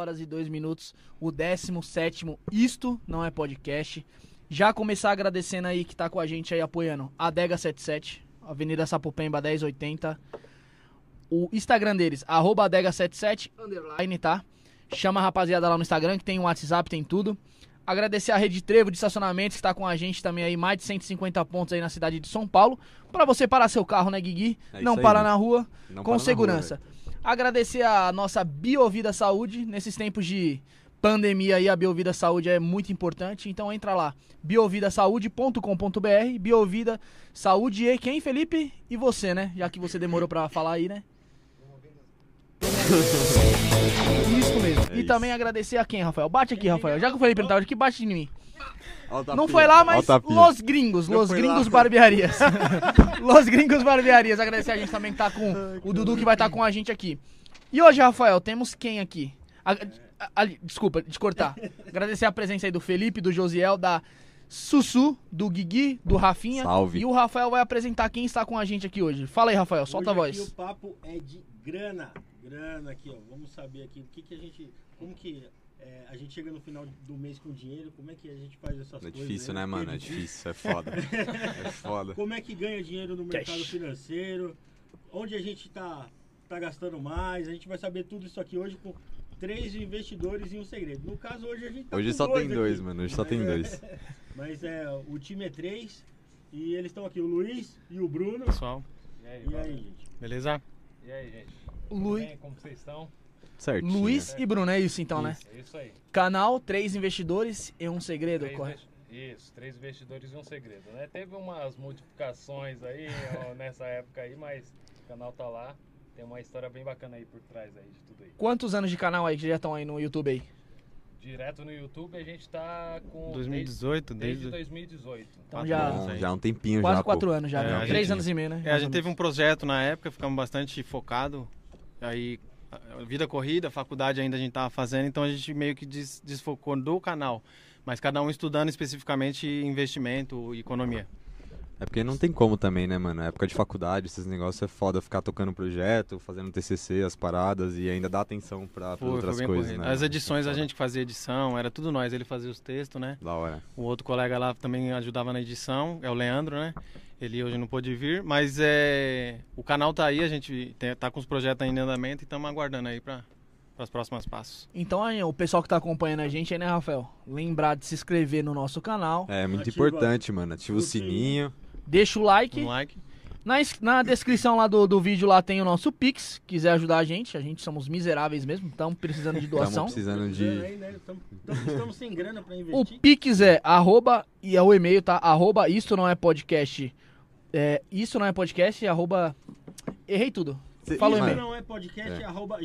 horas e 2 minutos, o 17 Isto Não É Podcast. Já começar agradecendo aí que tá com a gente aí apoiando Adega 77, Avenida Sapopemba 1080. O Instagram deles, arroba Adega77, underline, tá? Chama a rapaziada lá no Instagram, que tem o WhatsApp, tem tudo. Agradecer a Rede Trevo de Estacionamentos, que tá com a gente também aí, mais de 150 pontos aí na cidade de São Paulo. Pra você parar seu carro, né, Guigui? É não isso aí, parar né? na rua, Não para com na segurança. rua, Agradecer a nossa Biovida Saúde. Nesses tempos de pandemia aí, a Biovida Saúde é muito importante. Então entra lá, biovidasaude.com.br, Biovida Saúde e quem, Felipe? E você, né? Já que você demorou pra falar aí, né? Isso mesmo. É e isso. também agradecer a quem, Rafael? Bate aqui, Rafael. Já que eu falei perguntar hoje, que bate em mim. velho. Ó o tapinha. Não foi lá, mas Ó o tapinha. Los Gringos, Não Los foi Gringos lá. Barbearias. Los Gringos Barbearias, agradecer a gente também que tá com o Dudu que vai estar com a gente aqui. E hoje, Rafael, temos quem aqui? A- a- a- desculpa, de cortar. Agradecer a presença aí do Felipe, do Josiel, da Sussu, do Guigui, do Rafinha. Salve. E o Rafael vai apresentar quem está com a gente aqui hoje. Fala aí, Rafael, solta a Hoje aqui voz. o papo é de grana. Grana aqui, ó. Vamos saber aqui o que, que a gente. Como que é, a gente chega no final do mês com dinheiro? Como é que a gente faz essas É coisas? difícil, né, mano? É difícil, é foda. É foda. Como é que ganha dinheiro no mercado Cash. financeiro? Onde a gente tá, tá gastando mais? A gente vai saber tudo isso aqui hoje com três investidores e um segredo. No caso, hoje a gente tá Hoje com só tem dois, aqui. é, mano. Hoje só tem dois. Mas é, o time é três e eles estão aqui, o Luiz e o Bruno. pessoal. E aí, gente? Beleza? E aí, gente? Tudo Lui, bem? Como vocês estão? Certinho. Luiz e Bruno, é isso então, né? É isso aí. Canal, três investidores e um segredo, Três corre. investi- Isso, três investidores e um segredo, né? Teve umas multiplicações aí ó, nessa época aí, mas o canal tá lá. Tem uma história bem bacana aí por trás aí de tudo aí. Quantos anos de canal aí que já estão aí no YouTube aí? Direto no YouTube a gente tá com... 2018, Desde, desde desde. 2018. Então Quatro já. anos. Bom, já há um tempinho Quase já. pô. quatro anos já, É, né? a gente- Três anos e meio, né? É, a gente teve um projeto na época, ficamos bastante focado. Aí, a- vida corrida, faculdade ainda a gente tava fazendo, então a gente meio que des- desfocou do canal. Mas cada um estudando especificamente investimento e economia. É porque não tem como também, né, mano? Época de faculdade, esses negócios é foda ficar tocando projeto, fazendo TCC, as paradas e ainda dar atenção pra, pra Foi, outras foi bem coisas, corrido. é né? As mano? edições, a gente que fazia edição, era tudo nós. Ele fazia os textos, né? Da hora. O outro colega lá também ajudava na edição, é o Leandro, né? Ele hoje não pôde vir, mas é, o canal tá aí, a gente tem- tá com os projetos ainda em andamento e estamos aguardando aí para os próximos passos. Então, aí, o pessoal que tá acompanhando a gente aí, né, Rafael? Lembrar de se inscrever no nosso canal. É, muito Ativa- importante, mano. Ativa o o sininho. sininho. Deixa o like. Um like. Na, ins- na descrição lá do, do vídeo lá tem o nosso Pix. Quiser ajudar a gente, a gente somos miseráveis mesmo, estamos precisando de doação. Estamos precisando Grana de. aí, né? Tamo- tamo- Estamos sem grana pra O investir. Pix é arroba, e é o e-mail, tá? Arroba isto não é podcast. É, isso não é podcast, arroba. Errei tudo. Cê- Fala o Mano, Isso e-mail. não é podcast, É. arroba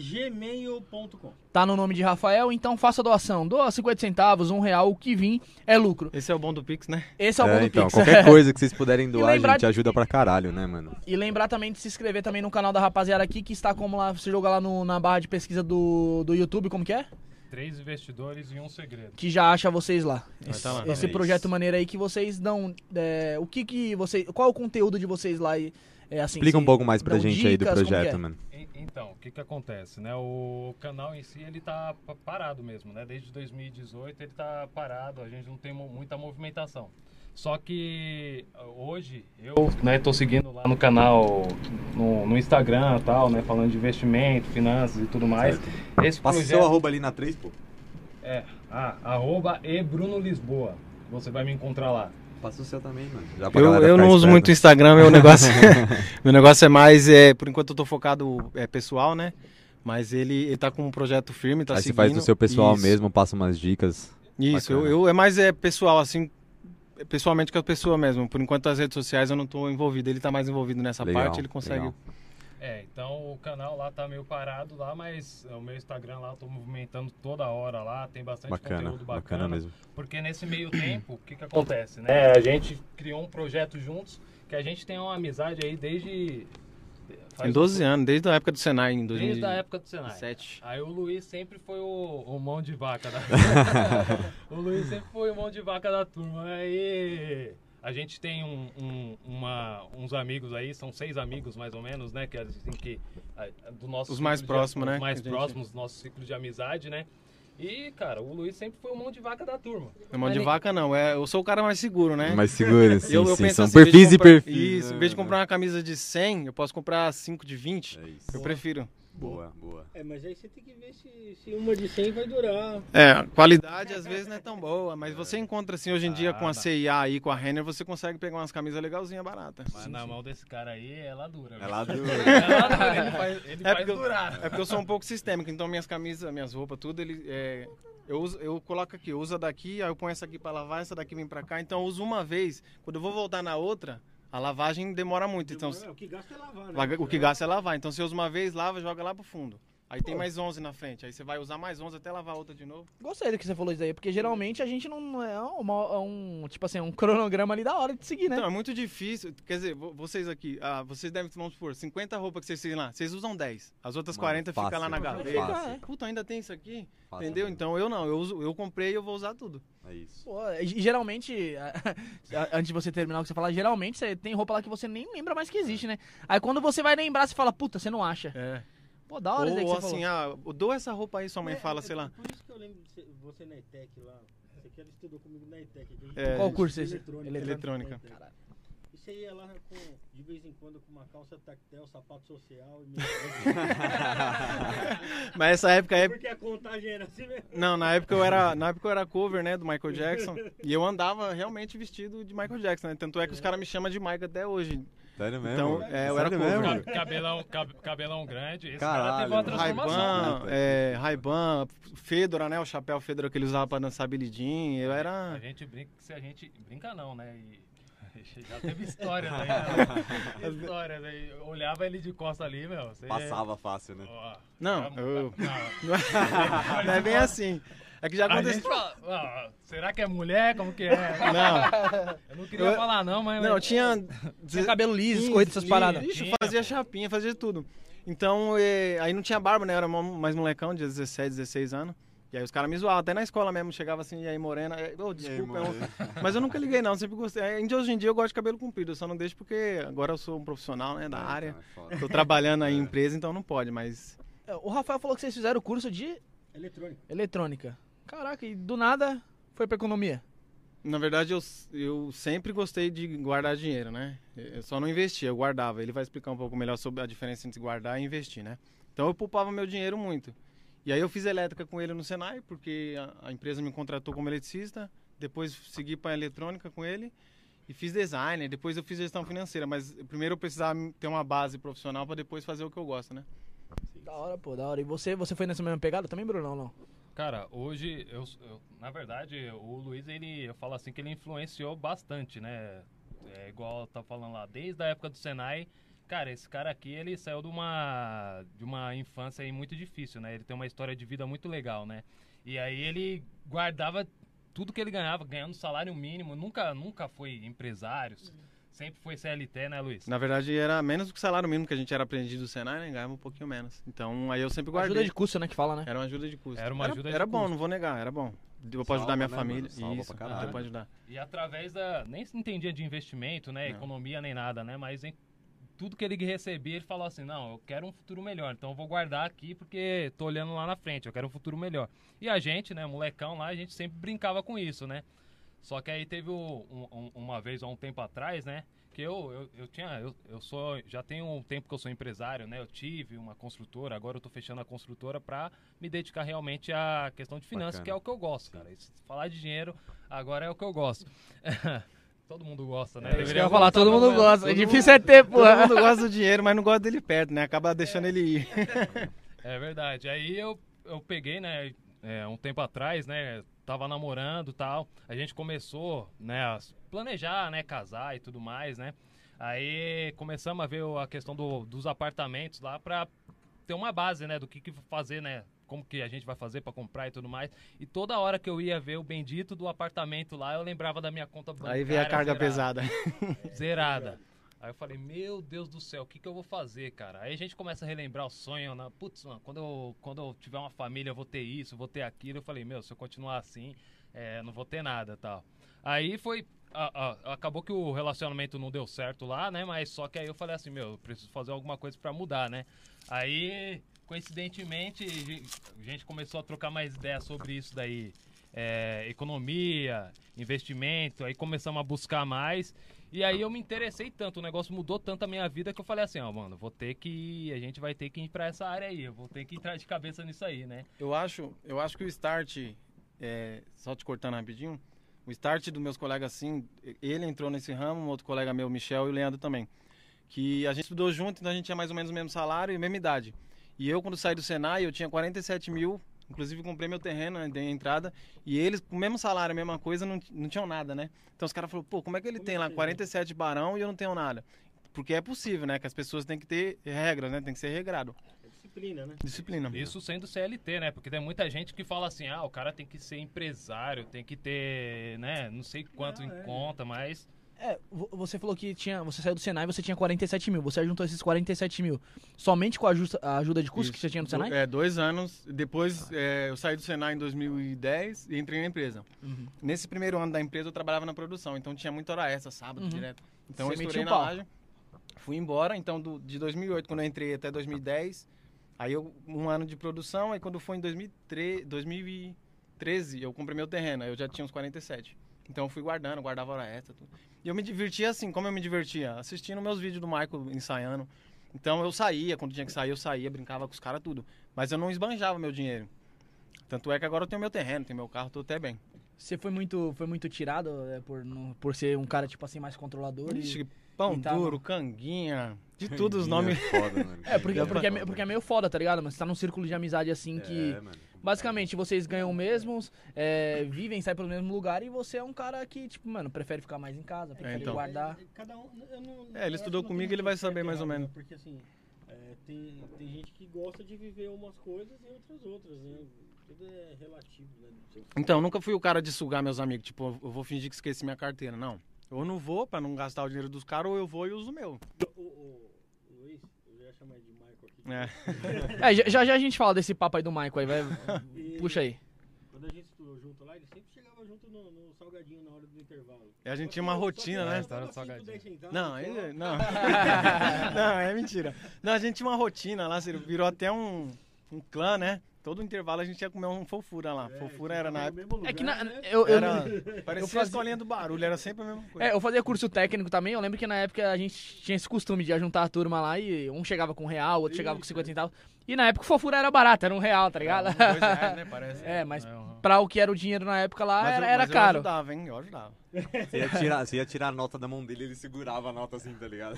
gmail.com. Tá no nome de Rafael, então faça a doação. Doa 50 centavos, um real, o que vim é lucro. Esse é o bom do Pix, né? Esse é o bom É, do então, Pix. qualquer coisa que vocês puderem doar, lembrar gente, de- ajuda pra caralho, né, mano? E lembrar também de se inscrever também no canal da rapaziada aqui, que está como lá, você joga lá no- na barra de pesquisa do, do YouTube, como que é? Três investidores e um segredo. Que já acha vocês lá. Vai Esse, tá lá. esse É projeto isso. maneiro aí que vocês dão. é, o que que vocês. Qual é o conteúdo de vocês lá? E, é, assim, Explica um se pouco mais pra dão gente aí do dicas, como que projeto, é? mano. E- Então, o que que acontece, né? O canal em si, ele tá pa- parado mesmo, né? Desde 2018 ele tá parado, a gente não tem mu- muita movimentação. Só que ah, hoje eu, né, tô seguindo lá no canal, no, no Instagram e tal, né? Falando de investimento, finanças e tudo mais. Esse Passa o projeto- seu arroba ali na 3, pô. É, ah, arroba e Bruno Lisboa. Você vai me encontrar lá. Passa o seu também, mano. Já pra Eu, galera eu ficar não uso esperta. muito Instagram, meu negócio, meu negócio é mais, é, por enquanto eu tô focado é, pessoal, né? Mas ele, ele tá com um projeto firme, tá Aí você seguindo. faz no seu pessoal Isso. mesmo, passa umas dicas. Isso, eu, Bacana. eu- é mais é, pessoal, assim, é pessoalmente com a pessoa mesmo. Por enquanto as redes sociais eu não tô envolvido, ele tá mais envolvido nessa Legal, parte, ele consegue legal. É, então o canal lá tá meio parado lá, mas é, o meu Instagram lá eu tô movimentando toda hora lá, tem bastante Bacana, conteúdo bacana mesmo. Porque nesse meio tempo, o que, que acontece, né? A gente criou um projeto juntos, que a gente tem uma amizade aí desde. Tem 12 anos, desde a época do Senai, em Desde a 2017. época do Senai. Aí o Luiz sempre foi o, o mão de vaca da O Luiz sempre foi o mão de vaca da turma. Aí a gente tem um- um- uma- uns amigos aí, são seis amigos mais ou menos, né? Que, assim, que, a- do nosso Os ciclo mais de- próximos, né, Os mais que a gente- próximos do nosso ciclo de amizade, né? E, cara, o Luiz sempre foi um mão de vaca da turma. É mão de Mas- vaca, não. É, eu sou o cara mais seguro, né? Mas segura, E sim, eu, eu sim. penso São assim, em vez de perfis e comprar- perfis. Isso, em vez de comprar uma camisa de 100, eu posso comprar 5 de 20. É isso. Eu prefiro. Boa, boa. É, mas aí você tem que ver se, se uma de 100 vai durar. É, a qualidade às vezes não é tão boa, mas você encontra assim hoje em dia com Ah, a tá. CIA e com a Renner, você consegue pegar umas camisas legalzinhas baratas. Mas na mão desse cara aí, ela dura. É viu? lá do. Ela dura, ele faz, ele É faz porque eu- durar. É porque eu sou um pouco sistêmico, então minhas camisas, minhas roupas, tudo, ele, é, eu, uso- eu coloco aqui, eu uso a daqui, aí eu ponho essa aqui pra lavar, essa daqui vem pra cá. Então eu uso uma vez, quando eu vou voltar na outra, a lavagem demora muito. Então o que gasta é lavar, né? Vaga- O que gasta é lavar. Então você usa uma vez, lava, joga lá pro fundo. Aí tem mais 11 na frente. Aí você vai usar mais 11 até lavar a outra de novo. Gostei do que você falou isso aí, porque geralmente a gente não é uma- é um, tipo assim, um cronograma ali da hora de seguir, né? Então é muito difícil. Quer dizer, vo- vocês aqui, ah, vocês devem, vamos supor, 50 roupas que vocês têm lá. Vocês usam 10. As outras Mano, 40 ficam lá fácil, na fácil. gaveta. Ah, é. Puta, ainda tem isso aqui? Fácil, Entendeu? mano. Então eu não. Eu, uso, eu comprei e eu vou usar tudo. É isso. Pô, e geralmente, a- a- antes de você terminar o que você falar, geralmente você tem roupa lá que você nem lembra mais que existe, né? Aí quando você vai lembrar, você fala, puta, você não acha. É. Pô, da hora isso aí que Ou você assim, falou. ah, eu dou essa roupa aí, sua mãe É, fala, é sei lá. Por isso que eu lembro de você- você na ETEC lá. Você que ela estudou comigo na ETEC. que a gente É. fez Qual curso de esse? Eletrônica. Eletrônica. Na ETEC. E você ia é lá com, de vez em quando com uma calça tactel, sapato social e meio- Mas essa época é Porque a contagem era assim mesmo. Não, na época eu era, na época eu era cover, né, do Michael Jackson, e eu andava realmente vestido de Michael Jackson, né? Tanto é que os caras me chamam de Michael até hoje. Sério mesmo? Então, é, eu era Sério cover. mesmo? Ca- Cabelão, cab- cabelão grande. Esse cara Caralho, teve uma mano. transformação. Né, Ray-Ban, é, Ray-Ban, Fedora, né, o chapéu Fedora que ele usava pra dançar bilidinho, eu A era... gente brinca, se a gente brinca não, né? E já teve histórias aí, né? histórias aí. Eu Olhava ele de costa ali, meu. Você... É. Passava fácil, né? Ó, Não, já- eu- não. Não é bem assim. É que já A gente aconteceu... fala, ó, será que é mulher? Como que é? Não, Eu não queria Eu- falar não, mas... não, eu tinha... Tinha cabelo liso, Sim, escorrido essas sim. paradas. Ixi, Tinha, fazia pô. chapinha, fazia tudo. Então, eh, aí não tinha barba, né? Eu era mó- mais molecão, de 17, 16 anos. E aí os caras me zoavam, até na escola mesmo. Chegava assim, e aí morena. eh, Ô, desculpa. é um- Mas eu nunca liguei, não. Sempre gostei. É, Ainda hoje em dia eu gosto de cabelo comprido. Eu só não deixo porque agora eu sou um profissional, né? Da área. é Tô trabalhando aí em empresa, então não pode, mas... O Rafael falou que vocês fizeram o curso de Eletrônica. eletrônica. Caraca, e do nada foi pra economia. Na verdade, eu, s- eu sempre gostei de guardar dinheiro, né? Eu só não investia, eu guardava. Ele vai explicar um pouco melhor sobre a diferença entre guardar e investir, né? Então eu poupava meu dinheiro muito. E aí eu fiz elétrica com ele no Senai, porque a, a empresa me contratou como eletricista. Depois segui para eletrônica com ele e fiz design. e Depois eu fiz gestão financeira, mas primeiro eu precisava me- ter uma base profissional para depois fazer o que eu gosto, né? Da hora, pô, da hora. E você, você foi nessa mesma pegada também, Bruno? ou Não, Cara, hoje, eu, eu- na verdade, o Luiz, ele, eu falo assim que ele influenciou bastante, né? É igual tá falando lá, desde a época do Senai. Cara, esse cara aqui, ele saiu de uma, de uma infância aí muito difícil, né? Ele tem uma história de vida muito legal, né? E aí ele guardava tudo que ele ganhava, ganhando salário mínimo. Nunca, nunca foi empresário, sempre foi CLT, né, Luiz? Na verdade era menos do que o salário mínimo que a gente era aprendido do Senai, né? Ganhava um pouquinho menos. Então aí eu sempre guardei. Ajuda de custo, né, que fala, né? Era uma ajuda de custo. Era uma ajuda de Era bom, custo. não vou negar, era bom. Deu pra Salva, ajudar minha né, família. mano? Salva Isso, pra caralho. deu pra ajudar. E através da. Nem se entendia de investimento, né? Não. Economia nem nada, né? Mas em tudo que ele recebia, ele falou assim: não, eu quero um futuro melhor, então eu vou guardar aqui porque tô olhando lá na frente, eu quero um futuro melhor. E a gente, né, molecão lá, a gente sempre brincava com isso, né? Só que aí teve o- um- um- uma vez, há um tempo atrás, né? Que eu, eu, eu tinha. Eu, eu sou. Já tem um tempo que eu sou empresário, né? Eu tive uma construtora, agora eu tô fechando a construtora pra me dedicar realmente à questão de finanças, Bacana. que é o que eu gosto, cara. Isso- falar de dinheiro agora é o que eu gosto. todo mundo gosta, né? É isso que eu ia Deveria falar, gostar, todo pelo mundo menos. gosta. É Todo difícil é ter, pô. Todo mundo gosta do dinheiro, mas não gosta dele perto, né? Acaba deixando ele ir. É verdade. Aí eu, eu peguei, né, é, um tempo atrás, né, tava namorando e tal. A gente começou, né, a s- planejar, né, casar e tudo mais, né. Aí começamos a ver o- a questão do- dos apartamentos lá pra ter uma base, né, do que, que fazer, né. Como que a gente vai fazer pra comprar e tudo mais. E toda hora que eu ia ver o bendito do apartamento lá, eu lembrava da minha conta bancária. Aí veio a carga zerada pesada. zerada. Aí eu falei, meu Deus do céu, o que, que eu vou fazer, cara? Aí a gente começa a relembrar o sonho, né? Putz, mano, quando eu, quando eu tiver uma família, eu vou ter isso, vou ter aquilo. Eu falei, meu, se eu continuar assim, é, não vou ter nada tal. Aí foi. a- a- acabou que o relacionamento não deu certo lá, né? Mas só que aí eu falei assim, meu, eu preciso fazer alguma coisa pra mudar, né? Aí coincidentemente, a gen- a gente começou a trocar mais ideias sobre isso daí. É, economia, investimento, aí começamos a buscar mais. E aí eu me interessei tanto, o negócio mudou tanto a minha vida que eu falei assim, ó, mano, vou ter que ir, a gente vai ter que ir pra essa área aí, eu vou ter que entrar de cabeça nisso aí, né? Eu acho, eu acho que o start, é, só te cortando rapidinho, o start dos meus colegas, assim, ele entrou nesse ramo, um outro colega meu, o Michel, e o Leandro também. Que a gente estudou junto, então a gente tinha mais ou menos o mesmo salário e a mesma idade. E eu, quando saí do Senai, eu tinha 47 mil, inclusive comprei meu terreno, né, dei a entrada, e eles, com o mesmo salário, a mesma coisa, não, não tinham nada, né? Então os caras falaram, pô, como é que ele Como tem é lá que é? 47 barão e eu não tenho nada? Porque é possível, né? Que as pessoas têm que ter regras, né? Tem que ser regrado. É disciplina, né? Disciplina. Isso sendo CLT, né? Porque tem muita gente que fala assim, ah, o cara tem que ser empresário, tem que ter, né, não sei quanto Não, em é. conta, mas É, vo- você falou que tinha, você saiu do Senai e você tinha 47 mil. Você juntou esses 47 mil somente com a, justa- a ajuda de custo que você tinha no Do- Senai? É, dois anos. Depois é, eu saí do Senai em 2010 e entrei na empresa. Uhum. Nesse primeiro ano da empresa eu trabalhava na produção, então tinha muita hora extra, sábado, Uhum. direto. Então Você eu metia estourei o na pau. laje, fui embora. Então do- de 2008, quando eu entrei, até 2010, aí eu, um ano de produção. Aí quando foi em 2013, 2013 eu comprei meu terreno, aí eu já tinha uns 47. Então eu fui guardando, guardava hora extra, tudo. E eu me divertia assim, como eu me divertia? Assistindo meus vídeos do Michael ensaiando. Então eu saía, quando tinha que sair, eu saía, brincava com os caras, tudo. Mas eu não esbanjava meu dinheiro. Tanto é que agora eu tenho meu terreno, tenho meu carro, tô até bem. Você foi muito, foi muito tirado é, por, não- por ser um cara, tipo assim, mais controlador? e- Ixi, pão e tá tava- duro, canguinha, de todos os nomes. É foda, mano. É, porque, Canguinha porque, é, foda. me- porque é meio foda, tá ligado? Mas você tá num círculo de amizade assim que. É, mano. Basicamente, vocês ganham mesmos, é, vivem, saem pelo mesmo lugar e você é um cara que, tipo, mano, prefere ficar mais em casa, prefere então. guardar. É, Cada um, eu não- eu É, acho ele estudou que não tem comigo, ele muito vai certo saber e mais ou errado, menos. né? Porque assim, é, tem, tem gente que gosta de viver umas coisas e outras outras, né? Tudo é relativo, né? Não sei. Então, eu nunca fui o cara de sugar meus amigos, tipo, eu vou fingir que esqueci minha carteira, não. Eu não vou pra não gastar o dinheiro dos caras, ou eu vou e uso o meu. O, o- o Luiz, eu ia chamar ele de Michael aqui. É. É, já- já já a gente fala desse papo aí do Michael aí, vai. E Puxa aí. Quando a gente estudou junto lá, ele sempre chegava junto no, no salgadinho na hora do intervalo. E a gente Só tinha uma que- só que rotina, eu né? tava Restaurante afim do salgadinho. deixa entrar, Não, porque eu- aí- não. não, é mentira. Não, a gente tinha uma rotina lá, Ciro, virou até um, um clã, né? Todo intervalo a gente ia comer um fofura lá. É, fofura a gente era tava na no época. mesmo É que na, lugar, né? eu, eu, Era, parecia fazia- a escolinha do barulho, era sempre a mesma coisa. é, eu fazia curso técnico também, eu lembro que na época a gente tinha esse costume de juntar a turma lá e um chegava com um real, outro chegava com Isso. 50 centavos. E na época o fofura era barato, era um real, tá ligado? Era um, dois reais, né? Parece. É, mas É, um- pra o que era o dinheiro na época lá, Mas eu- era, era mas Eu caro. ajudava, hein? Eu ajudava. Você ia, tirar, você ia tirar a nota da mão dele ele segurava a nota assim, tá ligado?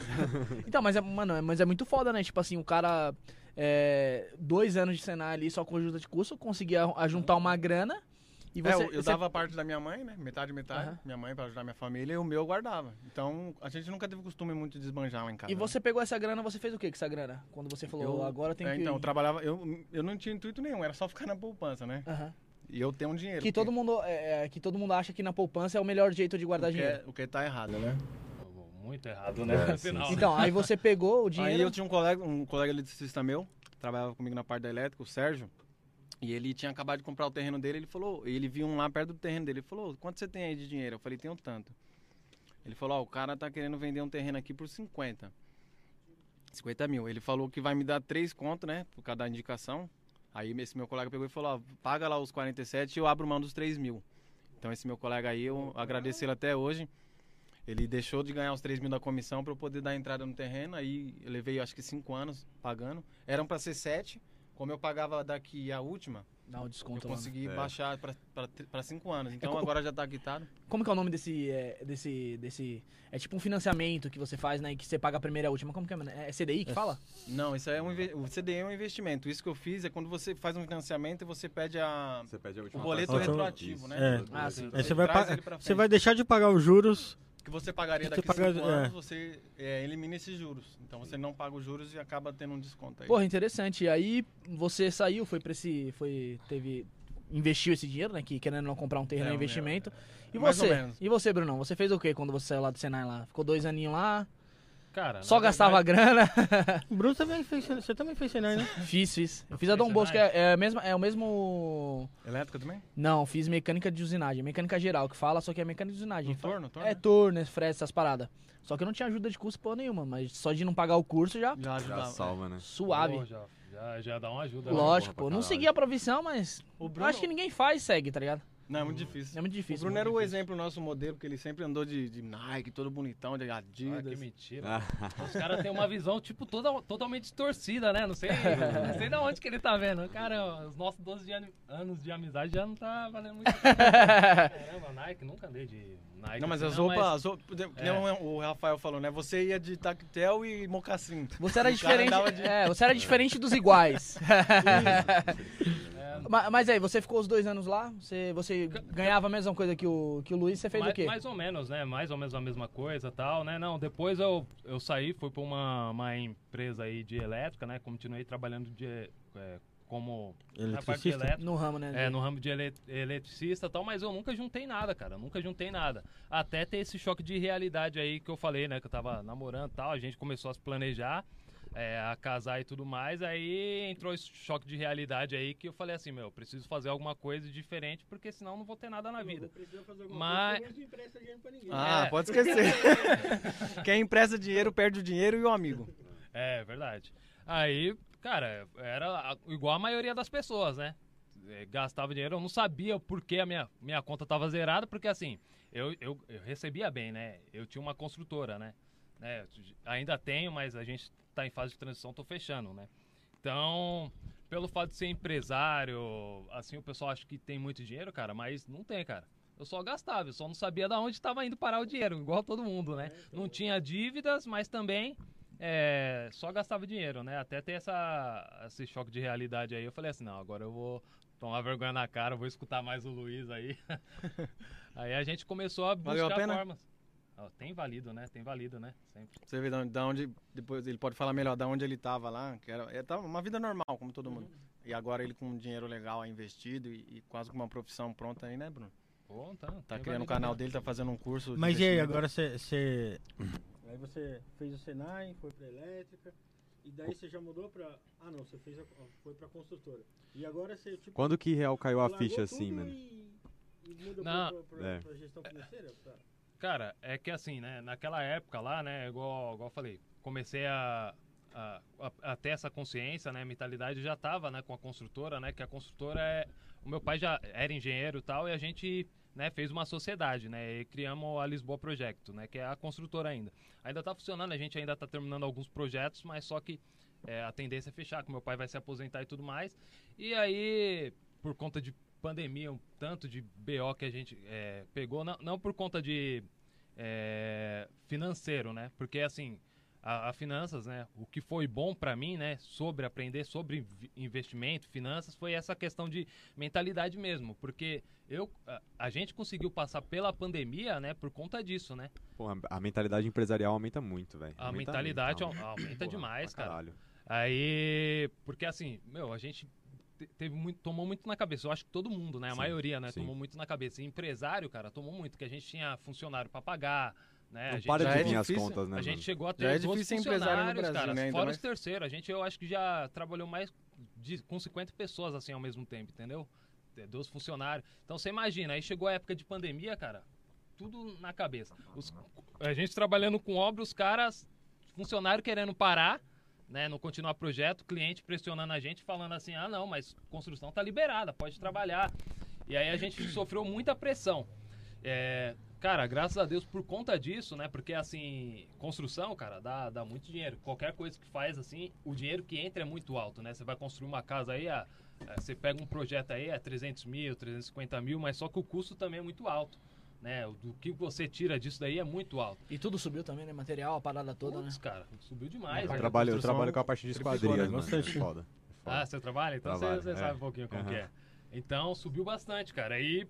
Então, mas é, mano, é- mas é muito foda, né? Tipo assim, o cara. é, dois anos de Senai ali só com ajuda de curso, conseguia a- juntar uma grana. E você. é, eu, eu você- dava a parte da minha mãe, né? Metade, metade. Aham. Minha mãe pra ajudar minha família e o meu eu guardava. Então, a gente nunca teve costume muito de esbanjar lá em casa. E você pegou essa grana, você fez o que com essa grana? Quando você falou, Eu- agora tem né? É, que. Então, eu trabalhava... Eu, eu não tinha intuito nenhum, era só ficar na poupança, né? Aham. E eu tenho um dinheiro. Que todo porque- mundo, é, é, que todo mundo acha que na poupança é o melhor jeito de guardar o que, dinheiro. é- o que tá errado, né? muito errado, né? É, Afinal, sim, né? Então, aí você pegou o dinheiro. Aí eu tinha um colega, um colega eletricista meu, trabalhava comigo na parte da elétrica, o Sérgio. E ele tinha acabado de comprar o terreno dele, ele falou, ele viu um lá perto do terreno dele, ele falou, quanto você tem aí de dinheiro? Eu falei, tenho tanto. Ele falou, ó, o cara tá querendo vender um terreno aqui por 50. 50 mil. Ele falou que vai me dar três contos, né? Por causa da indicação. Aí esse meu colega pegou e falou, ó, paga lá os 47 e eu abro mão dos 3 mil. Então esse meu colega aí, eu agradeço ele até hoje. Ele deixou de ganhar os 3 mil da comissão para eu poder dar entrada no terreno. Aí eu levei acho que 5 anos pagando. Eram para ser 7. Como eu pagava daqui a última, Dá o desconto. eu lá, consegui É. baixar para 5 anos. É Então co- agora já tá quitado. né? Como que é o nome desse, é, desse, desse. É tipo um financiamento que você faz, né? e Que você paga a primeira e a última. Como que é, mano? É CDI que fala? Não, isso aí é um inve- o CDE é um investimento. Isso que eu fiz é quando você faz um financiamento e você pede a Você pede a última O boleto taxa. retroativo, Isso, né? o É. boleto Ah, sim. retroativo. Aí você você vai traz pa- ele pra Você frente. vai deixar de pagar os juros. que você pagaria Você daqui a paga- 5 é. anos, você é, elimina esses juros. Então você não paga os juros e acaba tendo um desconto aí. Porra, interessante. E aí você saiu, foi pra esse. Foi. Teve. Investiu esse dinheiro, né? Que querendo não comprar um terreno é É, um um- investimento. E mais ou você? menos. E você, Brunão? Você fez o que quando você saiu lá do Senai lá? Ficou dois aninhos lá, Tá cara, só na gastava verdade, grana. O Bruno também fez. Você também fez Senai, né? fiz, fiz. Eu fiz a Fez Dom Bosco, que Senai? é, é, a mesma- é o mesmo. Elétrica também? Não, fiz mecânica de usinagem. Mecânica geral que fala, só que é mecânica de usinagem. No torno, torno? É torno, frete, essas paradas. É, Só que eu não tinha ajuda de curso porra nenhuma, mas só de não pagar o curso já. Já Já ajudava. salva, né? Suave. pô, já- já Já, já dá uma ajuda. né? Lógico, porra, pô. pra Não caralho. segui a profissão, mas. O eu acho que ninguém faz, segue, tá ligado? Não, é muito difícil. É muito O difícil. Bruno mano. era o exemplo, o nosso modelo, porque ele sempre andou de, de Nike, todo bonitão, de Ah, que Adidas. mentira. Os caras têm uma visão, tipo, toda, totalmente distorcida, né? Não sei, não sei da onde que ele tá vendo. Cara, os nossos 12 de ani- anos de amizade já não tá valendo muito. Caramba, Nike, nunca andei de Nike. não, mas assim, as roupas, mas- as roupas- que nem É. o Rafael falou, né? Você ia de tactel e mocassim. Você era O cara diferente. andava de- É. É, você era diferente dos iguais. Ma- mas aí, você ficou os dois anos lá? Você, você ganhava a mesma coisa que o, que o Luiz? Você fez mais, o quê? mais ou menos, né? Mais ou menos a mesma coisa tal, né? Não, depois eu, eu saí, fui pra uma, uma empresa aí de elétrica, né? Continuei trabalhando de, é, como na parte de Eletricista? elétrica. No ramo, né? É, no ramo de ele eletricista e tal, mas eu nunca juntei nada, cara. eu Nunca juntei nada. Até ter esse choque de realidade aí que eu falei, né? Que eu tava namorando e tal, a gente começou a se planejar, é, a casar e tudo mais. Aí entrou esse choque de realidade aí que eu falei assim, meu, eu preciso fazer alguma coisa diferente, porque senão eu não vou ter nada na vida. Mas- Mas... Não empresta dinheiro pra ninguém. Ah, É. pode esquecer. Quem empresta dinheiro perde o dinheiro e o amigo. É, verdade. Aí, cara, era a- igual a maioria das pessoas, né? É, Gastava dinheiro, eu não sabia por que a minha, minha conta tava zerada, porque assim, eu, eu, eu recebia bem, né? Eu tinha uma construtora, né? né? Ainda tenho, mas a gente tá em fase de transição, tô fechando, né? Então, pelo fato de ser empresário, assim, o pessoal acha que tem muito dinheiro, cara, mas não tem, cara. Eu só gastava, eu só não sabia de onde estava indo parar o dinheiro, igual todo mundo, É, né? Não então. tinha dívidas, mas também é, só gastava dinheiro, né? Até ter essa, esse choque de realidade aí, eu falei assim, não, agora eu vou tomar vergonha na cara, eu vou escutar mais o Luiz aí. aí a gente começou a buscar Valeu a pena? formas. Ó, tem valido, né? Tem valido, né? Sempre. Você vê da onde, da onde- depois ele pode falar melhor da onde ele tava lá, que era, ele tava uma vida normal, como todo mundo. E agora ele com um dinheiro legal aí investido e, e quase com uma profissão pronta aí, né, Bruno? Pô, tá, Tá É, tem criando o valido canal mesmo. dele, tá fazendo um curso. de Mas e aí, investimento. agora você. Aí você fez o Senai, foi pra elétrica. E daí você já mudou pra. Ah, não, você fez a- foi pra construtora. E agora você, tipo. Quando que real caiu a largou ficha tudo assim, mano? E, e muda Não. pra, pra, pra- É. pra gestão financeira? Pra... Cara, é que assim, né? Naquela época lá, né? Igual, igual eu falei, comecei a, a, a- a ter essa consciência, né? Mentalidade eu já tava, né? Com a construtora, né? Que a construtora é. O meu pai já era engenheiro e tal, e a gente né, fez uma sociedade, né? E criamos a Lisboa Projecto, né? Que é a construtora ainda. Ainda tá funcionando, a gente ainda tá terminando alguns projetos, mas só que é, a tendência é fechar, que meu pai vai se aposentar e tudo mais. E aí, por conta de pandemia, um tanto de BO que a gente é, pegou, não, não por conta de é, financeiro, né? Porque assim, a, a finanças, né? O que foi bom pra mim, né? Sobre aprender sobre vi- investimento, finanças, foi essa questão de mentalidade mesmo, porque eu, a, a gente conseguiu passar pela pandemia, né? Por conta disso, né? Pô, a, a mentalidade empresarial aumenta muito, velho. A Aumenta mentalidade muito, au- aumenta né? Porra, demais, pra cara. Caralho. Aí, porque assim, meu, a gente te- teve muito, tomou muito na cabeça. Eu acho que todo mundo, né? A Sim, maioria, né? sim. Tomou muito na cabeça. E empresário, cara, tomou muito, que a gente tinha funcionário pra pagar, né? a Não gente para já já de é vir as difícil. contas, né, a mano? gente chegou a ter Já é dois difícil ser funcionários, empresário no Brasil, cara, né? Ainda fora mais- os terceiros. A gente, eu acho que já trabalhou mais de, com 50 pessoas, assim, ao mesmo tempo, entendeu? Ter Dois funcionários. Então, você imagina, aí chegou a época de pandemia, cara, tudo na cabeça. Os- a gente trabalhando com obra, os caras, funcionário querendo parar, né, não continuar projeto, cliente pressionando a gente, falando assim, ah, não, mas construção tá liberada, pode trabalhar. E aí a gente sofreu muita pressão. É, cara, graças a Deus por conta disso, né? Porque assim, construção, cara, dá, dá muito dinheiro. Qualquer coisa que faz assim, o dinheiro que entra é muito alto, né? Você vai construir uma casa aí, ah, ah, você pega um projeto aí, é 300 mil, 350 mil, mas só que o custo também é muito alto. Né, O do que você tira disso daí é muito alto. E tudo subiu também, né? Material, a parada toda, né? Putz, cara, subiu demais. Eu né? trabalho, eu construção trabalho com a parte de triplicou, esquadrias, né? mano. É Bastante. foda. É foda. Ah, seu trabalho? Então Trabalho, você, é. você sabe um pouquinho como Aham. que é. Então subiu bastante, cara. E,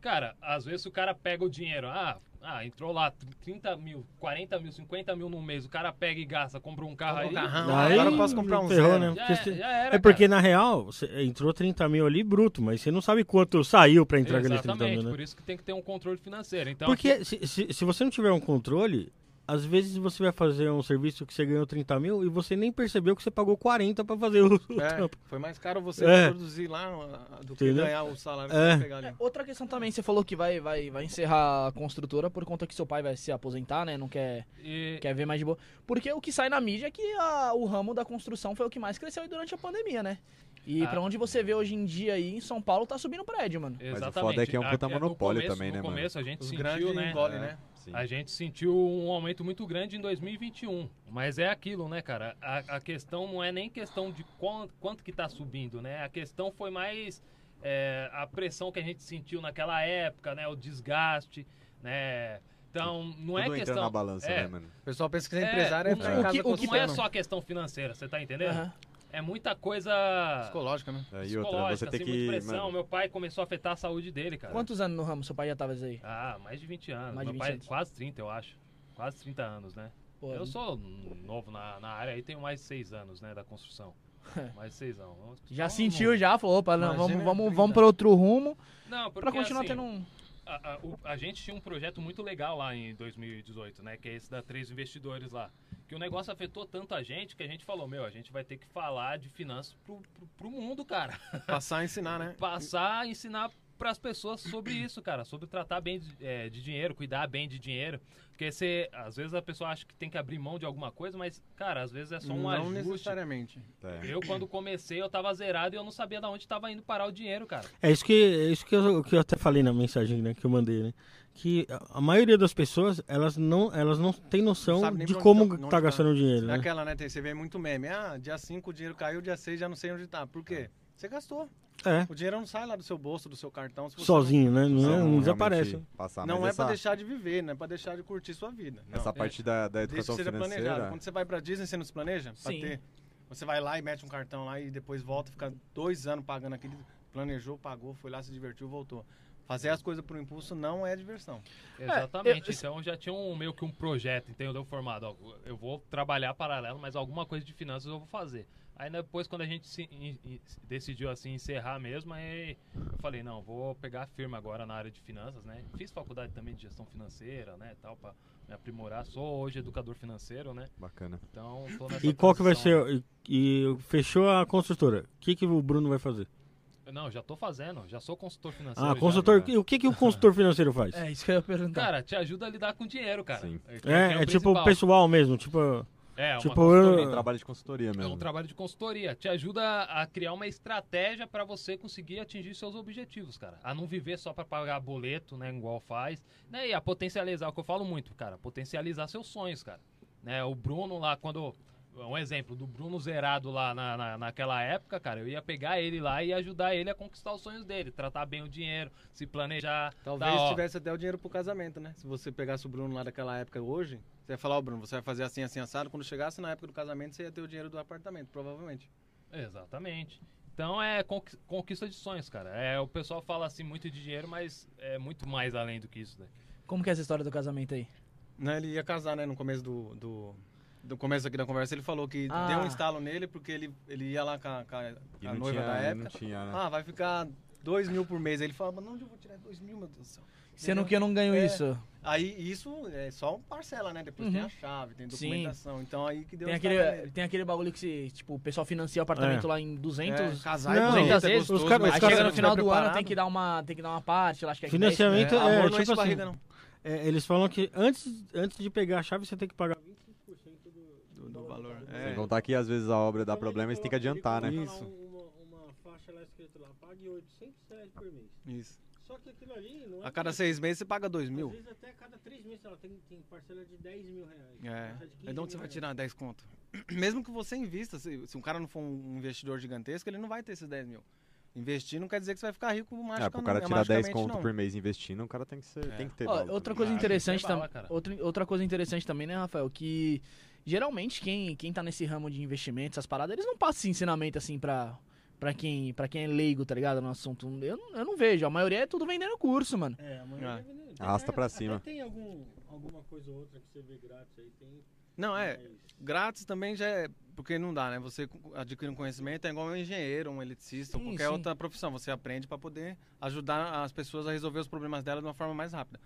cara, às vezes o cara pega o dinheiro. Ah, ah, entrou lá 30 mil, 40 mil, 50 mil no mês. O cara pega e gasta, compra um carro aí. Compra um carrão. já Ah, agora eu posso comprar um ferrou, né? zero. é- Porque cê- já era, É porque, na cara. real, cê entrou 30 mil ali bruto, mas você não sabe quanto saiu pra entrar aquele 30 Exatamente, mil, né? por isso que tem que ter um controle financeiro. Então, Porque se, se, se você não tiver um controle, às vezes você vai fazer um serviço que você ganhou 30 mil e você nem percebeu que você pagou 40 pra fazer o, o É, trampo. foi mais caro você É. produzir lá ah, do que Entendeu? ganhar o salário que É. você pegar ali. É, outra questão também, você falou que vai, vai, vai encerrar a construtora por conta que seu pai vai se aposentar, né? Não quer, E, quer ver mais de boa. Porque o que sai na mídia é que a- o ramo da construção foi o que mais cresceu aí durante a pandemia, né? E Ah. pra onde você vê hoje em dia aí, em São Paulo, tá subindo prédio, mano. exatamente. foda é que é um A- puta no monopólio começo- também, né, no mano? começo a gente Os sentiu, grandes né? engolem, né? Sim. A gente sentiu um aumento muito grande em 2021. Mas é aquilo, né, cara? A, a questão não é nem questão de quanto, quanto que tá subindo, né? A questão foi mais é, a pressão que a gente sentiu naquela época, né? O desgaste, né? Então, não é Tudo entra questão... na balança, é, né, mano? O pessoal pensa que ser É, empresário é, o, ficar que- em o casa que- o que não é consultando. só questão financeira, você tá entendendo? Aham. É muita coisa Psicológica, né? É, e outra, psicológica, você tem assim, muita que. pressão. mano, Meu pai começou a afetar a saúde dele, cara. Quantos anos no ramo seu pai já tava aí? Ah, mais de 20 anos. Mais de Meu 20 pai, é anos. quase 30, eu acho. Quase 30 anos, né? Pô, Eu sou novo na, na área aí, tenho mais de 6 anos, né, da construção. mais de 6 anos. É. Já Então, sentiu, já falou, opa, não, Imagina vamos, a vamos, vida. vamos pra outro rumo Não, porque, pra continuar assim, tendo um. A, a- o- a gente tinha um projeto muito legal lá em 2018, né? Que é esse da Três Investidores lá. Que o negócio afetou tanto a gente que a gente falou, meu, a gente vai ter que falar de finanças pro, pro, pro mundo, cara. Passar a ensinar, né? passar a ensinar para as pessoas sobre isso, cara, sobre tratar bem de, eh, de dinheiro, cuidar bem de dinheiro, porque você, às vezes a pessoa acha que tem que abrir mão de alguma coisa, mas cara, às vezes é só um não ajuste. necessariamente. é. Eu quando comecei eu tava zerado e eu não sabia de onde tava indo parar o dinheiro, cara. É isso que, é isso que, eu, que eu até falei na mensagem né, que eu mandei, né? Que a- a maioria das pessoas, elas não, elas não têm noção Sabe nem de pra onde como tá- onde tá tá. gastando o dinheiro, É né? aquela, né? tem- Você vê muito meme. Ah, dia 5 o dinheiro caiu, dia 6 já não sei onde tá. Por quê? Você gastou. É, O dinheiro não sai lá do seu bolso, do seu cartão. se você sozinho, né? Não, Você não realmente desaparece. Passar, Não, não Tá, mas é essa, pra deixar de viver, não é pra deixar de curtir sua vida. Não. Essa parte da, da Desde que educação seja planejado. financeira. Quando você vai pra Disney, você não se planeja? Pra Sim. ter. Você vai lá e mete um cartão lá e depois volta, fica dois anos pagando aquele. Planejou, pagou, foi lá, se divertiu, voltou. Fazer as coisas por impulso não é diversão. Exatamente. é, eu- então já tinha um meio que um projeto, entendeu? Formado, ó, eu vou trabalhar paralelo, mas alguma coisa de finanças eu vou fazer. Aí depois quando a gente se- em- em- decidiu assim encerrar mesmo, aí eu falei, não, vou pegar firma agora na área de finanças, né? Fiz faculdade também de gestão financeira, né, tal para me aprimorar. Sou hoje educador financeiro, né? Bacana. Então, tô é nessa E qual que vai transição, ser? E, e fechou a construtora. O que, que o Bruno vai fazer? né? Não, já tô fazendo, já sou consultor financeiro. Ah, já. né? consultor. O que, que o consultor financeiro faz? É isso que eu ia perguntar. Cara, te ajuda a lidar com dinheiro, cara. Sim. que É, o é tipo principal. pessoal mesmo, tipo. É, uma tipo, consultoria. É Ah. um trabalho de consultoria É mesmo. um trabalho de consultoria. Te ajuda a criar uma estratégia para você conseguir atingir seus objetivos, cara. A não viver só para pagar boleto, né? Igual faz. Né, e a potencializar, o que eu falo muito, cara. Potencializar seus sonhos, cara. Né, o Bruno lá, quando. Um exemplo do Bruno zerado lá na, na, naquela época, cara. Eu ia pegar ele lá e ajudar ele a conquistar os sonhos dele. Tratar bem o dinheiro, se planejar. Talvez tá, ó, tivesse até o dinheiro pro casamento, né? Se você pegasse o Bruno lá daquela época hoje, você ia falar, ó, Bruno, você vai fazer assim, assim, assado. Quando chegasse na época do casamento, você ia ter o dinheiro do apartamento, provavelmente. Exatamente. Então é conqui- conquista de sonhos, cara. É, o pessoal fala assim muito de dinheiro, mas é muito mais além do que isso, né? Como que é essa história do casamento aí? Né, ele ia casar, né? No começo do, do, do começo aqui da conversa, ele falou que Ah. deu um estalo nele porque ele, ele ia lá com a, com a- E com a não noiva tinha, da e não época. tinha, né? Ah, vai ficar dois mil por mês. Aí ele falava, mas onde eu vou tirar dois mil, meu Deus do céu? Sendo Entendeu? que eu não ganho É. isso. Aí isso é só parcela, né? Depois tem Uhum. a chave, tem Sim. documentação. Então aí que deu Tem um estalo aquele, é, nele. tem aquele bagulho que se, tipo, o pessoal financia o apartamento É. lá em 200. É, casar e Não, bonito, os é caras- gostoso, os caras- mas Aí cara chega no não tá final do ano preparado. tem que dar uma, tem que dar uma parte, lá, acho que é 10%. Financiamento É, é, amor não tipo enche assim, barriga, não. é, eles falam que antes, antes de pegar a chave você tem que pagar. Do, do valor. Sem É. contar que às vezes a obra dá problema e você tem que adiantar, né? Isso. Isso. Uma, uma faixa lá escrito lá, pague 800 reais por mês. Isso. Só que aquilo ali não é. A cada seis meses você paga dois Às mil. vezes até a cada três meses, sei lá, tem, tem parcela de 10 mil reais. É. parcela de É 15 de onde você mil vai reais. tirar 10 conto? Mesmo que você invista, se, se um cara não for um investidor gigantesco, ele não vai ter esses 10 mil. Investir não quer dizer que você vai ficar rico É, mágica, pro cara não, tirar 10 magicamente, conto não. por mês investindo, o cara tem que, ser, É. tem que ter. Ó, bala outra também. coisa Ah, interessante tem bala, também. cara. Outra, outra coisa interessante também, né, Rafael? Que geralmente quem, quem tá nesse ramo de investimentos, essas paradas, eles não passam esse ensinamento assim pra. Pra quem, pra quem é leigo, tá ligado? No assunto. Eu, não- eu não vejo. A maioria é tudo vendendo curso, mano. É, amanhã Ah. deve- deve- Arrasta pra até cima. Tem algum, alguma coisa ou outra que você vê grátis aí? Tem. Não, é. mas- Grátis também já é. Porque não dá, né? Você adquire um conhecimento, é igual um engenheiro, um eletricista, ou Sim, qualquer sim. outra profissão. Você aprende para poder ajudar as pessoas a resolver os problemas delas de uma forma mais rápida.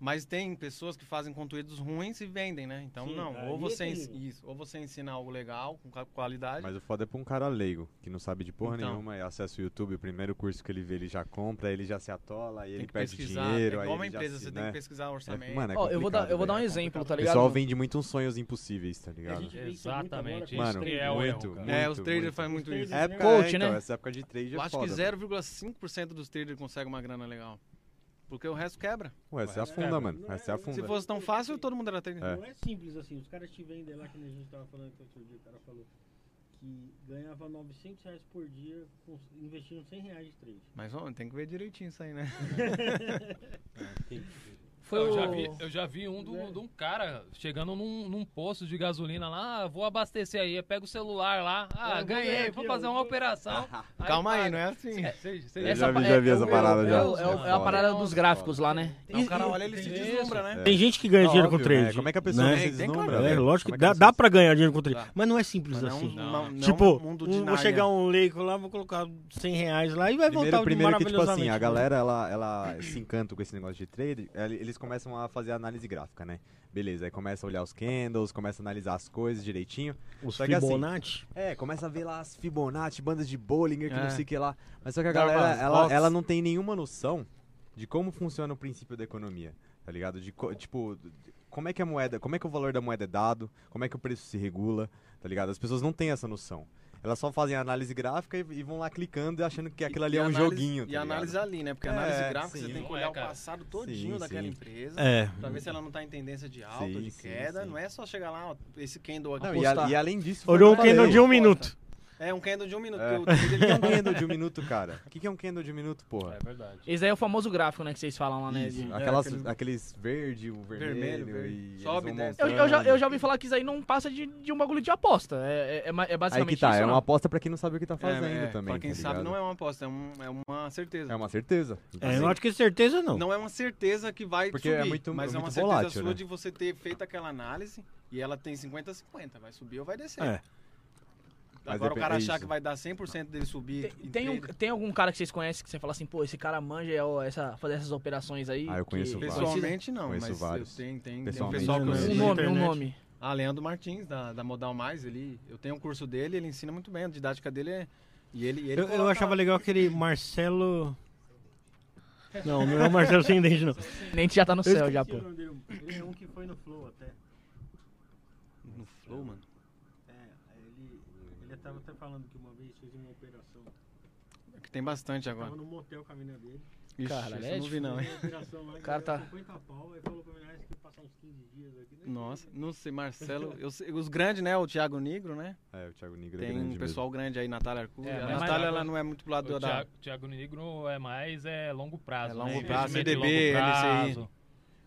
Mas tem pessoas que fazem conteúdos ruins e vendem, né? Então, Sim, não. aí Ou é você, ens- terrível. isso, ou você ensina algo legal, com ca- qualidade. Mas o foda é pra um cara leigo, que não sabe de porra Então. nenhuma, e acessa o YouTube, o primeiro curso que ele vê, ele já compra, aí ele já se atola, aí tem ele que perde pesquisar. dinheiro, é aí igual uma ele já empresa, se- você né? tem que pesquisar o orçamento. É, mano, é Ó, eu vou dar, complicado, eu vou dar um velho. exemplo, tá O ligado? pessoal vende muito uns sonhos impossíveis, tá A ligado? gente vê isso muito agora Exatamente. com Isso Mano, os que traders, é o né? muito, erro, cara. é, os muito, traders muito. fazem muito Os isso. traders- Época, Coach, então, né? Essa época de trade Eu é acho que foda. mano. 0,5% dos traders consegue uma grana legal. Porque o resto quebra. Ué, você afunda, Cara, mano. não Aí é- você Se afunda. fosse tão fácil, todo mundo era trader. É. Não é simples assim. Os caras te vendem lá, que nem a gente tava falando que outro dia, o cara falou que ganhava 900 reais por dia com- investindo 100 reais de trade. Mas ó, tem que ver direitinho isso aí, né? Foi eu, o... já vi, eu já vi um Né? do, de um cara chegando num, num posto de gasolina lá, ah, vou abastecer aí, pega o celular lá, ah, Eu vou ganhei, ver vou aqui, fazer ó. uma operação. Calma aí, não é assim. Eu é? já vi- já vi essa é o- parada é o- já. É, o- é o- é a Foda. parada dos gráficos lá, né? Então, o cara olha, ele se Isso. deslumbra, né? Tem gente que ganha É dinheiro com óbvio, né? trade. Como é que a pessoa né? se Tem- tem deslumbra, claro. É, velho? lógico Como que é dá, você- dá pra ganhar dinheiro com trade. Dá. Mas não é simples Mas não assim. um- não- não é tipo, um mundo um- de vou Narnia. chegar um leigo lá, vou colocar 100 reais lá e vai Primeiro, voltar primeiro que, tipo assim, a maravilhosamente. né? galera, ela, ela se encanta com esse negócio de trade, ela- eles começam a fazer análise gráfica, né? Beleza, aí começa a olhar os candles, começa a analisar as coisas direitinho. Os Só que assim, Fibonacci. É, começa a ver lá as Fibonacci, bandas de Bollinger, que É. não sei o que lá. Mas só que a Dá galera, umas ela, voltas. ela não tem nenhuma noção de como funciona o princípio da economia, tá ligado? De, co- tipo, como é que a moeda, como é que o valor da moeda é dado, como é que o preço se regula, tá ligado? As pessoas não têm essa noção. Elas só fazem a análise gráfica e, e vão lá clicando e achando que aquilo ali E é um análise- joguinho, tá E ligado? análise ali, né? Porque É, análise gráfica sim. você tem que Não é, olhar o cara. passado todinho Sim, daquela sim. empresa. É. Pra ver se ela não tá em tendência de alta ou Sim, de sim, queda. sim. Não é só chegar lá, ó, esse candle aqui. Não, e, a- e além disso, foi Olhou o um que eu candle de falei. um minuto. É um candle de um minuto. É. porque o trade, O que é um ele- candle de um minuto, cara? O que que é um candle de um minuto, porra? É verdade. Esse daí é o famoso gráfico, né, que vocês falam lá, né? Isso, de- aquelas- É, aquele- aqueles verde, o vermelho, Vermelho, verde. e eles Sobe, vão desce. Eu, eu já, montando. eu já ouvi falar que isso aí não passa de, de um bagulho de aposta. É, é, é ma- é Aí basicamente que tá, isso, é não? uma aposta pra quem não sabe o que tá fazendo né? é, é, também. Pra quem tá sabe, ligado? não é uma aposta, é, um- é uma certeza. É uma certeza. É, eu acho que certeza não. Não é uma certeza que vai Porque é subir, muito- mas é é uma muito certeza volátil, sua né? de você ter feito aquela análise e ela tem 50-50, vai subir ou vai descer. É. Mas Agora depe- o cara é achar isso. que vai dar 100% dele subir. Tem- em Tem, um- trade, tem algum cara que vocês conhecem que você fala assim, pô, esse cara manja é, ó, essa, fazer essas operações aí? Ah, eu que- conheço vários. Pessoalmente não, Conheço mas vários. eu tenho, tem, tem um Pessoalmente, pessoal que eu não. Um sigo. nome, um Internet. nome. Ah, Leandro Martins, da, da Modal Mais, ele, eu tenho um curso dele, ele ensina muito bem, a didática dele é... E ele, e ele Eu, eu coloca- achava legal aquele Marcelo. Não, não é o Marcelo sem dente, não. Nem já tá no céu, já, Esqueci pô. o nome dele, Ele é um que foi no Flow até. No flow, mano. É, ele, ele tava até falando que uma vez fez uma operação. É que tem bastante agora. Tava no motel com a mina dele. Ixi, Caralho, isso é eu não vi não, hein? Fez uma operação lá, O cara ganhou tá- 50 pau, aí falou pra mina "Ah, que passar uns 15 dias aqui. né?" Nossa, não sei, Marcelo, eu sei- os grandes, né, o Thiago Negro, né? É, o Thiago Nigro é Tem grande um pessoal grande aí, Natália Arcuri. É, a mas- Natália, mas- ela não é muito pro lado O da... Thiago, Thiago Negro é mais é longo prazo, É longo né? prazo, Investimento de CDB, longo LCI. prazo.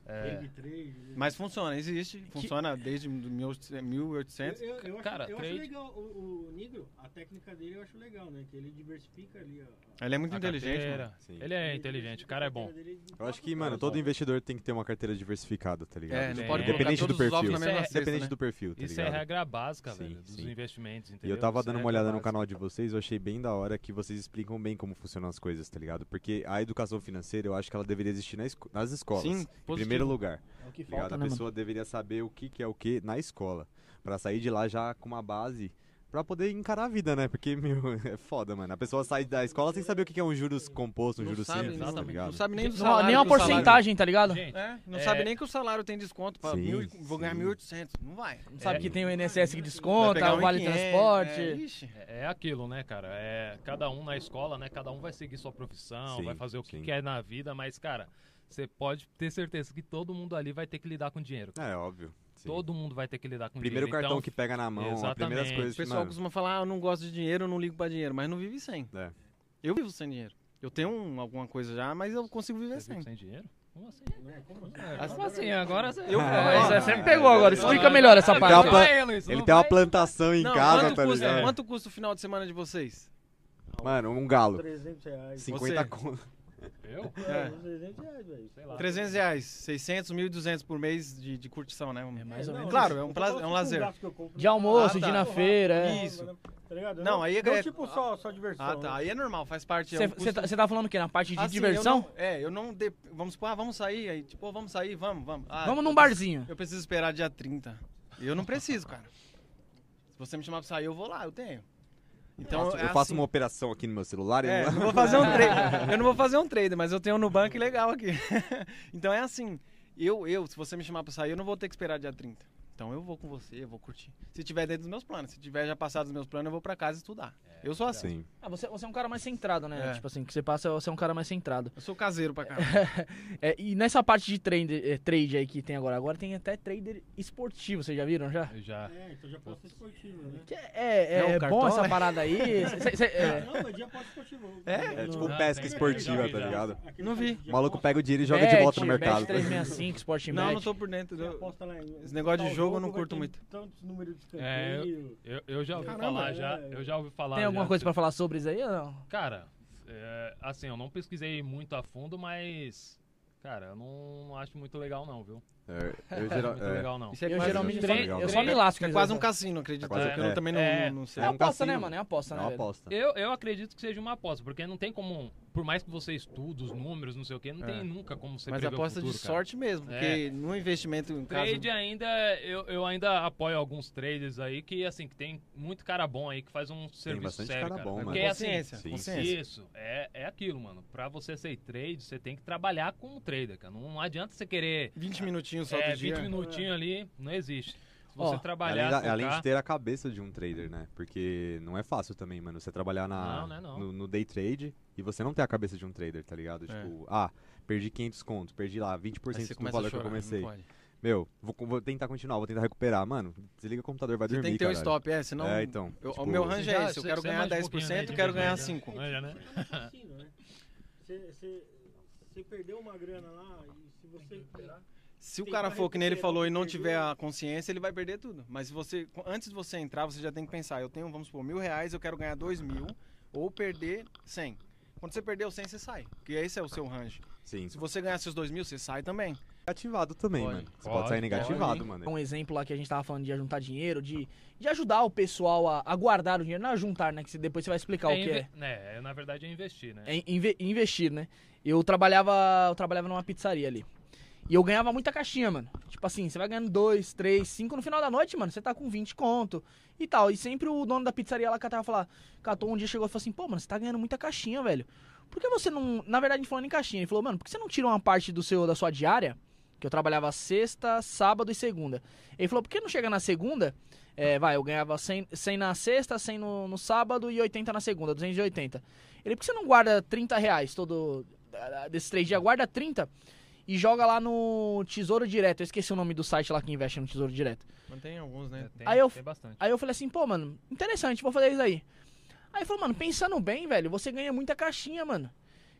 É. Ele trade, né? Mas funciona, existe. Funciona desde 1800. Eu, eu- eu acho, Cara, eu acho trade- legal o, o Nigro, a técnica dele eu acho legal, né? Que ele diversifica ali. ó. Ele é muito A inteligente, carteira. mano. Sim. Ele é inteligente, o cara é bom. Eu acho que, mano, né? todo investidor tem que ter uma carteira diversificada, tá ligado? É, não Tipo, pode colocar Independente do todos os ovos perfil. na mesma cesta, Independente né? do perfil, tá Isso é ligado? regra básica, Sim, velho, dos sim. investimentos, E entendeu? eu tava Isso é dando uma regra olhada no básica. canal de vocês, eu achei bem da hora que vocês explicam bem como funcionam as coisas, tá ligado? Porque a educação financeira, eu acho que ela deveria existir na esco- nas escolas. Sim, em positivo. primeiro lugar. É o que tá ligado? falta, a né, pessoa deveria saber o que, que é o que na escola. Pra sair de lá já com uma base pra poder encarar a vida, né? Porque, meu, é foda, mano. A pessoa sai da escola sem saber o que, que é um juros composto, um Não juros sabe, simples, tá exatamente. ligado? Não sabe nem do Não, salário. nem uma que o salário- porcentagem, tá ligado? Gente, É, não É. sabe nem que o salário tem desconto. Pra Sim, mil, e- vou ganhar sim. 1.800. Não vai. Não sabe É. que tem o INSS que Vai desconta, pegar o tá, Vale 1.500, Transporte. é, ixi. É é aquilo, né, cara? É, cada um na escola, né? Cada um vai seguir sua profissão, Sim, vai fazer o que sim. quer na vida, mas, cara, você pode ter certeza que todo mundo ali vai ter que lidar com dinheiro. É, óbvio. Sim. Todo mundo vai ter que lidar com Primeiro dinheiro. cartão então, que pega na mão, as primeiras Exatamente. coisas O que, pessoal mano, costuma falar, ah, eu não gosto de dinheiro, eu não ligo pra dinheiro. Mas não vive sem. É. Eu vivo sem dinheiro. Eu tenho um- alguma coisa já, mas eu consigo viver Você sem. vive sem dinheiro? Como assim? Mas Como assim? Agora você... Eu- Mas Ah, é, você me pegou agora, explica melhor essa Ele parte. tem uma aí. plan- Vai, Luiz, Ele não tem uma vai. plantação em Não, casa, quanto, tá custa, ligado? quanto custa o final de semana de vocês? Mano, um galo. 300 reais. 50 Você. conto. Eu? É, uns 300 reais, velho. Sei lá. 300 reais, 600, 1.200 por mês de, de curtição, né? É mais ou Não, menos. Claro, eu é um tô pla- falando é um com lazer. gráfico que eu compro. né? De almoço, Ah, tá. de ir na feira, é. Isso. Tá ligado? Não, aí é que- tipo só, só diversão. Ah, tá. né? Aí é normal, faz parte. é um Você custo- tá, cê tá falando o quê? Na parte de Assim, diversão? eu não- é, eu não. de- Vamos supor, ah, vamos sair. Aí, tipo, vamos sair, vamos, vamos. Ah, Vamos num eu- barzinho. Eu preciso esperar dia 30. Eu não preciso, cara. Se você me chamar pra sair, eu vou lá, eu tenho. Então, Faço- é eu faço um assim. uma operação aqui no meu celular e É, eu- eu não vou fazer um trade. Eu não vou fazer um trade, mas eu tenho um Nubank legal aqui. então é assim. Eu, eu, se você me chamar pra sair, eu não vou ter que esperar dia 30. Então eu vou com você, eu vou curtir. Se tiver dentro dos meus planos, se tiver já passado dos meus planos, eu vou pra casa estudar. É, eu sou assim. Sim. Ah, você, você é um cara mais centrado, né? É. Tipo assim, que você passa, você é um cara mais centrado. Eu sou caseiro pra caramba. É, e nessa parte de trade, eh, trade aí que tem agora, agora tem até trader esportivo, vocês já viram já? Eu já. É, então já posso ser esportivo, né? Que é é, É um é cartola? bom essa parada aí. Cê- cê- é. Não, mas dia posso esportivo. É? É Não. tipo Ah, pesca tem- esportiva, tem- né? tá ligado? Aquele Não vi. site de O maluco aposta, pega o dinheiro e joga de volta no Bet, mercado. Bet 365, Sport não, eu não Match. tô por dentro. você Eu- aposta lá em- Esse negócio de tal jogo eu não é vai curto ter muito. Tantos números de É, escanteio. Eu, eu já ouvi Caramba, falar, é. já. Eu já ouvi falar. Tem alguma já. coisa pra falar sobre isso aí ou não? Cara, é, assim, eu não pesquisei muito a fundo, mas. Cara, eu não acho muito legal, não, viu? É, eu Não acho geral- muito é. legal, não. Isso é eu quase- geralmente isso só, é legal, eu né? só me lasco. É nisso, quase um né? cassino, acredito. É quase- porque eu é. também não, É. não sei. É um aposta, né, cassino. mano? É aposta, É né? uma velho? aposta. Eu, eu acredito que seja uma aposta, porque não tem como. Por mais que você estude os números, não sei o quê, não É. tem nunca como você Mas prever o aposta futuro, de cara. sorte mesmo, porque É. no investimento em caso... Trade ainda, eu, eu ainda apoio alguns traders aí que, assim, que tem muito cara bom aí que faz um serviço bastante sério, cara cara. bom, mano. Porque, é É assim, consciência, sim. consciência. Isso, é, é aquilo, mano. Pra você ser trade, você tem que trabalhar como trader, cara. Não adianta você querer 20 minutinhos só é, do 20 dia. minutinhos ali, não existe. Se Ó, você Além, trabalhar, da- focar, tá? além de ter a cabeça de um trader, né? Porque não é fácil também, mano. Você trabalhar na, Não, não é não. No, no day trade e você não ter a cabeça de um trader, tá ligado? É. Tipo, ah, perdi 500 conto, perdi lá 20% do valor que eu comecei. não pode. Meu, vou, co- vou tentar continuar, vou tentar recuperar. Mano, desliga o computador, vai Você dormir, tem que ter um caralho. stop, é, senão... É, então. eu- tipo, o meu range é Já- esse, eu cê- quero cê ganhar manja um 10%, pouquinho, né, eu de quero ganhar vez, né? 5%. Manja, né? Você perdeu uma grana lá e se você. Se o Tem cara que for que nem ele recuperar, falou e não perdeu. tiver a consciência, ele vai perder tudo. Mas se você, antes de você entrar, você já tem que pensar, eu tenho, vamos supor, mil reais, eu quero ganhar dois mil, ou perder 100. Quando você perdeu 100, você sai, porque esse é o seu range. Sim, Se você ganhar seus dois mil, você sai também. negativado também, Pode. mano. Você Pode, pode sair pode. negativado, mano. Um exemplo lá que a gente tava falando de juntar dinheiro, de, de ajudar o pessoal a, a guardar o dinheiro, não a juntar, né? Que cê- depois você vai explicar o que inve- é. né, na verdade é investir, né? É in- inve- investir, né? Eu trabalhava, eu trabalhava numa pizzaria ali. E eu ganhava muita caixinha, mano. Tipo assim, você vai ganhando dois, três, cinco no final da noite, mano, você tá com 20 conto e tal. E sempre o dono da pizzaria lá catava e falava, catou um dia chegou e falou assim: "Pô, mano, você tá ganhando muita caixinha, velho. Por que você não, na verdade, falando em caixinha, ele falou: "Mano, por que você não tira uma parte do seu da sua diária?" Que eu trabalhava sexta, sábado e segunda. Ele falou: "Por que não chega na segunda? É, vai, eu ganhava 100, 100 na sexta, 100 no, no sábado e 80 na segunda, 280. Ele, por que você não guarda 30 reais todo. da- da- desses três dias? Guarda 30 e joga lá no Tesouro Direto. Eu esqueci o nome do site lá que investe no Tesouro Direto. Mas tem alguns, É, né? tem, Aí eu- tem bastante. Aí eu falei assim, pô, mano, interessante, vou fazer isso aí. Aí ele falou, mano, pensando bem, velho, você ganha muita caixinha, mano.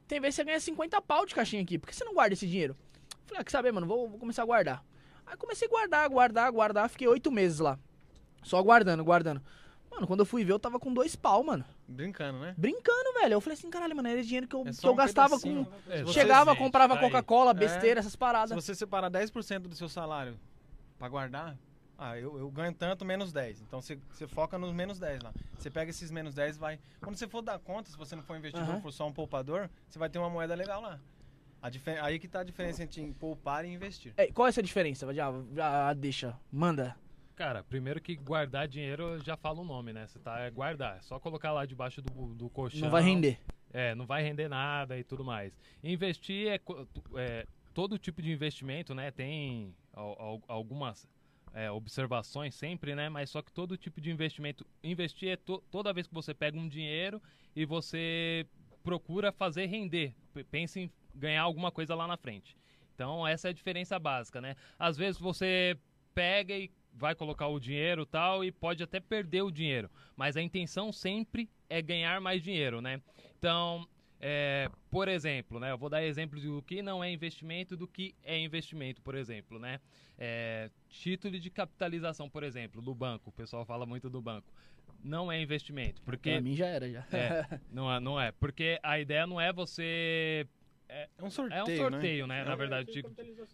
Tem vezes que você ganha 50 pau de caixinha aqui. Por que você não guarda esse dinheiro? Eu Falei, ah, quer saber, mano, vou, vou começar a guardar. Aí comecei a guardar, guardar, guardar. Fiquei oito meses lá. Só guardando, guardando. Mano, quando eu fui ver, eu tava com dois pau, mano. Brincando, né? Brincando, velho. Eu falei assim, caralho, mano, era dinheiro que eu, É que só eu um gastava com pedacinho. É, você Chegava, sente, comprava tá aí. Coca-Cola, É. besteira, essas Se paradas. você separar 10% do seu salário pra guardar, ah, eu, eu ganho tanto menos 10. Então você, você foca nos menos 10 lá. Você pega esses menos 10 e vai. Quando você for dar conta, se você não for um investidor, Aham. for só um poupador, você vai ter uma moeda legal lá. A dife- aí que tá a diferença entre poupar e investir. É, qual é essa diferença? Já, já ah, deixa, manda. Cara, primeiro que guardar dinheiro já fala o nome, né? Você tá é guardar, é só colocar lá debaixo do, do colchão. Não vai render. É, não vai render nada e tudo mais. Investir é, co- tu- é, todo tipo de investimento, né? Tem al- al- algumas é, observações sempre, né? Mas só que todo tipo de investimento. Investir é to- toda vez que você pega um dinheiro e você procura fazer render. P- Pensa em ganhar alguma coisa lá na frente. Então, essa é a diferença básica, né? Às vezes você pega e vai colocar o dinheiro e tal e pode até perder o dinheiro, mas a intenção sempre é ganhar mais dinheiro, né? Então, é, por exemplo, né? Eu vou dar exemplos do que não é investimento e do que é investimento, por exemplo, né? É, título de capitalização, por exemplo, do banco. O pessoal fala muito do banco. Não é investimento, porque Pra mim já era, já. é, não é, não é, porque a ideia não é você É um sorteio, né? né, É tipo, é um sorteio, né? Na verdade, ti-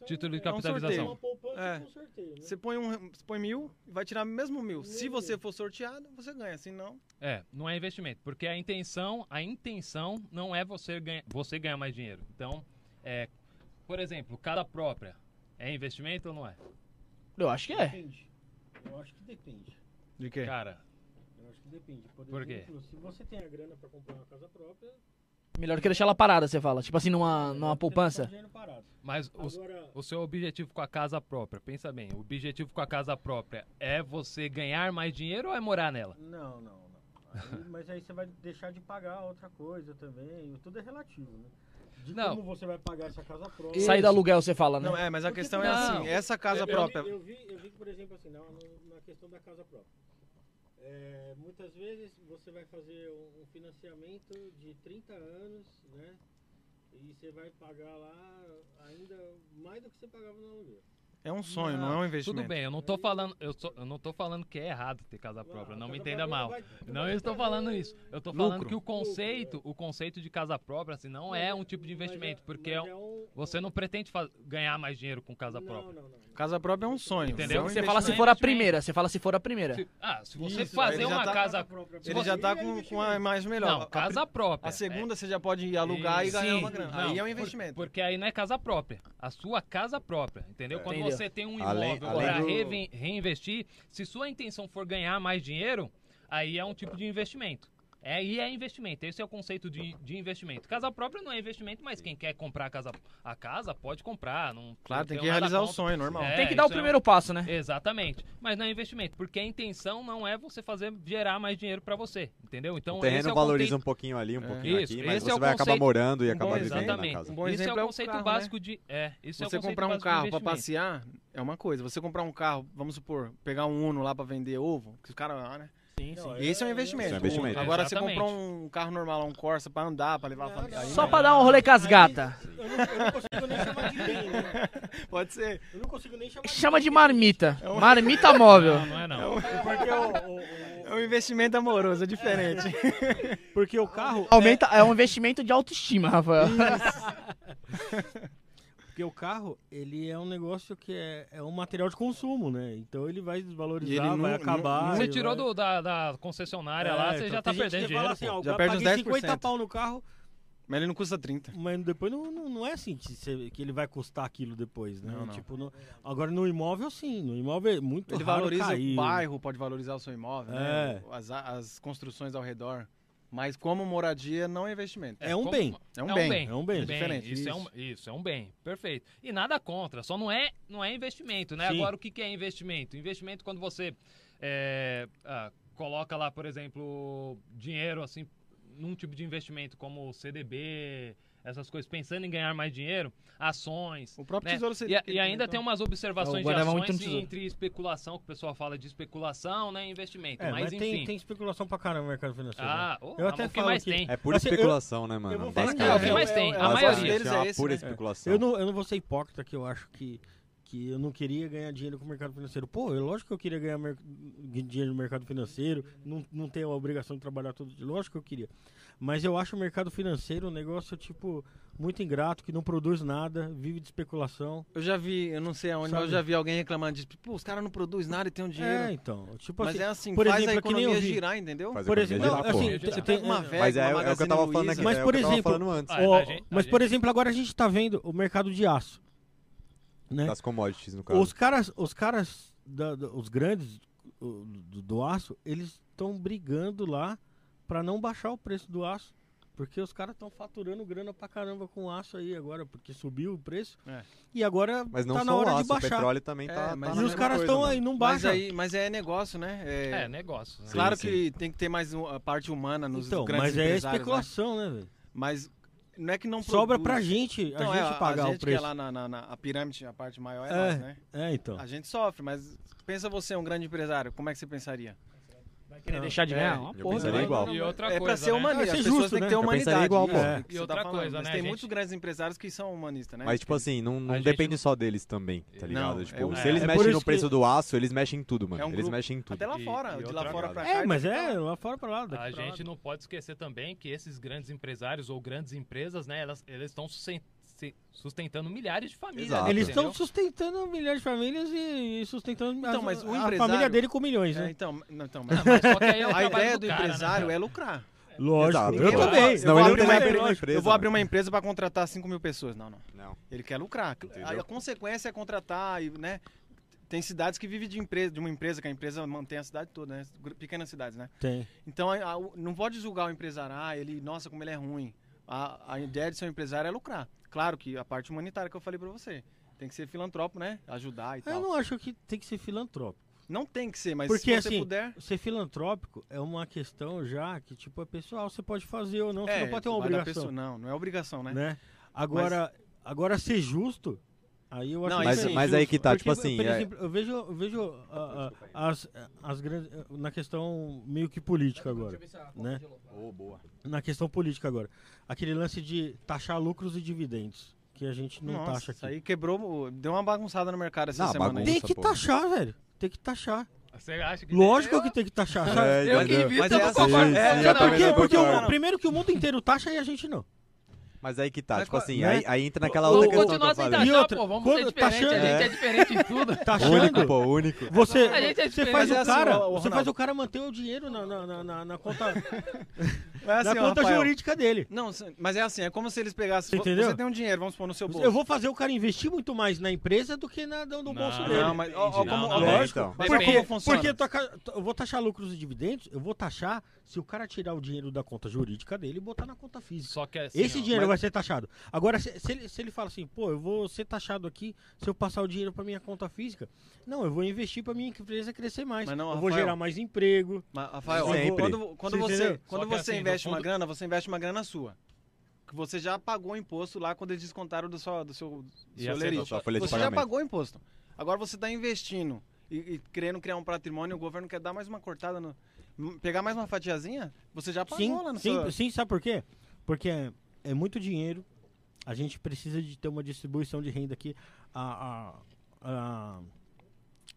título de capitalização. É um igual É. tipo um sorteio, né? Você põe, um, você põe mil, vai tirar mesmo mil. Se você for sorteado, você ganha. Se não, É, não é investimento, porque a intenção, a intenção não é você ganhar, você ganhar mais dinheiro. Então, é, por exemplo, cada própria é investimento ou não é? Eu acho que é. Depende. Eu acho que depende. de quê? Cara, Eu acho que depende. Por, Por quê? exemplo, se você tem a grana pra comprar uma casa própria, Melhor que deixar ela parada, você fala. Tipo assim, numa, você numa tá poupança. com dinheiro parado. mas o, Agora, o seu objetivo com a casa própria, pensa bem, o objetivo com a casa própria é você ganhar mais dinheiro ou é morar nela? Não, não, não. Aí- mas aí você vai deixar de pagar outra coisa também. Tudo é relativo, né? De Não. como você vai pagar essa casa própria. Sair do aluguel, você fala, né? Não, é, mas a Porque questão é não. assim, essa casa Eu- própria. Eu vi, eu vi, eu vi que, por exemplo, assim, na, no- na questão da casa própria. É, muitas vezes você vai fazer um um financiamento de 30 anos, né? E você vai pagar lá ainda mais do que você pagava no aluguel. É um sonho, não, Não, é um Tudo investimento. bem, eu não tô falando, eu, só- eu não tô falando que é errado ter casa própria, Ah, não a me casa entenda própria mal. vai- Não vai estou pagar- falando isso. Eu estou Lucro. falando que o Lucro, conceito, o conceito de casa própria, assim, não é um tipo de Mas investimento, é- porque mas é é um- um- você não pretende fa- ganhar mais dinheiro com casa não, própria. Não, não, não. Casa própria é um sonho. Entendeu? É um Você fala se investimento. investimento. for a primeira, você fala se for a primeira. Se- ah, se você Isso, fazer ele já uma tá- casa, própria. se Ele já tá Primeiro é com, com investimento. a imagem melhor. não, A- a casa própria. é A segunda você já pode alugar e, Sim, ganhar uma grana. não, aí é um por- investimento. porque aí não é casa própria, a sua casa própria, É. entendeu? Quando Entendeu. você tem um Além- imóvel além para do- reven- reinvestir, se sua intenção for ganhar mais dinheiro, aí é um tipo de investimento. É, e é investimento, esse é o conceito de, de investimento. Casa própria não é investimento, mas quem quer comprar a casa, a casa pode comprar. Não, claro, não tem tenho que nada realizar o contra. sonho, normal. um É, Tem que dar o isso é um- primeiro passo, né? Exatamente. Mas não é investimento, porque a intenção não é você fazer gerar mais dinheiro para você, entendeu? Então o esse terreno é o valoriza conceito- um pouquinho ali, um pouquinho Isso, aqui, mas esse é você o vai acabar conceito- morando e um bom acabar vivendo na Exatamente. casa. Um bom Isso é exemplo o é o conceito carro, né? básico de. É, isso é o Você conceito comprar um básico de carro pra investimento. passear é uma coisa. Você comprar um carro, vamos supor, pegar um Uno lá pra vender ovo, que os caras, ah, né? Sim, Não, Esse é um Isso investimento. é um investimento. Agora você Exatamente. comprar um carro normal, um Corsa pra andar, pra levar a família. aí Só não. pra dar um rolê com as Aí- gatas. Eu não, eu não consigo nem chamar de bem, né? Pode ser. Eu não consigo nem chamar Chama de marmita. Marmita móvel. Não, não é um não. Porque o, o- É um investimento amoroso, é diferente. Porque Ah, o carro, Aumenta, é um investimento de autoestima, Rafael. porque o carro, ele é um negócio que é, é um material de consumo, né? Então ele vai desvalorizar, E ele vai nu- acabar. nu- Você ele tirou vai- do- da, da concessionária né? É, lá, você então, já tá tem gente perdendo que fala dinheiro. assim, pô. ó, Já eu perde uns paguei 50 10%. pau no carro, Mas ele não custa 30. mas depois não, não, não é assim que, você- que ele vai custar aquilo depois, né? Não, não. Tipo, no- agora no imóvel sim, no imóvel é muito Ele raro valoriza cair. o bairro, pode valorizar o seu imóvel, É. né? As, as construções ao redor. Mas como moradia, não é investimento. É um bem. É um bem. é um bem, diferente, Isso, É um, isso, é um bem. Perfeito. E nada contra, só não é, não é investimento, né? Sim. Agora, o que, que é investimento? Investimento quando você é, ah, coloca lá, por exemplo, dinheiro assim, num tipo de investimento como CDB, essas coisas, pensando em ganhar mais dinheiro, ações. O próprio né? tesouro... você- E, a- e então? ainda tem umas Ah, Eu observações de é guardava muito no ações tesouro. entre especulação, que o pessoal fala de especulação, né? e Investimento. É, mas, mas, enfim. tem, tem especulação pra caramba no mercado financeiro. né? Ah, oh, Eu até o que falo mais que- tem? É pura Assim, eu- especulação, né, mano? eu vou falar que É, o que Basicamente. mais tem? A Mas Basicamente, maioria. deles é uma é esse, pura né? especulação. Eu não, eu não vou ser hipócrita que eu acho que, que eu não queria ganhar dinheiro com o mercado financeiro. Pô, é lógico que eu queria ganhar mer- dinheiro no mercado financeiro, não, não tenho a obrigação de trabalhar todo dia. Lógico que eu queria. Mas eu acho o mercado financeiro um negócio, tipo, muito ingrato, que não produz nada, vive de especulação. Eu já vi, eu não sei aonde, mas eu Sabe? já vi alguém reclamando disso. Pô, os caras não produzem nada e tem um dinheiro. É, então. Tipo mas assim, é assim, por faz exemplo, a que nem eu economia vi. girar, entendeu? Faz por economia exemplo, não, girar, porra. assim, porra. você Tá tem com uma é, velha, Mas é, uma é o que eu Magazine tava falando Luiza. aqui. Mas, é o por que eu tava exemplo, falando antes. Ah, ó, a gente- a mas gente- por exemplo, agora a gente tá vendo o mercado de aço, né? Das commodities, no caso. Os caras, os caras, da- da- os grandes o- do, do aço, eles estão brigando lá pra não baixar o preço do aço. Porque os caras estão faturando grana pra caramba com aço aí agora, porque subiu o preço. É. E agora Mas não tá na só o hora aço, de o baixar. petróleo também É, tá... tá mas na é E os mesma caras coisa, estão mano. aí, não Mas baixa. aí, mas é negócio, né? É- É, negócio. né? Claro Sim, que tem que ter mais um- a parte humana nos então, grandes mas é empresários, né? especulação, né, velho? Mas não é que não Sobra produz. pra gente, Então, a é, gente pagar a o gente preço. que é lá na, na- na- a pirâmide, a parte maior é, É. nós, né? É, então. A gente sofre, mas pensa você, um grande empresário, como é que você pensaria? Vai querer deixar de É, ganhar? Uma eu porra. pensaria né? igual. E outra é pra coisa, ser né? humanista, É, as ser pessoas justo, têm que né? ter Eu humanidade. pensaria igual, isso pô. que É. você E outra tá falando, coisa, mas né, tem gente? muitos grandes empresários que são humanistas, né? Mas, tipo assim, não, não A gente depende não- só deles também, tá Não, ligado? é tipo, um- se eles é por mexem isso no preço que- do aço, eles mexem em tudo, mano. É um eles grupo. mexem em tudo. Até lá E- fora, e de outra lá fora coisa. pra cá. É, e mas pra é lá. lá fora pra lá. A daqui pra lá. gente não pode esquecer também que esses grandes empresários ou grandes empresas, né, elas eles estão se- sustentando milhares de famílias. Exato. ali, Eles entendeu? estão sustentando milhares de famílias e, e sustentando Então, a- mas o a empresário- família dele com milhões, É, né? então, não, então, mas- Ah, mas só que aí é o a trabalho ideia do, cara, né, empresário cara? é lucrar. Lógico, Exato. eu também. Senão vou ele não abrir é uma vai abrir empresa- uma empresa. Eu vou abrir mano. uma empresa para contratar 5 mil pessoas. Não, não. Não. Ele quer lucrar. Entendeu? A consequência é contratar, e, né? Tem cidades que vivem de empresa, de uma empresa, que a empresa mantém a cidade toda, né? Gr- Pequenas cidades, né? Tem. Então, a- a- o- não pode julgar o empresário, ah, ele, nossa, como ele é ruim. A, a ideia de ser um empresário é lucrar. Claro que a parte humanitária que eu falei pra você. Tem que ser filantropo, né? Ajudar e Eu tal. Não... não acho que tem que ser filantrópico. tem que ser, mas Porque, se você assim, puder. Ser filantrópico é uma questão já que, tipo, é pessoal, você pode fazer ou não, você é, não pode ter uma vai da obrigação. pessoa. Não, não é obrigação, né? né? Agora, agora ser justo, aí eu acho Não, que mas- é mas injusto. aí que tá, Porque, tipo assim, por é- exemplo, eu vejo, eu vejo ah, ah, as, as grandes na questão meio que política agora, né? Oh, boa. Na questão política agora, aquele lance de taxar lucros e dividendos que a gente não Nossa, taxa isso aqui. aí quebrou, deu uma bagunçada no mercado essa Não, semana. aí. bagunça. Tem que pô. taxar, velho. Tem que taxar. Você acha que Lógico que tem que taxar. sabe? Eu que vi, mas tô é assim, concordando. é, Não, já tá Sabe por vendo? quê? Eu Porque o- concordo. primeiro que o mundo inteiro taxa e a gente não. Mas aí que tá, Mas tipo qual- assim, né? aí, aí entra naquela Vamos outra questão que continuar eu sem falei. E taxar, outra, pô. Vamos ser quando tá diferente. A achando- gente é diferente em tudo. Taxando. Único, pô, único. Você, A gente é você diferente. faz Mas é o assim, cara, ó, o você Ronaldo. faz o cara manter o dinheiro na, na, na- na- na conta, Mas, na assim, ó, é conta Rafael, jurídica dele. Não, se- mas é assim, é como se eles pegassem. vo- Entendeu? Você tem um dinheiro, vamos supor, no seu bolso. Eu vou fazer o cara investir muito mais na empresa do que na, no no Não, bolso não, dele. Ah, Não, mas ó, ó, Não, como, não, ó, não. É, lógico. então. Mas Porque, como funciona? porque eu, tô ca- eu vou taxar lucros e dividendos, eu vou taxar se o cara tirar o dinheiro da conta jurídica dele e botar na conta física. Só que assim, Esse ó, dinheiro mas- vai ser taxado. Agora, se, se ele, se ele fala assim, pô, eu vou ser taxado aqui se eu passar o dinheiro pra minha conta física, não, eu vou investir pra minha empresa crescer mais. Mas não, eu vou Rafael. gerar mais emprego. Mas, Rafael, Sempre. quando, Você quando você, entendeu? quando Só que você assim, no investe uma fundo- grana, você investe uma grana sua. Que você já pagou o imposto lá quando eles descontaram do seu, do seu, do E seu acertou lerite. sua folha de Você já pagamento. pagou o imposto. Agora você está investindo e, e querendo criar um patrimônio, o governo quer dar mais uma cortada no. m- Pegar mais uma fatiazinha? Você já pagou Sim, lá no sim, seu. sim, sabe por quê? Porque é, é muito dinheiro, a gente precisa de ter uma distribuição de renda aqui. A, a-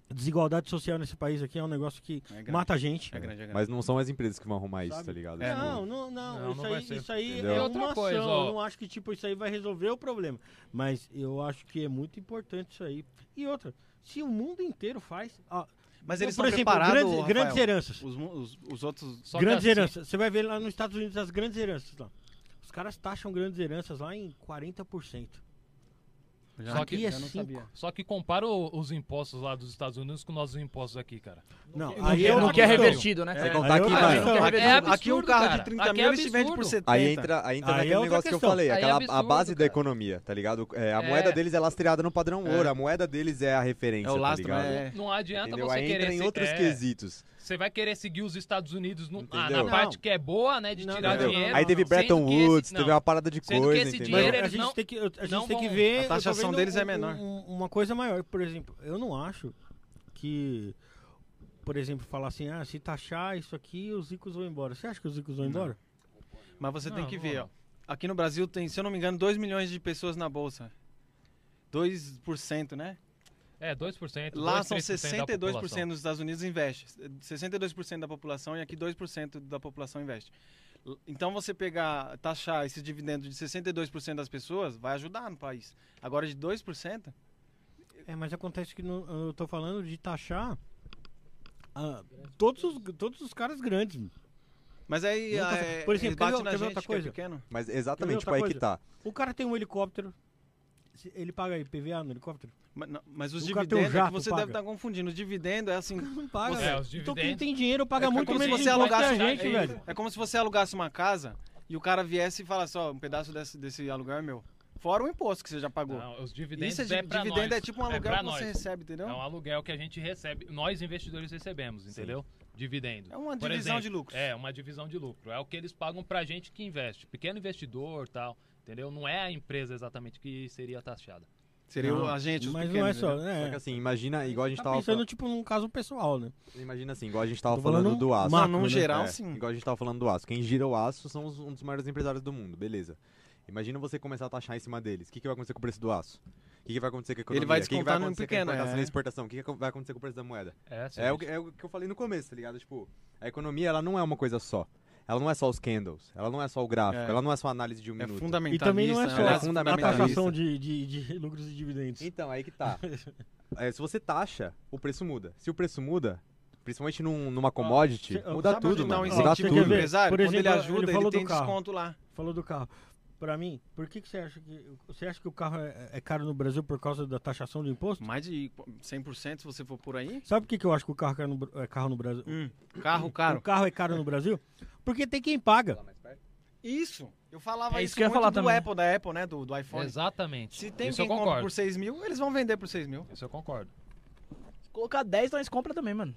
a desigualdade social nesse país aqui é um negócio que É grande. mata a gente. É grande, é grande. Mas não são as empresas que vão arrumar isso, Sabe? tá ligado? É, Tipo, Não, não, não, Não, Isso não vai aí, ser, isso aí entendeu? é Outra uma coisa, ação. ó. Eu não acho que tipo, isso aí vai resolver o problema. Mas eu acho que é muito importante isso aí. E outra, se o mundo inteiro faz. ó, Mas eu, eles por estão exemplo, preparados. grandes, Rafael? grandes heranças. Os, mu- os- os outros. só que grandes assim, heranças. Você vai ver lá nos Estados Unidos as grandes heranças lá. Os caras taxam grandes heranças lá em 40%. Já- Só que- já é não cinco. sabia. Só que compara o- os impostos lá dos Estados Unidos com nossos impostos aqui, cara. Não, quer- aí não é quer- No outra que é questão. revertido, né? É. Sem contar Aí que, eu- mano, Não, aqui é absurdo, aqui um carro cara. de 30 Aqui é mil eles te vende por absurdo. 70. Aí entra, aí entra Aí é naquele outra negócio que eu questão. Aí falei, é aquela, a absurdo, base da cara. economia, tá ligado? É, a É. moeda deles é lastreada no padrão É. ouro, a moeda deles é a referência, É o lastro, tá ligado? né? É. Não adianta Entendeu? você Aí querer entra em se- outros é, quesitos. Você vai querer seguir os Estados Unidos no- ah, na Entendeu? parte Não. que é boa, né, de Não, tirar entendeu? dinheiro. Aí teve Sendo Bretton que esse- Woods, não. teve uma parada de Sendo que coisa, esse entendeu? Mas dinheiro- a eles gente não- tem que, a não gente tem que vão- ver. A eu tô taxação vendo deles é um- menor. um- uma coisa maior, por exemplo, eu não acho que, por exemplo, falar assim, ah, se taxar isso aqui, os ricos vão embora. Você acha que os ricos vão Não. embora? Mas você tem Não, que não ver, vou, ó. Aqui no Brasil tem, se eu não me engano, 2 milhões de pessoas na bolsa. 2%, né? É, 2%. Lá 2, são 3% da 62% população. nos Estados Unidos investe. 62% da população e aqui 2% da população investe. L- Então você pegar, taxar esse dividendo de 62% das pessoas vai ajudar no país. Agora de 2%, É, mas acontece que não- eu tô falando de taxar ah, todos, os, todos os caras grandes. mas aí Nunca ah, fa- é, tá Por exemplo, eles quer ver- batem na quer ver gente outra que é coisa? pequeno. Mas Quer exatamente, ver tipo, outra aí que coisa? tá. O cara tem um helicóptero, se- ele paga IPVA no helicóptero? Mas, não- mas os O cara tem um dividendos é que jato, você paga. deve estar confundindo. Os dividendos é assim, Não paga, Você- velho. É, os Então quem dividendos. tem dinheiro paga É muito como se menos você imposto que a alugasse- gente, é isso. velho. É como se você alugasse uma casa e o cara viesse e falasse, ó, um pedaço desse, desse aluguel é meu. Fora o imposto que você já pagou. Não, os dividendos Isso é, é di- pra dividendo, nós. é tipo um É aluguel pra que você nós. recebe, entendeu? É um aluguel que a gente recebe, nós investidores recebemos, entendeu? Dividendo. É uma Por divisão exemplo, de lucros. É, uma divisão de lucro. É o que eles pagam pra gente que investe. Pequeno investidor tal, entendeu? Não é a empresa exatamente que seria taxada. Seria Não, o agente, os Mas não é pequenos, só, né? Só né? que assim, imagina, igual a gente Tá tava pensando, tipo, num caso pessoal, né? fa- Imagina assim, igual a gente tava Tô falando, falando do aço. macro, Mas né? num geral, É, sim. Igual a gente tava falando do aço. Quem gira o aço são os- um dos maiores empresários do mundo, beleza. Imagina você começar a taxar em cima deles. O que, que vai acontecer com o preço do aço? O que, que vai acontecer com a economia? vai O que que descontar no acontecer com a pequeno, importação é. e exportação? O que, que vai acontecer com o preço da moeda? É, sim. É o, que- é o que eu falei no começo, tá ligado? Tipo, a economia, ela não é uma coisa só. Ela não é só os candles, ela não é só o gráfico, É. ela não é só a análise de um É minuto. E fundamentalista. também não é né? só ela é a fundamentalista. taxação de, de, de lucros e dividendos. Então, aí que tá. É, se você taxa, o preço muda. Se o preço muda, principalmente num- numa commodity, cê- muda sabe onde tudo, Dá tá mano. um Ó, Muda você incentivo quer pro tudo. ver? empresário. Por Quando ele exemplo, ajuda, ele ele falou tem do carro. desconto lá. Falou do carro. Pra mim, por que, que você acha que. Você acha que o carro é, é caro no Brasil por causa da taxação de imposto? Mais de 100% se você for por aí. Sabe por que, que eu acho que o carro é caro no, Bra- é caro no Brasil? Carro O Hum, caro. carro é caro no Brasil? Porque tem quem paga. Isso. Eu falava É isso isso que eu ia muito falar do também. Apple, da Apple, né? Do, do iPhone. Exatamente. Se tem Isso quem eu compra concordo. por 6 mil, eles vão vender por 6 mil. Isso eu concordo. Se colocar 10, nós compra também, mano.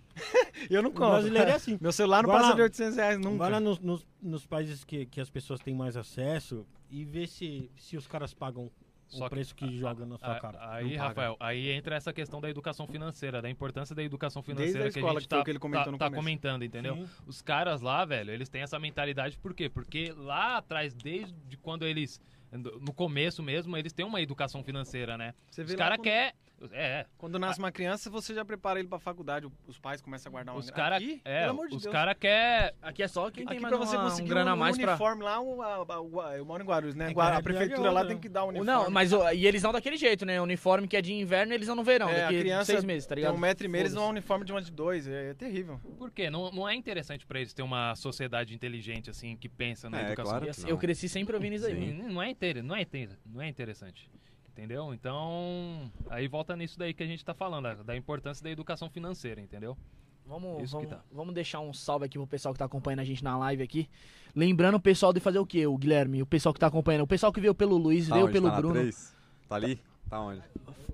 Eu não O brasileiro é assim. Meu celular não Vai passa lá. de 800 reais nunca. Vai lá nos, nos- nos países que, que as pessoas têm mais acesso e vê se, se os caras pagam Só que- o preço que, joga na sua A- cara. Aí, Não paga. Rafael, aí entra essa questão da educação financeira, da importância da educação Desde a financeira que escola, a que gente foi tá, o que ele comentou tá- no tá começo. comentando, entendeu? Sim. Os caras lá, velho, eles têm essa mentalidade, por quê? Porque lá atrás, desde de quando eles. No começo mesmo, eles têm uma educação financeira, né? Você vê Os lá caras quando- querem. É, Quando nasce uma criança, você já prepara ele pra faculdade. o- Os pais começam a guardar uma os caras. Aqui, É, pelo amor de os Deus. caras querem. Aqui é só quem Aqui tem mais pra você uma, um conseguir grana a um mais pra... uniforme lá, o- a- a- o- a- eu moro em Guarulhos, né? É Tem que Guar- A arrepiar de prefeitura lá outra. tem que dar um uniforme. Não, mas ó, e eles não daquele jeito, né? O uniforme que é de inverno, eles não no verão. É, a daqui criança seis meses, tá tem ligado? um metro e meio, eles Foda-se. dão um uniforme de uma de dois. É, é terrível. Por quê? Não, não é interessante pra eles ter uma sociedade inteligente, assim, que pensa na É, é educação. claro. Eu- Eu cresci sempre ouvindo isso aí. Sim. Não não é inteiro, não é inteiro, não é interessante. Entendeu? Então, aí volta nisso daí que a gente tá falando, da- da importância da educação financeira, entendeu? Vamos, Isso que vamos, tá. vamos deixar um salve aqui pro pessoal que tá acompanhando a gente na live aqui. Lembrando o pessoal de fazer o quê? O Guilherme, o pessoal que tá acompanhando. O pessoal que veio pelo Luiz, Tá veio onde? pelo Tá na Bruno. três? Tá ali? Tá onde?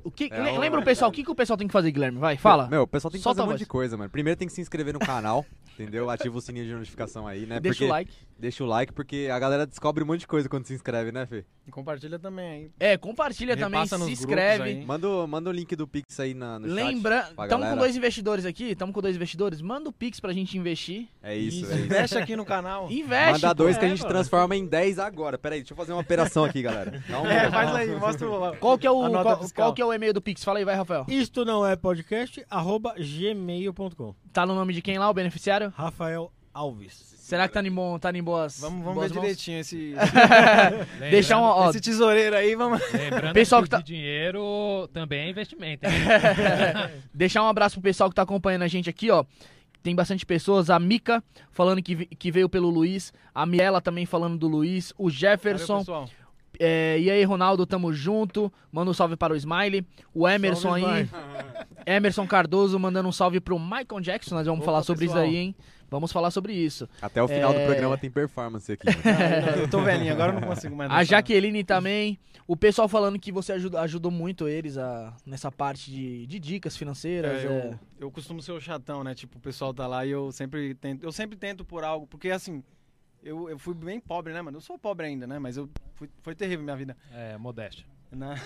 O que, É, le- ó, lembra o é pessoal, o que, que o pessoal tem que fazer, Guilherme? Vai, fala. Meu, o pessoal tem que Solta fazer um a monte de voz. coisa, mano. Primeiro tem que se inscrever no canal, entendeu? Ativa o sininho de notificação aí, né? Deixa porque, o like. Deixa o like, porque a galera descobre um monte de coisa quando se inscreve, né, Fê? E compartilha também aí. É, compartilha também, Repassa se nos grupos inscreve. aí. Manda, o- manda o link do Pix aí na, no Lembra, chat. pra estamos com galera. dois investidores aqui, estamos com dois investidores. Manda o Pix pra gente investir. É isso, é isso. Investe aqui no canal. Investe. Manda dois pô. que a gente transforma em 10 agora. Pera aí, deixa eu fazer uma operação aqui, galera. Dá um É, minuto. faz aí, mostra o... Qual que é A o nota qual, fiscal. qual que é o e-mail do Pix? Fala aí, vai, Rafael. Isto não é podcast, arroba gmail.com. Tá no nome de quem lá, o beneficiário? Rafael Alves. Será que tá em bom, tá em boas? Vamos, vamos boas ver mãos? direitinho esse, Lembra- Deixar um, ó, esse tesoureiro aí, vamos... Lembrando Pessoal que que, tá- dinheiro também é investimento, hein? Deixar um abraço pro pessoal que tá acompanhando a gente aqui, ó. Tem bastante pessoas. A Mica falando que, vi- que veio pelo Luiz. A Mirella também falando do Luiz. O Valeu, Jefferson. pessoal. É, e aí, Ronaldo, tamo junto. Manda um salve para o Smiley. O Emerson Salve, aí. Emerson Cardoso mandando um salve pro Michael Jackson. Nós vamos Opa, falar sobre pessoal. isso aí, hein? Vamos falar sobre isso. Até o final É. do programa tem performance aqui. Eu tô velhinho, agora eu não consigo mais A Jaqueline também. O pessoal falando que você ajuda- ajudou muito eles a- nessa parte de, de dicas financeiras. É, é. eu, eu costumo ser o chatão, né? Tipo, o pessoal tá lá e eu sempre tento, eu sempre tento por algo, porque assim, eu, eu fui bem pobre, né, mano? Eu sou pobre ainda, né? Mas eu fui, foi terrível minha vida. É, modéstia. Na- Né?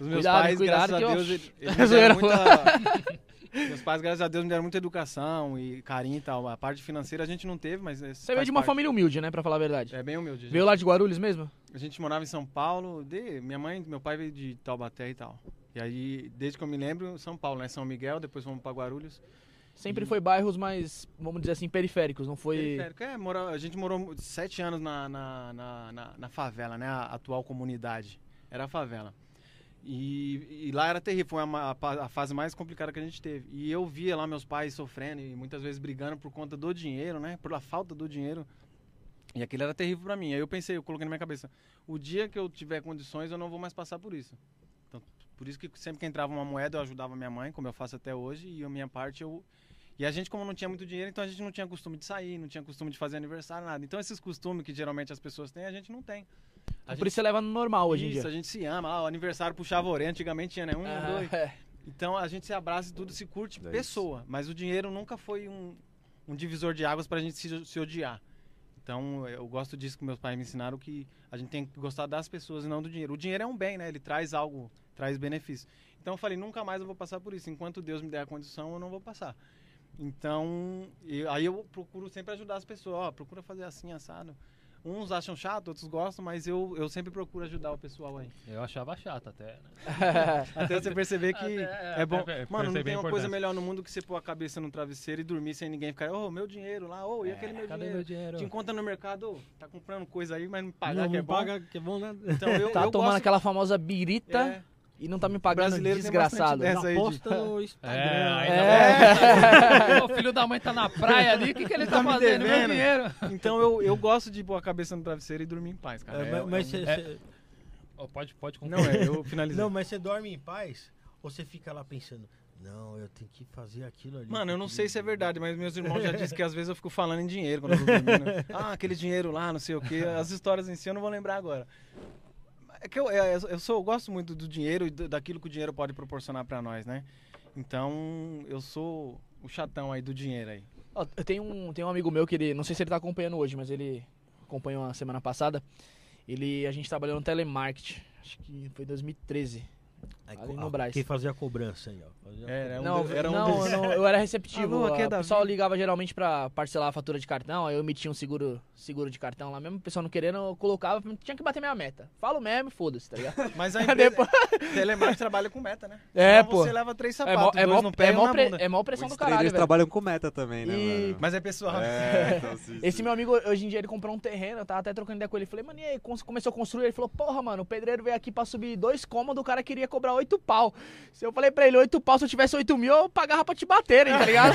Os meus Cuidado, pais, cuidado, graças a que eu- Deus, eles- eles me Zoeira. deram muita... Meus pais, graças a Deus, me deram muita educação e carinho e tal. A parte financeira a gente não teve, mas... Você veio de uma família humilde, né? Pra falar a verdade. É bem humilde. A gente, Veio lá de Guarulhos mesmo? a gente morava em São Paulo, de... minha mãe meu pai veio de Taubaté e tal. E aí, desde que eu me lembro, São Paulo, né? São Miguel, depois fomos pra Guarulhos. Uhum. Sempre foi bairros mais, vamos dizer assim, periféricos, não foi. Periférico, é, mora- a gente morou sete anos na, na, na, na- na favela, né? A atual comunidade. Era a favela. E, e lá era terrível, foi a, ma- a pa- a fase mais complicada que a gente teve. E eu via lá meus pais sofrendo e muitas vezes brigando por conta do dinheiro, né? Pela falta do dinheiro. E aquilo era terrível pra mim. Aí eu pensei, eu coloquei na minha cabeça, o dia que eu tiver condições, eu não vou mais passar por isso. Então, por isso que sempre que entrava uma moeda, eu ajudava minha mãe, como eu faço até hoje, e a minha parte eu e a gente, como não tinha muito dinheiro, então a gente não tinha costume de sair, não tinha costume de fazer aniversário, nada. Então esses costumes que geralmente as pessoas têm, a gente não tem. A Por isso você leva no normal hoje em Isso, dia. a gente se ama. Ah, o aniversário puxava a orelha, antigamente tinha, né? Um, Ah, dois. é. Então a gente se abraça e tudo, se curte É isso. pessoa. Mas o dinheiro nunca foi um, um divisor de águas pra gente se, se odiar. Então eu gosto disso que meus pais me ensinaram, que a gente tem que gostar das pessoas e não do dinheiro. O dinheiro é um bem, né? Ele traz algo, traz benefício. Então eu falei, nunca mais eu vou passar por isso. Enquanto Deus me der a condição, eu não vou passar. Então, e aí eu procuro sempre ajudar as pessoas. Ó, procura fazer assim, assado. Uns acham chato, outros gostam, mas eu, eu sempre procuro ajudar o pessoal aí. Eu achava chato até, né? Até você perceber que Até- é bom. até per- Mano, não perceber tem a uma coisa importância. melhor no mundo que você pôr a cabeça no travesseiro e dormir sem ninguém ficar, ô, meu dinheiro lá, ô, e aquele meu É, Cadê dinheiro? meu dinheiro? Te encontra no mercado, ô, tá comprando coisa aí, mas não pagar Não, que é não bom. paga, que é bom nada. Então eu, Tá eu tomando gosto... aquela famosa birita É, e não tá me pagando, Brasileiro tem desgraçado. bastante Essa aí de- Aposta no Instagram. É, Tá aí É. O filho da mãe tá na praia ali, o que, que ele tá, me fazendo? Meu devendo. dinheiro. então eu, eu gosto de pôr a cabeça no travesseiro e dormir em paz, cara. É, mas- mas você- é- você- Ó, pode, pode Não, concluir. é, eu finalizei. Não, mas você dorme em paz ou você fica lá pensando, não, eu tenho que fazer aquilo ali. Mano, eu não porque- sei se é verdade, mas meus irmãos já disseram que às vezes eu fico falando em dinheiro quando eu tô dormindo. Ah, aquele dinheiro lá, não sei o quê. As histórias em si eu não vou lembrar agora. É que eu, é, eu sou, eu gosto muito do dinheiro e do- daquilo que o dinheiro pode proporcionar pra nós, né? Então, eu sou o chatão aí do dinheiro aí. Ó, eu tenho um, tenho um amigo meu que ele, não sei se ele tá acompanhando hoje, mas ele acompanhou a semana passada. Ele, a gente trabalhou no telemarketing, acho que foi 2013. Aí, Ali co- no ah, Braz. Quem fazia a cobrança aí, ó. Fazia a Era um, não, de- era um não, desses- não, eu era receptivo. Alô, aqui é o Davi. pessoal ligava geralmente pra parcelar a fatura de cartão, aí eu emitia um seguro, seguro de cartão lá mesmo. O pessoal não querendo, eu colocava, tinha que bater minha meta. Falo mesmo, e foda-se, tá ligado? Mas a empresa, telemarketing trabalha com meta, né? É, Senão pô. Você leva três É mó, sapatos, é, dois mó, no pé é, e um mó na pre- bunda. é mó pressão Os do caralho, traders velho. trabalham com meta também, né, E- mano? Mas é pessoal. É, então, se- se- Esse meu amigo, hoje em dia, ele comprou um terreno, eu tava até trocando ideia com ele. Falei, mano, e aí, cons- começou a construir? Ele falou, porra, mano, o pedreiro veio aqui pra subir dois cômodos, o cara queria cobrar oito pau. Se eu falei pra ele, oito pau, se eu tivesse oito mil, eu pagava pra te bater, hein, tá ligado?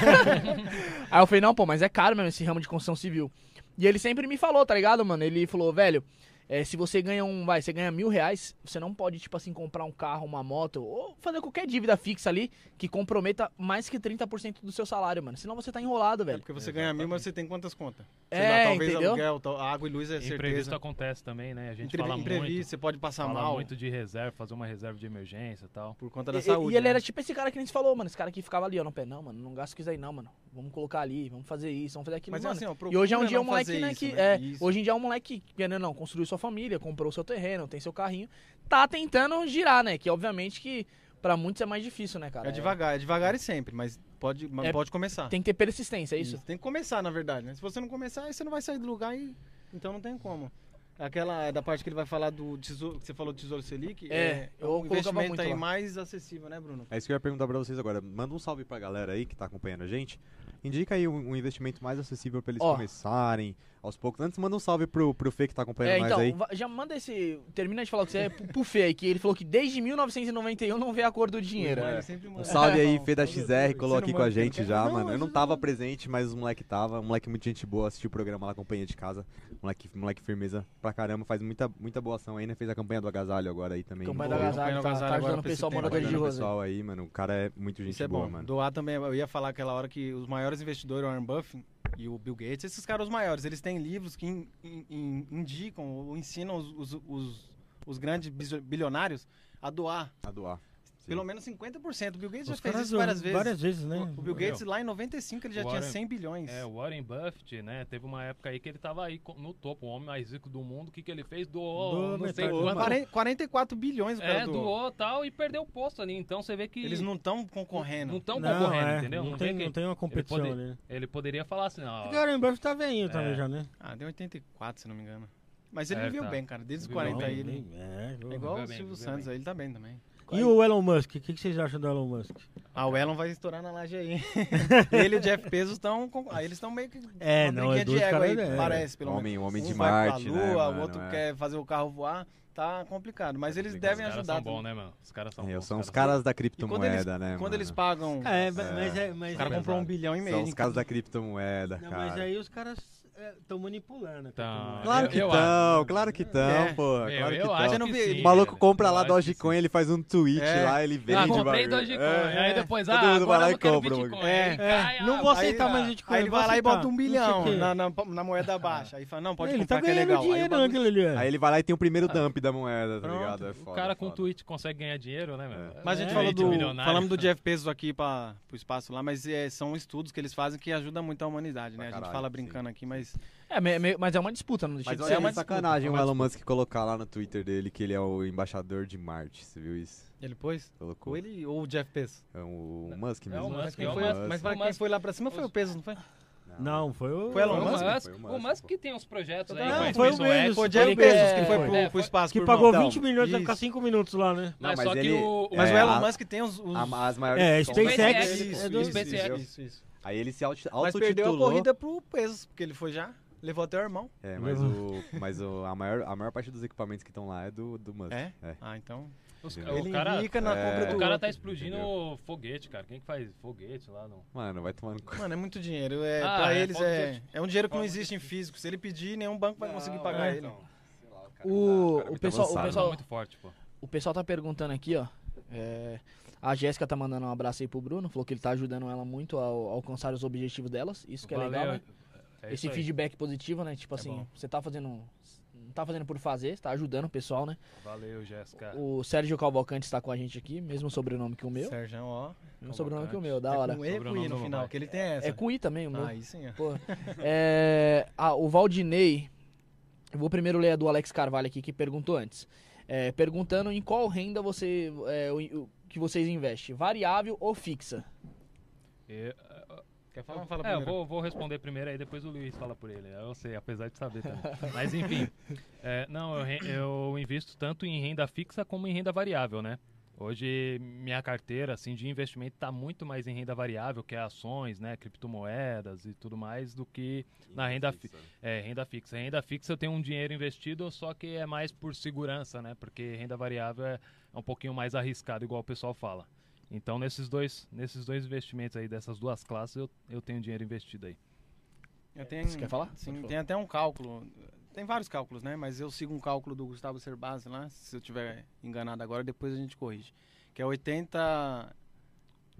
aí eu falei, não, pô, mas é caro mesmo esse ramo de construção civil. E ele sempre me falou, tá ligado, mano? Ele falou, velho, é, se você ganha um, vai, você ganha mil reais, você não pode, tipo assim, comprar um carro, uma moto, ou fazer qualquer dívida fixa ali que comprometa mais que 30% do seu salário, mano. Senão você tá enrolado, É velho. porque você ganha mil, mas você tem quantas contas? Sei É, lá, talvez entendeu? aluguel, tal- água e luz é Imprevisto certeza. acontece também, né? A gente Entrevi- fala imprevisto, muito. você pode passar Fala mal muito de reserva, fazer uma reserva de emergência e tal. por conta da E- e- saúde. E ele né? era tipo esse cara que nem se falou, mano. Esse cara que ficava ali, ó, no pé. Não, mano, não gasta com isso aí, não, mano. Vamos colocar ali, vamos fazer isso, vamos fazer aquilo, Mas é mano. assim, ó, e hoje é um procura dia um não moleque, fazer né, isso, que... né? É, Isso. hoje em dia é um moleque, que, querendo ou não, construiu sua família, comprou seu terreno, tem seu carrinho. Tá tentando girar, né? Que obviamente que pra muitos é mais difícil, né, cara? É devagar, é devagar e sempre, mas pode, mas É- pode começar. Tem que ter persistência, é isso? Tem que começar, na verdade, né? Se você não começar, aí você não vai sair do lugar e então não tem como. Aquela da parte que ele vai falar do tesouro, que você falou do Tesouro Selic, É, eu o colocava investimento muito aí lá. mais acessível, né, Bruno? É isso que eu ia perguntar pra vocês agora. Manda um salve pra galera aí que tá acompanhando a gente. Indica aí um, um investimento mais acessível pra eles Ó. começarem aos poucos. Antes, manda um salve pro, pro Fê que tá acompanhando É, mais então, aí. va- já manda esse. Termina de falar o que você é pro pro Fê aí, que ele falou que desde 1991 não vê a cor do dinheiro. Mas né? ele sempre Um manda. salve aí, Não, Fê da todo- XR, colou Você não aqui com manda a quem gente quer? já, Não, mano. Eu às não vezes tava presente, mas o moleque tava. Um moleque muito gente boa, assistiu o programa lá, companhia de casa. Moleque, moleque firmeza pra caramba, faz muita, muita boa ação ainda. Fez a campanha do agasalho agora aí também. Campanha Pô, da Campanha do Agasalho, tá, Agasalho tá agora ajudando o pra esse pessoal tempo, né? morador de Trabalhando o rua. né? pessoal aí, mano. O cara é muito gente Isso é boa, bom. mano. Doar também, eu ia falar aquela hora que os maiores investidores, o Warren Buffett e o Bill Gates, esses caras os maiores, eles têm livros que in- in- in- indicam ou ensinam os, os- os- os grandes biso- bilionários a doar. A doar. Sim. Pelo menos 50%. O Bill Gates Os já fez caras isso várias vezes. Várias vezes, né? O- O Bill Gates, lá em 95, ele já O É. Warren- tinha 100 bilhões. É, o Warren Buffett, né? Teve uma época aí que ele tava aí co- no topo, o homem mais rico do mundo. O que, que ele fez? Doou, Doou não sei metade do quanto. Quaren- 44 bilhões o cara Tá É, doou. doou tal e perdeu o posto ali. Então você vê que Eles não estão não concorrendo. estão Não, concorrendo, é, entendeu? Não, vê tem, que- não tem uma competição poder- ali. né? Ele poderia falar assim, ó, Porque O Warren Buffett tá veinho também É. já, né? Ah, deu 84, se não me engano. Mas ele É, viveu tá. bem, cara. Desde os Viveu 40 bem, aí. Ele... É, É igual Viveu o bem, Silvio viveu Santos, bem. aí ele tá bem também. E o Elon Musk? O que, que vocês acham do Elon Musk? Ah, o Elon vai estourar na laje aí. Ele e o Jeff Bezos estão. Com... ah, Eles estão meio que. É, uma não, briguinha é de dois ego aí, caras, é. parece, pelo menos. Homem, homem de um vai Marte, pra né? lua, mano, o outro é. quer fazer o carro voar. Tá complicado. Mas Tá eles complicado. devem os caras ajudar. são bons, também. né, mano? Os caras são É, bons. são os são- caras da E quando eles, criptomoeda, né? quando mano? eles pagam. É, mas é. Mas o cara é. comprou um bilhão e meio. São os hein? caras da criptomoeda, Não, cara. mas aí os caras estão manipulando. a Tá. criptomoeda. Claro Eu- que eu estão, claro que estão, É. pô. Meu, claro que eu acho estão. Eu não que vi- sim, O maluco velho. compra lá Eu acho que Dogecoin, ele faz um tweet É. lá, ele vende. Ah, o comprei bagulho. Dogecoin. É. Aí depois, Todo ah, mundo vai agora lá eu e não quero compra, mano. Bitcoin. É. Aí É, cai, não ah, vou vai- aceitar ah, mais Bitcoin, Aí ele vou vai lá e aceitar, bota um não sei o bilhão quê. na, na- na moeda baixa. Aí fala, não, pode ele tá comprar que é ganhando legal. Aí o dinheiro bagulho- naquilo ali. é. Aí ele vai lá e tem o primeiro dump da moeda, tá Pronto, ligado? É foda, o cara é com foda. tweet consegue ganhar dinheiro, né, mano? É. Mas a gente É, falou gente, do. milionário. Falamos do Jeff Bezos aqui para o espaço lá, mas é, são estudos que eles fazem que ajudam muito a humanidade, Pra né? A gente caralho, fala sim. brincando aqui, mas. É, me- me- mas é uma disputa, não deixa Mas de olha, ser. é uma uma disputa, sacanagem é o uma Elon Musk colocar lá no Twitter dele que ele é o embaixador de Marte, você viu isso? Ele pôs? Colocou. Ou ele ou o Jeff Bezos? É o Musk É o mesmo. Musk, né? é o Foi- Musk. mas pra o quem Musk- foi lá pra cima foi o Bezos, não foi? Não, foi o. Foi Elon Foi o Musk? Musk. Foi o Musk, o Musk que tem uns projetos aí. Não, com a foi o Space OS. Bezos. Foi o Jeff Ele Bezos quer- que foi pro, É, pro foi- espaço. Que por pagou nota. 20 milhões pra isso. ficar 5 minutos lá, né? Não, Mas mas só que ele- o... é, Mas o a- Elon Musk tem os... os- A- as maiores É, são- SpaceX. Isso, É do isso, SpaceX. isso. Isso, isso. Aí ele se auto- Mas perdeu a autotitulou- corrida pro Bezos, porque ele foi já. Levou até o irmão. É, mas, o, mas o, a, maior, a maior parte dos equipamentos que estão lá é do, do Musk. É? É. Ah, então... Os- Ele o cara, indica na É. compra do o cara tá outro. explodindo Entendeu? foguete, cara. Quem que faz foguete lá? Não? Mano, vai tomar no cu. Mano, é muito dinheiro. É, Ah, pra é, eles falta é, de- é um dinheiro que não falta de- existe em físico. Se ele pedir, nenhum banco vai conseguir é pagar ele. O, o pessoal- o O pessoal pessoal- é muito forte, pô. O pessoal tá perguntando aqui, ó. é, a Jéssica tá mandando um abraço aí pro Bruno, falou que ele tá ajudando ela muito a, a alcançar os objetivos delas. Isso que é legal, né? É Esse isso aí. feedback positivo, né? Tipo É assim, bom. você tá fazendo. Não tá fazendo por fazer, você tá ajudando o pessoal, né? Valeu, É. Jéssica. O Sérgio Calvalcante está com a gente aqui, mesmo sobrenome que o meu. Sérgio, ó. Mesmo sobrenome que o Cavalcante. meu, da é hora. com E com Sobrenome I no do final, papai. que ele tem essa. Ah, É com I também, o meu. Aí sim, ó. Porra. É, ah, o Valdinei. Eu vou primeiro ler a do Alex Carvalho aqui, que perguntou antes. É, perguntando em qual renda você é, o- o que vocês investem, variável ou fixa? E- ah, Quer falar? Fala É, eu primeiro. vou, vou responder primeiro aí, depois o Luiz fala por ele. Eu sei, apesar de saber também. Mas enfim, é, não, eu, re- eu invisto tanto em renda fixa como em renda variável, né? Hoje minha carteira assim de investimento está muito mais em renda variável, que é ações, né, criptomoedas e tudo mais, do que na renda fi- né? é, renda fixa. Renda fixa eu tenho um dinheiro investido, só que é mais por segurança, né? Porque renda variável é, é um pouquinho mais arriscado, igual o pessoal fala. Então, nesses dois, nesses dois investimentos aí, dessas duas classes, eu, eu tenho dinheiro investido aí. Eu tenho, Você quer falar? Sim, Pode falar. tem até um cálculo. Tem vários cálculos, né? Mas eu sigo um cálculo do Gustavo Cerbasi lá. Se eu tiver enganado agora, depois a gente corrige. Que é Tá 80.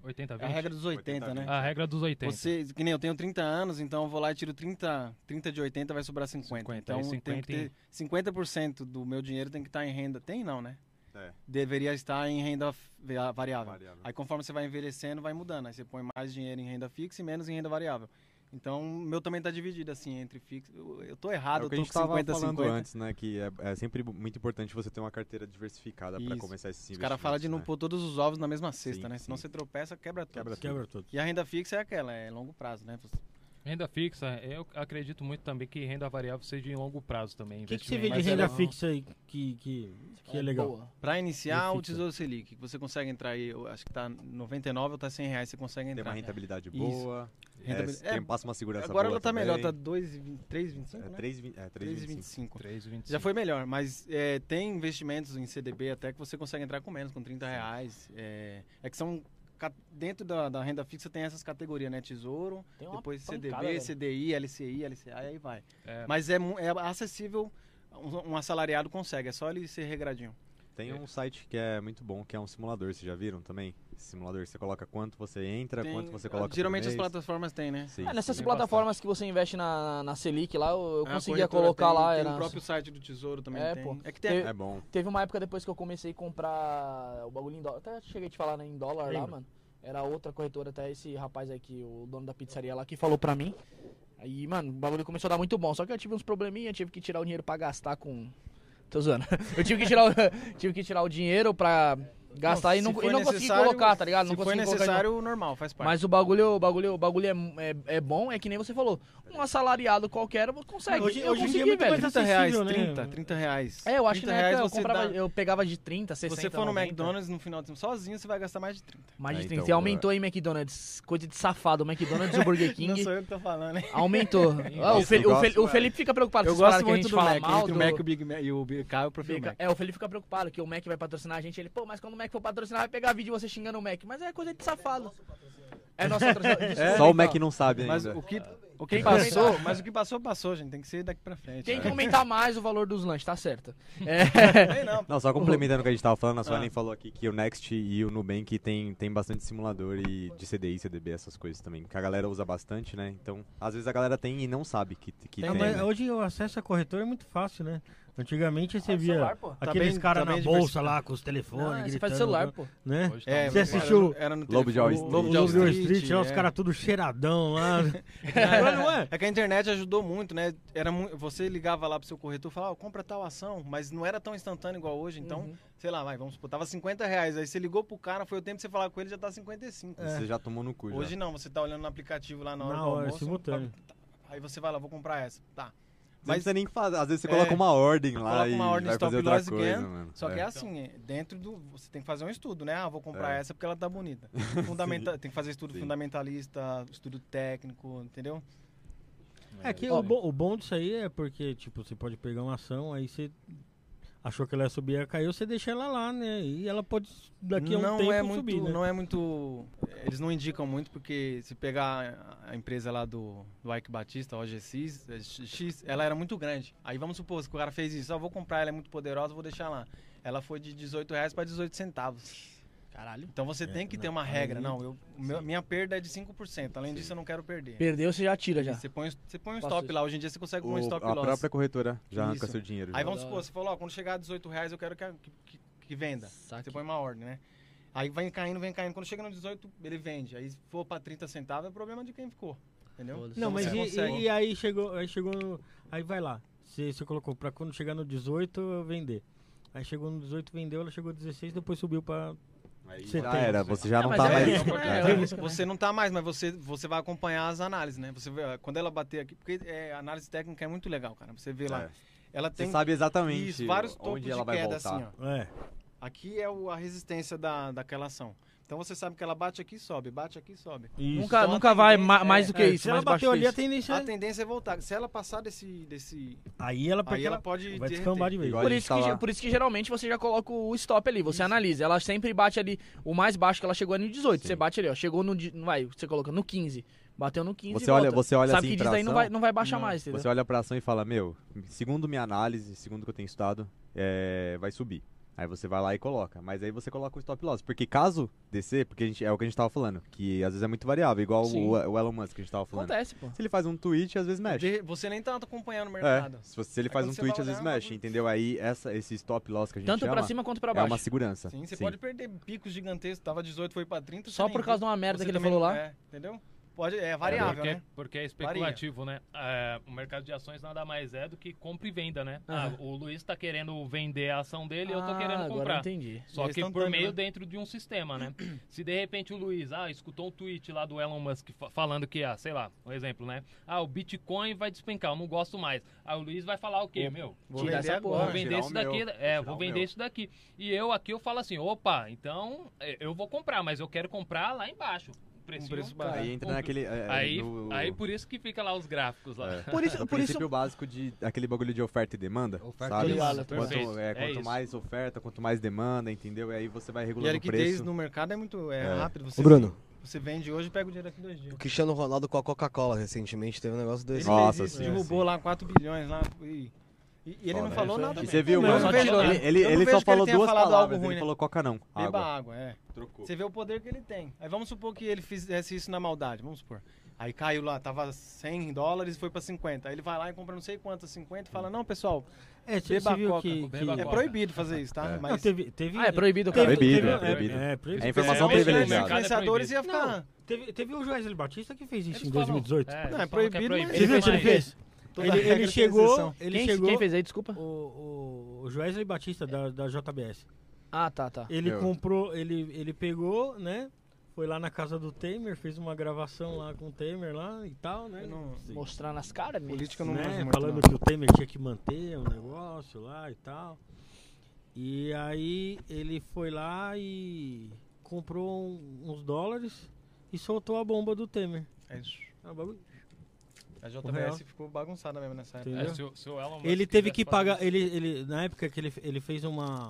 80, É a 20? regra dos 80, 80, né? A regra é dos 80. Você, que nem eu tenho 30 anos, então eu vou lá e tiro 30, 30 de 80, vai sobrar 50. 50, então aí tem que 50 em- ter um. 50% do meu dinheiro tem que estar em renda. Tem não, né? É. Deveria estar em renda f- va- variável. Aí conforme você vai envelhecendo, vai mudando. Aí você põe mais dinheiro em renda fixa e menos em renda variável. Então, o meu também tá dividido assim entre fixo. Eu eu tô errado, É o eu que a tô gente com tava 50 falando 50. antes, né? Que é, é sempre muito importante você ter uma carteira diversificada pra Isso. começar esses Os investimentos. caras falam de não né? pôr todos os ovos na mesma cesta, Sim, né? Senão sim. você tropeça, quebra tudo. Quebra tudo. Quebra tudo. E a renda fixa é aquela, é longo prazo, né? Você- Renda fixa, eu acredito muito também que renda variável seja em longo prazo também. O que, que você vê de Mas é renda legal. fixa aí que, que, que é legal? Boa. Pra iniciar, E o fixa? Tesouro Selic, que você consegue entrar aí, eu acho que tá 99 ou tá 100 reais, você consegue Tem entrar. uma rentabilidade Isso. boa. é, Rentabil- tem- passa uma segurança Agora boa ela tá também. melhor, tá 2,325, É né? 3,20. É, 3,25. 3,25. 3,25. Já foi melhor, mas é, tem investimentos em CDB até que você consegue entrar com menos, com 30 reais. É, é que são. ca- Dentro da, da renda fixa tem essas categorias, né? Tesouro, Tem É uma depois pancada, né? CDB, velho. CDI, LCI, LCA, e aí vai. É. Mas é, mu- é acessível, um, um assalariado consegue, é só ele ser regradinho. Tem um site que é muito bom, que é um simulador, vocês já viram também? Esse simulador, você coloca quanto você entra, Tem- quanto você coloca. por geralmente as mês. plataformas têm, né? Sim, Ah, nessas sim. plataformas que você investe na, na Selic lá, eu, eu A conseguia É corretora colocar tem- lá. Tem era- o próprio site do Tesouro também É, tem. pô. É que tem... É bom. Teve uma época depois que eu comecei a comprar o bagulho em dólar. Até cheguei a te falar né, em dólar lá, Lembro. mano. Era outra corretora, até esse rapaz aí que o dono da pizzaria lá, que falou pra mim. Aí, mano, o bagulho começou a dar muito bom. Só que eu tive uns probleminha, tive que tirar o dinheiro pra gastar com. Tô zoando. Eu tive que tirar o, tive que tirar o dinheiro pra gastar e se não, for e não consegui necessário- colocar, tá ligado? Se Não for consegui colocar de novo. necessário, normal, faz parte. Mas o bagulho, o bagulho, o bagulho é, é, é bom, é que nem você falou. Um assalariado qualquer consegue. Hoje- eu hoje em consegui, dia é muito mais velho. 30 reais, acessível, né? 30, 30 reais. É, eu acho que 30 na época reais eu, você comprava, dá- eu pegava de 30, 60, você for no 90. McDonald's no final de semana, sozinho você vai gastar mais de 30. Mais de É, 30. então, aumentou aí, McDonald's. Coisa de safado. O McDonald's e o Burger King. eu que tô falando, hein? aumentou. Ah, o, Isso, Fel- eu o Fel- gosto, o Felipe fica preocupado com Eu essas paradas gosto que a muito gente do fala Mac, mal. entre do- o Mac, o Big Mac e o BK, eu prefiro o Fica- Mac. É, o Felipe fica preocupado que o Mac vai patrocinar a gente. Ele, pô, mas quando o Mac for patrocinar, vai pegar vídeo de você xingando o Mac. Mas é coisa de safado. É nosso patrocinador. Desculpa, Só o então. Mac não sabe ainda. Mas o que, o que Quem passou, mas o que passou, passou, gente. Tem que ser daqui pra frente. Tem né? que aumentar mais o valor dos lanches, tá certo. É. Tem não. Não, só complementando o que a gente tava falando, a Suelen Ah. falou aqui que o Next e o Nubank tem, tem bastante simulador e de CDI, CDB, essas coisas também. Que a galera usa bastante, né? Então, às vezes a galera tem e não sabe que, que tem. Ah, mas né? hoje o acesso à corretora é muito fácil, né? Antigamente você Faz via Ah, celular, pô. Tá aqueles bem- caras tá na bem bolsa lá com os telefones. Não, você gritando, faz celular, pô. Né? Hoje tá É, Você assistiu era, era no Lobo de Wall telefone. Street? Lobo de Wall Wall Street, lá os é. caras tudo cheiradão lá. Não é? É que a internet ajudou muito, né? Era mu- Você ligava lá pro seu corretor e falava, "Ó, compra tal ação, mas não era tão instantâneo igual hoje, então, Uhum. sei lá, vai, vamos supor, tava 50 reais, aí você ligou pro cara, foi o tempo de você falar com ele, já tá 55. Você já tomou no cu, já. Hoje não, você tá olhando no aplicativo lá na hora Na do hora, almoço, simultâneo. tá- aí você vai lá, vou comprar essa, tá. Mas Mas não precisa nem fazer. Às vezes você É. coloca uma ordem lá Coloca e uma ordem vai stop fazer outra loss coisa, again, mano. Só que é É. assim, é, dentro do. Você tem que fazer um estudo, né? Ah, vou comprar É. essa porque ela tá bonita. Fundamenta, tem que fazer estudo Sim. fundamentalista, estudo técnico, entendeu? É que Ó. o, bom, o bom disso aí é porque, tipo, você pode pegar uma ação, aí você achou que ela ia subir, ela caiu, você deixa ela lá, né? E ela pode daqui a um não tempo é muito, subir, né? Não é muito. Eles não indicam muito, porque se pegar a empresa lá do, do Ike Batista, a OGX, eh, X, ela era muito grande. Aí vamos supor, se o cara fez isso, ah, vou comprar, ela é muito poderosa, vou deixar lá. Ela foi de 18 reais para 18 centavos. Caralho. Então É, você tem que né? ter uma regra. Não, eu, o meu- minha perda é de 5%. Além disso, eu não quero perder. Perdeu, você já tira já. Você põe, você põe um Faço stop isso. lá. Hoje em dia você consegue pôr um O- stop a loss. própria corretora já arranca Isso. seu dinheiro. Aí já. vamos Da supor, hora. você falou, ó, quando chegar a 18 reais eu quero que, a- que- que- que venda. Saque. Você põe uma ordem, né? Aí vai caindo, vem caindo. Quando chega no 18, ele vende. Aí se for pra 30 centavos, é problema de quem ficou. Entendeu? Foda-se. Não, mas Você e, consegue. e- e aí chegou, aí chegou no, aí vai lá. Você, você colocou pra quando chegar no 18 eu vender. Aí chegou no 18, vendeu, ela chegou no 16, depois subiu pra. Aí Você já tem. era, você já não, mas tá é mais. isso, É. né? Você não tá mais, mas você, você vai acompanhar as análises, né? Você vê, quando ela bater aqui, porque é, a análise técnica é muito legal, cara. Você vê lá. É. Ela Você tem sabe exatamente isso, vários topos onde ela de vai queda, voltar. assim, ó. É. Aqui é o- a resistência da, daquela ação. Então você sabe que ela bate aqui e sobe, bate aqui e sobe. Nunca, Então, nunca a vai tendência ma- mais é- do que É, isso. se ela mais baixo bateu que ali a isso. É tendência. A tendência é voltar. Se ela passar desse. desse Aí ela porque aí ela ela pode. vai derreter. descambar de vez. Igual- Por a isso, gente que, tá ge- lá. por isso que geralmente você já coloca o stop ali, você analisa. Ela sempre bate ali, o mais baixo que ela chegou é no 18. Você Sim. bate ali, ó. Chegou no. di- Vai, você coloca no 15. Bateu no 15. Você e olha, volta. você olha Sabe assim que pra diz aí não ação, vai, não vai baixar Não. mais, entendeu? Você olha pra ação e fala, meu, segundo minha análise, segundo o que eu tenho estudado, é, vai subir. Aí você vai lá e coloca. Mas aí você coloca o stop loss. Porque caso descer, porque a gente, é o que a gente tava falando, que às vezes é muito variável, igual Sim. o, o Elon Musk que a gente tava falando. Acontece, pô. Se ele faz um tweet, às vezes mexe. De- Você nem tá acompanhando o É, mercado. se, você, se ele Aí faz um quando você tweet, vai às vezes olhar, mexe, vai- entendeu? Aí essa, esse stop loss que a gente Tanto chama pra cima quanto pra é baixo. uma segurança. Sim, você pode perder picos gigantescos. Tava 18, foi pra 30. Só por causa de uma merda que ele falou lá. É, entendeu? Pode, é É, variável, porque, né? porque é especulativo, né? É, o mercado de ações nada mais é do que compra e venda, né? Ah, Aham. o Luiz tá querendo vender a ação dele e eu tô Ah, querendo Agora eu comprar. entendi. Só É que por instantâneo, meio né? dentro de um sistema, né? Se de repente o Luiz, ah, escutou um tweet lá do Elon Musk fa- falando que, ah, sei lá, um exemplo, né? Ah, o Bitcoin vai despencar, eu não gosto mais. Aí o Luiz vai falar o quê, meu? Vou Tirar vender essa agora. porra. Vou vender tirar isso o meu, daqui, vou é, tirar vou o vender meu. isso daqui. E eu aqui eu falo assim, opa, então é, eu vou comprar, mas eu quero comprar lá embaixo. Um precinho- preço barato. Aí entra um- naquele. é, Aí, no- aí por isso que fica lá os gráficos lá. É. Por isso, O por isso princípio básico de aquele bagulho de oferta e demanda, Oferta sabe? e demanda, perfeito. quanto é, É quanto isso. mais oferta, quanto mais demanda, entendeu? E aí você vai E a regulando o liquidez preço. no mercado é muito é, É. rápido. Você, Ô, Bruno, você vende hoje e pega o dinheiro aqui em dois dias. o Cristiano Ronaldo com a Coca-Cola recentemente teve um negócio Ele desse. Nossa, fez isso, sim, derrubou sim. lá 4 bilhões lá. E, e- e ele não Foda. falou nada. E mesmo. você viu, Não, mano? só Só tirou, tirou. né? Ele, ele, Eu não ele só vejo que ele falou tenha duas falado algo palavras, ele ruim, né? falou coca não, Beba água. água, é. Trocou. Você vê o poder que ele tem. Aí vamos supor que ele fizesse isso na maldade, vamos supor. Aí caiu lá, tava 100 dólares e foi pra 50. Aí ele vai lá e compra não sei quanto, 50 e fala: Não, pessoal, É, você Beba você viu Coca, que, beba que- é Coca. proibido fazer isso, tá? É. Não, Mas teve, teve Ah, é proibido, teve- cara. Proibido, teve- é é, proibido. É, proibido. É informação É, os mercado privilegiada. é influenciadores iam proibido. ficar. Não, teve, teve o Joesley Batista que fez isso Eles em falam, 2018. é, Você eles Não, é falam que proibido, mas- Ele viu o que ele mas- é. fez? Toda Ele, regra ele tem chegou, exceção. ele Quem, chegou, quem fez aí, desculpa? o, o, o Joesley Batista da, da JBS. Ah, tá, tá. Ele Eu. comprou, ele, ele pegou, né? Foi lá na casa do Temer, fez uma gravação lá com o Temer lá e tal, né? Eu não- Mostrar nas caras, meu. Política eu não né, manjo muito, Falando não. que o Temer tinha que manter o negócio lá e tal. E aí ele foi lá e comprou um- uns dólares e soltou a bomba do Temer. É isso. Ah, o bagulho- A real. JBS ficou bagunçada mesmo nessa época. Tem- É, Entendeu? se o- se o Elon Musk Ele teve que quisesse fazer pagar. isso- Ele, ele, na época que ele, ele fez uma.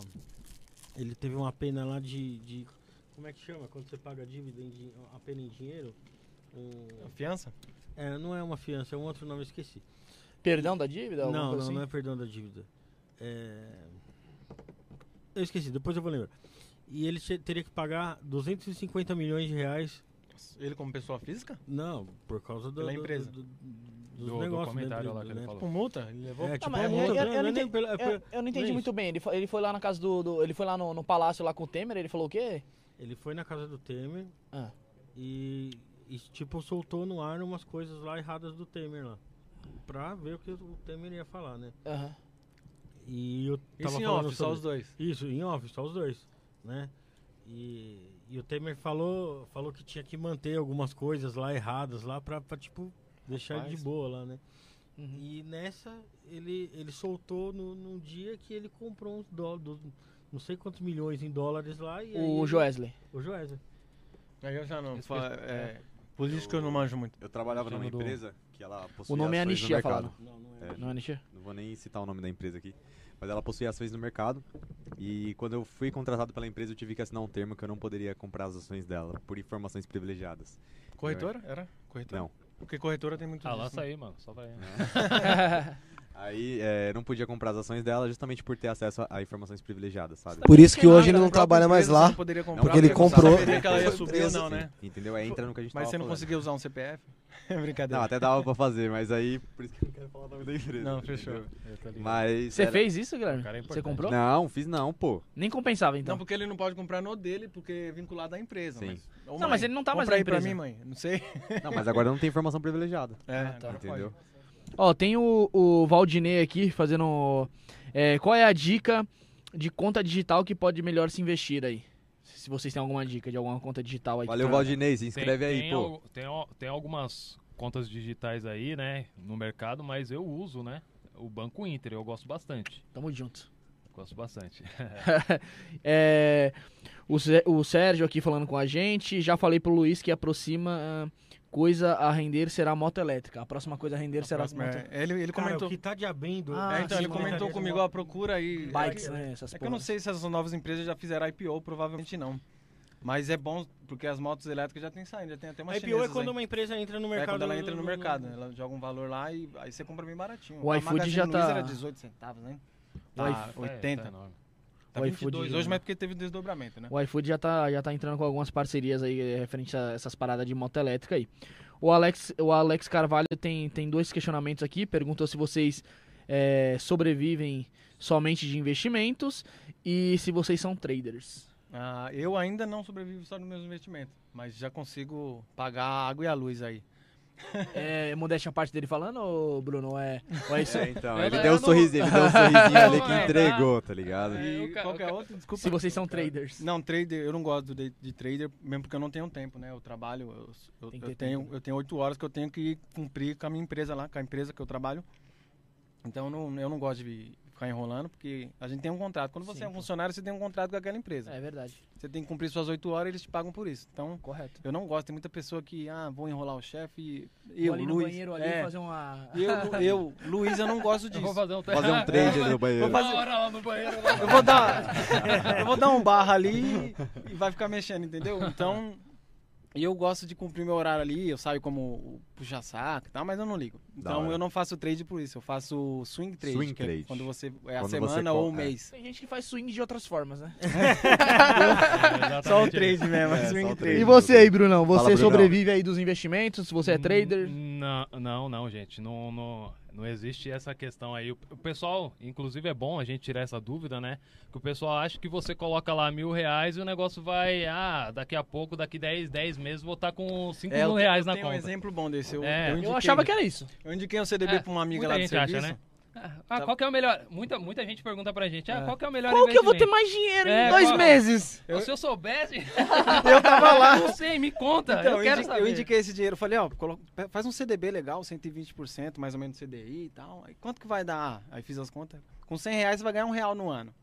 Ele teve uma pena lá de, de- Como é que chama? Quando você paga dívida em, din- a pena em dinheiro? Um- Fiança? é, não é uma fiança, é um outro nome, eu esqueci. Perdão da dívida? Não, alguma não, coisa assim? não é perdão da dívida. É, Eu esqueci, depois eu vou lembrar. E ele che- teria que pagar 250 milhões de reais. Ele como pessoa física? Não, por causa do, Pela do- empresa. do- do- dos do, do negócios comentário dentro lá do- que ele né? falou. Com multa? Ele levou? É, É, Não, tipo, mas é eu, eu- multa, eu né? não Nem entendi, pela- é eu, pela- eu não entendi nem muito isso. bem. Ele foi, ele foi lá na casa do, do- Ele foi lá no, no palácio lá com o Temer, ele falou o quê? Ele foi na casa do Temer Ah. e, e, tipo, soltou no ar umas coisas lá erradas do Temer lá. Pra ver o que o Temer ia falar, né? Aham. E eu tava Isso em falando off, só sobre- os dois. Isso, em off, só os dois, né? E, e o Temer falou, falou que tinha que manter algumas coisas lá erradas lá pra, pra, tipo, deixar Rapaz. de boa lá, né? Uhum. E nessa, ele, ele soltou no, num dia que ele comprou uns dólares, não sei quantos milhões em dólares lá. E aí O ele- Joesley. O Joesley. Aí eu já não. Esse Fa, é, político eu não manjo muito. Eu trabalhava numa Dono do- empresa que ela possuía O nome é ações no Anistia, mercado. falaram. Não, não É, Não é Anistia? Não vou nem citar o nome da empresa aqui. Mas ela possuía ações no mercado. E quando eu fui contratado pela empresa, eu tive que assinar um termo que eu não poderia comprar as ações dela, por informações privilegiadas. Corretora? Era? Corretora? Não. Porque corretora tem muito Ah, disso, lança né? aí, mano. Só Ah, vai. Aí é, não podia comprar as ações dela justamente por ter acesso a, a informações privilegiadas, sabe? Por isso que Porque na- hoje ele não na trabalha própria mais empresa você lá. não poderia comprar, Tá porque ele porque você comprou. saberia que ela ia subir ou não, né? Sim, Entendeu? Aí entra no que a gente Mas tava você não falando. conseguia usar um CPF? Não, Brincadeira. até dava pra fazer, mas aí. Por isso que eu não quero falar o nome da empresa. Não, fechou. entendeu? Eu tô ligado. Mas. Você era- fez isso, Guilherme? O cara é Você importante. comprou? Não, fiz não, pô. Nem compensava, Não, então. porque ele não pode comprar no dele, porque é vinculado à empresa. Sim. Mas, Ô, Não, mãe, mas ele não tá mais compra na aí pra empresa. mim, mãe. Não sei. Não, mas agora não tem informação privilegiada. É, Ah, tá. agora pode. Entendeu? Ó, tem o, o Valdinei aqui fazendo. é, qual é a dica de conta digital que pode melhor se investir aí? Se vocês têm alguma dica de alguma conta digital aí. que Valeu, tá- Valdinei. Se inscreve aí, pô. al- Tem, al- tem algumas contas digitais aí, né, no mercado, mas eu uso, né, o Banco Inter, eu gosto bastante. Tamo junto. Gosto bastante. É, o, Sé- o Sérgio aqui falando com a gente. Já falei pro Luiz que aproxima ah, coisa a render será moto elétrica. A próxima coisa a render será Próximo, moto. é, ele, ele Cara, comentou. o que tá de abendo... Ah, É, então, sim, ele mano. comentou comigo, ó, procura aí. Bikes, é, que- né? Essas É que eu não porras. sei se as novas empresas já fizeram IPO, provavelmente não. Mas é bom, porque as motos elétricas já tem saindo, já tem até umas A IPO é chinesas quando aí. uma empresa entra no É, mercado. quando ela entra no mercado, ela joga um valor lá e aí você compra bem baratinho. O A iFood Magazine já Luiza tá- era 18 centavos, né? Tá, Tá, é, 80. tá enorme. Tá O 22 iFood já- hoje, mas porque teve desdobramento, né? O iFood já tá, já tá entrando com algumas parcerias aí eh, referente a essas paradas de moto elétrica aí. O Alex, o Alex Carvalho tem, tem dois questionamentos aqui. Perguntou se vocês eh, sobrevivem somente de investimentos e se vocês são traders. Ah, eu ainda não sobrevivo só nos meus investimentos, mas já consigo pagar a água e a luz aí. É modéstia a parte dele falando, ô, Bruno? É, ou é isso? É, então, Eu ele não- deu um eu não- sorrisinho, ele deu um sorrisinho ali Não, não, que entregou, tá ligado? É, o E ca- o qualquer ca- outro, desculpa. Se vocês são traders. Não, trader, eu não gosto de, de trader, mesmo porque eu não tenho tempo, né? Eu trabalho, eu, eu- Tem que eu ter tenho, tempo, né? eu tenho oito horas que eu tenho que cumprir com a minha empresa lá, com a empresa que eu trabalho. Então eu não, eu não gosto de ficar enrolando, porque a gente tem um contrato. Quando você Sim, é um pô. funcionário, você tem um contrato com aquela empresa. É verdade, Você tem que cumprir suas oito horas e eles te pagam por isso. Então, correto. eu não gosto. Tem muita pessoa que, ah, vou enrolar o chefe e. Vou Eu, ali no Luiz, banheiro ali é, fazer um- uma. eu, Lu- eu, Luiz, eu não gosto Eu vou disso. fazer um, Fazer É. um trade ali no banheiro. fazer- Uma hora lá no banheiro. lá. Eu vou dar, eu vou dar um barra ali e vai ficar mexendo, entendeu? Então, e eu gosto de cumprir meu horário ali, eu saio como o puxa-saco e tal, mas eu não ligo. Da Então, hora. eu não faço trade por isso, eu faço swing trade, Swing que é trade. quando você é a Quando você semana co- ou o é. mês. Tem gente que faz swing de outras formas, né? Exatamente Só o isso. trade mesmo, É, só swing o trade. trade. E você aí, Brunão? Você Brunão. sobrevive aí dos investimentos? Você é Hum, trader? Não, não, não, gente. Não, não, não existe essa questão aí. O o pessoal, inclusive, é bom a gente tirar essa dúvida, né? Que o pessoal acha que você coloca lá mil reais e o negócio vai, ah, daqui a pouco, daqui 10, 10 meses, vou estar com 5 É, eu mil te- eu reais na tenho conta. um exemplo bom desse. Eu, É. eu Eu Eu indiquei, achei que era isso. eu indiquei um CDB É, pra uma amiga muita lá do gente serviço. Tá. acha, né? Ah, qual que é o melhor? Muita, muita gente pergunta pra gente, ah, É. qual que é o melhor Como que eu vou ter investimento? mais dinheiro É, em dois qual- meses? Pô, Se eu soubesse, Eu tava lá. não sei, me conta, Então, eu quero indi- saber. indiquei esse dinheiro. Falei, ó, colo- pe- faz um CDB legal, 120%, mais ou menos CDI e tal. Aí, quanto que vai dar? Aí fiz as contas. Com 100 reais você vai ganhar um real no ano.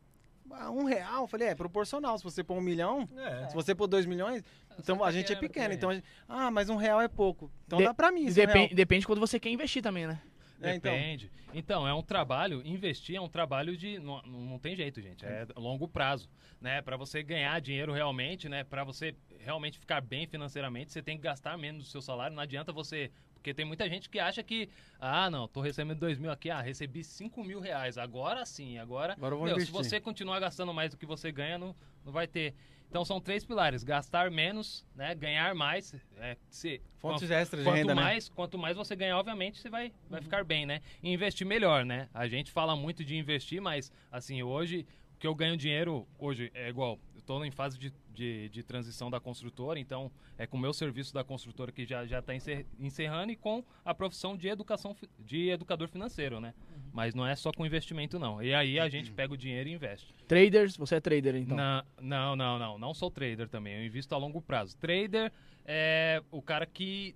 Ah, Um real? Falei, é proporcional. Se você pôr um milhão, É. É. se você pôr dois milhões, então a gente é pequeno, pequeno. pequeno. Então, a gente- ah, mas um real é pouco. Então De- dá pra mim, esse um real. Depende, depende quando você quer investir também, né? É, então. Depende. então. é um trabalho, investir é um trabalho de. Não, não tem jeito, gente. É longo prazo. Né? Para você ganhar dinheiro realmente, né? Para você realmente ficar bem financeiramente, você tem que gastar menos do seu salário. Não adianta você. Porque tem muita gente que acha que, ah, não, tô recebendo 2 mil aqui, ah, recebi 5 mil reais, agora sim, agora. Agora eu vou Meu, se investir. você continuar gastando mais do que você ganha, não, não vai ter. Então são três pilares: gastar menos, né? Ganhar mais. É, se, Fontes extras de quanto renda, né? mais, quanto mais você ganhar, obviamente, você vai, vai ficar bem, né? E investir melhor, né? A gente fala muito de investir, mas assim, hoje o que eu ganho dinheiro hoje é igual. Eu tô em fase de, de, de transição da construtora, então é com o meu serviço da construtora que já já tá encer- encerrando e com a profissão de educação fi- de educador financeiro, né? Uhum. Mas não é só com investimento não. E aí a gente pega o dinheiro e investe. Traders, você é trader então. Na- não, não, não. Não sou trader também. Eu invisto a longo prazo. Trader é o cara que.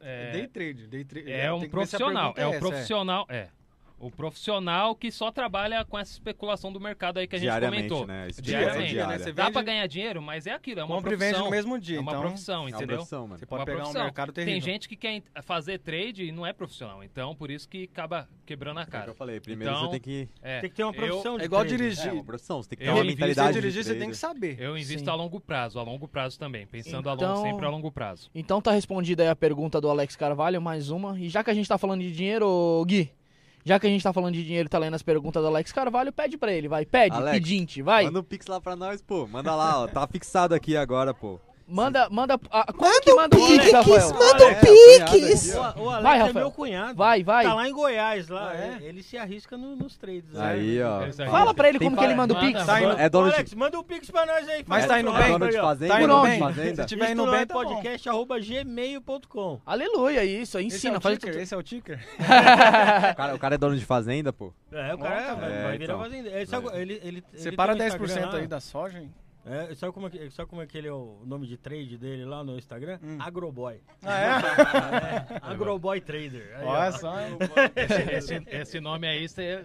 É, Day trade, day trade. é um Tem que ver se a pergunta profissional. É um essa, profissional. É. O profissional que só trabalha com essa especulação do mercado aí que a gente diariamente, comentou. né? Isso Diariamente, é né? diário. Você Dá vende- pra ganhar dinheiro, mas é aquilo, é uma Compra e vende profissão. no mesmo dia. é uma então, profissão, É uma entendeu? profissão, mano. Você pode Uma pegar profissão. um mercado terrível. Tem gente que quer en- fazer trade e não é profissional, então por isso que acaba quebrando É a o que cara. eu falei, primeiro Então, você tem que. É, Tem que ter uma eu- profissão de É igual trader. É uma dirigir. profissão, você tem que ter Eu uma invisto- Se você mentalidade. de dirigir, você tem trader. que saber. Eu invisto Sim. a longo prazo, a longo prazo também, pensando a Então- longo, sempre a longo prazo. Então tá respondida aí a pergunta do Alex Carvalho, mais uma. E já que a gente tá falando de dinheiro, ô, Gui, já que a gente tá falando de dinheiro e tá lendo as perguntas do Alex Carvalho, pede pra ele, vai. Pede, Alex, pedinte, vai. Manda um pix lá pra nós, pô. Manda lá, ó. Tá fixado aqui agora, pô. um Manda, manda. ah, como que manda o Pix, Rafael? Manda um pix! O, o Alex Vai, é Rafael. meu cunhado. Vai, vai. Tá lá em Goiás, lá. Ah, é? Ele se arrisca no- nos trades. Aí, né? ó. Esse aí. Fala pra ele como Tem que ele manda o manda, Pix. manda. É Ô, dono de Alex, manda um pix pra nós aí. fala Mas tá pro indo Rafa bem? Dono aí, É, de ó. fazenda. Tá indo dono de bem? fazenda. Se tiver Isso indo lá bem, é tá bom. podcast.gmail.com. Aleluia, isso. Esse é Ensina, o faz ticker, tudo. Esse é o ticker? O cara, o cara é dono de fazenda, pô. É, o cara vai, É, vai virar então. fazendeiro. Ele, sabe, ele, ele, ele Separa tem um Instagram 10% lá. aí da soja, hein? É, sabe, como é que, sabe como é que ele é o nome de trade dele lá no Instagram? Hum. Agroboy. É, Ah, Agroboy Trader. é? Aí, ó. Olha só. Esse, esse- esse nome aí, você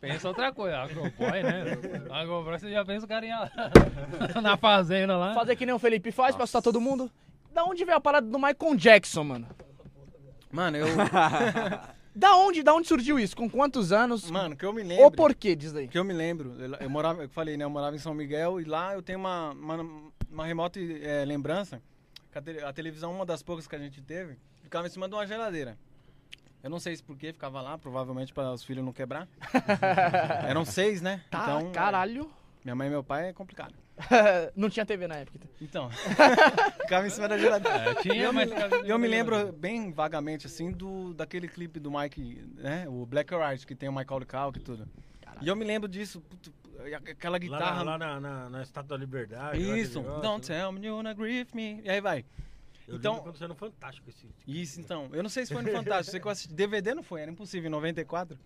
pensa outra coisa. Agroboy, né? Agroboy, você já pensa o carinha lá na fazenda lá. Fazer que nem o Felipe faz pra assustar todo mundo. Da onde veio a parada do Michael Jackson, mano? Mano, eu. Da onde, da onde surgiu isso? Com quantos anos? Mano, que eu me lembro. Ou por quê, diz daí? Que eu me lembro, eu, eu morava, eu falei, né? Eu morava em São Miguel e lá eu tenho uma, uma, uma remota eh, lembrança. que a, tele- a televisão, uma das poucas que a gente teve, ficava em cima de uma geladeira. Eu não sei se por que ficava lá, provavelmente para os filhos não quebrar. Eram seis, né? Tá, então, caralho. Minha mãe e meu pai é complicado. Não tinha TV na época. Então, ficava em cima da geladeira. É, tinha, mas ficava- E eu me lembro bem vagamente, assim, do, daquele clipe do Mike, né? O Black Right, que tem o Michael Calc e tudo. E eu me lembro disso, puto, e a- aquela Lá, guitarra. na, lá na, na, na Estátua da Liberdade. lá, Isso, aquele negócio, don't né? tell me you wanna grieve me. E aí vai. Eu lembro Então- quando você era um fantástico esse. Isso, então. Eu não sei se foi no Fantástico, sei que eu assisti. DVD não foi, era impossível, em 94.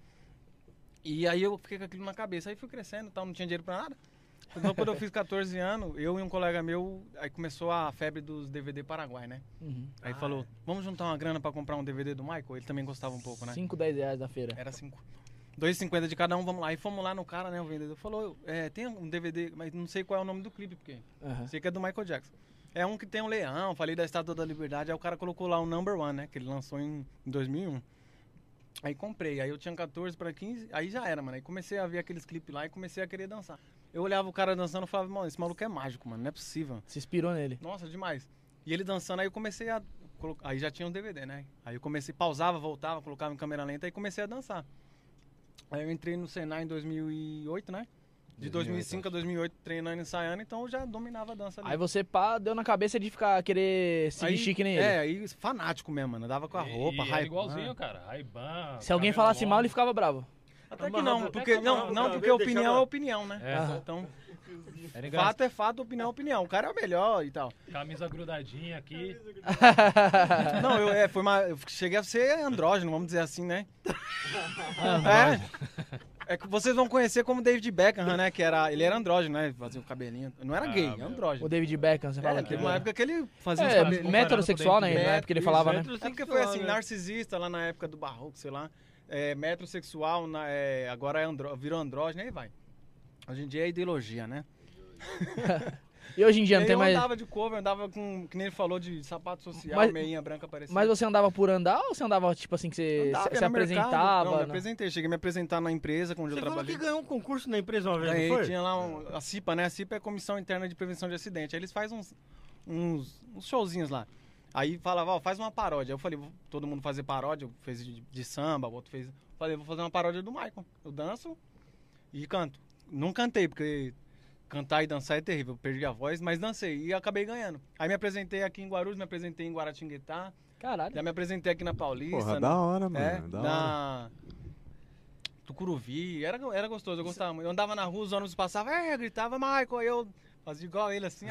E aí eu fiquei com aquilo na cabeça. Aí fui crescendo e tal, não tinha dinheiro pra nada. Então quando eu fiz 14 anos, eu e um colega meu, aí começou a febre dos DVD Paraguai, né? Uhum. Aí falou, vamos juntar uma grana pra comprar um DVD do Michael? Ele também gostava um pouco, né? 5, 10 reais da feira. Era cinco. 2,50 de cada um, vamos lá. Aí fomos lá no cara, né? O vendedor falou, é, tem um DVD, mas não sei qual é o nome do clipe, porque Aham. Sei que é do Michael Jackson. É um que tem um leão, falei da Estátua da Liberdade, aí o cara colocou lá o Number One, né? Que ele lançou em 2001. Aí comprei, aí eu tinha 14 pra 15, aí já era, mano. Aí comecei a ver aqueles clipes lá e comecei a querer dançar. Eu olhava o cara dançando e falava, mano, esse maluco é mágico, mano, não é possível. Se inspirou nele. Nossa, demais. E ele dançando, aí eu comecei a. colo- Aí já tinha um DVD, né? Aí eu comecei, pausava, voltava, colocava em câmera lenta e comecei a dançar. Aí eu entrei no Senai em 2008, né? De 2005 a 2008, treinando e ensaiando, então eu já dominava a dança ali. Aí você pá, deu na cabeça de ficar querer se Aí- vestir que nem ele. É, aí fanático mesmo, mano. Andava com a roupa, E- e raiva. Ah. era igualzinho, cara. Ray-Ban, Se alguém cabelo falasse mal, longo. ele ficava bravo. Até que não, porque, não, não, porque opinião é opinião, né? É. Então, Era engraçado. fato é fato, opinião é opinião. O cara é o melhor e tal. Camisa grudadinha aqui. Não, eu, é, foi uma, eu cheguei a ser andrógeno, vamos dizer assim, né? é. É que vocês vão conhecer como David Beckham, né? Que era, ele era andrógeno, né? Fazia o cabelinho. Não Ah, era gay, andrógeno. O David Beckham, você fala É, que. teve uma época que ele fazia uns É, caras- me- me- metrosexual, né? comparando com Na dentro. época que ele falava, né? É porque foi assim, narcisista lá na época do barroco, sei lá. É, metrosexual, na- é, agora é andro, virou andrógeno, aí vai. Hoje em dia é ideologia, né? E hoje em E dia aí não tem eu mais. andava de cover, andava com, que nem ele falou, de sapato social, Mas- meinha branca parecida. Mas você andava por andar ou você andava, tipo assim, que você Andava, se- ia se no mercado. apresentava? né? Não, me não? apresentei. Cheguei a me apresentar na empresa onde Você eu falou trabalhei. que ganhou um concurso na empresa uma vez, Ganhei, não foi? tinha lá um- a CIPA, né? A CIPA é a Comissão Interna de Prevenção de Acidente. Aí eles fazem uns, uns, uns showzinhos lá. Aí falava, ó, faz uma paródia. Eu falei, vou- todo mundo fazer paródia, eu fez de, de samba, o outro fez. Falei, vou fazer uma paródia do Michael. Eu danço e canto. Não cantei, porque cantar e dançar é terrível. Eu perdi a voz, mas dancei e acabei ganhando. Aí me apresentei aqui em Guarulhos, me apresentei em Guaratinguetá, Caralho. já me apresentei aqui na Paulista. Porra, na- da hora, mano. é, né? da hora. na... Tucuruvi, era, era gostoso, eu gostava muito. Eu andava na rua, os ônibus passavam, é, gritava, Michael, aí eu fazia igual ele, assim.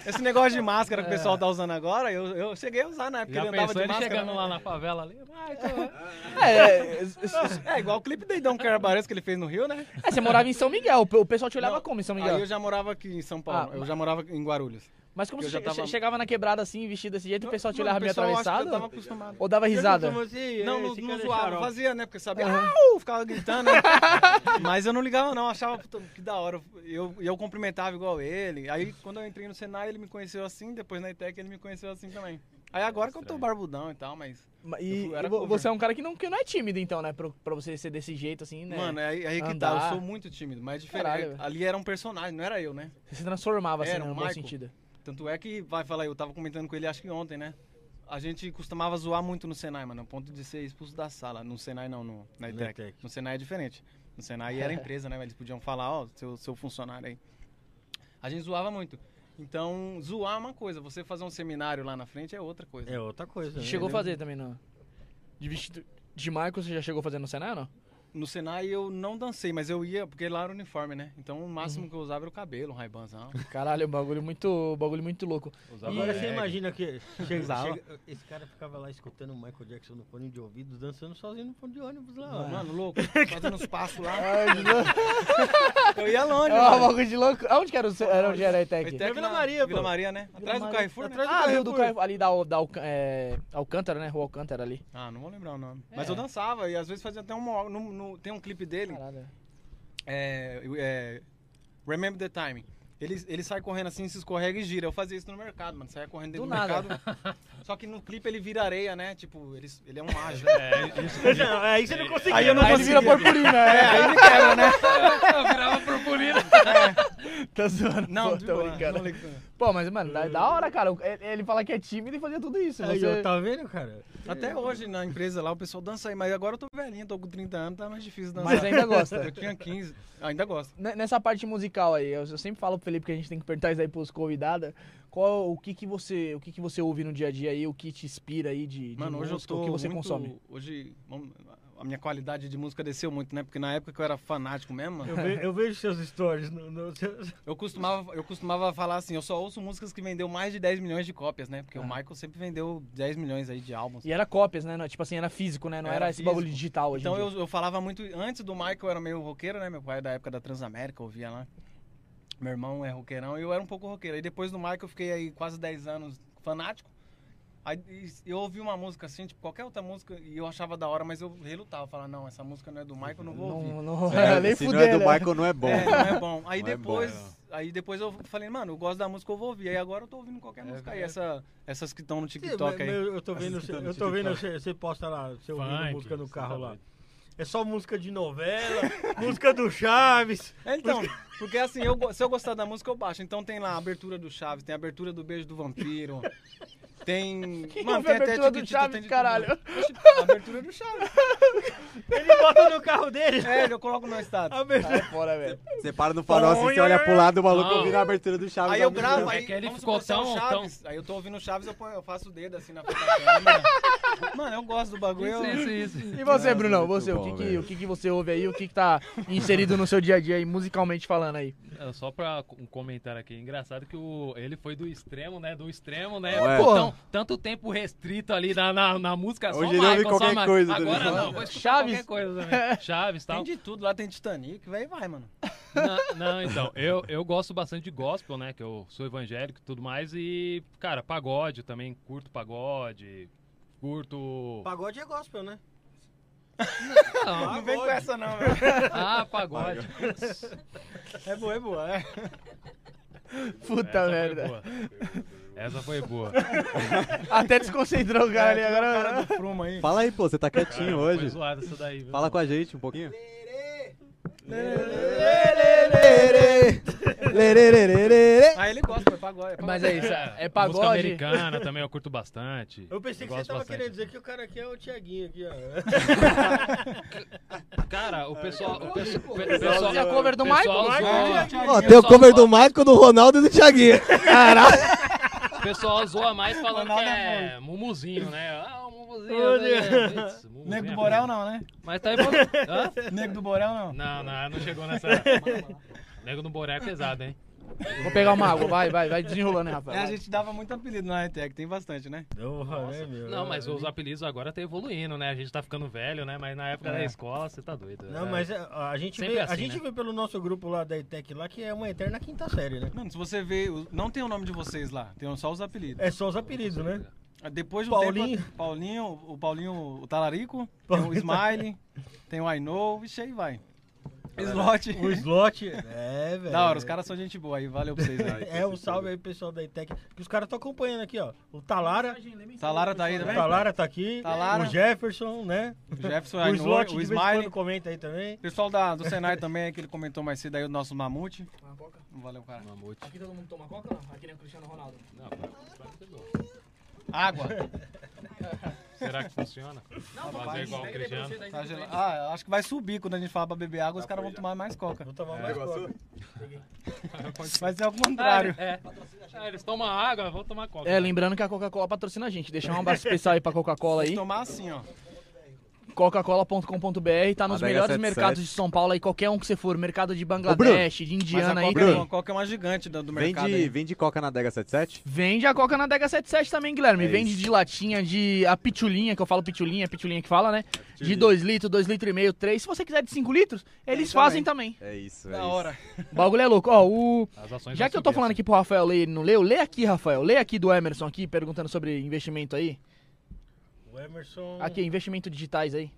esse, esse negócio de máscara É. que o pessoal tá usando agora, eu, eu cheguei a usar na época, Já ele andava pensou de ele máscara. chegando né? lá na favela ali? Ai, tô- É, É, igual o clipe de Dom Carabares que ele fez no Rio, né? é, você morava em São Miguel, o pe- o pessoal te olhava Não, como em São Miguel? Aí eu já morava aqui em São Paulo, Ah, eu já morava em Guarulhos. Mas como eu você já che- che- tava- chegava na quebrada assim, vestido desse jeito, o pessoal te Mano, olhava meio pessoal acha que atravessado? Eu tava acostumado. Ou dava risada? Perguntam assim, você, Não, é, não, esse não cara é zoava, xarope. fazia, né? Porque sabia, "Au", ficava gritando, né? Mas eu não ligava não, achava puta, que da hora. Eu, eu cumprimentava igual ele. Aí quando eu entrei no Senai, ele me conheceu assim, depois na ITEC ele me conheceu assim também. Aí agora que eu tô barbudão e tal, mas... Ma- E, Eu fui- era e vo- cover. você é um cara que não, que não é tímido, então, né? Pra, pra você ser desse jeito, assim, né? Mano, aí, aí que tá, Andar. eu sou muito tímido, mas é diferente. Caralho, velho. Ali era um personagem, não era eu, né? Você se transformava, assim, Era né, um no bom Michael. sentido. Tanto é que, vai falar, eu tava comentando com ele acho que ontem, né? A gente costumava zoar muito no Senai, mano, a ponto de ser expulso da sala. No Senai não, no, Na na ITEC. ITEC. No Senai é diferente. No Senai era empresa, né? Eles podiam falar, ó, seu, seu funcionário aí. A gente zoava muito. Então, zoar é uma coisa, você fazer um seminário lá na frente é outra coisa. É outra coisa. né? chegou a Ele- fazer também, não? De vestido de Michael, você já chegou a fazer no Senai, não? No Senai eu não dancei, mas eu ia, porque lá era uniforme, né? Então o máximo que eu usava era o cabelo, um raibanzão. Caralho, um bagulho muito, bagulho muito louco. Usava Agora leg. é. você imagina que chega, Usava. chega- esse cara ficava lá escutando o Michael Jackson no fone de ouvido, dançando sozinho no fone de ônibus lá. ó. Mano, louco, fazendo uns passos lá. eu ia longe, É um mano. bagulho de louco. Aonde que era, o, se- era, onde era a Foi ETEC? até Vila na- Maria, pô. Vila Maria, né? Atrás do Maria- Carrefour, né? Ah, ali do Carrefour, ali da, Al- da Alcan- é, Alcântara, né? Rua Alcântara ali. Ah, não vou lembrar o nome. É. Mas eu dançava e às vezes fazia até um... No, no- tem um clipe dele, Caralho. é, eu- é, Remember the Time. Ele, ele sai correndo assim, se escorrega e gira. Eu fazia isso no mercado, mano. Saia correndo dentro Do do, nada. mercado. Só que no clipe ele vira areia, né? Tipo, ele, ele é um mágico. É, isso que eu digo. aí você não conseguiu. Aí eu não Aí ele vira conseguia. purpurina, É, é. aí ele quebra, né? Eu virava purpurina. Tá zoando. Não, Não, de tô boa, brincando. não ligo pra isso. Pô, mas, mano, da, da hora, cara. Ele, ele fala que é tímido e fazia tudo isso. Aí, Você... ó, tá vendo, cara? Até hoje na empresa lá o pessoal dança aí, mas agora eu tô velhinho, tô com 30 anos, tá mais difícil dançar. Mas ainda gosta. Eu tinha 15, ainda gosto. Ne- Nessa parte musical aí, eu, eu sempre falo pro Felipe que a gente tem que perguntar isso aí pros convidados. Qual o que que você, o que que você ouve no dia a dia aí, o que te inspira aí de, de Mano, hoje eu música, tô o que você muito- consome? Hoje vamos- a minha qualidade de música desceu muito, né? Porque na época que eu era fanático mesmo, mano, Eu, ve- eu vejo seus stories no, no seu- eu costumava, eu costumava falar assim, eu só ouço músicas que vendeu mais de 10 milhões de cópias, né? É. Porque o Michael sempre vendeu 10 milhões aí de álbuns. E era cópias, né? Não, tipo assim, era físico, né? Não era, Era esse bagulho físico. digital hoje. Então em dia. eu, eu falava muito, antes do Michael eu era meio roqueiro, né? Meu pai é da época da Transamérica, eu ouvia lá. Meu irmão é roqueirão e eu era um pouco roqueiro. Aí depois do Michael eu fiquei aí quase 10 anos fanático. Aí e- eu ouvi uma música assim, tipo qualquer outra música, e eu achava da hora, mas eu relutava, falava, não, essa música não é do Michael, eu não vou ouvir. não, não, É, nem se não é fuder, do né? Michael, não é bom. É, não é bom. Aí Não é depois, aí depois eu falei, mano, eu gosto da música, eu vou ouvir. Aí agora eu tô ouvindo qualquer música aí, essa, essas que estão no TikTok Mas- mas aí. Eu tô vendo, Essas que você- tão no eu tô vendo TikTok. você, você posta lá, você ouvindo Funk, música no você carro tá lá. doido. É só música de novela, música do Chaves. É, Então, porque assim, eu go- se eu gostar da música, eu baixo. Então tem lá a abertura do Chaves, tem a abertura do Beijo do Vampiro, tem... Quem mano, ouve a tem até abertura do Tiquitita, Chaves, tem de tudo. caralho? Oxe, a abertura é do Chaves. Ele bota no carro dele. É, eu coloco no meu status. A verdade. Sai fora, É velho. Você para no farol, assim, você olha pro lado, o maluco Não. vira a abertura do Chaves. Aí eu tá gravo, vendo? aí É que ele vamos ficou supor, se é o tão- Chaves, Aí eu tô ouvindo o Chaves, eu, ponho- eu faço o dedo assim na frente da câmera. Mano, eu gosto do bagulho. eu- Isso, isso, isso. E você, Nossa, Brunão? muito Você, o, bom, que que, velho. o que que você ouve aí? O que que tá inserido no seu dia a dia aí, musicalmente falando aí? É, Só pra co- um comentário aqui, engraçado que o, ele foi do extremo, né? Do extremo, né? Ué. Então, tanto tempo restrito ali na, na, na música só Hoje ele Michael, ouve só qualquer Michael. coisa, tá Agora ligado? não, vou escutar Chaves. qualquer coisa também. Chaves e Tem tal. de tudo, lá tem Titanic, vai e vai, mano. Não, não, então, eu, eu gosto bastante de gospel, né? Que eu sou evangélico e tudo mais. E, cara, pagode também, curto pagode, curto. Pagode é gospel, né? Não, Não vem com essa não, velho. ah, pagode. É boa, é boa. É. Puta Essa foi merda. boa. Essa foi boa. Até desconcentrou o cara ali É, tem um agora. cara do Fruma aí. Fala aí, pô, você tá quietinho Cara, foi hoje. zoado essa daí, viu? Fala com a gente um pouquinho. Lererererê. Ah, ele gosta, mas pagode. é pagode. Mas é isso, é Música pagode. americana também eu curto bastante. Eu pensei que gosto você tava bastante. querendo dizer que o cara aqui é o Tiaguinho aqui, ó. Cara, o pessoal. O pessoal, o Você pessoal- é cover do o Michael? pessoal zoa- Ó, tem o cover do Michael, do Ronaldo e do Thiaguinho. Caralho. O pessoal zoa mais falando que Ronaldo é é mumuzinho, né? Ah, o mumuzinho. Ô, né? Deus. Putz, mumuzinho Nego do é Borel ruim. não, né? Mas tá evoluindo. Hã? Nego do Borel não. Não, não, não chegou nessa. Nego no Boré é pesado, hein? Vou pegar uma água, vai, vai, vai desenrolando, hein, Rafael. É, a vai. gente dava muito apelido na Hightech, tem bastante, né? Porra, né, meu? Não, mas os apelidos agora tá evoluindo, né? A gente tá ficando velho, né? Mas na época da escola, você tá doido. É. Não, né? mas é, a, gente Sempre vê, a assim, gente né? vê pelo nosso grupo lá da ETEC lá que é uma eterna quinta série, né? Mano, se você vê, o- não tem o nome de vocês lá, tem só os apelidos. É só os apelidos, né? Ah, Depois do Paulinho. tempo, Paulinho, o Paulinho, o Talarico, tem o Smiley, tem o I Know, vixe, aí vai. Slot. O slot. É, velho. Da hora, os caras são gente boa aí, valeu pra vocês aí. É, um salve aí, pessoal da ETEC. Que os caras estão acompanhando aqui, ó. O Talara. Talara tá aí O Né? também? Talara tá aqui. Talara. O Jefferson, né? O Jefferson, O I Know, slot de o vez em quando Smiley. comenta aí também. O pessoal da, do Senai também, que ele comentou mais cedo aí, o nosso Mamute. Uma coca? Valeu, cara. Mamute. Aqui todo mundo toma coca ou não? Aqui nem o Cristiano Ronaldo. Não, vai ser bom. Água. Será que funciona? Não, Fazer igual o Cristiano. Tá gelado. Ah, acho que vai subir quando a gente falar pra beber água, os caras vão tomar mais coca. Vou tomar mais coca. Vai ser ao Ah, contrário. é. Ah, eles tomam água, vão tomar coca. É, lembrando que a Coca-Cola patrocina a gente. Deixar um abraço especial aí pra Coca-Cola aí. Tomar assim, ó. Coca-Cola.com.br tá nos Adega melhores 77. mercados de São Paulo aí, qualquer um que você for. Mercado de Bruno, Bangladesh, de Mas Indiana a aí. Coca, Bruno. a Coca é uma gigante do, do mercado. Vende, aí. vende coca na Dega 77? Vende a Coca na Dega 77 também, Guilherme. É Vende isso. de latinha, de a pitulinha, que eu falo pitulinha, é pitulinha que fala, né? De 2 litros, 2 litros e meio, 3. Se você quiser de 5 litros, eles também. fazem também. É isso, é Da isso. hora. O bagulho é louco. Ó, o... As ações Já vão que eu tô subir, falando assim. aqui pro Rafael ler e ele não leu, lê aqui, Rafael. Lê aqui do Emerson aqui, perguntando sobre investimento aí. O Emerson. Aqui, Hum. investimento digitais aí.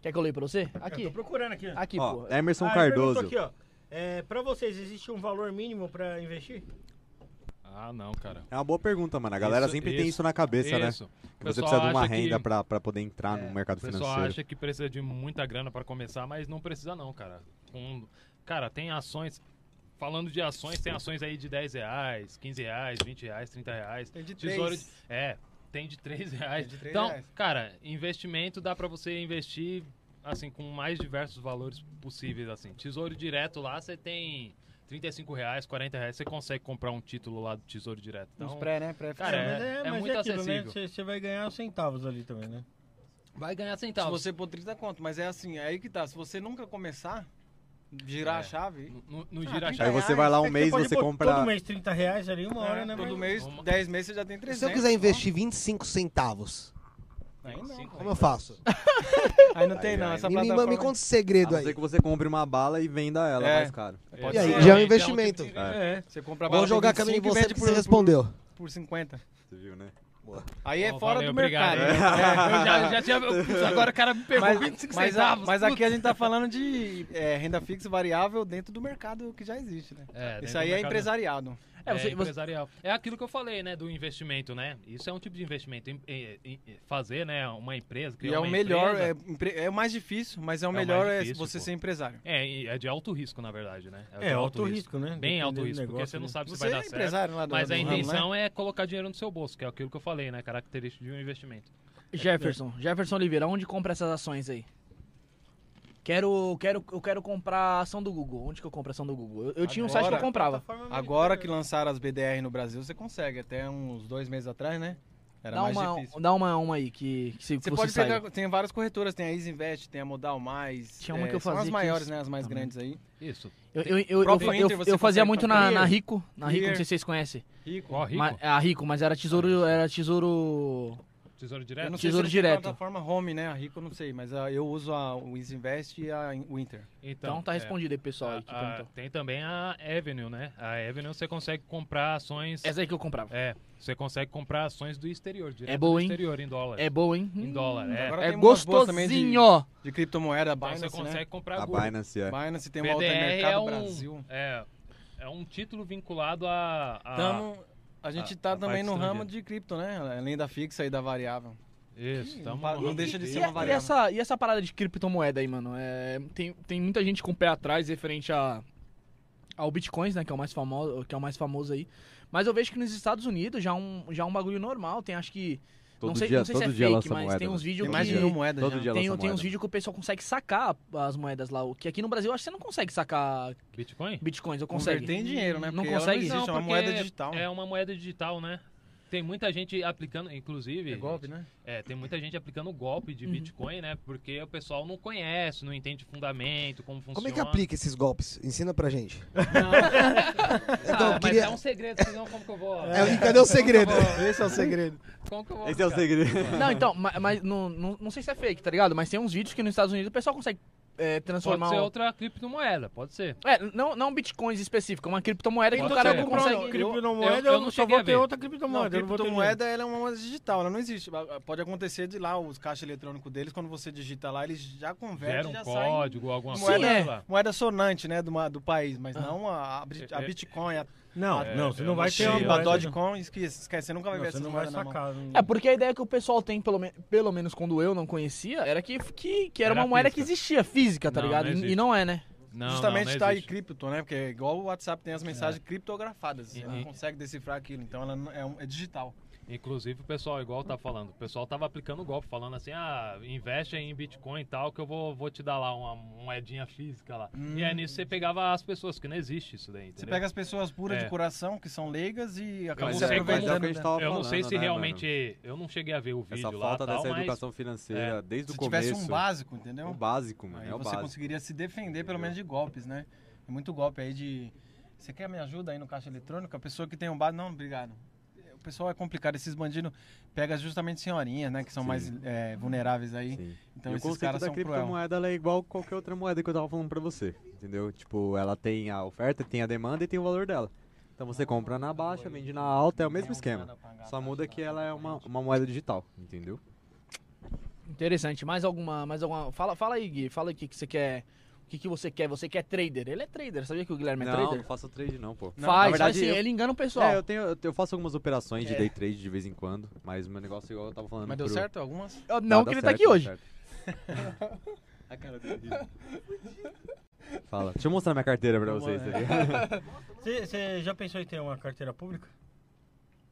Quer que eu leia pra você? Eu tô Aqui. procurando aqui. Aqui, Ó, pô. é- Emerson Ah, ele perguntou Cardoso. Aqui, ó. É, pra vocês, existe um valor mínimo pra investir? Ah, não, cara. É uma boa pergunta, mano. A galera Isso, sempre isso, tem isso na cabeça, né? Isso. Que É, você pessoal precisa de uma acha que- renda pra, pra poder entrar no mercado O pessoal financeiro. acha que precisa de muita grana para começar, mas não precisa não, cara. Um- cara, tem ações... Falando de ações, tem ações aí de 10 reais, 15 reais, 20 reais, 30 reais. Tem de Tesouro três. de- É, tem de 3 reais. Tem de três então, reais. cara, investimento dá pra você investir assim com mais diversos valores possíveis assim. Tesouro direto lá você tem 35 reais, 40 reais, você consegue comprar um título lá do Tesouro Direto. Uns Então, pré, né? Pré Cara, fica- é- é muito acessível. né? Você vai ganhar centavos ali também, né? vai ganhar Se centavos. você pôr 30 conto, mas é assim, é aí que tá. Se você nunca começar, girar É. a chave, No, no, no Ah, gira a tem chave. Aí você vai lá um É que mês, pode você pôr compra. Todo mês 30 reais ali, É, uma hora, né? é, todo velho? mês, Uma- 10 meses você já tem 300. Se eu quiser investir 25 centavos, Aí não, como eu faço? aí não tem Aí não. já- Essa Me, me, me plataforma- conta esse a segredo não ser aí. que você compre uma bala e venda ela É. mais caro. Pode E aí, ser. já é um Realmente investimento. tipo de- É. É, você compra a Vou bala por jogar a câmera em 25 e você vende porque por- você respondeu. Por, por 50. Você viu, né? Aí é Bom, fora valeu, do mercado. obrigado. né? Eu já, já tinha. Putz, agora o cara me pegou Mas, 25 mas a- centavos. mas putz. aqui a gente tá falando de é, renda fixa e variável dentro do mercado que já existe, né? É, dentro Isso do aí é mercado- empresariado. É, É, você- você- empresarial. É aquilo que eu falei, né? Do investimento, né? Isso é um tipo de investimento. Em- em- em- fazer, né? Uma empresa. E Criar é o uma melhor, empresa. é, empre- é o mais difícil, mas é o É o mais melhor é difícil, você pô. ser empresário. É, e é de alto risco, na verdade, né? de É, alto risco, né? Bem Dependendo alto do risco, porque negócio, você não né? sabe se Você vai é dar certo. empresário lá do Mas a do ramo, né? intenção é colocar dinheiro no seu bolso, que é aquilo que eu falei, né? Característica de um investimento. Jefferson, Jefferson Oliveira, onde compra essas ações aí? Quero, quero, eu quero comprar a ação do Google. Onde que eu compro a ação do Google? Eu, eu tinha um site que eu Agora- comprava. Agora que lançaram as BDR no Brasil, você consegue. Até uns dois meses atrás, né? Era Dá mais uma, um difícil. dá uma, uma aí que, que se Você você pode saiu. pegar, tem várias corretoras, tem a Easy Invest, tem a Modal Mais. Tinha uma que eu são as fazia que maiores, eu- né? As mais Também. grandes aí. Isso. Eu, eu, eu, eu, Próprio eu- Inter eu você fazia consegue muito na, comprar. na Rico, na Rico, não Clear. sei se vocês conhecem. Rico. Ah, Ó, rico. Mas, é, a Rico, mas era tesouro, era tesouro. É, Tesouro Eu direto. não sei Tesouro se eles têm Direto. plataforma home, né? A Rico eu não sei, mas ah, eu uso a o Easy Invest e a Winter. Então, tá é. respondido aí, Ah, pessoal. aí, que A- a- perguntou. tem também a Avenue, né? A Avenue você consegue comprar ações. Essa aí que eu comprava. É, você consegue comprar ações do exterior, direto É boa, do hein? exterior em dólar. É, boa, hein? Em dólar, é. Agora É tem umas boas também de- gostosinho! De criptomoeda, Então Binance, você consegue né? comprar A Google. Binance é. Binance tem uma outra em BDR mercado é um, Brasil. é, é um título vinculado a... a Tamo, a gente a- tá Ah, a também parte no ramo estrangeira. de cripto, né? Além da fixa e da variável. Isso, tamo pa- não deixa de E- ser e, uma e variável. essa, e essa parada de criptomoeda aí, mano? É, tem, tem muita gente com o pé atrás referente a, ao Bitcoins, né? Que é, o mais famoso, que é o mais famoso aí. Mas eu vejo que nos Estados Unidos já é um, já é um bagulho normal. Tem acho que. não Todo sei, dia- não sei se todo é dia fake, lança mas moeda, né? tem uns mano. vídeos Tem que. mais de um mil moedas Todo já. dia tem, um- lança tem uns moeda. vídeos que o pessoal consegue sacar as moedas lá. O que aqui no Brasil eu acho que você não consegue sacar Bitcoin? bitcoins, eu Converter consegue. em dinheiro, né? Não Porque ela consegue? Não existe, é uma porque moeda digital. É uma moeda digital, né? Tem muita gente aplicando, inclusive. É golpe, Uhum. né? É, tem muita gente aplicando golpe de Bitcoin, né? Porque o pessoal não conhece, não entende fundamento, como funciona. Como é que aplica esses golpes? Ensina pra gente. Ah, Então, eu mas queria... é um segredo, senão como que eu vou. É, e cadê o segredo? Esse é o segredo. Como que eu vou. um Esse é o cara? segredo. Não, então, ma- mas, não, não, não sei se é fake, tá ligado? Mas tem uns vídeos que nos Estados Unidos o pessoal consegue é, transformar. Pode ser o- outra criptomoeda, pode ser. É, não, não bitcoins específico, é uma criptomoeda que Pode o cara ser. não consegue. criptomoeda, eu- eu, eu não só cheguei a vou ter ver. outra Não, a criptomoeda. eu não vou ter criptomoeda ela é uma moeda digital, ela não existe. Ah, Pode acontecer de lá, os caixas eletrônicos deles, quando você digita lá, eles já Gera convertem, já um saem. código, alguma Sim, coisa. é. lá. Moeda sonante, né, do, ma- do país, mas não a, a Bri- a É- Bitcoin, a, Bitcoin, nenhuma. Não, É, não, você eu não não vai sei, ter eu uma não a moeda. Dogecoin, esquece, esquece, você nunca vai Não, ver você essas não vai moedas na mão. sacar. É, porque a ideia que o pessoal tem, pelo, me- pelo menos quando eu não conhecia, era que, que, que era, Era uma moeda que física. existia, física, tá Não, ligado? não E- existe. e não é, né? Não, Justamente não, não tá aí existe. cripto, né? Porque é igual o WhatsApp tem as É. mensagens criptografadas, você E- Uhum. não e- consegue decifrar aquilo, então ela não- é, um- é digital. Inclusive o pessoal, igual tá falando, o pessoal tava aplicando golpe, falando assim, ah, investe aí em Bitcoin e tal, que eu vou, vou te dar lá uma moedinha física lá. E aí nisso você pegava as pessoas, que não existe isso daí, Você entendeu? pega as pessoas puras É. de coração, que são leigas e acabam não se sei como- mas é o aproveitando. que a da- gente tava Eu não falando, sei se né, realmente. mano? Eu não cheguei a ver o vídeo Essa lá falta tá tal, dessa mas educação é, financeira desde o Se começo. tivesse um básico, né? entendeu? O básico, mano. Aí é o você básico. conseguiria se defender, Entendeu? pelo menos, de golpes, né? É muito golpe aí de. Você quer me ajuda aí no caixa eletrônico? A pessoa que tem um bar. Não, obrigado. O pessoal é complicado. Esses bandidos pegam justamente senhorinhas, né? Que são Sim. mais é, vulneráveis aí. Sim. Então e o esses conceito caras da são cruel. criptomoeda ela é igual qualquer outra moeda que eu tava falando pra você, entendeu? Tipo, ela tem a oferta, tem a demanda e tem o valor dela. Então você compra na baixa, vende na alta, é o mesmo esquema. Só muda que ela é uma, uma moeda digital, entendeu? Interessante. Mais alguma, mais alguma. Fala, fala aí, Gui. Fala aí o que, que você quer. O que, que você quer? Você quer trader? Ele é trader. Sabia que o Guilherme é Não, não trader? faço trade não, pô. Não, faz, na verdade, faz sim. eu- Ele engana o pessoal. É, eu, tenho, eu te- eu faço algumas operações de É. day trade de vez em quando, mas meu negócio, igual eu tava falando... Mas deu pro- Tá certo algumas? Eu- Não, não dá que ele tá certo, aqui dá hoje. certo. a cara dele. Fala. Deixa eu mostrar minha carteira pra Vamos vocês. lá, tá né? ligado? Você você já pensou em ter uma carteira pública?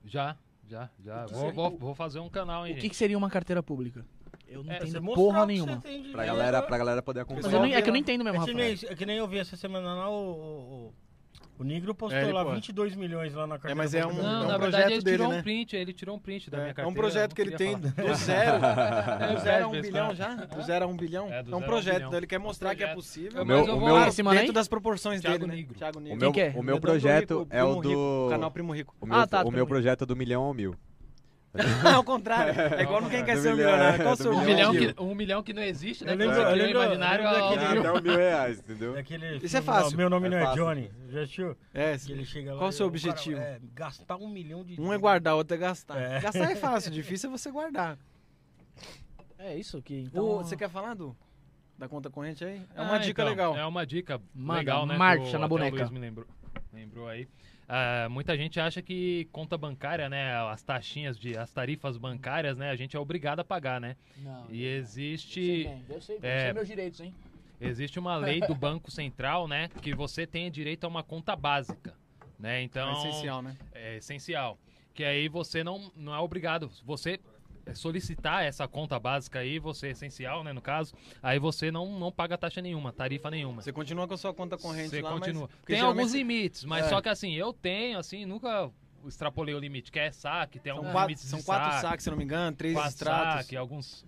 Já, já, já. Vou, vou, vou fazer um canal, hein, O que, gente. que seria uma carteira pública? Eu não É, entendo Você mostrar porra o que você nenhuma. tem de pra, dinheiro. galera, pra galera poder Mas acompanhar. eu Só não- é ver que eu não lá. entendo né? mesmo, É que, nem, Rafael. é que nem eu vi essa semana lá, o, o, o- o Nigro postou É, ele lá pô- 22 milhões lá na carteira. mas é pública. um- Não, É um na projeto verdade ele dele, tirou um né? print, ele tirou um print da minha É carteira. um projeto eu que ele queria tem falar. do zero. Do zero a um É, Zero vezes bilhão quatro. já? Do zero a um bilhão? É, É, do um zero a um projeto, bilhão. então ele quer mostrar que é projeto. possível. Eu- meu- mas eu o vou meu- lá Claro, esse mano aí? dentro das proporções Thiago dele, Nigro. né? Thiago O Nigro. meu, que é? o meu Medão do projeto Rico, é o Primo do. Rico, canal Primo Rico. O meu, Ah, tá, o primo meu rico. projeto é do milhão ao mil. Não, ao contrário. É igual no Quem Quer Do Ser um milhão, Milionário. Qual é, o do seu Um milhão, objetivo? que, um milhão que não existe, Eu né? que lembro- você eu cria o lembro- imaginário é eu um É lembro ao- daquele- até o mil reais, entendeu? Daquele Isso é filme lá, fácil. Meu nome É não é fácil. Johnny. Já assistiu? É, Que ele chega lá Qual o e seu o cara- objetivo? é, gastar um milhão de um é dinheiro. guardar, o outro é gastar. É. Gastar é fácil, difícil é você guardar. Tá É isso que. Ô, Então, você quer falar, Du? Da conta corrente aí? É Ah, uma dica então, legal. É uma dica Manda, legal, né? que marcha o- na até o boneca. Luiz me lembrou, lembrou aí. Ah, muita gente acha que conta bancária, né? As taxinhas, de, as tarifas bancárias, né? A gente é obrigado a pagar, né? Não. E Eu sei existe, bem, eu sei bem, é- eu sei meus direitos, hein? existe uma lei do Banco Central, né? Que você tem direito a uma conta básica, né? Então, É essencial, né? é essencial. Que aí você não, não é obrigado. Você solicitar essa conta básica aí, você é essencial, né? No caso, aí você não, não paga taxa nenhuma, tarifa nenhuma. Você continua com a sua conta corrente Você lá, mas- continua. porque Tem geralmente alguns você- limites, mas É. só que assim, eu tenho, assim, nunca extrapolei o limite. Quer saque, tem São alguns quatro, limites são de quatro saque, saques, se não me engano, três quatro extratos. saque, alguns...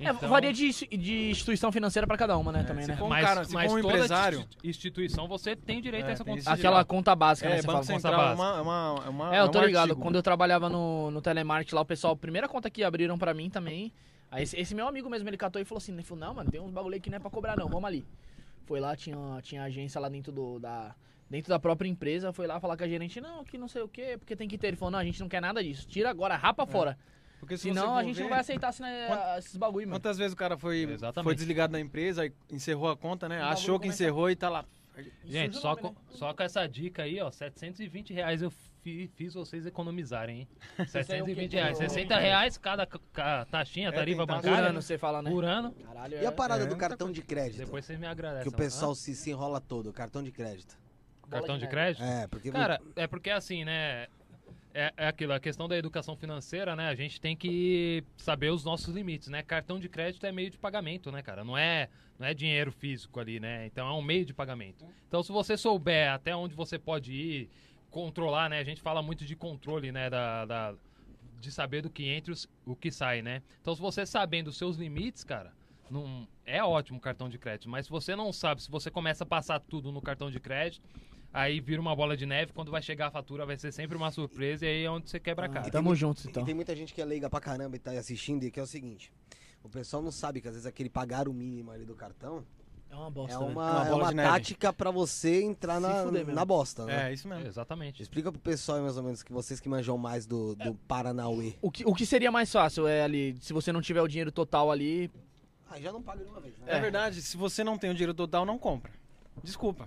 é, Então, varia de, de instituição financeira pra cada uma, né? também, se né? for um mas, cara, se mas for um toda empresário- institu- instituição, você tem direito a É, essa tem conta. esse social. Aquela conta básica, né? É, Você Banco fala. conta Central é básica. uma, é uma, é uma- É, eu tô um ligado. artigo. Quando eu trabalhava no, no telemarketing lá, o pessoal, a primeira conta que abriram pra mim também. Aí esse, esse meu amigo mesmo, ele catou e falou assim: ele falou, não, mano, tem uns bagulho aí que não é pra cobrar, não, vamos ali. Foi lá, tinha, tinha agência lá dentro do, da. Dentro da própria empresa, foi lá falar com a gerente, não, que não sei o quê, porque tem que ter. Ele falou, não, a gente não quer nada disso. Tira agora, rapa fora. Porque se você Senão for a gente não ver- vai aceitar assim, né, Quant- esses bagulho, mano. Quantas vezes o cara foi, Exatamente. foi desligado da empresa, aí encerrou a conta, né? O bagulho Achou que começa- encerrou e tá lá. Gente, Surge o só nome, com, né? só com essa dica aí, ó, 720 reais eu fi- fiz vocês economizarem, hein? é o quê? 720 reais. 60 reais cada ca- ca- É, taxinha, tarifa tentar- Por bancária ano você fala, né? por ano. Caralho, E a é. parada É, do muita cartão de crédito? Depois né? vocês me agradecem. Que o pessoal se, se enrola todo, cartão de crédito. Hã? cartão de Bola de crédito? É, porque. Cara, é porque assim, né? É, é aquilo, a questão da educação financeira, né? A gente tem que saber os nossos limites, né? Cartão de crédito é meio de pagamento, né, cara? Não é, não é dinheiro físico ali, né? Então é um meio de pagamento. Então se você souber até onde você pode ir, controlar, né? A gente fala muito de controle, né? Da, da- de saber do que entra e os- o que sai, né? Então se você sabendo os seus limites, cara, não, é ótimo o cartão de crédito. Mas se você não sabe, se você começa a passar tudo no cartão de crédito, aí vira uma bola de neve. Quando vai chegar a fatura, vai ser sempre uma surpresa e aí é onde você quebra a Ah, cara. Tamo juntos, então. E tem muita gente que é leiga pra caramba e tá assistindo, e que é o seguinte. O pessoal não sabe que às vezes aquele pagar o mínimo ali do cartão É uma bosta, é né? uma, Uma é bola uma de neve. tática pra você entrar Se na, fuder mesmo. na bosta, Uhum. né? É, isso mesmo. Exatamente. Explica pro pessoal aí, mais ou menos que vocês que manjam mais do, do Paranauê. O que, o que seria mais fácil é ali, se você não tiver o dinheiro total ali. Ah, já não paga de uma vez, né? É. verdade, se você não tem o dinheiro total, não compra. Desculpa.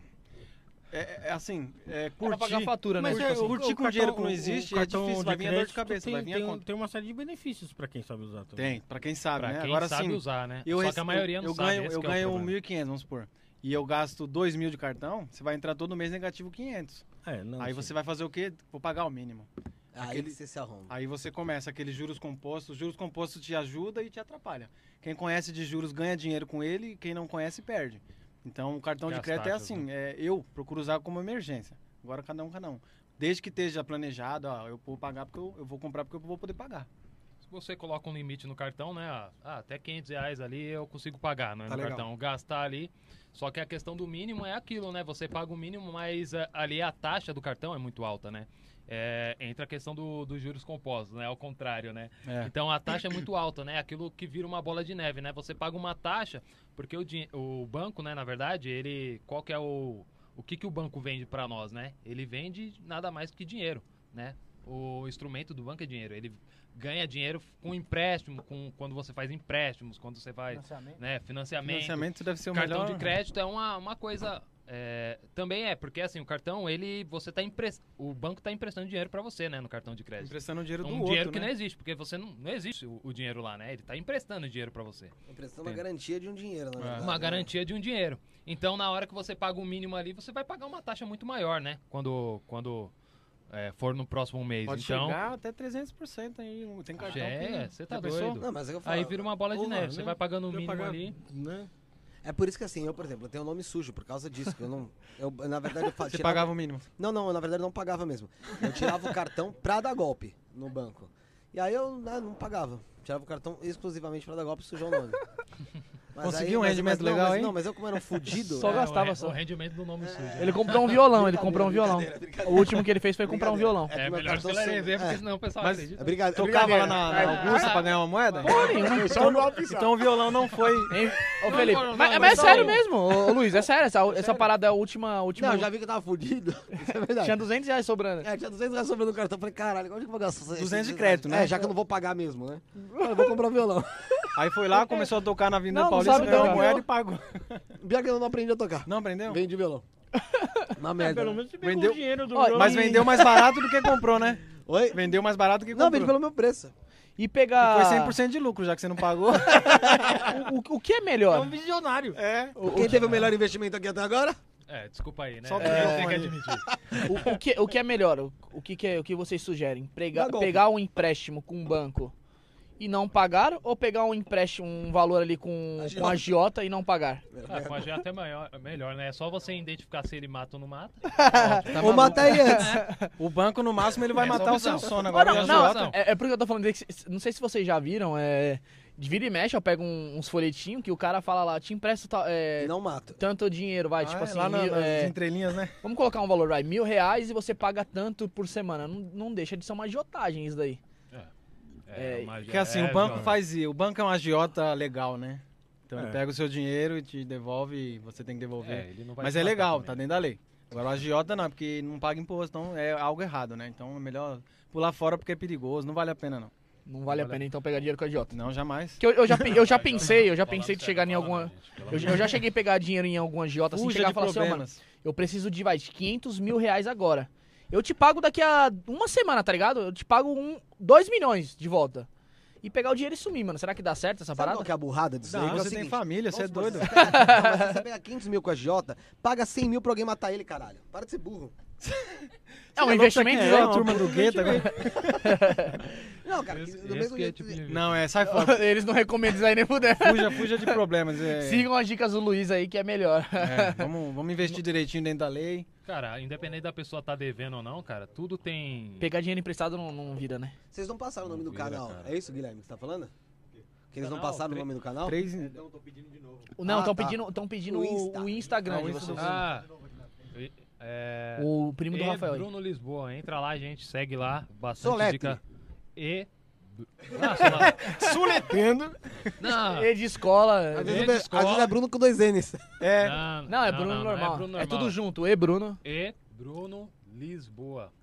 É, é assim, é Pra pagar a curtir. fatura, né? Mas Tipo é, assim. o- curtir com dinheiro que não existe é difícil, vai vir a dor de cabeça, tem, vai vir a tem- um conta. tem uma série de benefícios pra quem sabe usar um também. Tem, pra quem sabe, Pra né? quem Agora sabe sim. usar, né? Eu Só que rece- a maioria não eu sabe. ganho, esse eu que é o ganho problema. 1.500, vamos supor. E eu gasto 2 mil de cartão, você vai entrar todo mês negativo 500. É, não, Aí sim. você vai fazer o quê? Vou pagar o mínimo. Aí Aquele- que você se arruma. Aí você começa aqueles juros compostos. Os juros compostos te ajuda e te atrapalha. Quem conhece de juros ganha dinheiro com ele, e quem não conhece perde. Então o cartão Que de as crédito taxas, é assim, é, eu procuro usar como emergência. Agora cada um, cada um. Desde que esteja planejado, ó, eu vou pagar porque eu, eu vou comprar porque eu vou poder pagar. Se você coloca um limite no cartão, né? ah, Ah, até 500 reais ali eu consigo pagar, Tá né? no legal. cartão, gastar ali. Só que a questão do mínimo é aquilo, né? Você paga o mínimo, mas ah, ali a taxa do cartão é muito alta, né? É, entra a questão do- dos juros compostos, né? Ao contrário, né? É. Então a taxa é muito alta, né? Aquilo que vira uma bola de neve, né? Você paga uma taxa, porque o, din- o banco, né, na verdade, ele. Qual que é o. O que, que o banco vende para nós, né? Ele vende nada mais que dinheiro, né? O instrumento do banco é dinheiro. Ele ganha dinheiro com empréstimo, com quando você faz empréstimos, quando você É. faz né, financiamento. Financiamento deve ser o cartão melhor. de crédito é uma, uma coisa. é, também é, porque assim, o cartão, ele. Você tá emprest... O banco tá emprestando dinheiro para você, né? No cartão de crédito. Emprestando o dinheiro Um do dinheiro outro, que né? não existe, porque você não, não existe o, o dinheiro lá, né? Ele tá emprestando dinheiro para você. Ah, Emprestando a é. Entendo. garantia de um dinheiro, na verdade. Uma né? garantia de um dinheiro. Então, na hora que você paga o mínimo ali, você vai pagar uma taxa muito maior, né? Quando, quando é, for no próximo mês. Pode então, chegar até 300% aí. um- Tem cartão é, que... você tá Já pensou? doido. Não, mas é que eu falo. Aí vira uma bola de Porra, neve. Você né? vai pagando o Eu mínimo pagar- ali. Né? É por isso que assim, eu, por exemplo, eu tenho um nome sujo por causa disso. que eu não. Eu, na verdade, eu fa- Você tirava- pagava o mínimo. Não, não, eu, na verdade eu não pagava mesmo. Eu tirava o cartão pra dar golpe no banco. E aí eu né, não pagava. Tirava o cartão exclusivamente pra dar golpe e sujar o nome. Mas Conseguiu um mas- rendimento mas não, legal, mas hein? Não, mas eu como era um fudido. Só é, gastava o, re- só. O rendimento do nome sujo. Ele comprou um violão, ele comprou um violão. brincadeira, brincadeira. O último que ele fez foi comprar um Brincadeira. violão. É É, que meu melhor né? cartão esclarecer, sou- porque é. senão o pessoal Mas- acredita. é brincadeira. Tocava lá brincadeira. na, na Augusta pra ganhar uma moeda? Só no golpe só. Então o violão não foi. Hein? Ô, Felipe, não, não, mas, não, mas é só sério um. mesmo, ô, ô, Luiz, é sério. Essa, essa parada é a última. a última Não, eu já vi que eu tava fudido. Isso é verdade. Tinha 200 reais sobrando. É, tinha 200 reais sobrando no cartão. Eu Falei, caralho, onde que eu vou gastar? esses 200 de 200 crédito, reais? né? É, já que eu não vou pagar mesmo, né? Eu vou comprar um violão. Aí foi lá, começou a tocar na Avenida Não, não Paulista, sabe de ganhou a onde moeda eu- e pagou. Pior que eu não aprendi a tocar. Não aprendeu? Vende violão. Uma merda. Pelo né? menos você pegou Vendeu- o dinheiro do Ó, jogo Mas e- vendeu mais barato do que comprou, né? Oi? Vendeu mais barato do que Não, comprou. vende pelo meu preço. E pegar. Foi 100% de lucro, já que você não pagou. O, o- o que é melhor? um visionário. É. Quem teve o melhor investimento aqui até agora? É, desculpa aí, né? Só Só do tem que microfone. admitir. O, o que, o que é melhor? O, o que, que é- o que vocês sugerem? Prega- Dá golpe. pegar um empréstimo com um banco e não pagar? Ou pegar um empréstimo, um valor ali com, com agiota e não pagar? Ah, com a G até maior, melhor, né? É só você identificar se ele mata ou não mata. Vou matar ele antes. O banco, no máximo, ele vai É só matar o visão. seu sono Ah, agora. não, o não, um agiota- é, é porque eu tô falando, desse- não sei se vocês já viram, é. De vira e mexe, eu pego um- uns folhetinhos que o cara fala lá, te empresto tal- é, E não mato. tanto dinheiro, vai, Ah, tipo é, assim, lá na- mil- nas é, entrelinhas, né? vamos colocar um valor, vai, mil reais e você paga tanto por semana. Não, não deixa de ser uma agiotagem isso daí. É, uma G- Porque assim, é, o banco João. faz. O banco é um agiota legal, né? Então ele É. pega o seu dinheiro e te devolve e você tem que É, devolver. ele não vai Mas te é matar legal, também. tá dentro da lei. Agora o agiota não, é porque não paga imposto, então é algo errado, né? Então é melhor pular fora porque é perigoso, não vale a pena não. Não vale a pena então pegar dinheiro com agiota. Não, jamais. Que eu, eu já, pe- eu já Vai, pensei, eu já falando pensei de sério, chegar em fala, alguma. né, gente? Pelo Eu, amor eu já cheguei a Então, pegar dinheiro em algum agiota assim, Fuja chegar de e É um falar assim, ó, mano, problemas. eu preciso de vai, de 500 mil reais agora. Eu te pago daqui a uma semana, tá ligado? Eu te pago um, dois milhões de volta. E pegar o dinheiro e sumir, mano. Será que dá certo essa Sabe parada? qual que é a burrada disso aí? Não, você tem família, você é doido. Você pega, não, mas você pega 500 mil com a Jota, paga 100 mil pra alguém matar ele, caralho. Para de ser burro. É um investimento, É, João. a turma do gueto agora. Não, cara, que Esse- do esse mesmo que é jeito. tipo de vídeo. Não, é, sai fora. Eles não recomendam isso aí nem puder. Fuja, fuja de problemas. É, Sigam as dicas do Luiz aí, que é melhor. é, vamos, vamos investir direitinho dentro da lei. Cara, independente da pessoa tá devendo ou não, cara, tudo tem. Pegar dinheiro emprestado não, não vira, né? Vocês não passaram o nome do canal. É isso, Guilherme, que você tá falando? Que eles não Canal, passaram o três- nome do canal? Três. Não, Ah, estão tá. pedindo, tão pedindo O o, Insta. o Instagram Não, de o Insta vocês. Ah, e- é... o primo do e Rafael aí. Bruno Lisboa, entra lá, gente, segue lá. Bastante Soletre. dica. E. Ah, sei lá. Suletendo. não, E de escola. Às E- vezes, Rede é- escola. às vezes é Bruno com dois N's. É. não, Não, é não, Bruno, não, não normal. é É, Bruno normal. tudo junto. E Bruno. E Bruno Lisboa.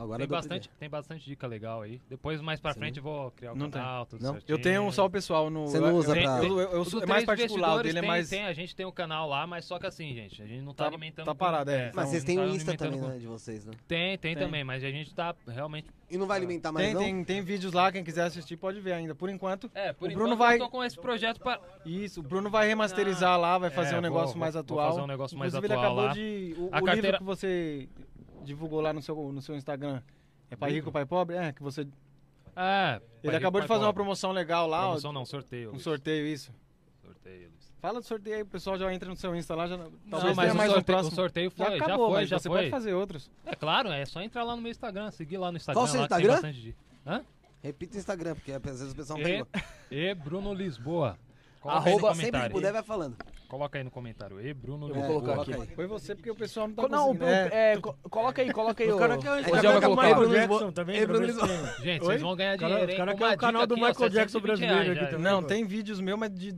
Agora Tem eu dou bastante, tem bastante dica legal aí. Depois, mais pra frente, eu vou criar o Não tem. canal, tudo Não? certinho. Eu tenho um só o pessoal no. Você não usa eu, pra- eu, eu, eu O sou- do é mais Três particular, o Investidores dele é tem- mais. tem- a gente tem um canal lá, mas só que assim, gente, a gente não tá, Tá- alimentando. tá parado, é. Mas não- vocês têm não o tá Insta alimentando também, com- né, de vocês, né? Tem, tem, Tem. também, mas a gente tá realmente. E não vai alimentar mais, Tem, não? tem, tem vídeos lá, quem quiser assistir pode ver ainda. Por enquanto. É, por O Bruno enquanto vai- eu tô com esse projeto pra. Isso, o Bruno vai remasterizar lá, vai fazer É, um vou- negócio vou- mais vou atual. fazer um negócio mais Inclusive, ele atual acabou lá. de. O, A o livro carteira- que você divulgou lá no seu, no seu Instagram. É Pai Rico, Pai Pobre? É, que você. Ele É. Ele acabou de fazer uma promoção legal lá, ó, Promoção não, sorteio. um Luiz. sorteio, isso. Sorteio, Luiz. Fala do sorteio aí, o pessoal já entra no seu Insta lá, já. Não, Talvez mas tenha o mais um sorteio, o próximo. sorteio Já foi, já, acabou, foi, mas já você foi. pode fazer outros. É claro, é só entrar lá no meu Instagram, seguir lá no Instagram. Qual o seu lá, que tem Instagram? bastante de- Repita o Instagram, porque às vezes o pessoal não E, pegou. e Bruno Lisboa. Coloca aí no Arroba sempre que comentário. puder, vai falando. Coloca aí no comentário. E Bruno né? Eu É, vou Lisboa. colocar coloca aqui. aí. Foi você, porque o pessoal não tá Co- Não, o conseguindo. Bruno. É. é, co- coloca aí, coloca aí. O cara quer o José Instagram vai do colocar. Michael Jackson, tá vendo? Ei, Bruno Bruno Lisboa. Gente, Oi? vocês vão ganhar Cara, dinheiro, os hein? cara Com quer uma o canal dica do aqui, ó, Michael Jackson 720 brasileiro reais, aqui já. também. Não, tem vídeos meus, mas de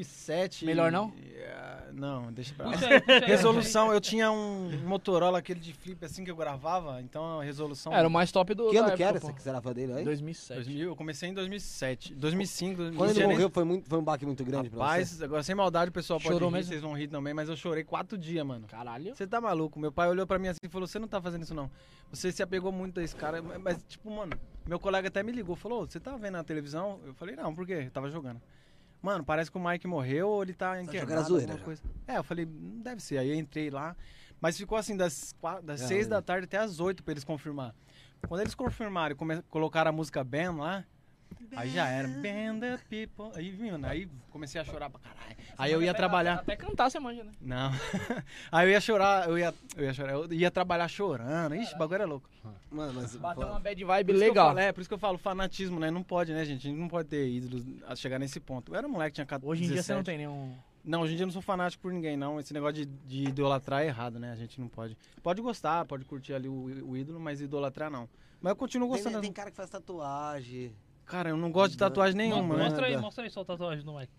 2007. Melhor não? Ah, não, deixa pra lá. Puxa aí, puxa aí, puxa aí. Resolução, eu tinha um Motorola, aquele de flip assim que eu gravava, então a resolução. Era um o mais top do. Que é da ano que era? época, Você pô. é que será fã dele aí? 2007. 2000, eu comecei em 2007, 2005, Quando 2006. ele morreu, foi, muito, foi um baque muito grande pra você. Rapaz, agora sem maldade o pessoal pode Chorou rir, mesmo? vocês vão rir também, mas eu chorei quatro dias, mano. Caralho. Você tá maluco? Meu pai olhou pra mim assim e falou: Você não tá fazendo isso não. Você se apegou muito a esse cara. Mas, tipo, mano, meu colega até me ligou: Falou, "Ô, você tá vendo na televisão? Eu falei: Não, por quê? Eu tava jogando. Mano, parece que o Mike morreu ou ele tá internado. jogando a zoeira, alguma já. coisa. É, eu falei: Não deve ser. Aí eu entrei lá. Mas ficou assim, das, qua- das É, seis eu- da tarde até as oito pra eles confirmar. Quando eles confirmaram e come- colocaram a música Ben lá. Aí já era. Ben the people. Aí, mano, aí comecei a chorar pra caralho. Aí eu ia trabalhar. Até cantar você manja, né? Não. Aí eu ia chorar, eu ia, eu ia chorar, eu ia trabalhar chorando. Ixi, o bagulho era louco. Mano, mas... Bateu uma pô, bad Por vibe isso que eu legal. falo- é, por isso que eu falo fanatismo, né? Não pode, né, gente? A gente não pode ter ídolos a chegar nesse ponto. Eu era um moleque, tinha 14, Hoje em dia você 17. não tem nenhum. Não, hoje em dia eu não sou fanático por ninguém, não. Esse negócio de, de idolatrar é errado, né? A gente não pode. Pode gostar, pode curtir ali o, o ídolo, mas idolatrar não. Mas eu continuo gostando. Tem, tem cara que faz tatuagem. Cara, eu não gosto de tatuagem nenhuma, né? mostra aí, manda. mostra aí sua tatuagem no Mike.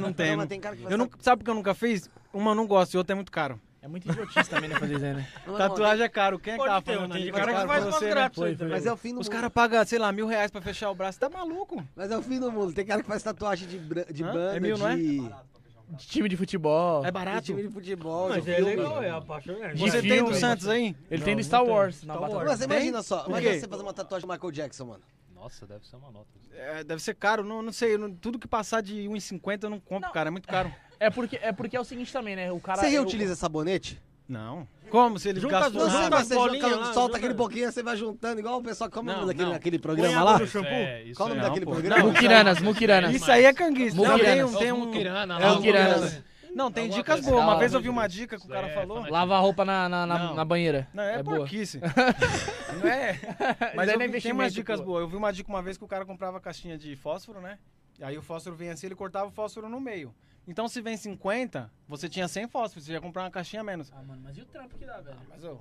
não tem. Não, mas tem cara que faz Eu não, sabe porque eu nunca fiz? Uma eu não gosto e outra é muito caro. É muito idiotice também, né? Fazer desenho, né? Não, não, Tatuagem é caro. Quem é que tava falando aí? cara que Caro faz pra umas você, né? tem- Mas é o fim do Os mundo. caras pagam, sei lá, mil reais pra fechar o braço. Tá maluco? Mas é o fim do mundo. Tem cara que faz tatuagem de, bran- de Hã? banda, É mil, não é? de... De Time de futebol. É de barato. time de futebol, Mas de é filme. legal, é apaixonante. Você De tem um filme. do Santos aí? Ele tem do Star Wars na batalha. Mas Tem? imagina só, Por imagina quê? você fazer uma tatuagem do Michael Jackson, mano. Nossa, deve ser uma nota. É, deve ser caro, não, não sei. eu não- tudo que passar de 1,50 eu não compro, cara. É muito caro. É porque, é porque é o seguinte também, né? O cara. você eu- reutiliza sabonete? Não. Como se eles Junta as gastam Não, duas sabe, nada? as você bolinhas joga- lá, solta joga- aquele pouquinho, você vai juntando, igual o pessoal, como é o nome Não, daquele, não. daquele Põe programa água lá? no shampoo? É, isso Qual o nome aí. daquele pô, programa? não. Muquiranas, muquiranas. Isso aí é canguice. Não, tem Muquiranas. um. Tem É o um... né? Muquirana É lá. assim. o Muquirana. Muquirana. Não, tem Alguma dicas coisa boas. Uma da vez hora, eu vi uma né? dica que o Isso cara é falou. fanático. Lava a roupa na, na, na- Não. na banheira. Não, é, É boa. porquice. não é. Mas é eu nem vi, tem umas investimento, dicas pô. boas. Eu vi uma dica uma vez que o cara comprava caixinha de fósforo, né? E aí o fósforo vinha assim, ele cortava o fósforo no meio. Então se vem 50, você tinha 100 fósforos, você ia comprar uma caixinha a menos. Ah, mano, mas e o trampo que dá, velho? Mas, ô,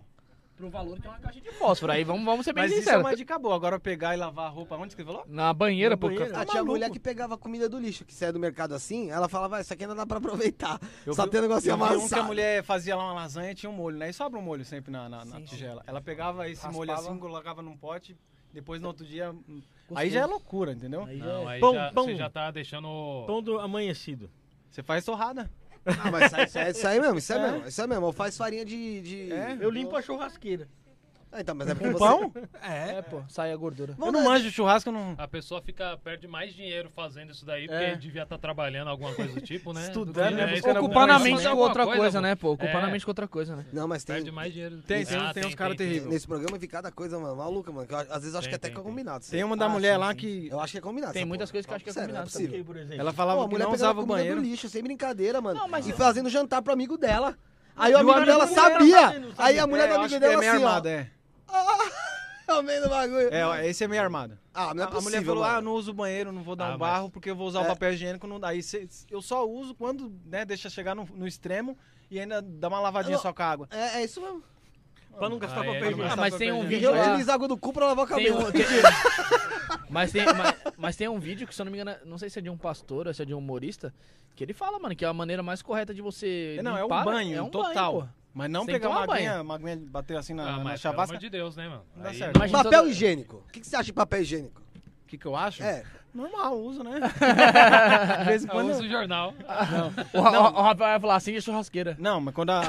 Pro valor que é uma caixa de fósforo. Aí vamos, vamos ser bem mas isso é sinceros. uma dica boa. Agora pegar e lavar a roupa, onde que ele falou? Na banheira, No pô. banheiro. Ah, cara. tinha mulher que pegava comida do lixo, que saia do mercado assim, ela falava, ah, isso aqui ainda dá pra aproveitar. Eu Só vi- tem um negócio eu vi um que a amassado. mulher fazia lá uma lasanha e tinha um molho, né? E sobra um molho sempre na, na- na tigela. Ela pegava esse molho assim, colocava num pote, depois no outro dia. Aí já é loucura, entendeu? Não, aí Pão, já, pão. você já tá deixando. Pão do amanhecido. Você faz torrada. Ah, mas isso aí, isso aí, isso aí mesmo, isso aí mesmo, isso aí mesmo. Ou faz farinha de... de- É. Eu limpo a churrasqueira. Ah, então, mas é porque Com você... pão? É. É, pô, sai a gordura. Eu não manjo churrasco, eu não. A pessoa fica, perde mais dinheiro fazendo isso daí, porque É. devia estar trabalhando alguma coisa do tipo, né? Estudando, né? É, Buscando isso. alguma Ocupar na coisa. mente Fazer com alguma outra coisa, pô. né, pô? Ocupar É. na mente com outra coisa, né? Não, mas tem... Perde mais dinheiro. Tem, tem, Ah, tem uns caras terríveis. Nesse programa eu vi cada coisa, mano, maluca, mano. que eu acho- às vezes eu Tem, acho que até tem, que é tem. combinado. Tem uma da mulher lá que. Eu acho que é combinado. Tem essa muitas porra. coisas que eu acho que é Sério, não combinado possível. Fiquei, por exemplo. Ela Pô, falava a que mulher não pegando usava o comida banheiro. do lixo, sem brincadeira, mano. Não, mas- E fazendo jantar pro amigo dela. Aí E o o amigo amigo dela não era, sabia. não sabia. Aí a mulher É, do eu amigo acho que dela É meio assim, armado, ó. é. No meio do bagulho. É, ó, esse é meio armado. Ah, não é a a mulher possível, falou: mano. ah, eu não uso o banheiro, não vou dar Ah, um mas- barro, porque eu vou usar É. o papel higiênico. Não dá. Aí cê- eu só uso quando né, deixa chegar no, no extremo e ainda dá uma lavadinha Não. só com a água. É, é isso mesmo. Pra não gastar Aí é papel demais. higiênico. Ah, mas tem um E vídeo eu lá. utilizo água do cu pra lavar o Tem cabelo. um- tem- mas, tem, mas, mas tem um vídeo que, se eu não me engano, não sei se é de um pastor ou se é de um humorista, que ele fala, mano, que é a maneira mais correta de você. Não, é um limpar banho total. pô. Mas não Você tem que pegar uma tomar aguinha, uma aguinha bater assim na, Ah, na mas pelo chavasca. amor de Deus, né, mano? Não dá Aí- certo. Imagina Papel toda- higiênico. O que, que você acha de papel higiênico? O que, que eu acho? É. Normal, uso, né? De vez em Eu quando. uso o jornal. O, Ra- o, o Rafael vai falar assim, é churrasqueira. Não, mas quando a.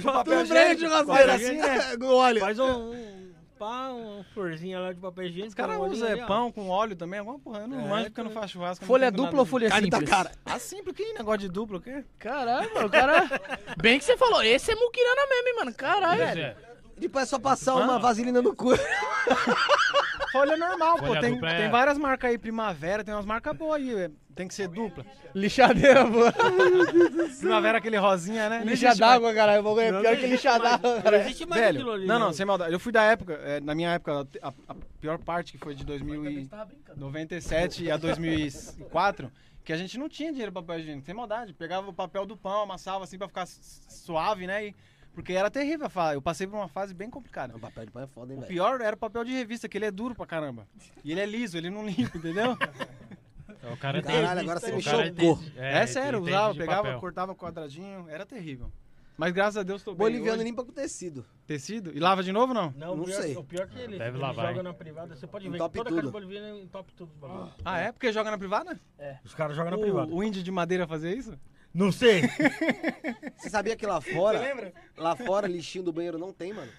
Tudo bem, churrasqueiro assim, né? Com óleo. Faz um, um pá, uma florzinha lá de papel higiênico. Os caras uma usam bolinha é, ali, ó. pão com óleo também, alguma porra. Eu não manjo porque eu não faço churrasco. eu não Folha entendo dupla nada ou folha Carne tá simples? cara. disso. Ah, simples, que negócio de dupla, o quê? Caralho, mano, o cara... Bem que você falou, esse é muquirana mesmo, hein, mano, caralho. Pois é. Depois é só passar uma vaselina no cu. Folha normal, Folha pô. Tem, dupla é- tem várias marcas aí, primavera, tem umas marcas boas aí. é, Tem que ser dupla. Lixadeira, boa. Primavera, aquele rosinha, né? Lixa d'água, caralho, o bagulho é pior que lixa d'água, Não cara. existe mais aquilo Velho, ali. não, não, sem maldade. Eu fui da época, é, na minha época, a, a pior parte que foi de 2097 a 2004, que a gente não tinha dinheiro pra papel higiênico, sem maldade. Pegava o papel do pão, amassava assim pra ficar su- suave, né? E- porque era terrível a fase. Eu passei por uma fase bem complicada. Não, papel de pão é foda, hein, O velho. pior era o papel de revista, que ele é duro pra caramba. E ele é liso, ele não limpa, entendeu? O cara tem. Caralho, agora você me o cara chocou. entende- É, sério, entende usava, de pegava, papel. cortava quadradinho, era terrível. Mas graças a Deus tô bem. Boliviano hoje. limpa com tecido. Tecido? E lava de novo não? Não, Não o é pior, sei. O pior que ele, ele Deve lavar, joga hein? na privada, você pode ver que Entope toda tudo. casa boliviana né? entope tudo os bagulhos. Ah, é? Porque joga na privada? Os caras jogam na privada. O, o índio de madeira fazia isso? Não sei. Você sabia que lá fora, lá fora, lixinho do banheiro não tem, mano?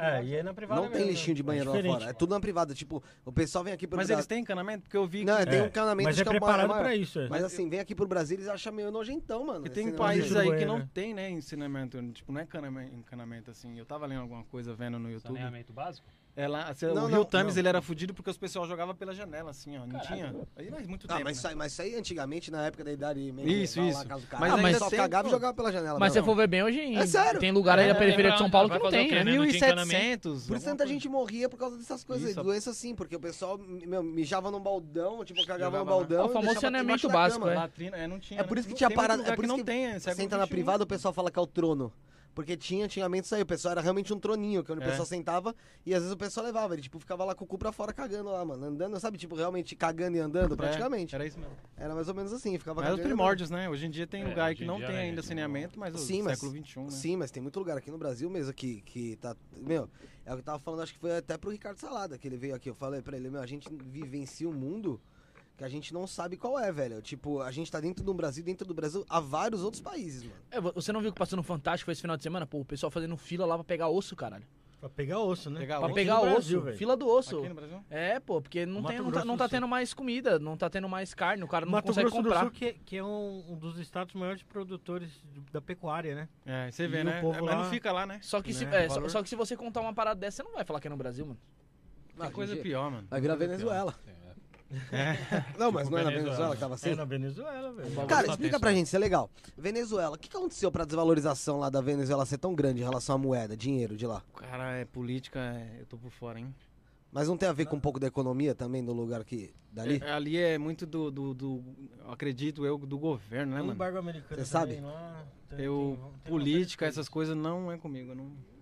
É, É, e é na privada Não tem mesmo, lixinho de né? banheiro lá diferente, fora. É tudo na privada. Tipo, o pessoal vem aqui pro Mas Brasil. eles têm encanamento? Porque eu vi Não, que, tipo, tem um canamento Mas acho é que o maior- preparado maior. pra isso, é. Mas assim, vem aqui pro Brasil, eles acham meio nojentão, mano. que esse é tem negócio. países lixo do aí que banheiro, não né? tem, né, ensinamento. Tipo, não é caname- encanamento assim. Eu tava lendo alguma coisa, vendo no YouTube. Saneamento básico? É lá, se- Não, o não, Rio Thames não. ele era fudido porque os pessoal jogava pela janela, assim, ó. Não tinha. Aí faz muito Ah, tempo. mas isso, né? aí, mas isso aí antigamente, na época da idade meio Isso, medieval, lá, isso. casa do Mas caralho, ainda só tem- cagava e jogava pela janela. Mas se não. você for ver bem hoje, em- É sério. tem lugar aí É, na periferia de pra- São Paulo que vai não fazer o tem, quê, É, né? né? Não tinha encanamento. 1700. Por isso alguma tanta coisa. gente morria por causa dessas coisas. Isso. aí. Doença assim, porque o pessoal meu, mijava num baldão, tipo, cagava Jogava no lá. baldão. É o e famoso deixava saneamento debaixo da básico, cama. é. Latrina, é, não tinha. É por né? isso que Não tinha tem muito parado- lugar é por isso não que tem. é Você século senta na XXI. privada, o pessoal fala que é o trono. Porque tinha antigamente isso aí, o pessoal era realmente um troninho, que onde o É. pessoal sentava e às vezes o pessoal levava, ele tipo ficava lá com o cu pra fora cagando lá, mano, andando, sabe, tipo realmente cagando e andando praticamente. É, era isso mesmo. Era mais ou menos assim, ficava Mas os cagando e andando. primórdios, né? Hoje em dia tem É, lugar aí hoje que em não dia, tem né, ainda gente, saneamento, mas o Sim, mas- século XXI, né? Sim, mas tem muito lugar aqui no Brasil mesmo que, que tá. Meu, é o que eu tava falando, acho que foi até pro Ricardo Salada que ele veio aqui. Eu falei pra ele, meu, a gente vivencia um mundo que a gente não sabe qual é, velho. Tipo, a gente tá dentro do Brasil, dentro do Brasil, há vários outros países, mano. É, vo- você não viu que passou no Fantástico foi esse final de semana? Pô, o pessoal fazendo fila lá pra pegar osso, caralho. Pra pegar osso, né? Pegar Pra osso pegar no osso, Brasil, velho. fila do osso. aqui no Brasil? É, pô, porque não, Mato tem, não, Grosso tá, não do tá Sul. tendo mais comida, não tá tendo mais carne, o cara não Mato consegue Grosso comprar. do Sul, que, que é um, um dos estados maiores produtores de- da pecuária, né? É, você E vê, o né? povo É, mas lá- não fica lá, né? Só que, se, Né, é, só, valor. só que se você contar uma parada dessa, você não vai falar que é no Brasil, mano. Ah, Que coisa gente, pior, mano. Vai virar Venezuela. Não, mas não é na Tipo Venezuela. Venezuela que É tava assim. na Venezuela, velho. né, Cara, Só explica tem pra isso. gente, isso é legal. Venezuela, o que, que aconteceu pra desvalorização lá da Venezuela ser tão grande em relação à moeda, dinheiro de lá? Cara, é política, é- eu tô por fora, hein? Mas não tem a ver com um pouco da economia também do lugar que. dali? É, ali é muito do, do, do- eu acredito eu, do governo, né, Tem mano? embargo americano Cê também sabe? lá, tem- Eu, tem- tem política, bastante essas coisas não é comigo. eu Não...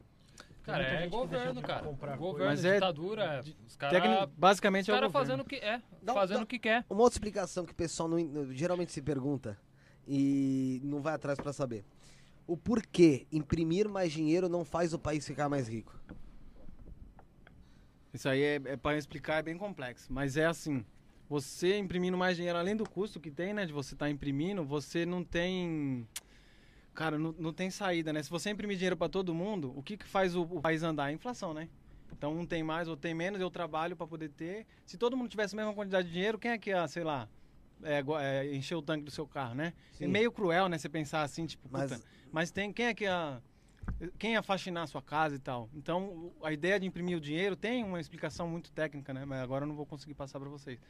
Cara, muita é gente que deixa governo, de cara. comprar Governo, coisa. Mas é- ditadura. Tecni- Os caras. Os Basicamente é caras o governo. fazendo o que é. Dá um- Fazendo dá- o que quer. Uma outra explicação que o pessoal não en- geralmente se pergunta e não vai atrás pra saber. O porquê imprimir mais dinheiro não faz o país ficar mais rico? Isso aí é, é para explicar, é bem complexo. Mas é assim, você tá imprimindo mais dinheiro, além do custo que tem, né? De você estar imprimindo, você não tem... Cara, não, não tem saída, né? Se você imprimir dinheiro pra todo mundo, o que, que faz o, o país andar? A inflação, né? Então um tem mais, outro tem menos, eu trabalho pra poder ter. Se todo mundo tivesse a mesma quantidade de dinheiro, quem é que ia, sei lá, é, go- é, encher o tanque do seu carro, né? É Sim. meio cruel, né? Você pensar assim, tipo, Mas- puta. Mas tem, quem é que ia, quem ia faxinar a sua casa e tal? Então o- a ideia de imprimir o dinheiro tem uma explicação muito técnica, né? Mas agora eu não vou conseguir passar pra vocês.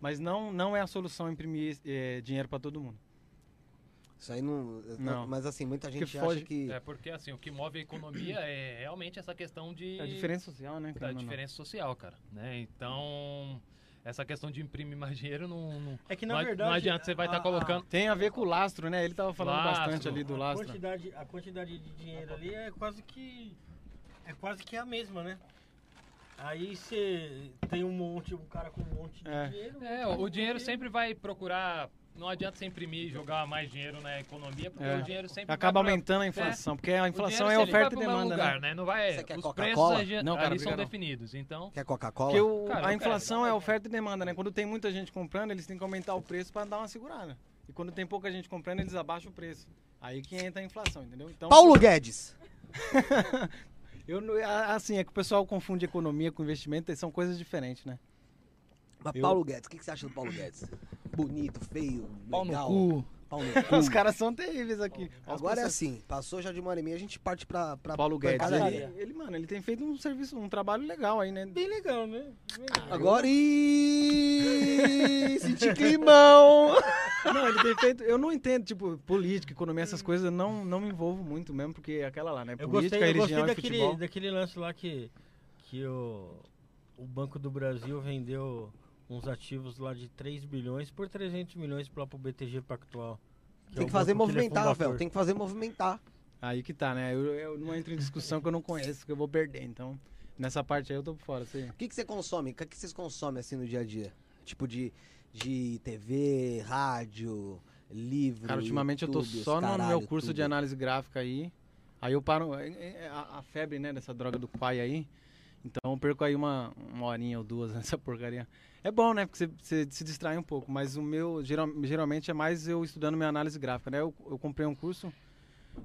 Mas não, não é a solução imprimir eh, dinheiro pra todo mundo. Isso aí não, Não. Mas assim, muita gente foge- acha que. É porque assim, o que move a economia é realmente essa questão de É a diferença social, né? da querendo ou não. diferença social, cara, né? Então, essa questão de imprimir mais dinheiro não, não, É que não na ad- verdade. não adianta você vai estar a- a- colocando Tem a ver com o lastro, né? Ele tava falando Lastro. bastante ali do a lastro. né? quantidade, a quantidade de dinheiro ali é quase que é quase que a mesma, né? Aí você tem um monte, um cara com um monte de É. dinheiro. É, o, o dinheiro sempre vai procurar. Não adianta você imprimir e jogar mais dinheiro na economia, porque É. o dinheiro sempre Acaba vai pra- É. aumentando a inflação, porque a o inflação é dinheiro sempre oferta e vai pro mesmo demanda, né? lugar, Não vai, Você quer os preços Coca-Cola? ali, Não, cara, ali são obrigado. definidos, então... Quer Coca-Cola? Porque o- Cara, a eu quero. inflação é oferta e demanda, né? Quando tem muita gente comprando, eles têm que aumentar o preço para dar uma segurada. E quando tem pouca gente comprando, eles abaixam o preço. Aí que entra a inflação, entendeu? Então, Paulo Guedes! eu não- a- assim, é que o pessoal confunde economia com investimento, e são coisas diferentes, né? Mas Eu- Paulo Guedes, o que, que você acha do Paulo Guedes? Bonito, feio, Pau no legal. cu. Pau no Os cu. caras são terríveis aqui. As Agora é pessoas- assim, passou já de uma hora e meia, a gente parte pra. pra Paulo Guedes, ele, pancadaria. ele, mano, ele tem feito um serviço, um trabalho legal aí, né? Bem legal, né? Agora e senti climão. Não, ele tem feito. Eu não entendo, tipo, política, economia, essas coisas, eu não, não me envolvo muito mesmo, porque é aquela lá, né? Eu Política, gostei, eu religião gostei e futebol. daquele, daquele lance lá que, que o, o Banco do Brasil vendeu uns ativos lá de 3 bilhões por 300 milhões lá pro BTG Pactual. é Tem o que fazer banco ele é movimentar, fundador. velho. Tem que fazer movimentar. Aí que tá, né? Eu, eu não entro em discussão que eu não conheço, que eu vou perder. Então, nessa parte aí eu tô por fora. Assim. O que, que você consome? O que, que vocês consomem assim no dia a dia? Tipo de, de TV, rádio, livro. Cara, ultimamente eu tô YouTube, os só no meu caralho, curso tudo. de análise gráfica aí. Aí eu paro. é- é- é A, a febre, né, dessa droga do pai aí. Então eu perco aí uma, uma horinha ou duas nessa porcaria. É bom, né? Porque você, você se distrai um pouco. Mas o meu, geral- geralmente, é mais eu estudando minha análise gráfica, né? Eu, eu comprei um curso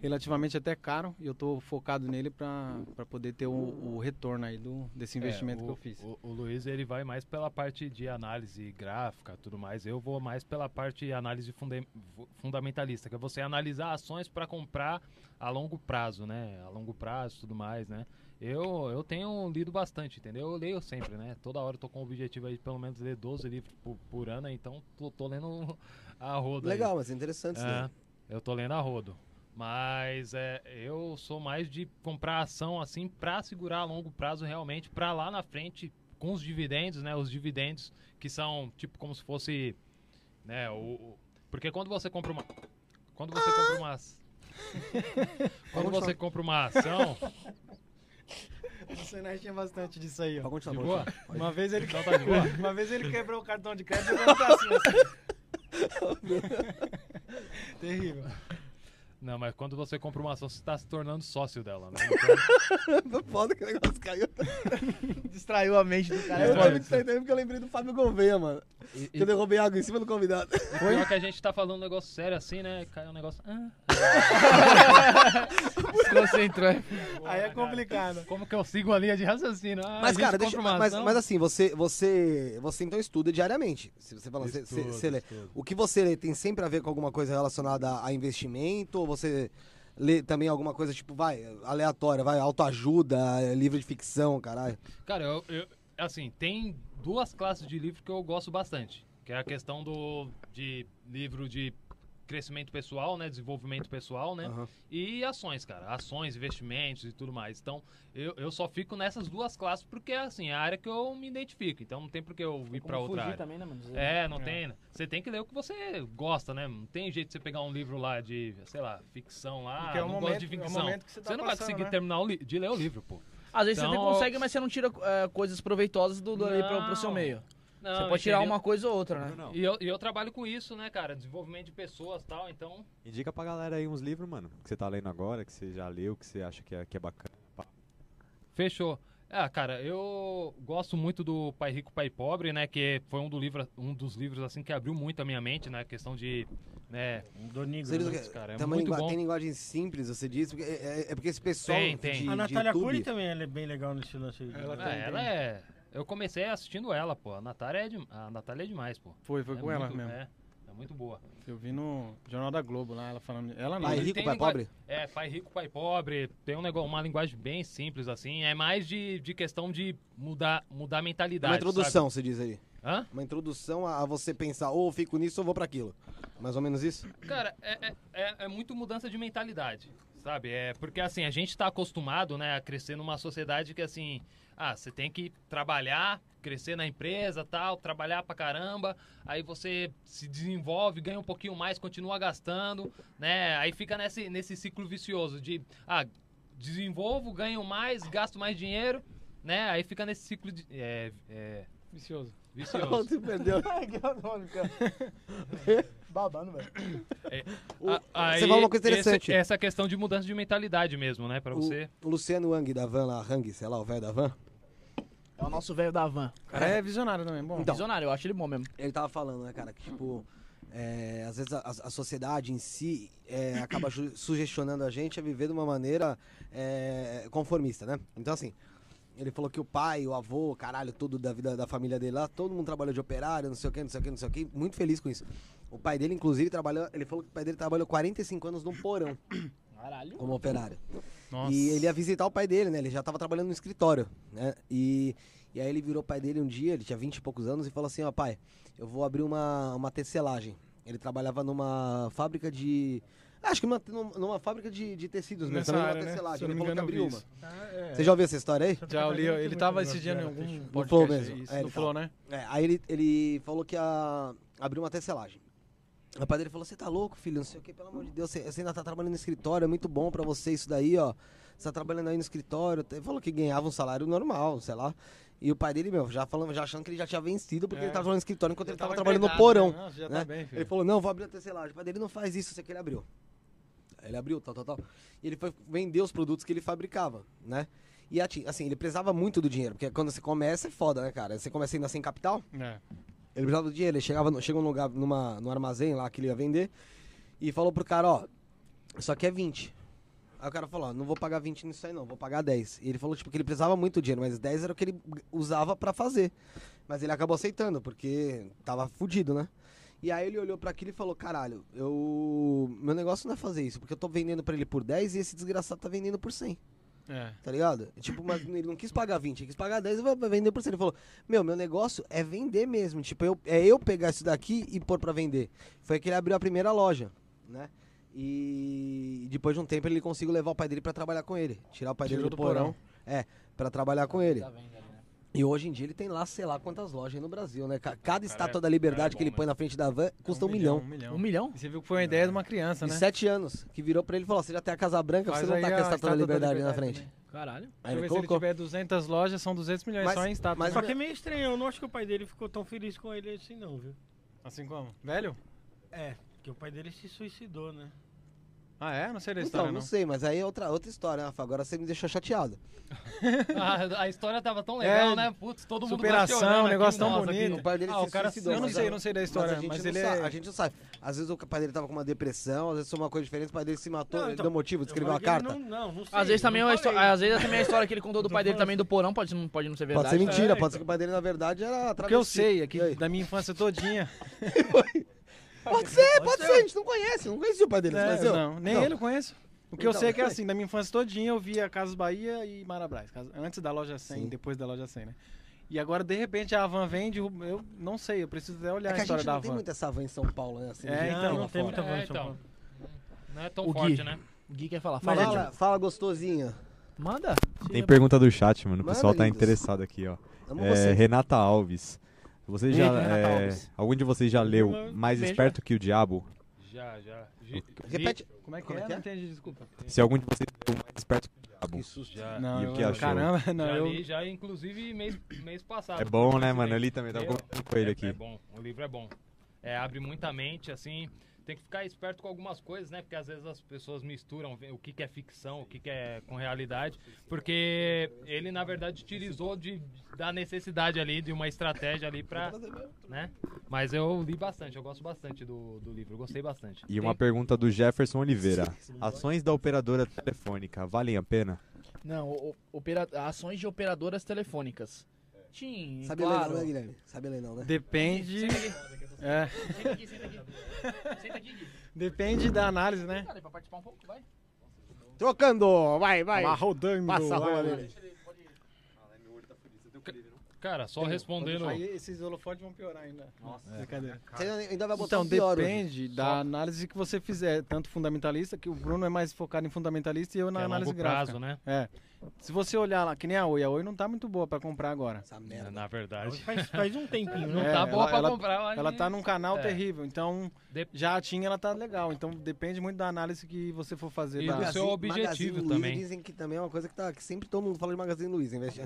relativamente até caro e eu tô focado nele pra, pra poder ter o, o retorno aí do, desse investimento É, que o- eu fiz. O, o Luiz, ele vai mais pela parte de análise gráfica tudo mais. Eu vou mais pela parte de análise funde- fu- fundamentalista, que é você analisar ações para comprar a longo prazo, né? A longo prazo tudo mais, né? Eu, eu tenho lido bastante, entendeu? Eu leio sempre, né? Toda hora eu tô com o objetivo aí de pelo menos ler 12 livros por, por ano, então tô, tô lendo a roda aí. Legal, mas é interessante isso. É, daí. eu tô lendo a rodo. Mas é, eu sou mais de comprar ação assim pra segurar a longo prazo realmente, pra lá na frente, com os dividendos, né? Os dividendos que são tipo como se fosse. Né, o, o- porque quando você compra uma. Quando você compra uma. aç- quando você compra uma ação. O Senai tinha bastante disso aí, Pra continuar, de pra boa? continuar. Uma vez ele, Então tá de boa. uma vez ele quebrou o cartão de crédito e agora tá assim. assim. Terrível. Não, mas quando você compra uma ação, você tá se tornando sócio dela, né? Então, Foda que o negócio caiu. Distraiu a mente do É, cara. Eu tô me distraindo porque eu lembrei do Fábio Gouveia, mano. e, Que eu e derrubei água em cima do convidado. pior que a gente tá falando um negócio sério assim, né? Caiu um negócio. Ah, Se concentrou. é. Aí é cara. complicado. Como que eu sigo a linha de raciocínio? Ah, a Mas, gente cara, deixa, compra uma mas, ação. mas assim, você, você, você então estuda diariamente. Se você fala, você, você- você lê. O que você lê tem sempre a ver com alguma coisa relacionada a- a investimento? Ou você lê também alguma coisa, tipo, vai, aleatória, vai, autoajuda, eh, livro de ficção, caralho? Cara, eu, eu- assim, tem duas classes de livro que eu gosto bastante. Que é a questão do de livro de crescimento pessoal, né? Desenvolvimento pessoal, né? Aham. E ações, cara. Ações, investimentos e tudo mais. Então, eu, eu só fico nessas duas classes porque, assim, é a área que eu me identifico. Então, não tem por que eu ir pra Como outra fugir área. também, né, mano? É, não tem. Você tem que ler o que você gosta, né? Não tem jeito de você pegar um livro lá de, sei lá, ficção lá. Porque é o Ah, não momento- gosto um de é o ficção. momento que você tá não vai passando, conseguir né? terminar o li- de ler o livro, pô. Às vezes você Então, até consegue, mas você não tira eh, coisas proveitosas do, do, ali pro, pro seu Não. meio. Não, você pode tirar entendeu? uma coisa ou outra, né? Não, não. E eu, e eu trabalho com isso, né, cara? Desenvolvimento de pessoas e tal, então. Indica pra galera aí uns livros, mano, que você tá lendo agora, que você já leu, que você acha que é, que é bacana. Fechou. É, Ah, cara, eu gosto muito do Pai Rico, Pai Pobre, né? Que foi um, do livro, um dos livros, assim, que abriu muito a minha mente, né? Questão de, né? Do Negro. Você diz o Putz, quê? cara, é tem, uma muito lingua- bom. tem linguagem simples, você disse? Porque é, é- é porque esse pessoal Tem, tem. de- A de Natália Cury YouTube- também ela é bem legal nesse lance aí. Ela né? tá- É, ela é... Eu comecei assistindo ela, pô. A Natália é, de- a Natália é demais, pô. Foi, foi é com ela muito- mesmo. É, é muito boa. Eu vi no Jornal da Globo lá, ela falando. Ela não. Pai Ele Ah, tá rico, tem pai lingua- pobre? É, pai rico, pai pobre, tem um negócio, uma linguagem bem simples, assim. É mais de, de questão de mudar, mudar a É mentalidade. uma introdução, você diz aí. sabe? Hã? Uma introdução a, a você pensar, ou eu fico nisso ou vou pra aquilo. Mais ou menos isso? Cara, é, é- é, é muito mudança de mentalidade, sabe? É porque assim, a gente tá acostumado, né, a crescer numa sociedade que assim, ah, você tem que trabalhar, crescer na empresa, tal, trabalhar pra caramba, aí você se desenvolve, ganha um pouquinho mais, continua gastando, né? Aí fica nesse nesse ciclo vicioso de, ah, desenvolvo, ganho mais, gasto mais dinheiro, né? Aí fica nesse ciclo de é, é, Vicioso. vicioso. perdeu. que é o nome, cara. Babando, velho. É, A- aí, você falou uma coisa esse- interessante. essa questão de mudança de mentalidade mesmo, né, Pra você. O, o Luciano Wang da van lá, Hang, sei lá, o velho da van. É o nosso velho da van. O cara é visionário também. Bom, Então. Visionário, eu acho ele bom mesmo. ele tava falando, né, cara, que tipo, é, às vezes a, a sociedade em si é, acaba ju- sugestionando a gente a viver de uma maneira é, conformista, né? Então, assim, ele falou que o pai, o avô, caralho, tudo da vida da família dele lá, todo mundo trabalhou de operário, não sei o que, não sei o que, não sei o que, muito feliz com isso. O pai dele, inclusive, trabalhou, ele falou que o pai dele trabalhou 45 anos num porão Caralho. como operário. nossa. E ele ia visitar o pai dele, né? Ele já tava trabalhando no escritório, né? E, e aí ele virou o pai dele um dia, ele tinha 20 e poucos anos, e falou assim, ó, pai, eu vou abrir uma, uma tecelagem. Ele trabalhava numa fábrica de... Acho que numa, numa fábrica de, de tecidos mesmo, Nessa também área, numa né? tecelagem. Se eu Ele não me falou que engano, eu abriu vi uma. é. Você já ouviu essa história aí? Já eu li, ele tava esse dia em algum podcast. Flow mesmo. Isso, É, no ele Flow, né? É, aí ele, ele falou que a, abriu uma tecelagem. O pai dele falou, você tá louco, filho, não sei o que, pelo amor de Deus, você, você ainda tá trabalhando no escritório, é muito bom pra você isso daí, ó. Você tá trabalhando aí no escritório. Ele falou que ganhava um salário normal, sei lá. E o pai dele, meu, já, falando, já achando que ele já tinha vencido, porque É. ele tava trabalhando no escritório enquanto Já ele tava tava, trabalhando no empregado, porão. né? Nossa, já né? tá bem, filho. ele falou, não, vou abrir a tecelagem. O pai dele não faz isso, isso aqui ele abriu. Aí Ele abriu, tal, tal, tal. E ele foi vender os produtos que ele fabricava, né? E ati- assim, ele precisava muito do dinheiro, porque quando você começa é foda, né, cara? Você começa ainda sem capital, É. ele precisava do dinheiro, ele chegava no, chegou num lugar, numa, num armazém lá que ele ia vender, e falou pro cara, ó, isso aqui é 20. Aí o cara falou, ó, não vou pagar 20 nisso aí não, vou pagar 10. E ele falou, tipo, que ele precisava muito do dinheiro, mas 10 era o que ele usava pra fazer. Mas ele acabou aceitando, porque tava fudido, né? E aí ele olhou pra aquilo e falou, caralho, eu... meu negócio não é fazer isso, porque eu tô vendendo pra ele por 10 e esse desgraçado tá vendendo por 100 É. tá ligado? Tipo, mas ele não quis pagar 20, ele quis pagar 10 e vai vai vender por cento. Ele falou, meu, meu negócio é vender mesmo. Tipo, eu, é eu pegar isso daqui e pôr pra vender. Foi que ele abriu a primeira loja, né? E depois de um tempo ele conseguiu levar o pai dele pra trabalhar com ele. Tirar o pai Tirou dele do do porão. É, pra trabalhar com ele. E hoje em dia ele tem lá, sei lá, quantas lojas aí no Brasil, né? Ca- Cada estátua da liberdade é que ele bom, põe na frente da van custa um, milhão. né? Um milhão. Um milhão? E você viu que foi uma ideia de uma criança, De né? sete anos, que virou pra ele e falou: ó, você já tem a Casa Branca, Faz você não aí tá com a a estátua da Estátua da liberdade na Liberdade frente. também. Caralho. Aí Deixa eu ele ver se ele colocou. tiver 200 lojas, são 200 milhões Mas- só em estátua. mas- né? Só que é meio estranho, eu não acho que o pai dele ficou tão feliz com ele assim não, viu? Assim como? Velho? É, porque o pai dele se suicidou, né? Ah, é? Não sei da Então, história, não, não. sei, mas aí é outra, outra história, né, Rafa? Agora você me deixou chateado. A, a história tava tão legal, É, né? Putz, todo mundo tá superação, chorando um negócio tão nós bonito. O pai dele Ah, se o cara- suicidou. eu não mas sei, a- não sei da história, a gente mas não ele sabe, é- A gente não sabe. Às vezes o pai dele tava com uma depressão, às vezes foi uma coisa diferente, o pai dele se matou, Não, ele então, deu motivo, Eu escreveu uma falei que ele carta. Não, não, não sei. Às vezes, também é eu uma não falei. história, às vezes também é a história que ele contou do Tô pai dele falando também do porão, pode, não- pode não ser Pode verdade. ser tá? mentira, É, pode ser que o pai dele, na verdade, era O que eu travesti. sei é E que aí? da minha infância todinha. Pode ser, pode ser, a gente não conhece, não conhecia o pai dele. É, mas eu- não, nem ele eu conheço. O que eu Então, sei é que assim, da minha infância todinha eu via Casas Bahia e Marabras. Casa- Antes da loja 100, Sim. depois da loja 100, né? E agora, de repente, a Van vem de. Eu não sei, eu preciso até olhar É a, que a história gente da não tem Van. muita essa van em São Paulo, né? assim, É, do jeito então, que é lá não tem fora. muita É, coisa em São então. Paulo. Não é tão O Gui. forte, né? Gui quer falar, fala. Fala, fala gostosinha. Gil. Manda. Tem pergunta do chat, mano. O Manda, pessoal tá lindos. interessado aqui, ó. Amo É, você. Renata Alves. Você já, Beijo, Renata é, Alves. Algum de vocês já leu Mais Beijo. Esperto que o Diabo? Já, já. Repete. Como é que Como é? é que é? Não entendi, desculpa. Se algum de vocês leu Mais Esperto que o Diabo. Que susto. Já, Não, E o eu- que achou? Caramba, não, já eu. li, já, inclusive, mês, mês passado. É bom, né, mano? Eu li também, tava comentando com ele É- aqui. É bom, o livro é bom. É, abre muita mente, assim. tem que ficar esperto com algumas coisas, né? Porque às vezes as pessoas misturam vê- o que, que é ficção, o que, que é com realidade. Porque ele, na verdade, utilizou de, da necessidade ali, de uma estratégia ali pra. Né? Mas eu li bastante, eu gosto bastante do, do livro, eu gostei bastante. E uma pergunta do Jefferson Oliveira. Ações da operadora telefônica valem a pena? Não, o- o- opera- ações de operadoras telefônicas. Tim, Sabe claro. leilão, né, Guilherme? Sabe leilão, né? Depende. É. Senta aqui, senta aqui. Senta aqui, Gui. Depende da análise, né? Cara, pra participar um pouco, vai. Trocando, vai, vai. Tá rodando. Passa a rola lá, nele. Cara, só respondendo. Aí esses holofotes vão piorar ainda. Nossa, brincadeira. Você ainda vai botar Então, um pior hoje. depende da análise que você fizer, tanto fundamentalista, que o Bruno é mais focado em fundamentalista e eu na que é análise longo gráfica. prazo, né? É. Se você olhar lá, que nem a Oi, a Oi não tá muito boa pra comprar agora. Essa merda. Na verdade. Faz, faz um tempinho, Não né? É, tá boa ela- pra ela- comprar, mas- Ela tá num canal É. terrível, então Dep- já a tinha ela tá legal. Então depende muito da análise que você for fazer. E pra- do seu é objetivo Magazine Luiza também. dizem que também é uma coisa que, tá, que sempre todo mundo fala de Magazine Luiza, investe.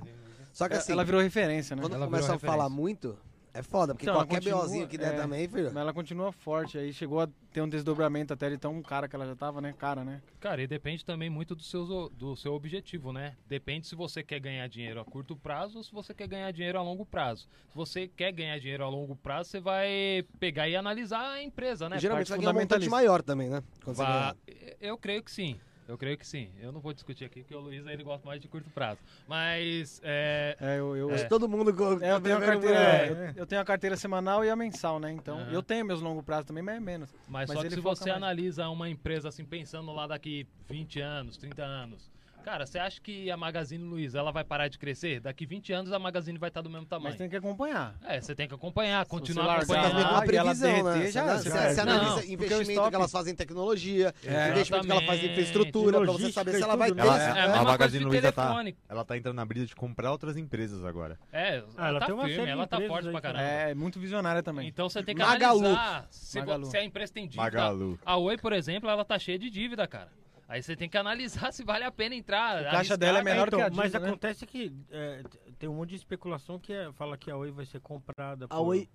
Só que Ela- assim, É, ela virou referência, né? quando Ela virou começa É, a referência. falar muito, é foda, porque Então, ela qualquer continua- BOzinho que der é. também, filho. Mas ela continua forte, aí chegou a ter um desdobramento até de tão cara que ela já tava, né? Cara, né? Cara, e depende também muito do seu, do seu objetivo, né? Depende se você quer ganhar dinheiro a curto prazo ou se você quer ganhar dinheiro a longo prazo. Se você quer ganhar dinheiro a longo prazo, você vai pegar e analisar a empresa, né? Geralmente Parte vai ganhar um montante fundamentalista. maior também, né? Quando você Va- é. ganhar. Eu creio que sim. Eu creio que sim. Eu não vou discutir aqui, porque o Luiz ele gosta mais de curto prazo. Mas é, É, eu, eu, É. Todo mundo co- É, eu tenho a controlando- carteira, É. eu- eu tenho a carteira semanal e a mensal, né? Então, Aham. Tá eu tenho meus longo prazo também, mas é menos. Mas, Mas só que ele se foca você mais. analisa uma empresa assim, pensando lá daqui 20 anos, 30 anos. Cara, você acha que a Magazine Luiza ela vai parar de crescer? Daqui 20 anos a Magazine vai estar do mesmo tamanho. Mas tem que acompanhar. É, você tem que acompanhar, continuar largar, Você faz meio que acompanhando. uma Ah, e ela previsão, né? derreter, Você já- ana- Você já você era. Não, analisa porque o É. investimento estoque- que elas fazem em tecnologia, investimento que ela faz em Exatamente. infraestrutura, pra você saber se ela vai ter. Ela- esse- é- a mesma a coisa Magazine de Luiza tá, telefone. ela tá entrando na briga de comprar outras empresas agora. Ah, É, ela ela tá tem uma série firme, de ela tá empresas forte aí pra que- caramba. É, muito visionária também. Então você tem que Magalu. analisar se, vo- Magalu. se a empresa tem dívida. Magalu. A Oi, por exemplo, ela tá cheia de dívida, cara. Aí você tem que analisar se vale a pena entrar. A caixa dela é menor Então, que a mas Disney, né? acontece que é, t- tem um monte de especulação que é- fala que a Oi vai ser comprada por, Oi-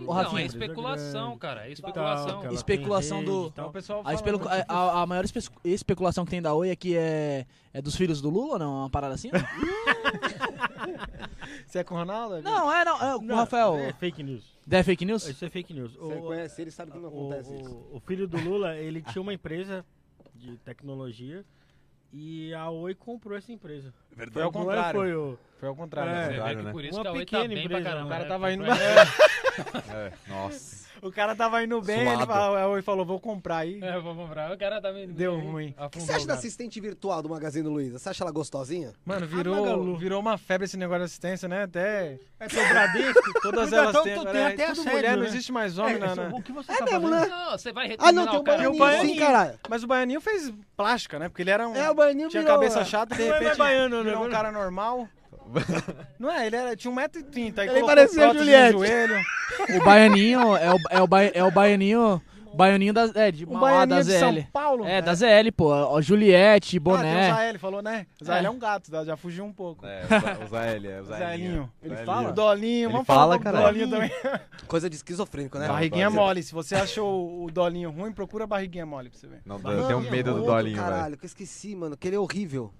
Ô, Não, Rafinha. é empresa especulação, grande cara. e É tal, especulação. que ela Especulação tem rede do- e Então, o tal. pessoal A, fala né? especula- muito que- a- a maior espe- especulação que tem da Oi é que é, é dos filhos do Lula, não? Uma parada assim? não? Você é com o Ronaldo? Não, é não. É, o Não, Rafael. É fake news. É fake news? Isso é fake news. Você O- conhece, ele sabe que não o, acontece isso. o- o filho do Lula, ele tinha uma empresa de tecnologia e a Oi comprou essa empresa. Foi Comprou ao e contrário. Foi o... Foi ao contrário. É. Você vê Claro, que né? por isso Uma que a Oi tá pequena bem pra empresa, caramba. O cara né? tava indo Comprar- É, nossa. O cara tava indo bem, Suado. ele falou, a Oi falou, vou comprar aí. É, vou comprar. O cara tava indo Deu bem, ruim. afundou O que você acha o da cara. assistente virtual do Magazine Luiza? Você acha ela gostosinha? Mano, Magalu. virou, virou uma febre esse negócio de assistência, né? Até É seu Bradesco, todas Cuidado, elas têm tu agora, tem é até tudo assédio, mulher, não né? existe mais homem na- na- O que você É tá mesmo, fazendo? né? Não, você vai Ah, não, reterminar tem o o cara. Baianinho, sim, Baianinho. caralho. Mas o Baianinho fez plástica, né? Porque ele era um... É, o Baianinho Tinha virou, cabeça é. chata, de Não é repente baiano, né? virou um cara normal. Não é, ele era, tinha 1,30m, aí Ele colocou parecia prótese no Juliette. joelho. O Baianinho é o, é o, Bai- é o Baianinho. Baianinho da, é, de O Mauá, da Baianinho de ZL. São Paulo. né? É, da ZL, pô. Ó, Juliette, Ah, tem o Boné. Zael, falou, né? O Zael é. um gato, tá? já fugiu um pouco. É, o Za- o Zael, é o Zaelinho. Zaelinho. Ele Zaelinho. fala? Dolinho, Ele vamos fala, falar do caralho. Dolinho também. Coisa de esquizofrênico, né? Não, barriguinha é Dolinho. mole. Se você achou o Dolinho ruim, procura a barriguinha mole pra você ver. Não, eu tenho medo do outro, Dolinho, Caralho, velho. que eu esqueci, mano. Que ele é horrível.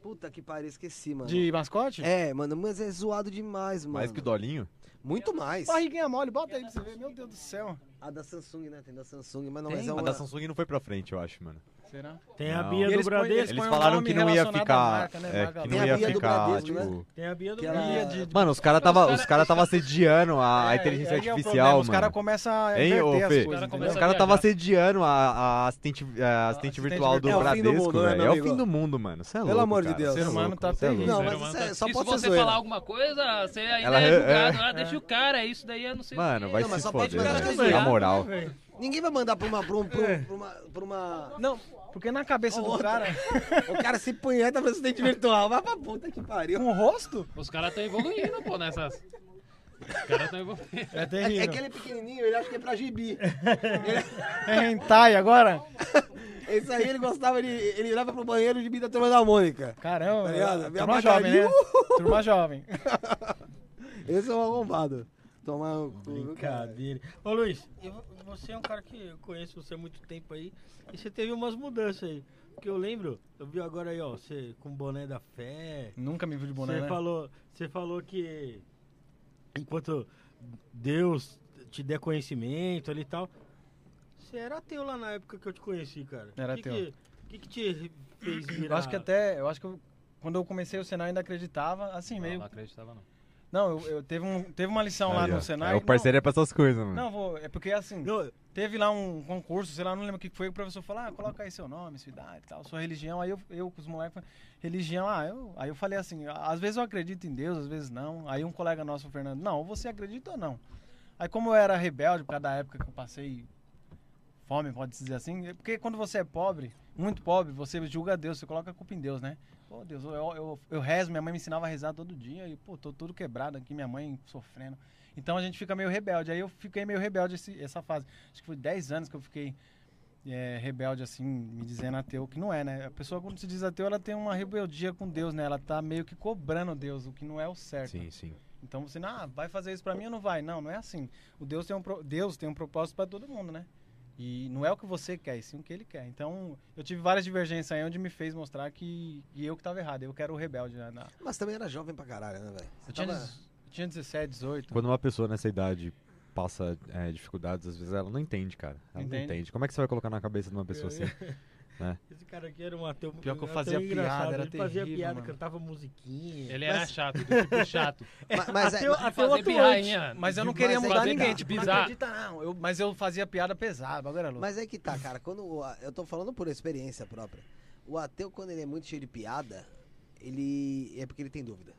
Puta que pariu, esqueci, mano. De mascote? É, mano, mas é zoado demais, mano. Mais que o Dolinho? Muito mais. Barriguinha mole, bota aí pra você ver. Meu Deus do céu. A da Samsung, né? Tem da Samsung, mas não, Tem. mas é A uma... da Samsung não foi pra frente, eu acho, mano. Será? Tem a Não. Bia E do eles põem- Bradesco. Eles Põe um falaram nome que não ia relacionado à ficar. marca, né? é, que Magalu. Tem não a ia Bia do ficar, Bradesco, né? tipo. Tem a Bia do Que ela- Bradesco. Ia de- Mano, os caras tava, os cara tava assediando Ah, a, a É, inteligência aí que é o artificial, problema, Os mano. caras começam a É, Hein, ô, inverter Fê? as coisas. Os cara entendeu? Os começa caras a tava viajar. assediante, a, a assistente, é, a assistente assistente virtual do virtual. É o fim do Bradesco, mundo, né, velho. meu É o fim amigo? do mundo, mano. Você é louco. Pelo amor de cara. Deus. Cê é Ser humano louco, tá cê é louco. Não, Ser mas humano isso tá- é- só e pode se ser você zoeira. falar alguma coisa, você ainda Ela- é julgado. é, Ah, deixa o cara, é isso daí, eu não sei Mano, o vai Não, mas se só pode foder, jogar velho. três Na reais. moral. Ninguém vai mandar pra uma... Pra, um, pra, um- pra uma, pra uma... Não, porque na cabeça do cara, o cara se punheta pra assistente virtual. Vai pra puta que pariu. com o rosto, que. Os caras estão evoluindo, pô, nessas. Os caras estão evoluindo. é É, é terrível. que ele é pequenininho, ele acha que é pra gibi. É hentai agora? Esse aí, ele gostava de... Ele olhava pro banheiro de gibi da Turma da Mônica. Caramba, Tá ligado? é Minha turma um bagaria. jovem, né? Turma jovem. Esse é um arrombado. Tomar o cu, viu, cara? Brincadeira. Ô Luiz, eu- você é um cara que eu conheço você há muito tempo aí. E você teve umas mudanças aí. Porque eu lembro, eu vi agora aí, ó, você com o boné da fé. Nunca me viu de boné, Você né? falou, você falou que enquanto Deus te der conhecimento ali e tal, você era ateu lá na época que eu te conheci, cara. Era que ateu. O que, que te fez virar? Eu acho que até. Eu acho que eu- quando eu comecei o Senai eu ainda acreditava, assim, Não, meio. não acreditava, não. Não, eu, eu- teve, um, teve uma lição lá Aí, ó. no Senai. É o parceiro é pra essas coisas, mano. Não, não, vou, é porque assim. Não, Teve lá um concurso, sei lá, não lembro o que que foi, o professor falou, ah, coloca aí seu nome, sua idade e tal, sua religião. Aí eu, eu com os moleques, falei, religião, ah, eu, aí eu falei assim, "Ah, às vezes eu acredito em Deus, às vezes não. Aí um colega nosso, o Fernando, não, você acredita ou não? Aí como eu era rebelde por causa da época que eu passei fome, pode-se dizer assim, é porque quando você é pobre, muito pobre, você julga Deus, você coloca a culpa em Deus, né? Pô, Deus, eu, eu, eu rezo, minha mãe me ensinava a rezar todo dia e, pô, tô todo quebrado aqui, minha mãe sofrendo. Então a gente fica meio rebelde. Aí eu fiquei meio rebelde esse- essa fase. Acho que foi 10 anos que eu fiquei é, rebelde, assim, me dizendo ateu, que não é, né? A pessoa, quando se diz ateu, ela tem uma rebeldia com Deus, né? Ela tá meio que cobrando Deus, o que não é o certo. Sim, sim. Então você, ah, vai fazer isso pra mim ou não vai? Não, não é assim. O Deus tem um, pro- Deus tem um propósito pra todo mundo, né? E não é o que você quer, e sim o que ele quer. Então, eu tive várias divergências aí onde me fez mostrar que, que eu que tava errado. Eu que era o rebelde. Né? Na- Mas também era jovem pra caralho, né, velho? Você Eu tinha, tava- dez- eu tinha 17, 18. Quando uma pessoa nessa idade passa é, dificuldades, às vezes ela não entende, cara. Ela não Entende. entende. Como é que você vai colocar na cabeça de uma pessoa assim? Esse cara aqui era um ateu. Pior que eu ateu fazia piada, engraçado, era ele fazia terrível, piada, mano. cantava musiquinha. Ele era chato, do tipo chato. Ma- Mas, é- ateu, Ah, De ateu fazer atuante. pirrainha. Mas eu não Mas queria aí mudar é que ninguém, tá. tipo, não Bizarro. acredita não. Eu- mas eu fazia piada pesada, agora é louco. Mas é que tá, cara. Quando o a- eu tô falando por experiência própria. O ateu, quando ele é muito cheio de piada, ele é porque ele tem dúvida.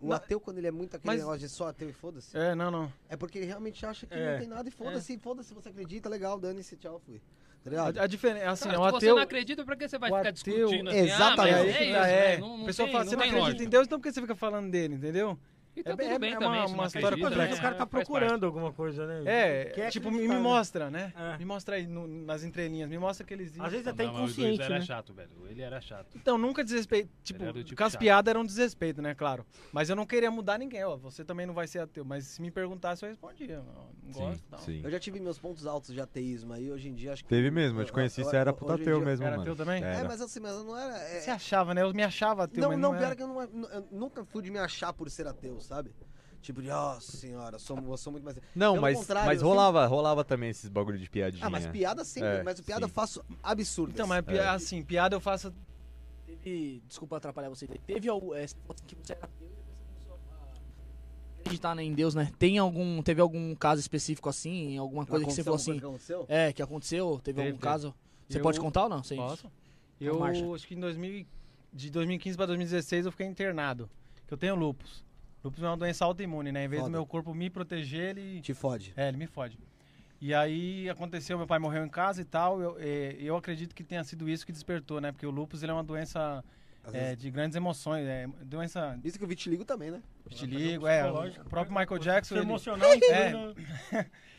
O Não, ateu, quando ele é muito aquele mas- negócio de só ateu e foda-se, É, não, não. é porque ele realmente acha que É. não tem nada e foda-se, foda-se, você acredita, legal, dane-se, tchau, fui. Tá ligado? A, a diferença, assim, é Cara, se um você ateu... não acredita, pra que você vai o ficar ateu- discutindo Exatamente. É, assim? Ah, mas é, é aí isso, é. né? Não, a não pessoa tem- fala, você não tem acredita lógica. em Deus, então por que você fica falando dele, entendeu? E tá É- tudo é- é bem também, uma- se não uma história acredita, Mas é que né? o cara tá Faz parte. procurando alguma coisa, né? É, Quer tipo, me, acreditar, me né? mostra, né? É. Me mostra aí no- nas entrelinhas, me mostra que ele existe. Às vezes até Não, mas o Luiz inconsciente, era né? chato, velho. Ele era chato. Então, nunca desrespeito. Tipo, era do tipo as chato. piadas eram desrespeito, né? Claro. Mas eu não queria mudar ninguém, ó. Você também não vai ser ateu. Mas se me perguntasse, eu respondia. Não, não gosto, não. sim. Eu já tive meus pontos altos de ateísmo aí, hoje em dia acho que. Teve mesmo, eu te Eu- conheci, eu- você era hoje em puta ateu dia- mesmo, Era mano. ateu também? É, Era. mas assim, mas eu não era. é- Você achava, né? Eu me achava ateu, Não, mas não, não pior era. é que eu, não, eu nunca fui de me achar por ser ateu, sabe? Tipo de, ó senhora, sou, eu sou muito mais. Não, Pelo mas, contrário, mas eu sempre- rolava, rolava também esses bagulho de piadinha. Ah, mas piada sempre, É, mas o piada sim. eu faço absurdo. Então, mas pi- É. assim, piada eu faço Teve, desculpa atrapalhar você. Teve algum. É, que você era ateu e depois você começou a acreditar né, em Deus, né? Tem algum. Teve algum caso específico assim? Alguma coisa que você um falou assim? É, que aconteceu? Teve, Teve, algum teve. caso? Você Eu- pode contar ou não? Sim. Posso? Então, marcha. Eu acho que em 2000, e- de 2015 para 2016 eu fiquei internado. Que eu tenho lupus. Lupus é uma doença autoimune, né? Em vez Foda. do meu corpo me proteger, ele. Te fode. É, ele me fode. E aí aconteceu, meu pai morreu em casa e tal. Eu, é, eu acredito que tenha sido isso que despertou, né? Porque o lupus ele é uma doença Às é, vezes- de grandes emoções. É, doença Isso que o vitiligo também, né? um vitiligo, é. O próprio Michael Se Jackson. ele- emocionar, É. incluindo-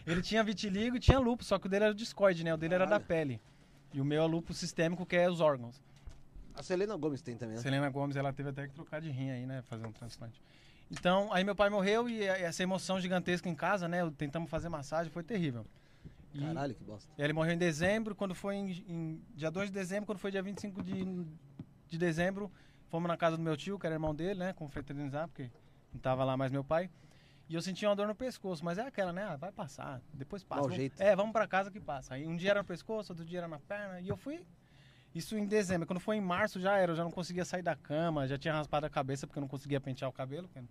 Ele tinha vitiligo e tinha lúpus, só que o dele era o discoide, né? O dele era da Caralho. pele. E o meu é lúpus sistêmico, que é os órgãos. A Selena Gomes tem também, né? Selena Gomes, ela teve até que trocar de rim aí, né? Fazer um transplante. Então, aí meu pai morreu e a- essa emoção gigantesca em casa, né? Tentamos fazer massagem, foi terrível. E Caralho, que bosta. ele morreu em dezembro, quando foi em, em- dia 2 de dezembro, quando foi dia 25 de, de dezembro, fomos na casa do meu tio, que era irmão dele, né? Confraternizar, porque não tava lá mais meu pai. E eu sentia uma dor no pescoço, mas é aquela, né? Ah, vai passar, depois passa. Mau Vamos- jeito. É, vamos pra casa que passa. Aí um dia era no pescoço, outro dia era na perna, e eu fui. Isso em dezembro. Quando foi em março já era, eu já não conseguia sair da cama, já tinha raspado a cabeça porque eu não conseguia pentear o cabelo. porque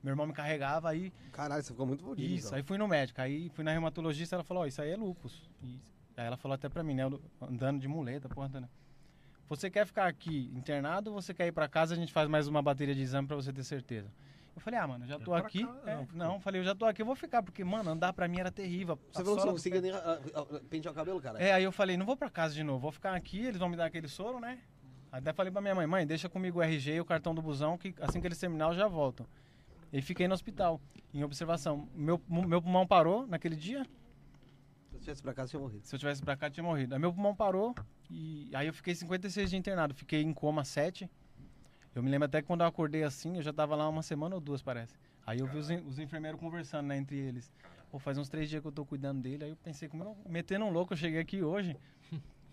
Meu irmão me carregava aí Caralho, você ficou muito fodido. então. isso, aí fui no médico, aí fui na reumatologista, ela falou, ó, isso aí é lupus. E aí ela falou até pra mim, né, eu andando de muleta, porra, andando. Você quer ficar aqui internado ou você quer ir pra casa, a gente faz mais uma bateria de exame pra você ter certeza. Eu falei, ah, mano, eu já tô pra aqui. cá, é, não, não, ficou. falei, eu já tô aqui, eu vou ficar, porque, mano, andar pra mim era terrível. a Você falou que você sola não do conseguia pé. nem ah, ah, ah, pentear o cabelo, cara? É, aí eu falei, não vou pra casa de novo, vou ficar aqui, eles vão me dar aquele soro, né? Até falei pra minha mãe, mãe, deixa comigo o RG e o cartão do busão, que assim que eles terminar eu já volto. E fiquei no hospital, em observação. Meu, meu pulmão parou naquele dia, Se eu tivesse pra casa, eu tinha morrido. se eu tivesse pra cá, eu tinha morrido. Aí meu pulmão parou e aí eu fiquei 56 dias internado. Fiquei em coma 7. Eu me lembro até que quando eu acordei assim, eu já tava lá uma semana ou duas, parece. Aí eu vi os, en- os enfermeiros conversando, né, entre eles. Pô, faz uns três dias que eu tô cuidando dele, aí eu pensei, como eu, metendo um louco, eu cheguei aqui hoje.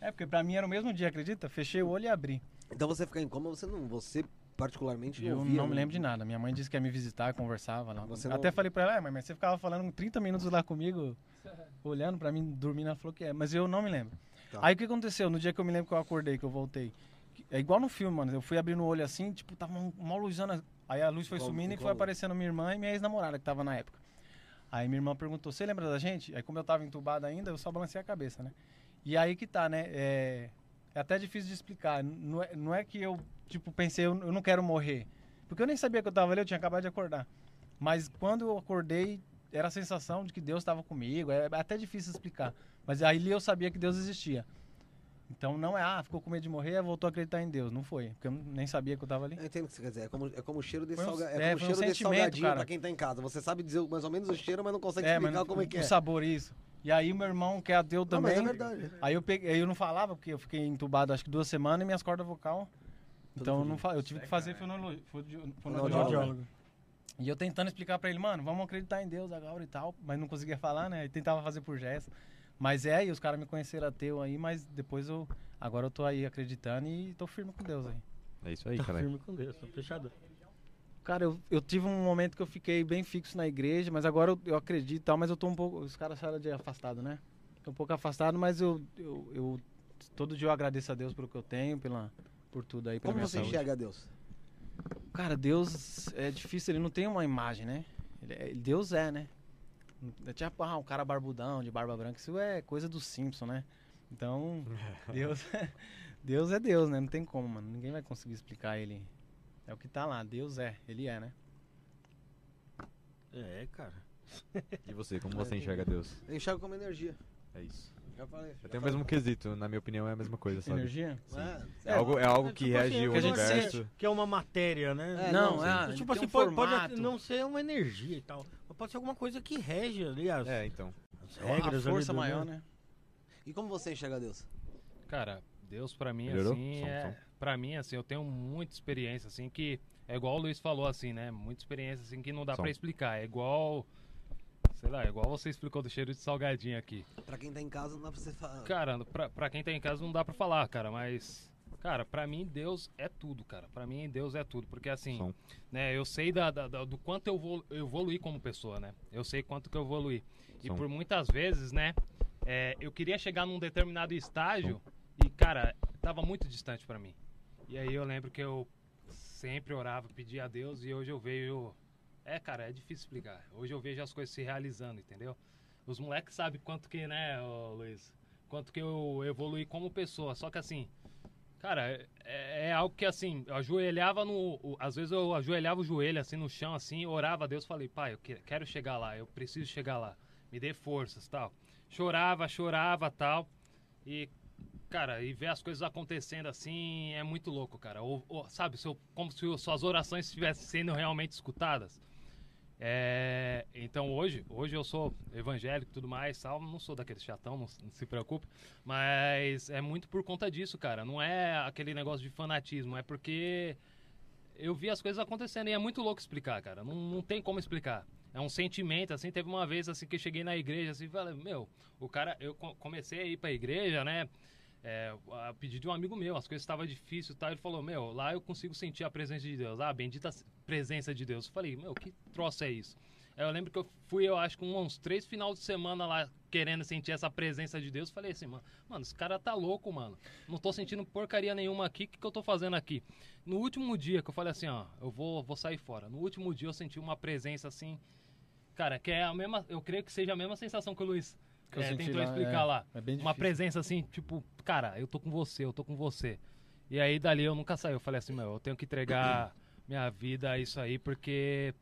É, porque pra mim era o mesmo dia, acredita? Fechei o olho e abri. Então você ficar em coma, você não. Você particularmente não Eu via, não me lembro de nada. Minha mãe disse que ia me visitar, conversava lá. né? Você Eu não- Até falei pra ela, "Ah, mãe, mas você ficava falando 30 minutos lá comigo, olhando pra mim, dormindo, ela falou que é. Mas eu não me lembro. Tá. Aí o que aconteceu? No dia que eu me lembro que eu acordei, que eu voltei. É igual no filme, mano. Eu fui abrindo o olho assim, tipo, tava um- uma luzana. Aí a luz foi Igual- sumindo e igual foi a luz. aparecendo minha irmã e minha ex-namorada que tava na época. Aí minha irmã perguntou, você lembra da gente? Aí como eu tava entubado ainda, eu só balancei a cabeça, né? E aí que tá, né? É, é até difícil de explicar. N- Não é, não é que eu, tipo, pensei, eu, eu não quero morrer. Porque eu nem sabia que eu tava ali, eu tinha acabado de acordar. Mas quando eu acordei, era a sensação de que Deus estava comigo. É até difícil explicar. Mas aí ali eu sabia que Deus existia. Então não é, ah, ficou com medo de morrer, voltou a acreditar em Deus. Não foi, porque eu nem sabia que eu tava ali. Eu entendo o que você quer dizer. É como, é como o cheiro desse, Foi um- salga... é, é como o foi um cheiro desse sentimento, salgadinho cara. pra quem tá em casa. Você sabe dizer mais ou menos o cheiro, mas não consegue mas explicar não- como é que o é. sabor, isso. E aí meu irmão, que é ateu Não, mas também, é verdade. aí eu, peguei, aí eu não falava, porque eu fiquei entubado acho que duas semanas e minhas cordas vocal. Então eu, não fa- eu tive que fazer fonologia. Fonoaudiólogo. E eu tentando explicar pra ele, mano, vamos acreditar em Deus agora e tal, mas não conseguia falar, né? E tentava fazer por gesto. Mas é, e os caras me conheceram ateu aí, mas depois eu. Agora eu tô aí acreditando e tô firme com Deus aí. É isso aí, Tá cara. firme com Deus, tá fechado. Cara, eu, eu tive um momento que eu fiquei bem fixo na igreja, mas agora eu, eu acredito e tal, mas eu tô um pouco. Os caras acharam de afastado, né? Tô um pouco afastado, mas eu, eu, eu- Todo dia eu agradeço a Deus pelo que eu tenho, pela, por tudo aí. Pela Como minha você saúde. enxerga Deus? Cara, Deus é difícil, ele não tem uma imagem, né? Ele é- Deus é, né? É tipo, ah, um cara barbudão, de barba branca, isso é coisa do Simpson, né? Então, Deus, Deus é Deus, né? Não tem como, mano. Ninguém vai conseguir explicar ele. É o que tá lá, Deus é, ele é, né? É, cara. E você, como Ah, você enxerga Deus? Eu enxergo como energia. É isso. Já falei. já Eu tenho o falei. mesmo quesito, na minha opinião é a mesma coisa, sabe? Energia? É, É algo, é algo que tipo assim, rege o que a gente universo. sente. Que é uma matéria, né? É, não, não, é. Então, ele tipo tem assim, um pode, pode formato. não ser uma energia e tal, mas pode ser alguma coisa que rege ali as, É, então. as É uma regras. ali força do- maior, né? E como você enxerga Deus? Cara, Deus pra mim Melhorou? assim, Som, é, som. para mim assim, eu tenho muita experiência assim que é igual o Luiz falou assim, né? Muita experiência assim que não dá Som. pra explicar, é igual sei lá, é igual você explicou do cheiro de salgadinho aqui. Pra quem tá em casa, não dá pra você falar. Cara, pra, pra quem tá em casa não dá pra falar, cara, mas cara, pra mim Deus é tudo, cara. Pra mim Deus é tudo, porque assim, Som. né, eu sei da, da- da- do quanto eu vou eu evoluir como pessoa, né? Eu sei quanto que eu evoluí. E Som. por muitas vezes, né, é, eu queria chegar num determinado estágio e, cara, tava muito distante pra mim. E aí eu lembro que eu sempre orava, pedia a Deus e hoje eu vejo. É, cara, é difícil explicar. Hoje eu vejo as coisas se realizando, entendeu? Os moleques sabem quanto que, né, ô, Luiz? Quanto que eu evoluí como pessoa. Só que assim, cara, é, é algo que assim, eu ajoelhava no. o- Às vezes eu ajoelhava o joelho assim no chão, assim, orava a Deus, falei, pai, eu que- quero chegar lá, eu preciso chegar lá. Me dê forças tal. Chorava, chorava tal. E, Cara, e ver as coisas acontecendo assim é muito louco, cara. Ou, ou, sabe, seu, como se o- suas orações estivessem sendo realmente escutadas. É, então hoje, hoje eu sou evangélico e tudo mais, tal, não sou daquele chatão, não, se- não se preocupe, mas é muito por conta disso, cara. Não é aquele negócio de fanatismo, é porque eu vi as coisas acontecendo e é muito louco explicar, cara. Não, não tem como explicar. É um sentimento, assim, teve uma vez assim que eu cheguei na igreja assim, e falei, meu, o cara, eu co- comecei a ir pra igreja, né? é, a pedido de um amigo meu, as coisas estavam difíceis e tal. Ele falou, meu, lá eu consigo sentir a presença de Deus. Ah, bendita s- presença de Deus. Eu falei, meu, que troço é isso? Aí eu lembro que eu fui, eu acho que um, uns três final de semana lá querendo sentir essa presença de Deus. Falei assim, mano, mano, esse cara tá louco, mano. Não tô sentindo porcaria nenhuma aqui. O que, que eu tô fazendo aqui? No último dia que eu falei assim, ó, eu vou, vou sair fora. No último dia eu senti uma presença assim. Cara, que é a mesma. Eu creio que seja a mesma sensação que o Luiz Que eu eh, senti tentou lá, explicar é. lá É bem uma difícil. presença assim, tipo, cara, eu tô com você, eu tô com você. E aí dali eu nunca saí. Eu falei assim, meu, eu tenho que entregar minha vida a isso aí, porque.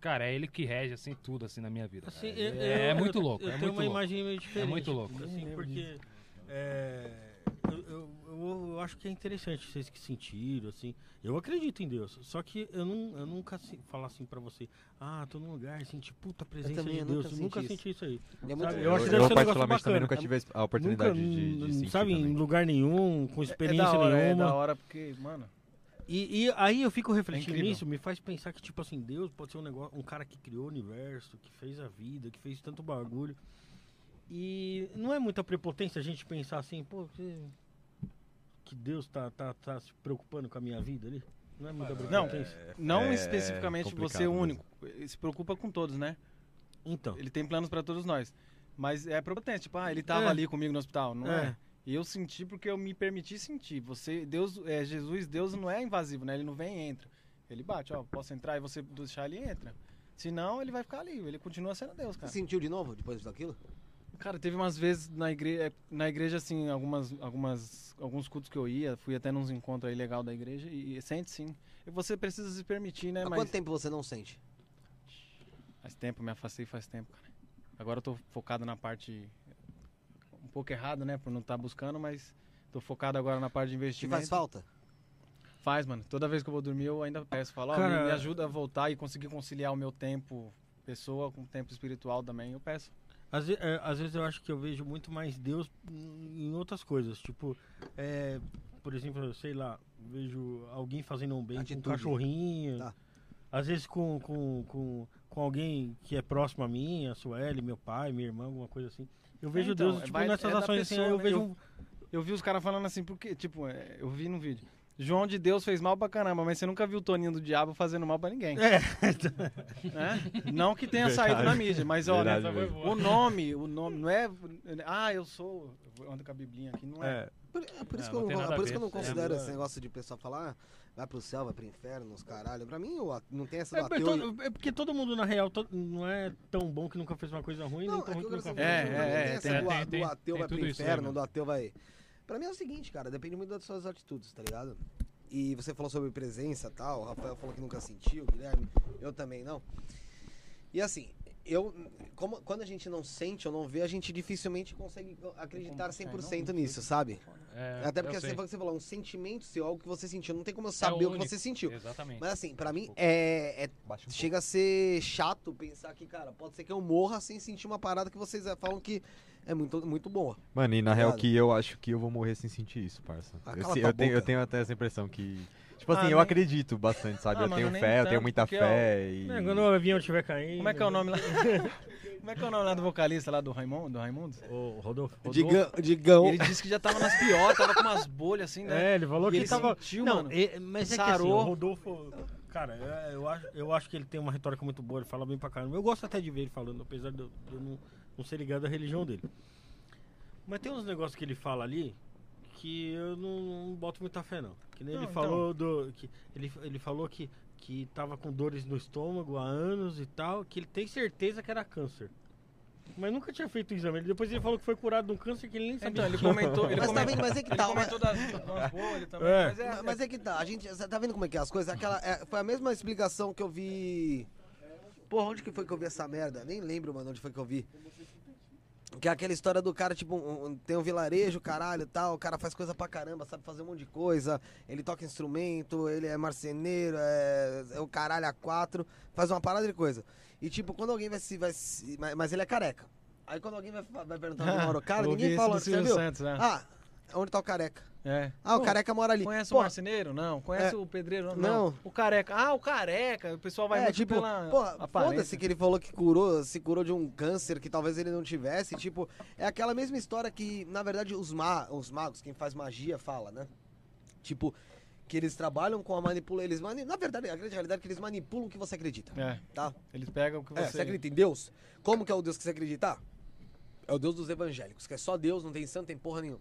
Cara, é ele que rege, assim, tudo, assim, na minha vida. Assim, cara. eu- é, eu- muito eu- louco, Eu é tenho muito uma louco. imagem meio diferente. muito louco. Assim, Uhum. porque é, eu, eu- eu- eu acho que é interessante vocês que sentiram, assim. Eu acredito em Deus, só que eu, não, eu nunca se, falar assim pra você, ah, tô num lugar, senti puta presença também, de eu Deus. nunca Eu senti nunca isso. senti isso aí. É muito- Sabe, Eu, eu acho que eu deve ser um negócio particularmente também bacana. nunca tive a oportunidade Nunca, de, de n- sentir sabe, em também. lugar nenhum, com É experiência da hora, é nenhuma. da hora, porque, mano. E, e aí eu fico refletindo incrível. nisso, me faz pensar que, tipo assim, Deus pode ser um negócio, um cara que criou o universo, que fez a vida, que fez tanto bagulho. E não é muita prepotência a gente pensar assim, pô, que, que Deus tá, tá, tá se preocupando com a minha vida ali? Não é muita Não, prepotência? não é especificamente você complicado único. Ele se preocupa com todos, né? Então. Ele tem planos pra todos nós. Mas é prepotente, tipo, ah, ele tava É. ali comigo no hospital, não é? É. E eu senti porque eu me permiti sentir. Você, Deus, é, Jesus, Deus não é invasivo, né? Ele não vem e entra. Ele bate, ó, posso entrar e você deixar ele entra. Se não, ele vai ficar ali, ele continua sendo Deus, Você cara. sentiu de novo depois daquilo? Cara, teve umas vezes na igreja, na igreja assim, algumas, algumas, alguns cultos que eu ia, fui até nos encontros aí legal da igreja e, e sente sim. E você precisa se permitir, né? Há Mas quanto tempo você não sente? faz tempo, me afastei faz tempo, cara. Agora eu tô focado na parte um pouco errada, né, por não estar buscando, mas tô focado agora na parte de Te investimento. faz falta? Faz, mano. Toda vez que eu vou dormir, eu ainda peço, falo, ó, me- Cara- me ajuda a voltar e conseguir conciliar o meu tempo pessoa com o tempo espiritual também, eu peço. Às, ve- é, às vezes eu acho que eu vejo muito mais Deus em em outras coisas. Tipo, é, por exemplo, eu sei lá, vejo alguém fazendo um bem Atitude. com um cachorrinho. Tá. Às vezes com, com, com, com alguém que é próximo a mim, a Sueli, meu pai, minha irmã, alguma coisa assim. Eu vejo então, Deus, tipo, vai- nessas é da ações assim, pessoa, eu né? vejo Eu- um- Eu vi os caras falando assim, porque, tipo, é, eu vi no vídeo. João de Deus fez mal pra caramba, mas você nunca viu o Toninho do Diabo fazendo mal pra ninguém. É. Né? Não que tenha Verdade. saído na mídia, mas olha, Verdade mesmo. o nome, o nome, não é. Ah, eu sou. Eu ando com a Biblinha aqui, não é. É, Por, é por isso, É, que, eu não tem não, nada é a por ver. isso que eu não É, considero não esse é. negócio de pessoa falar, ah, vai pro céu, vai pro inferno, os caralho. Pra mim, o ateu- não tem essa é, do porque ateu e- todo- é porque todo mundo, na real, to- não é tão bom que nunca fez uma coisa ruim, nem Não, tão ruim que que eu quero nunca saber, fez. É, não é, tem é, essa né? tem- do, a- tem- do tem- ateu tem vai pro tudo isso aí, inferno, né? do ateu vai. Pra mim é o seguinte, cara, depende muito das suas atitudes, tá ligado? E você falou sobre presença e tal, o Rafael falou que nunca sentiu, o Guilherme, eu também não. E assim, eu, como, quando a gente não sente ou não vê, a gente dificilmente consegue acreditar 100% nisso, sabe? É, Até eu porque sei. É você, você falou, um sentimento seu, algo que você sentiu, não tem como eu saber o que único. É. você sentiu. Exatamente. Mas assim, pra mim é, é um Chega a ser chato pensar que, cara, pode ser que eu morra sem sentir uma parada que vocês eh, falam que é muito, muito boa. Mano, e na real Ligado? que eu acho que eu vou morrer sem sentir isso, parça. Ah, eu, cala se- tua eu tenho, eu boca. tenho até essa impressão que. Tipo assim, Ah, eu nem- acredito bastante, sabe? Ah, eu mano, tenho nem fé, eu tenho tanto, muita porque, ó, fé e. Né, Quando o avião estiver caindo... Como é que é o nome lá? Como é que é o nome lá do vocalista lá do Raimundo? Do Raimundo? Ô, Rodolfo. Digão, digão. Ele disse que já tava nas piores, tava com umas bolhas assim, né? É, ele falou E que ele tava... sentiu, não, mano. e- mas é que assim, Sarou. o Rodolfo... Cara, é, eu, eu acho, eu acho que ele tem uma retórica muito boa, ele fala bem pra caramba. Eu gosto até de ver ele falando, apesar de eu de eu não, não ser ligado à religião dele. Mas tem uns negócios que ele fala ali que eu não, não boto muita fé, não. Que nem Não, ele então. falou do... Que, ele, ele falou que, que tava com dores no estômago há anos e tal, que ele tem certeza que era câncer. Mas nunca tinha feito o exame. Ele- Depois ele falou que foi curado de um câncer que ele nem sabia. Então, ele que tinha. comentou. Ele mas, tá comentou, vendo, mas é que ele tá. Mas, comentou das, das bolhas também. É. Mas é, mas é que tá. A gente, cê tá vendo como é que é as coisas? Aquela, é, foi a mesma explicação que eu vi. Porra, onde que foi que eu vi essa merda? Nem lembro, mano, onde foi que eu vi. Que é aquela história do cara, tipo, um- um- tem um vilarejo, caralho, tal, o cara faz coisa pra caramba, sabe fazer um monte de coisa, ele toca instrumento, ele é marceneiro, é, é o caralho a quatro, faz uma parada de coisa. E tipo, quando alguém vai se. Vai se- mas, mas ele é careca. Aí quando alguém vai, vai perguntar pra ele, mano, cara, eu ouvi ninguém isso fala, do você Silvio viu? Santos, né? Ah, onde tá o careca? É. Ah, o Pô, careca mora ali. Conhece o Pô, marceneiro? Não. Conhece É. o pedreiro? Não. Não. O careca. Ah, o careca. O pessoal vai é, muito tipo, pela porra, foda-se aparência. que ele falou que curou, se curou de um câncer que talvez ele não tivesse, tipo, é aquela mesma história que, na verdade, os, ma os magos, quem faz magia, fala, né? Tipo, que eles trabalham com a manipulação, eles mani na verdade, a grande realidade é que eles manipulam o que você acredita, É, tá? eles pegam o que É, você... você acredita em Deus? Como que é o Deus que você acreditar? É o Deus dos evangélicos, que é só Deus, não tem santo, tem porra nenhuma.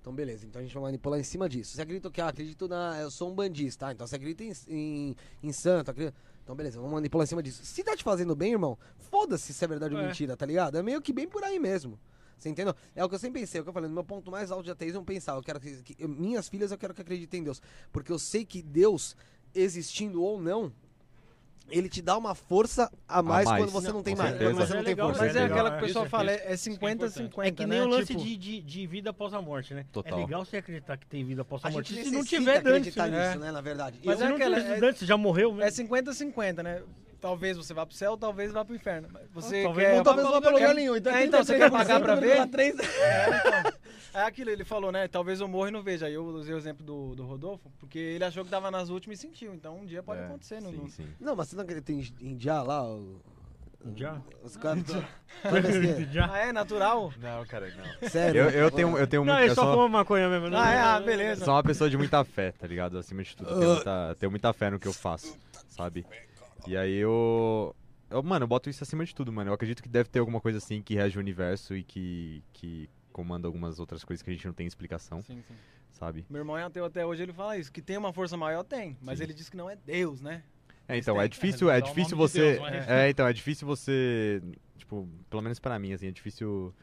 Então, beleza. Então a gente vai manipular em cima disso. Você acredita que ah, acredito na. Eu sou um bandista, tá? Então você acredita em, em, em santo, acredita. Então, beleza, vamos manipular em cima disso. Se tá te fazendo bem, irmão, foda-se se é verdade ou É. mentira, tá ligado? É meio que bem por aí mesmo. Você entendeu? É o que eu sempre pensei, é o que eu falei, no meu ponto mais alto de ateísmo, eu pensava, eu quero que, que- eu- minhas filhas eu quero que acreditem em Deus. Porque eu sei que Deus, existindo ou não, ele te dá uma força a mais, mais. quando você não, tem com mais. certeza. Quando você Mas é não tem legal, força. né? Mas é, legal, aquela que né? o pessoal Isso é fala, importante. é importante. 50-50, É que nem né? o lance Tipo, de, de, de vida após a morte, né? Total. É legal você acreditar que tem vida após a, A gente morte. necessita Se não tiver, dane-se. acreditar né? nisso, né, na verdade. Mas Se é não aquela- tiver, dane-se, já morreu, né? É 50-50, né? Talvez você vá pro céu, talvez vá pro inferno. Mas Você Talvez quer... não, Ah, talvez não vá pra lugar quer- nenhum. Então, É, então, você quer pagar pra ver? 33,3%. É aquilo, ele falou, né? Talvez eu morra e não veja. Aí eu usei o exemplo do, do Rodolfo, porque ele achou que tava nas últimas e sentiu. Então um dia pode É, acontecer, não, Sim, não- sim. Não, mas você não acredita em Indiá lá? o- assim. Já? Os caras. Sabe assim, Já? Ah, é natural? Não, cara, não. Sério? né? Eu, eu tenho, eu tenho Não, muito. ele Eu é só sou, fuma maconha mesmo. não- Ah, é, ah, beleza. sou uma pessoa de muita fé, tá ligado? Acima de tudo. Tenho muita, tenho muita fé no que eu faço, sabe? E aí eu. eu, Mano, eu boto isso acima de tudo, mano. Eu acredito que deve ter alguma coisa assim que rege o universo e que, que comanda algumas outras coisas que a gente não tem explicação, Sim, sim. sabe? Meu irmão é ateu até hoje, ele fala isso, que tem uma força maior, tem. Mas Sim. ele diz que não é Deus, né? É, então, têm- é difícil, é eles dão o difícil nome de você. Deus, né? mas- é, então, é difícil você. Tipo, pelo menos pra mim, assim, é difícil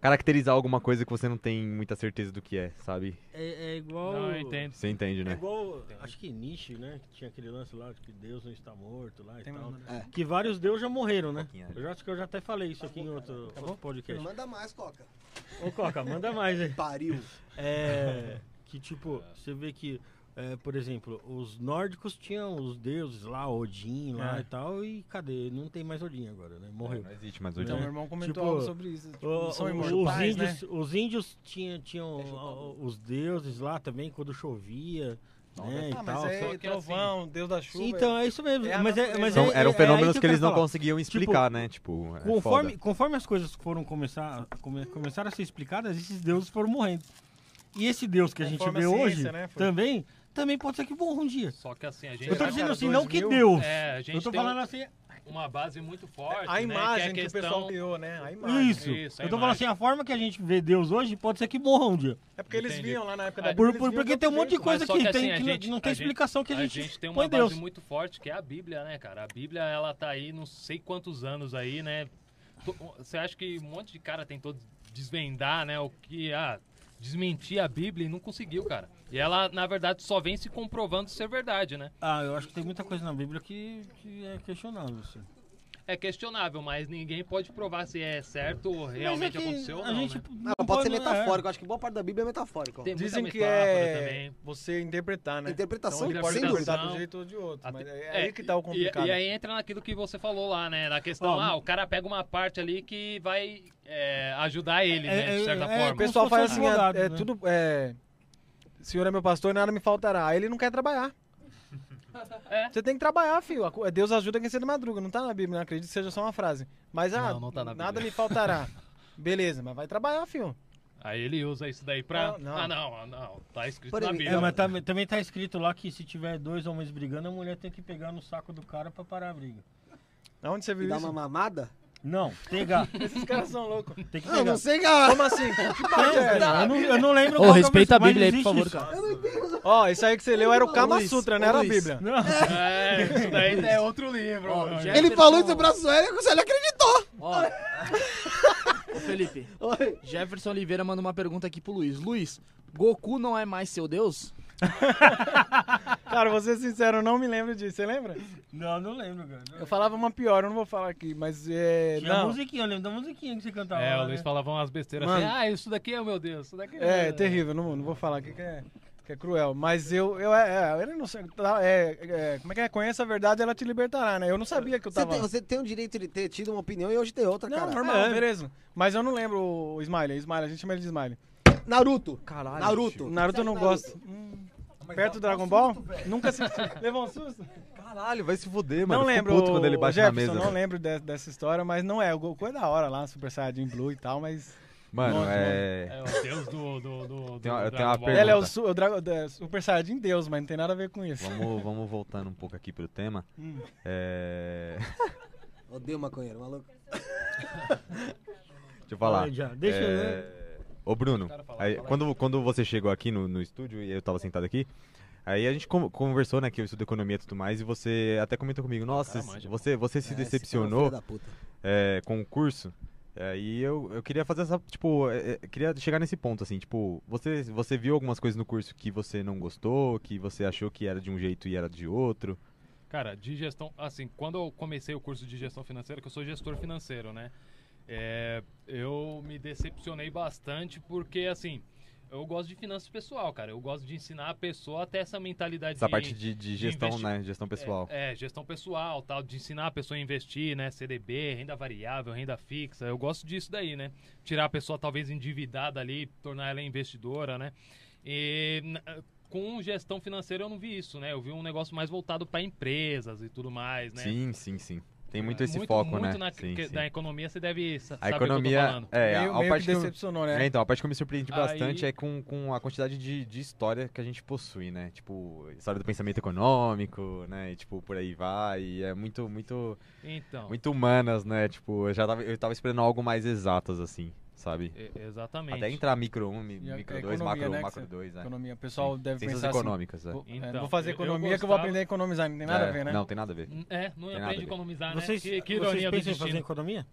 caracterizar alguma coisa que você não tem muita certeza do que é, sabe? É, é igual. Não, eu entendo. Você entende, É né? igual, acho que Nietzsche, né? Que tinha aquele lance lá de que Deus não está morto lá e Tem tal. uma- Tá Que vários deuses já morreram, né? Pouquinho, é. Eu já, acho que eu já até falei isso aqui em outro, outro podcast. Manda mais, Coca. Ô, Coca, manda mais aí. Pariu. É, que tipo, você vê que, é, por exemplo, os nórdicos tinham os deuses lá, Odin lá É. e tal, e cadê? Não tem mais Odin agora, né? Morreu. Não existe mais hoje. Então, né? meu irmão comentou Tipo, algo sobre isso. Tipo, O- não são o- os, imortais, né? índios, os índios tinha- tinham, ó, os deuses lá também quando chovia, né, Ah, e mas tal. é só- trovão, Deus da chuva. Então, é isso mesmo. é a mas é, natureza. mas Então, é- é- é eram aí fenomenos eu que eles quero não falar. conseguiam explicar, né? Tipo, é Conforme, foda. conforme as coisas foram começar, come- começaram a ser explicadas, esses deuses foram morrendo. E esse deus que a gente Conforme vê a ciência, hoje né, foi. também, também pode ser que morra um dia. Só que assim, a gente. Eu tô Será, dizendo cara, assim, não que 2000? Deus. É, a gente eu tô tem um- falando assim, uma base muito forte. a imagem né? que, é o pessoal questão- criou, né? A imagem. é isso. isso, a eu tô falando imagem. assim, a forma que a gente vê Deus hoje pode ser que morra um dia. É porque eles Entendi. viam lá na época da Por- Bíblia. Por- eles por- viam porque de tem um outro monte de jeito. coisa Mas só que, que, tem, assim, a que não- gente- não tem a gente- explicação que a a gente, gente tem uma põe base Deus. muito forte que é a Bíblia, né, cara? A Bíblia, ela tá aí não sei quantos anos aí, né? To- Você acha que um monte de cara tentou desvendar, né, o que ah, desmentir a Bíblia e não conseguiu, cara. E ela, na verdade, só vem se comprovando ser verdade, né? Ah, eu acho que tem muita coisa na Bíblia que, que é questionável. Assim. É questionável, mas ninguém pode provar se é certo ou Mas é realmente que aconteceu ou a não, gente é. né? Não, pode ser metafórico. Acho que boa parte da Bíblia é metafórico. ó. Tem muita Dizem que metáfora é também. você interpretar, né? Interpretação, então, sem pode dúvida. interpretar de um jeito ou de outro. Até- Mas é aí é, que tá o e- complicado. E, aí entra naquilo que você falou lá, né? Na questão, Ó, ah, o cara pega uma parte ali que vai é, ajudar ele, né? De certa é, é, o forma. como pessoal se fosse faz assim, um advogado, é, é né? tudo. É, Senhor é meu pastor, nada me faltará. Aí ele não quer trabalhar. É. Você tem que trabalhar, filho. A co- Deus ajuda quem cedo madruga. Não tá na Bíblia, não acredito que seja só uma frase. Mas ah, Não, não tá na nada Bíblia. me faltará. Beleza, mas vai trabalhar, filho. Aí ele usa isso daí pra. Não, não. Ah, não, ah, não. Tá escrito Por na aí, Bíblia. É, mas tá- também tá escrito lá que se tiver dois homens brigando, a mulher tem que pegar no saco do cara pra parar a briga. Aonde você E viu dá isso? uma mamada? Não, pegar. Esses caras são loucos. Tem que Não, pegar. não sei, cara. Como assim? Que parte é essa? Eu não, eu não lembro Ô, qual que é o respeita a versículo, mas Bíblia aí, por existe favor, isso. cara. Ó, isso aí que você leu era o Kama Luiz, Sutra, não ô, era a Luiz. Bíblia. Não. É, isso daí é outro livro. Ó, mano. Jefferson- Ele falou isso pra Sueli e a Sueli acreditou. Ó. Ô, Felipe, Jefferson Oliveira manda uma pergunta aqui pro Luiz. Luiz, Goku não é mais seu deus? Cara, vou ser sincero, eu não me lembro disso. Você lembra? Não, não lembro, cara. Eu falava uma pior, eu não vou falar aqui, mas é. Tinha a não. musiquinha, eu lembro da musiquinha que você cantava. É, lá, o Luiz né? falava umas besteiras Mano. assim. Ah, isso daqui é o meu Deus. Isso daqui É, é meu Deus." terrível, não, não vou falar aqui que é, que é cruel. Mas eu, eu, é, é, eu não sei. tá, é, é, como é que é? Conheça a verdade, ela te libertará, né? Eu não sabia que eu Você tava. tem, você tem o direito de ter tido uma opinião e hoje tem outra, Não, cara. normal, É. beleza. Mas eu não lembro o Smiley, Smiley, a gente chama ele de Smiley. É, Naruto. Caralho. é Naruto. um Naruto eu não gosto. Hum, Perto do Dragon Ball? Nunca assisti. Levou um susto? Caralho, vai se foder, mano. Não Fico lembro. puto quando ele bate na Jefferson, mesa. não velho. lembro de- dessa história, mas não é. O Goku é da hora lá, Super Saiyajin Blue e tal, mas. Mano, Nossa, é. É o deus do. do, do, do Tem uma- eu Dragon tenho uma Ball. pergunta. Ela é o, su- o Drago- da- Super Saiyajin Deus, mas não tem nada a ver com isso. Vamos, vamos voltando um pouco aqui pro tema. É... Odeio maconheiro, maluco. É, Deixa eu falar. Olha, já. Deixa eu ver. É... Ô, Bruno, aí, quando, quando você chegou aqui no, no estúdio e eu tava sentado aqui, aí a gente con- conversou, né, que eu estudo economia e tudo mais, e você até comentou comigo, nossa, manja. você, você se É, decepcionou esse cara é um filho da puta. é, com o curso. É, e eu, eu queria fazer essa, tipo, é, é, queria chegar nesse ponto, assim, tipo, você, você viu algumas coisas no curso que você não gostou, que você achou que era de um jeito e era de outro? Cara, de gestão, assim, quando eu comecei o curso de gestão financeira, que eu sou gestor financeiro, né? É, eu me decepcionei bastante porque, assim, eu gosto de finanças pessoal, cara. Eu gosto de ensinar a pessoa até essa mentalidade Essa É de- parte de, de gestão, investi- né? Gestão pessoal. É, é, gestão pessoal, tal, de ensinar a pessoa a investir, né? CDB, renda variável, renda fixa. Eu gosto disso daí, né? Tirar a pessoa talvez endividada ali, tornar ela investidora, né? E na- com gestão financeira eu não vi isso, né? Eu vi um negócio mais voltado para empresas e tudo mais, né? É, Sim, sim, sim. Tem muito esse muito, foco, muito né? Na, sim, que- sim. Da economia você deve sa- A saber o que eu tô economia. falando. É, meio, a meio parte que que eu- decepcionou, É, né? então, a parte que eu me surpreendi Aí- bastante é com, com a quantidade de, de história que a gente possui, né? Tipo, história do pensamento econômico, né? E, tipo, por aí vai. E é muito, muito, Então, muito humanas, né? Tipo, eu já tava, eu tava esperando algo mais exatas, assim, sabe? e- exatamente. Até entrar micro 1, E a- micro a 2, economia, macro 1, né, que macro você- 2, né? Economia. O pessoal deve Ciências pensar assim, econômicas, é. vou- é, Então, não vou fazer eu- eu economia que eu vou gostava- aprender a economizar, não tem nada a É, ver, né? Não, tem nada a ver. É, não Tem nada a aprende a ver. economizar, Vocês, né? Que, que vocês ironia do pensam em fazer destino. economia?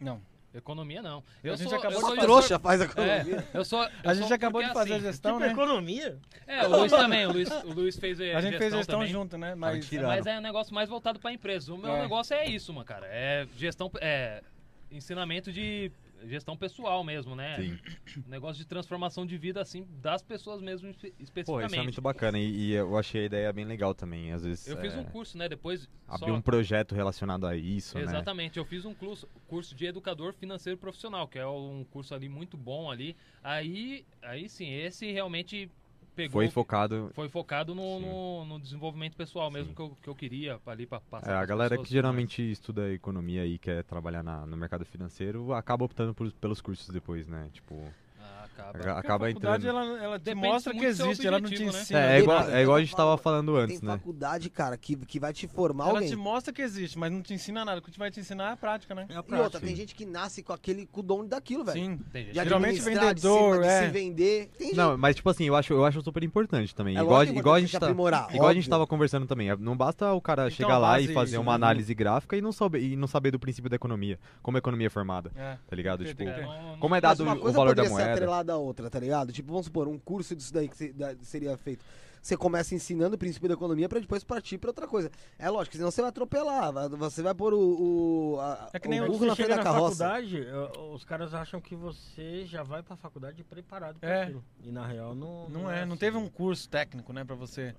Não. Economia não. Eu gente sou, acabou eu de sou falar. gestor- Trouxa, faz a É, economia. eu sou. A gente acabou de fazer a a gestão. gestão, Tipo, né? economia? É, o Luiz também. O Luiz, o Luiz fez a, A gente fez a gestão também. junto, Ah, né? Mas tirando. Mas é um negócio mais voltado pra empresa. O meu É. negócio é isso, mano, cara. É gestão. É ensinamento de gestão pessoal mesmo, né? Sim. Um negócio de transformação de vida, assim, das pessoas mesmo, espe- Pô, isso é especificamente. muito bacana. E, e eu achei a ideia bem legal também. Às vezes. eu fiz é, um curso, né? Depois. Abrir só- um projeto relacionado a isso, né? Exatamente, eu fiz um curso, curso de educador financeiro profissional, que é um curso ali muito bom ali. Aí, aí sim, esse realmente pegou. Foi focado. foi focado no, Sim. no, no desenvolvimento pessoal mesmo Sim. que eu, que eu queria pra ali para passar. É, a pras galera pessoas, que geralmente estuda economia e quer trabalhar na- no mercado financeiro acaba optando por- pelos cursos depois, né? Tipo, Ah, a- acaba. acaba, é, a faculdade, entrando. ela, ela te Depende mostra muito que do seu existe, ela não te objetivo, né? ensina. É, é Tem igual, nada. é igual a gente tava falando Tem antes, né? faculdade, cara, que, que vai te formar Ela alguém. te mostra que existe, mas não te ensina nada. O que te vai te ensinar é a prática, né? É a E outra, Sim. tem gente que nasce com aquele com o dom daquilo, velho. Sim. Tem gente De que- Geralmente administrar, de se- vendedor, de se, é. vender. Tem gente Não, mas tipo assim, eu acho, eu acho super importante também. É igual, lógico que igual a você gente se tá, aprimorar, igual a gente óbvio. tava conversando também. é, Não basta o cara Então, chegar lá e base, fazer isso, uma né? análise gráfica e não saber e não saber do princípio da economia, como a economia é formada, É. tá ligado? Tem- Tipo, tem que ter. não- não- como é Mas dado uma o coisa valor da poderia ser moeda? atrelada à outra, tá ligado? Tipo, vamos supor, um curso disso daí que se- da- seria feito. Você começa ensinando o princípio da economia pra depois partir pra outra coisa. É lógico, senão você vai atropelar, vai- você vai pôr o, o, a, É que nem o quando burro na você frente chega da na carroça. faculdade, eh, os caras acham que você já vai pra faculdade preparado pra É. aquilo. E na real não Não é, não assim. teve um curso técnico, né, pra você.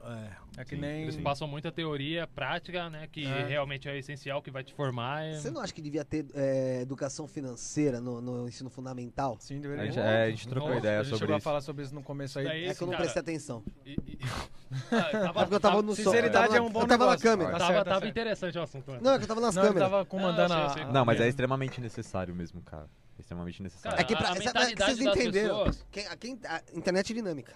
É. É que Sim, nem. Eles passam muita teoria, prática, né? Que É. realmente é essencial, que vai te formar. é- Você não acha que devia ter é, educação financeira no, no ensino fundamental? Sim, A deveria. gente, é, a gente trocou Nossa, ideia a gente sobre chegou a isso. falar sobre isso no começo aí. Daí- é que eu não cara. prestei atenção. E- e- Ah, tava- É porque eu tava no sol. Sinceridade eu tava, é um bom Eu tava negócio. na câmera. Tá tava- certo, tá tava certo. interessante o assunto. né? Não, é que eu tava nas Não, ele câmeras. tava comandando Ah, eu a. sei, eu sei. Não, mas é a- extremamente necessário mesmo, cara. Extremamente necessário. É que pra, A é que mentalidade vocês das entenderam. pessoas. Quem, a, quem, a internet é dinâmica.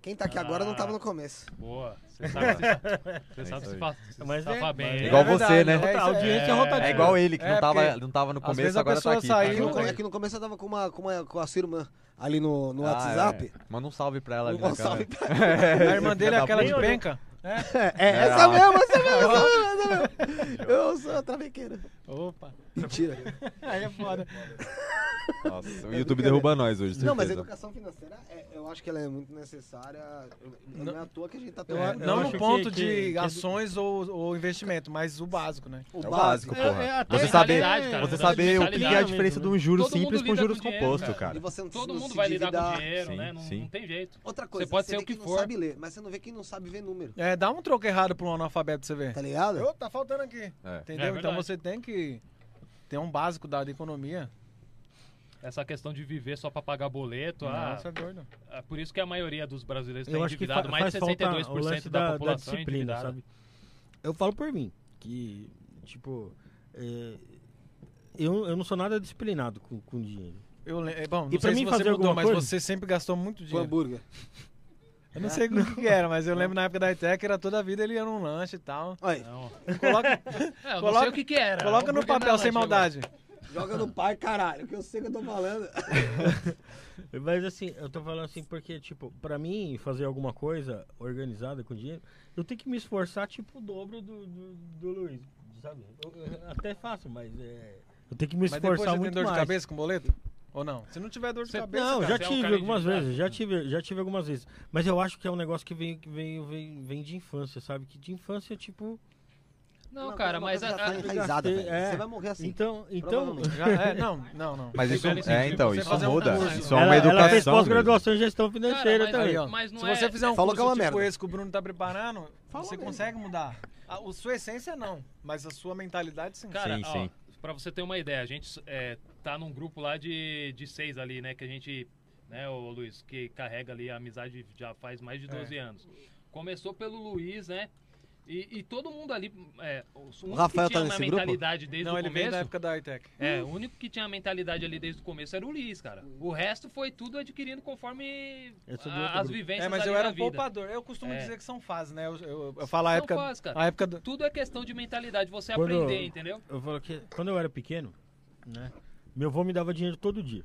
Quem tá aqui agora não tava no começo. Boa. Você sabe, você sabe, você É sabe isso se aí. fa- se Mas é- safar bem. mas é Igual verdade, você, né? é, A audiência é, É. rotativa. É igual ele, que É, não, tava, porque não tava no às começo, vezes a agora tá pessoa aqui. saiu, Aqui Eu no, também. é que no começo eu tava com, uma, com, uma, com a sua irmã ali no, no Ah, WhatsApp. é. né? Manda um salve pra ela ali. Um na cara. salve pra A irmã dele é aquela de penca. É, essa mesmo, essa mesmo, essa mesmo, essa mesmo. Eu sou a travequeira. Opa. Mentira. Aí é foda. Nossa, o YouTube derruba nós hoje, certeza. Não, mas a educação financeira, é- eu acho que ela é muito necessária. Não, não é à toa que a gente tá Eu- tomando. não acho no que- que- ponto de que- ações ou, ou investimento, mas o básico, né? É o básico, porra. até você saber, mentalidade, cara, você mudança de saber o que é a mentalidade diferença de mesmo, um juro Todo mundo simples com lida juros com dinheiro, compostos, cara. E cara. você não, Todo não mundo se vai lidar com endividar. dinheiro, Sim, né? Não, sim. não tem jeito. Outra coisa, Você pode você ser vê o que quem for. não sabe ler, mas você não vê quem não sabe ver número. É, dá um troco errado pra um analfabeto pra você ver. Tá ligado? Ô, tá faltando aqui. É. Entendeu? É então verdade. você tem que ter um básico da, da economia. Essa questão de viver só pra pagar boleto. ah, Nossa, é doido. é por isso que a maioria dos brasileiros Eu tem acho que é endividado. fa mais faz de falta o 62% lance da, da, da população é disciplina, endividada. sabe? Eu falo por mim, que, tipo, é, eu, eu não sou nada disciplinado com, com dinheiro. Eu, le- é, bom, não E pra sei se mim você fazer mudou, alguma mas coisa? você sempre gastou muito Com dinheiro. Tipo hambúrguer. Eu não sei o que que era, mas eu lembro na época da ITEC, era toda a vida ele ia num lanche e tal. Olha, aí, Não. Coloca, É, eu não Coloca- sei o que, que era. coloca no Hambúrguer na papel sem lanche maldade. joga no par, caralho, que eu sei o que eu tô falando. Mas assim, eu tô falando assim porque, tipo, pra mim fazer alguma coisa organizada com dinheiro, eu tenho que me esforçar, tipo, o dobro do, do, do Luiz, sabe? Eu, eu até faço, mas é... Eu tenho que me Mas depois esforçar você tem muito dor de mais. cabeça com boleto? Ou não? Se não tiver dor de Você- cabeça, Não, cara, já você é um tive cara algumas endividado. vezes, já tive, já tive algumas vezes. Mas eu acho que é um negócio que vem, que vem, vem, vem de infância, sabe? Que de infância, tipo, Não, cara, mas a- já tá a- enraizada, gastei, velho. é. Você vai morrer assim. Então, então Provavelmente. Já- é, não, não, não. Mas Tem isso velho é, sentido então, você isso fazer um muda. curso. Isso é uma ela, educação. né? ela fez mesmo. pós-graduação em gestão Cara, financeira mas, também. Então, ó. mas não Se é... você fizer um Falou que é curso uma tipo merda. esse que o Bruno tá preparando, você consegue mudar. A, a sua essência não, mas a sua mentalidade sim. Cara, Sim, ó, sim. pra você ter uma ideia, a gente é, tá num grupo lá de, de seis ali, né? Que a gente, né, o Luiz, que carrega ali a amizade já faz mais de 12 anos. Começou pelo Luiz, né? E, e todo mundo ali, é, o único Rafael que tá tinha uma nesse grupo? mentalidade desde não, o ele veio da começo, época da high-tech. é, o único que tinha a mentalidade ali desde o começo era o Luiz, cara. O resto foi tudo adquirindo conforme Eu sou do a- outro as grupo. vivências É, mas ali eu era da um vida. poupador. Eu costumo É. dizer que são fases, né? Eu, eu, eu falo a São época. fases, cara. A época do. Tudo é questão de mentalidade, você Quando- aprender, entendeu? Eu falo que quando eu era pequeno, né? Meu avô me dava dinheiro todo dia.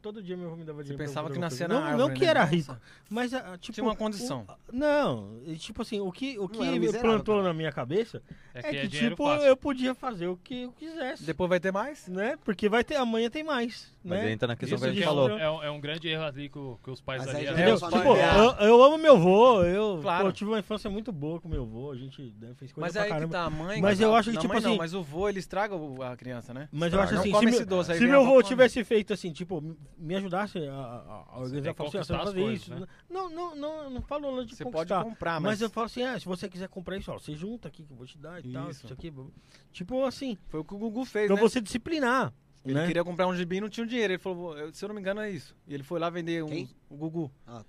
Todo dia meu avô me dava Você dinheiro. pra eu pensava fazer que alguma nascia coisa. na não, árvore, não que né? era Nossa. rico, mas ah, tipo Tinha uma o- condição. não, e, tipo assim, o que o que era um miserável, plantou cara. na minha cabeça é que, é dinheiro tipo fácil. eu podia fazer o que eu quisesse, Depois vai ter mais? né? Porque vai ter amanhã tem mais, Mas né? entra na questão Isso que a gente que é um- falou. É, um, é um grande erro ali que, o- que os pais Mas ali... aí já É, Entendeu? os pais Tipo, ganharam. eu, eu amo meu avô, eu, Claro. pô, eu tive uma infância muito boa com meu avô, a gente né, fez coisa Mas pra aí caramba. que tá a mãe. Mas cara. eu acho que, Não, tipo mãe não, assim- mas o vô, ele estraga o- a criança, né? Mas eu acho Não assim, come se esse doce, meu, aí se vem meu a avó avô come. tivesse feito assim, tipo, me- me ajudasse a, a- a tem organizar, que falou assim, ó, você conquistar vai as fazer coisas, isso. né? Não, não, não, não falo não de Você pode conquistar. comprar, mas... mas, eu falo assim, ah, se você quiser comprar isso, ó, você junta aqui que eu vou te dar e tal, Isso. isso aqui. blá, blá. Tipo assim, foi o que o Gugu fez, pra né? você disciplinar, Ele né? queria comprar um gibi e não tinha o dinheiro. Ele falou, "Eu- se eu não me engano, é isso. E ele foi lá vender um. Quem? O Gugu. Ah.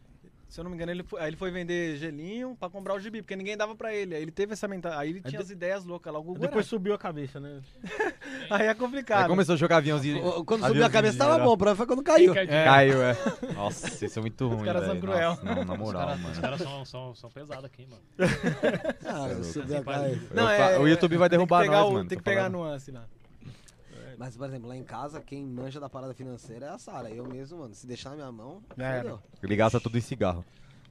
Se eu não me engano, ele foi, aí ele foi vender gelinho pra comprar o gibi, porque ninguém dava pra ele. Aí ele teve essa mentalidade. Aí ele tinha de- as ideias loucas lá. O Gugu Depois subiu a cabeça, né? era... Aí é Aí complicado. começou a jogar aviãozinho. O- Quando subiu a aviãozinho cabeça de tava geral. bom, o problema foi quando caiu. é, Caiu, é. Nossa, isso é muito ruim, caras são velho. cruel. Nossa, não, na os moral, caras mano. os caras são, são, são pesados aqui, mano. Ah, subiu a Assim, cabeça. Não, Eu é- fa- o YouTube vai tem que derrubar pegar nós, o- mano. Tem tô que pegar a falando. nuance lá. Mas, por exemplo, lá em casa, quem manja da parada financeira é a Sara. Eu mesmo, mano, se deixar na minha mão, É. fudeu. Ele gasta tudo em cigarro.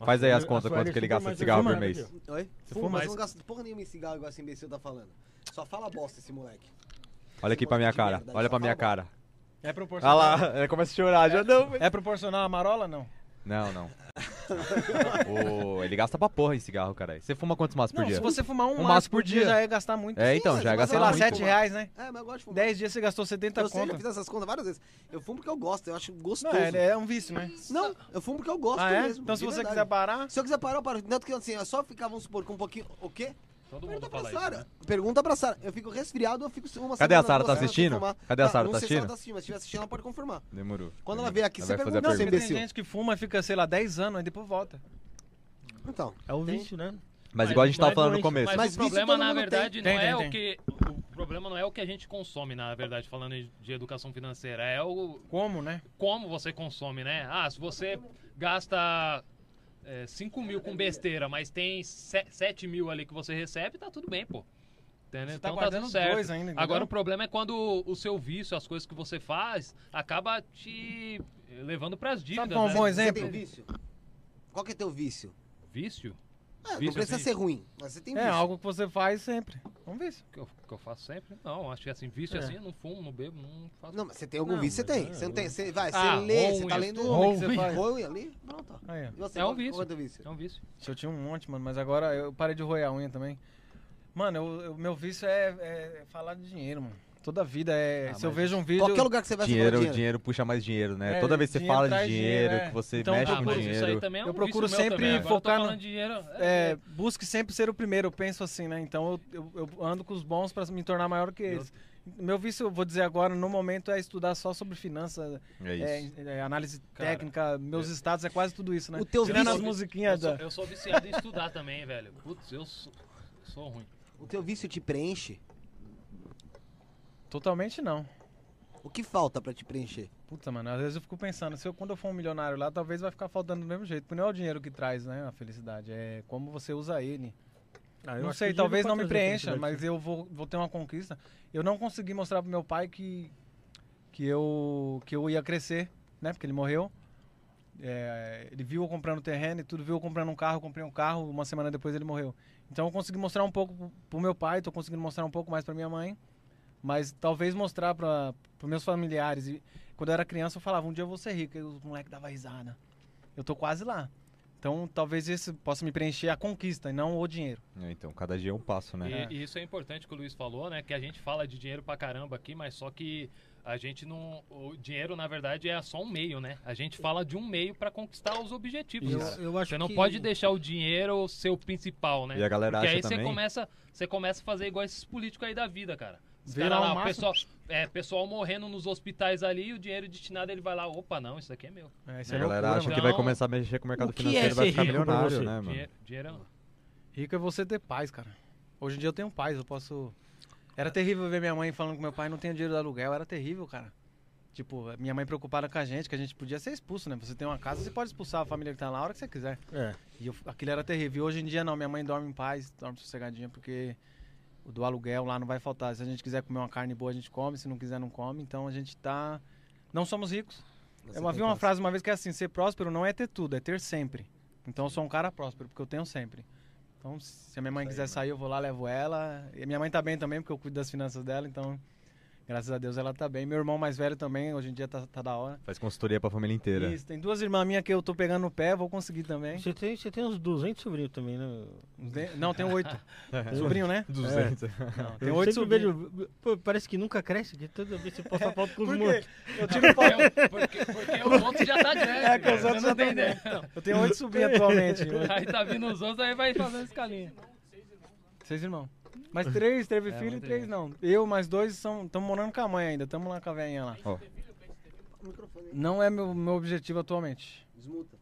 Faz aí as A contas, sua quanto área que ele super gasta mais de cigarro por arrumada mês. aqui, Oi? Se Pô, for mas mais. eu não gasto porra nenhuma em cigarro igual esse imbecil tá falando. Só fala bosta esse moleque. Olha aqui pra minha cara, olha pra minha cara. É Olha proporcional. lá, ela começa a chorar, já não. velho. É proporcional a marola, não? Não, não. Ô, ele gasta pra porra em cigarro, cara. Você fuma quantos maços por Não, dia? se você fumar um, Um maço maço por por dia, dia. já é gastar muito. É, Sim, então, mas já eu gasta Sei lá, muito, 7 mano. reais, né? É, mas eu gosto de fumar. 10 dias você gastou 70 eu sei, eu conto. já fiz essas contas várias vezes. Eu fumo porque eu gosto, eu acho Não, gostoso. Não, é, é um vício, né? eu fumo porque eu gosto Ah, é? mesmo. Então se de você verdade. quiser parar... Se eu quiser parar, eu paro. Tanto que assim, eu só ficar, vamos supor, com um pouquinho. O quê? Todo mundo Pergunta pra fala isso. né? Sara. Pergunta pra Sara. Eu fico resfriado, eu fico uma Cadê a Sara? semana, duas Tá semanas sem assistindo? fumar. Cadê a Ah, Sara? Não Tá sei se ela assistindo? tá assistindo, mas se estiver assistindo, ela pode confirmar. Demorou. Quando ela vier aqui, Ela você vai fazer a pergunta, Não, seu porque pergunta. tem imbecil. gente que fuma, fica, sei lá, 10 anos, aí depois volta. Então, É o vício, né? Mas igual a gente tava mas falando no doença, começo. Mas, Mas o vício problema, todo na mundo verdade, Tem, não tem, é tem. o que. O problema não é o que a gente consome, na verdade, falando de educação financeira. É o Como, né? como você consome, né? Ah, se você gasta. 5 mil com besteira, mas tem 7 mil ali que você recebe, tá tudo bem, pô. Entendeu? Você tá Então tá guardando tudo certo. dois ainda, entendeu? Agora o problema é quando o seu vício, as coisas que você faz, acaba te levando pras dívidas. qual é um né? bom você exemplo? tem vício? Qual que é teu vício? Vício? Ah, não Vício, precisa assim. ser ruim, mas você tem É vício. algo que você faz sempre. Vamos ver isso. que eu, que eu faço sempre? Não, acho que assim, vício É. assim, eu não fumo, não bebo, não faço. Não, mas você tem algum Não, vício, você mas tem. é, Você não eu- tem, você vai, Ah, você lê, você ruim, tá eu lendo estudo, o que você faz? ruim ali, pronto. ó. Aí, ó. E você, É um qual- vício. qual é teu vício? É um vício. Eu tinha um monte, mano, mas agora eu parei de roer a unha também. Mano, eu- eu- meu vício é, é falar de dinheiro, mano. Toda vida é. Ah, se eu mas vejo um vídeo. Qualquer lugar que você vai, você Dinheiro, fala dinheiro, puxa mais dinheiro, né? É, Toda vez que você dinheiro fala de traz dinheiro, dinheiro, é. que você Então, mexe ah, com mas isso aí dinheiro. também é um Eu procuro vício meu sempre também. Agora eu tô focar no- falando de dinheiro. É, busque sempre ser o primeiro, eu penso assim, né? Então eu, eu- eu ando com os bons pra me tornar maior que eles. Meu vício, eu vou dizer agora, no momento, é estudar só sobre finanças, É é, isso. é, análise Cara, técnica, meus estados, é quase tudo isso, né? O teu Tirando vício- as Eu musiquinhas sou, da. eu sou viciado em estudar também, velho. Putz, eu sou, sou ruim. O teu vício te preenche? Totalmente não. O que falta pra te preencher? Puta, mano, às vezes eu fico pensando, se eu, quando eu for um milionário lá, talvez vai ficar faltando do mesmo jeito. Porque não é o dinheiro que traz, né, a felicidade, é como você usa ele. Ah, eu não acho sei, que o dinheiro talvez pode não me trazer né? preencha, felicidade, mas sim. eu vou, vou ter uma conquista. Eu não consegui mostrar pro meu pai que, que, eu, que eu ia crescer, né, porque ele morreu. É, ele viu eu comprando terreno e tudo, viu eu comprando um carro, eu comprei um carro, uma semana depois ele morreu. Então eu consegui mostrar um pouco pro- pro meu pai, tô conseguindo mostrar um pouco mais pra minha mãe, mas talvez mostrar para os meus familiares. E quando eu era criança eu falava, um dia eu vou ser rico, e os moleques davam risada. Eu tô quase lá. Então, talvez isso possa me preencher a conquista e não o dinheiro. É, então, cada dia é um passo, né? E, e isso é importante que o Luiz falou, né? Que a gente fala de dinheiro pra caramba aqui, mas só que a gente não. O dinheiro, na verdade, é só um meio, né? A gente fala de um meio pra conquistar os objetivos. Eu, cara. eu acho Você não que- pode deixar o dinheiro ser o principal, né? E a galera Porque acha aí você também- começa, você começa a fazer igual esses políticos aí da vida, cara. Os Vira caras lá o lá, o máximo. pessoal, é, pessoal morrendo nos hospitais ali e o dinheiro destinado ele vai lá, opa, não, isso aqui é meu. É, isso a é galera loucura, acha mano. que vai Então, começar a mexer com o mercado o que financeiro é e vai ser ficar rico pra milionário, né, você? mano? Dinhe- dinheiro é Rico é você ter paz, cara. Hoje em dia eu tenho paz, eu posso. Era terrível ver minha mãe falando que meu pai não tem dinheiro do aluguel, era terrível, cara. Tipo, minha mãe preocupada com a gente, que a gente podia ser expulso, né? Você tem uma casa, você pode expulsar a família que tá lá a hora que você quiser. É. E eu, aquilo era terrível. E hoje em dia não, minha mãe dorme em paz, dorme sossegadinha, porque o do aluguel lá não vai faltar. Se a gente quiser comer uma carne boa, a gente come, se não quiser, não come. Então a gente tá. Não somos ricos. Eu vi uma frase uma vez que é assim: ser próspero não é ter tudo, é ter sempre. Então eu sou um cara próspero, porque eu tenho sempre. Então, se a minha mãe quiser sair, eu vou lá, levo ela. E a minha mãe tá bem também, porque eu cuido das finanças dela, então, graças a Deus, ela tá bem. Meu irmão mais velho também, hoje em dia tá, tá da hora. Faz consultoria pra família inteira. Isso, tem duas irmãs minhas que eu tô pegando no pé, vou conseguir também. Você tem, você tem uns 200 sobrinhos também, né? Não, tem oito. Sobrinho, né? 200. Não, tem Eu sempre oito sobrinhos. vejo- pô, parece que nunca cresce, que toda vez você posta foto com os Por quê? mortos. Eu tiro pau. Porque, porque os outros já tá grande. É, que cara, os outros já você não tem tão então. ideia. Eu tenho oito sobrinhos atualmente. Aí tá vindo os outros, aí vai fazendo escalinha. Seis irmãos. Mas três teve É, filho e muito três não. Eu mais dois estamos morando com a mãe ainda. Estamos lá com a velhinha lá. O microfone aí, Não é meu, meu objetivo atualmente. desmuta.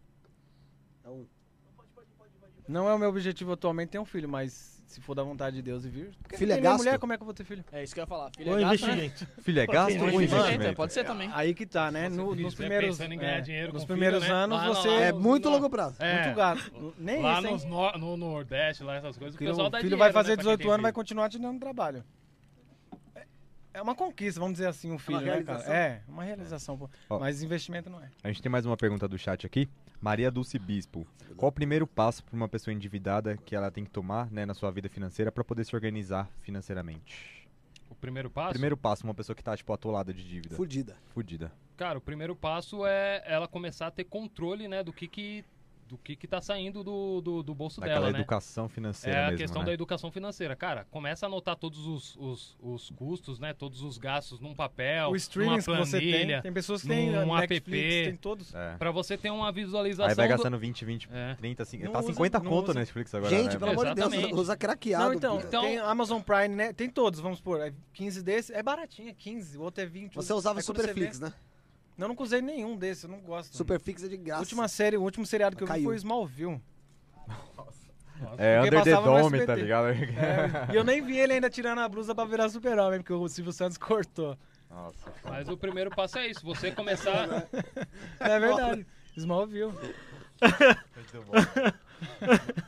É um. Não é o meu objetivo atualmente ter um filho, mas se for da vontade de Deus e vir. porque Filho não é tem nem gasto? mulher, como é que eu vou ter filho? É isso que eu ia falar. Filho Ou é gasto, né? investimento. Filho, é gasto ou Ou investimento, é, investimento? pode ser também. Aí que tá, né? No- Você nos quiser primeiros, pensando em ganhar é, dinheiro nos com primeiros filho, né? anos Lá, lá, você lá, É no- muito no- longo prazo. É, muito gasto. Nem lá isso, hein? nos no, no Nordeste, lá essas coisas, o Filho- pessoal o dá filho dinheiro, vai fazer né, pra quem 18 anos, tem vai filho. continuar te dando trabalho. É- É uma conquista, vamos dizer assim, um filho, né, cara? realização. É, uma realização. pô. Ó. Mas investimento não é. A gente tem mais uma pergunta do chat aqui. Maria Dulce Bispo. Qual o primeiro passo pra uma pessoa endividada que ela tem que tomar né, na sua vida financeira pra poder se organizar financeiramente? O primeiro passo? Primeiro passo, uma pessoa que tá, tipo, atolada de dívida. Fudida. Fudida. Cara, o primeiro passo é ela começar a ter controle, né, do que que, do que, que tá saindo do, do, do bolso Daquela dela, né? educação financeira é a mesmo, questão né? da educação financeira. Cara, começa a anotar todos os, os, os custos, né? Todos os gastos num papel, O numa streaming que você tem, planilha. tem pessoas que têm num né, Netflix, app. tem todos. É. Pra você ter uma visualização. Aí vai do- gastando 20, 20, É. 30, assim, Não tá usa- 50 não conto usa. na Netflix agora, Gente, né? pelo amor de Deus, Exatamente. usa craqueado. Não, então, puta. Então- tem Amazon Prime, né? Tem todos, vamos supor. é 15 desses, é baratinho, é 15, o outro é 20. Você usava Aí quando você Superflix, né? vê- Não, eu nunca usei nenhum desses, eu não gosto. Superfix é de graça. Última série, o último seriado que eu vi Caiu. foi Smallville. É, Porque Under the passava no Dome, tá SBT. ligado? É, e eu nem vi ele ainda tirando a blusa pra virar super-homem, porque o Silvio Santos cortou. Nossa. Mas o primeiro passo é isso, você começar. É verdade. Smallville.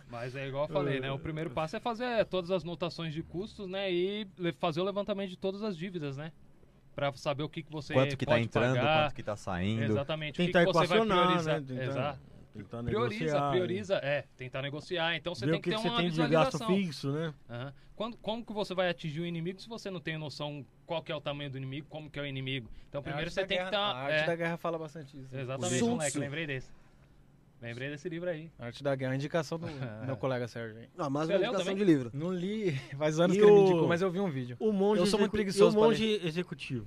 Mas é igual eu falei, né? O primeiro passo é fazer todas as notações de custos, né? E le- fazer o levantamento de todas as dívidas, né? Pra saber o que, que você Quanto que tá pode entrando, pagar. quanto que tá saindo. Exatamente. o que, Tentar que você vai equacionar, priorizar. tá né? Tentar Exato. Então, Tentar Prioriza, negociar, né? prioriza. É, tentar negociar. Então você ver tem o que, que, que ter você uma tem de gasto visualização. fixo, né? Aham. Quando, como que você vai atingir o inimigo se você não tem noção qual que é o tamanho do inimigo, como que é o inimigo? Então É a primeiro arte você da tem que guerra, estar. A arte da guerra fala bastante isso. né? Exatamente, Sun moleque, Tzu. lembrei desse. Lembrei desse livro aí. A arte da guerra, é a indicação do meu colega Sérgio. hein? Ah, mais Você uma leu indicação também? de livro. Não li, faz anos E que ele me o- indicou, mas eu vi um vídeo. O monge Eu sou muito execu- e preguiçoso O pra monge executivo.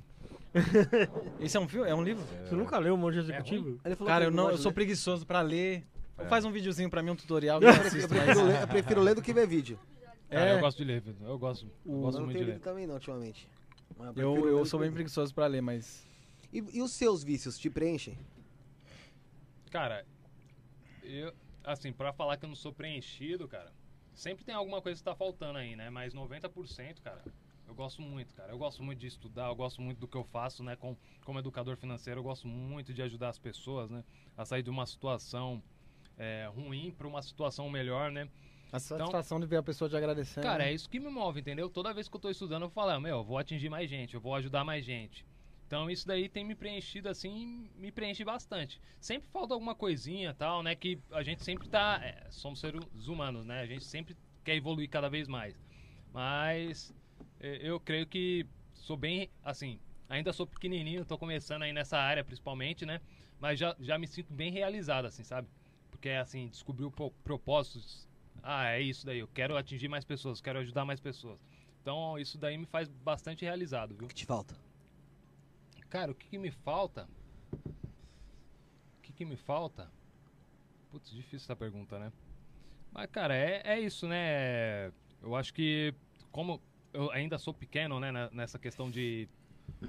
Esse é um filme? É um livro? Você nunca leu o monge executivo? Ele falou Cara, eu, que não, eu gosta de sou né? ler. preguiçoso pra ler. É. Faz um videozinho pra mim, um tutorial que Eu eu prefiro- eu assisto. prefiro, ler, eu prefiro ler do que ver vídeo. Cara, eu É, gosto de ler, Vitor. Eu gosto, eu Mas gosto não muito tenho de livro ler. também, não, ultimamente. Mas prefiro eu, ler eu do sou que bem ver. preguiçoso pra ler, mas... E, e os seus vícios te preenchem? Cara, eu, assim, pra falar que eu não sou preenchido, cara, sempre tem alguma coisa que tá faltando aí, né? Mas 90%, cara, eu gosto muito, cara. Eu gosto muito de estudar, eu gosto muito do que eu faço, né? Com, como educador financeiro, eu gosto muito de ajudar as pessoas, né? A sair de uma situação é, ruim pra uma situação melhor, né? A satisfação de ver a pessoa te agradecendo. Cara, é isso que me move, entendeu? Toda vez que eu tô estudando, eu falo, ah, meu, eu vou atingir mais gente, eu vou ajudar mais gente. Então isso daí tem me preenchido assim, me preenche bastante. Sempre falta alguma coisinha tal, né? Que a gente sempre tá. é, somos seres humanos, né? A gente sempre quer evoluir cada vez mais. Mas é, eu creio que sou bem assim. Ainda sou pequenininho, tô começando aí nessa área principalmente, né? Mas já, já me sinto bem realizado, assim, sabe? Porque, assim, descobriu pro- propósitos. Ah, é isso daí. Eu quero atingir mais pessoas, quero ajudar mais pessoas. Então, isso daí me faz bastante realizado, viu? O que te falta? Cara, o que, que me falta? O que, que me falta? Putz, difícil essa pergunta, né? Mas, cara, é, é isso, né? Eu acho que, como eu ainda sou pequeno, né, na- nessa questão de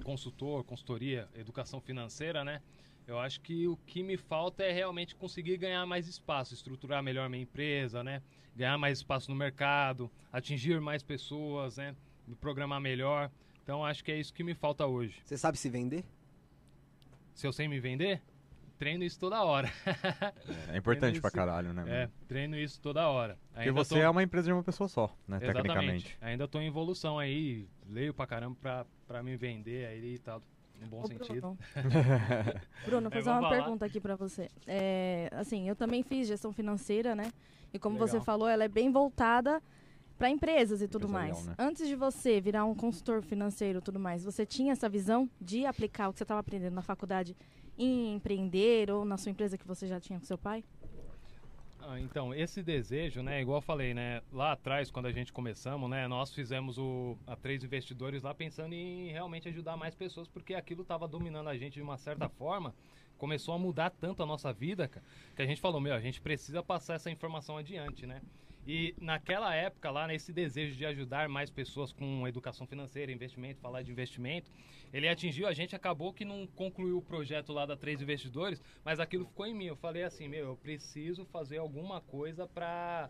consultor, consultoria, educação financeira, né? Eu acho que o que me falta é realmente conseguir ganhar mais espaço, estruturar melhor minha empresa, né? Ganhar mais espaço no mercado, atingir mais pessoas, né? Me programar melhor. Então, acho que é isso que me falta hoje. Você sabe se vender? Se eu sei me vender, treino isso toda hora. É importante pra Isso. caralho, né? É, mano? treino isso toda hora. Porque Ainda você tô- é uma empresa de uma pessoa só, né? Exatamente. Tecnicamente. Ainda tô em evolução aí, leio pra caramba pra, pra me vender aí e tal, no bom Ô, sentido. Bruno. Bruno, É, fazer vamos uma falar. pergunta aqui pra você. É, assim, eu também fiz gestão financeira, né? E como você Legal. falou, ela é bem voltada para empresas e tudo Empresarial, mais. né? Antes de você virar um consultor financeiro e tudo mais, você tinha essa visão de aplicar o que você estava aprendendo na faculdade em empreender ou na sua empresa que você já tinha com seu pai? Ah, então, esse desejo, né, igual eu falei, né, lá atrás, quando a gente começamos, né, nós fizemos o, a três investidores lá pensando em realmente ajudar mais pessoas, porque aquilo estava dominando a gente de uma certa forma, começou a mudar tanto a nossa vida, cara, que a gente falou, meu, a gente precisa passar essa informação adiante, né? E naquela época lá, nesse desejo de ajudar mais pessoas com educação financeira, investimento, falar de investimento, ele atingiu a gente, acabou que não concluiu o projeto lá da Três Investidores, mas aquilo ficou em mim. Eu falei assim, meu, eu preciso fazer alguma coisa pra,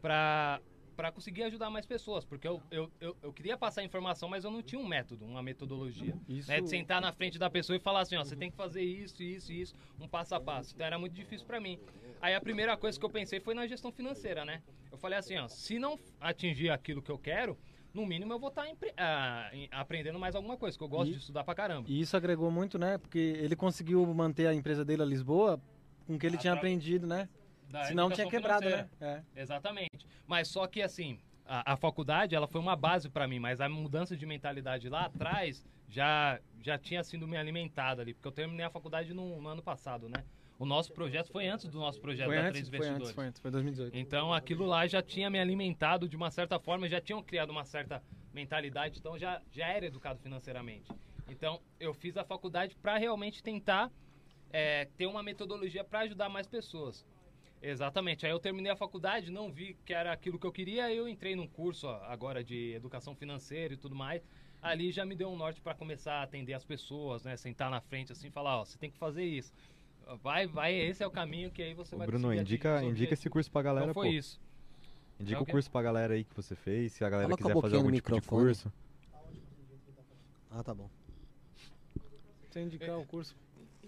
pra, pra conseguir ajudar mais pessoas, porque eu, eu, eu, eu queria passar informação, mas eu não tinha um método, uma metodologia. Isso- Né, de sentar na frente da pessoa e falar assim, ó, você tem que fazer isso, isso e isso, um passo a passo. Então era muito difícil pra mim. Aí a primeira coisa que eu pensei foi na gestão financeira, né? Eu falei assim, ó, se não atingir aquilo que eu quero, no mínimo eu vou tá estar aprendendo mais alguma coisa, que eu gosto E- de estudar pra caramba. E isso agregou muito, né? Porque ele conseguiu manter a empresa dele a Lisboa com o que ele tinha Atra- aprendido, né? da Senão educação tinha quebrado, financeira. né? Exatamente. Mas só que assim, a, a faculdade ela foi uma base para mim, mas a mudança de mentalidade lá atrás já já tinha sido me alimentada ali, porque eu terminei a faculdade no, no ano passado, né? O nosso projeto foi antes do nosso projeto Foi da antes, tá Três foi antes, Investidores. foi antes, foi 2018. Então aquilo lá já tinha me alimentado de uma certa forma, já tinham criado uma certa mentalidade, então já, já era educado financeiramente. Então eu fiz a faculdade para realmente tentar é, ter uma metodologia para ajudar mais pessoas. Exatamente. Aí eu terminei a faculdade, não vi que era aquilo que eu queria, aí eu entrei num curso ó, agora de educação financeira e tudo mais. Ali já me deu um norte para começar a atender as pessoas, né? Sentar na frente assim, e falar, ó, você tem que fazer isso. Vai, vai, esse é o caminho que aí você Ô, vai Bruno, conseguir atingir indica, seus indica esse curso pra galera, então foi pô. isso. Indica É o o quê? curso pra galera aí que você fez, se a galera Fala com a quiser fazer boquinha algum no tipo microfone. de curso. Ah, tá bom. Você É. indicar o curso.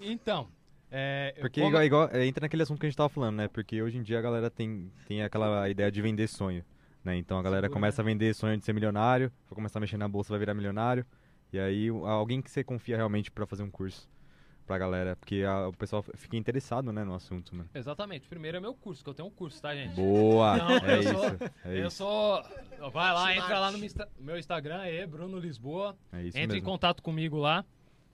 Então, é, eu- Porque como- igual, igual- é, entra naquele assunto que a gente tava falando, né? Porque hoje em dia a galera tem, tem aquela ideia de vender sonho, né? Então a galera começa a vender sonho de ser milionário, vai começar a mexer na bolsa, vai virar milionário. E aí o- alguém que você confia realmente pra fazer um curso pra galera, porque a- o pessoal fica interessado, né, no assunto, mano. Exatamente. Primeiro é meu curso, que eu tenho um curso, tá, gente? Boa! Não, é eu isso, sou- é eu isso. sou. Vai lá, Smart. entra lá no meu Insta- meu Instagram, é Bruno Lisboa. É isso entra em mesmo. contato comigo lá,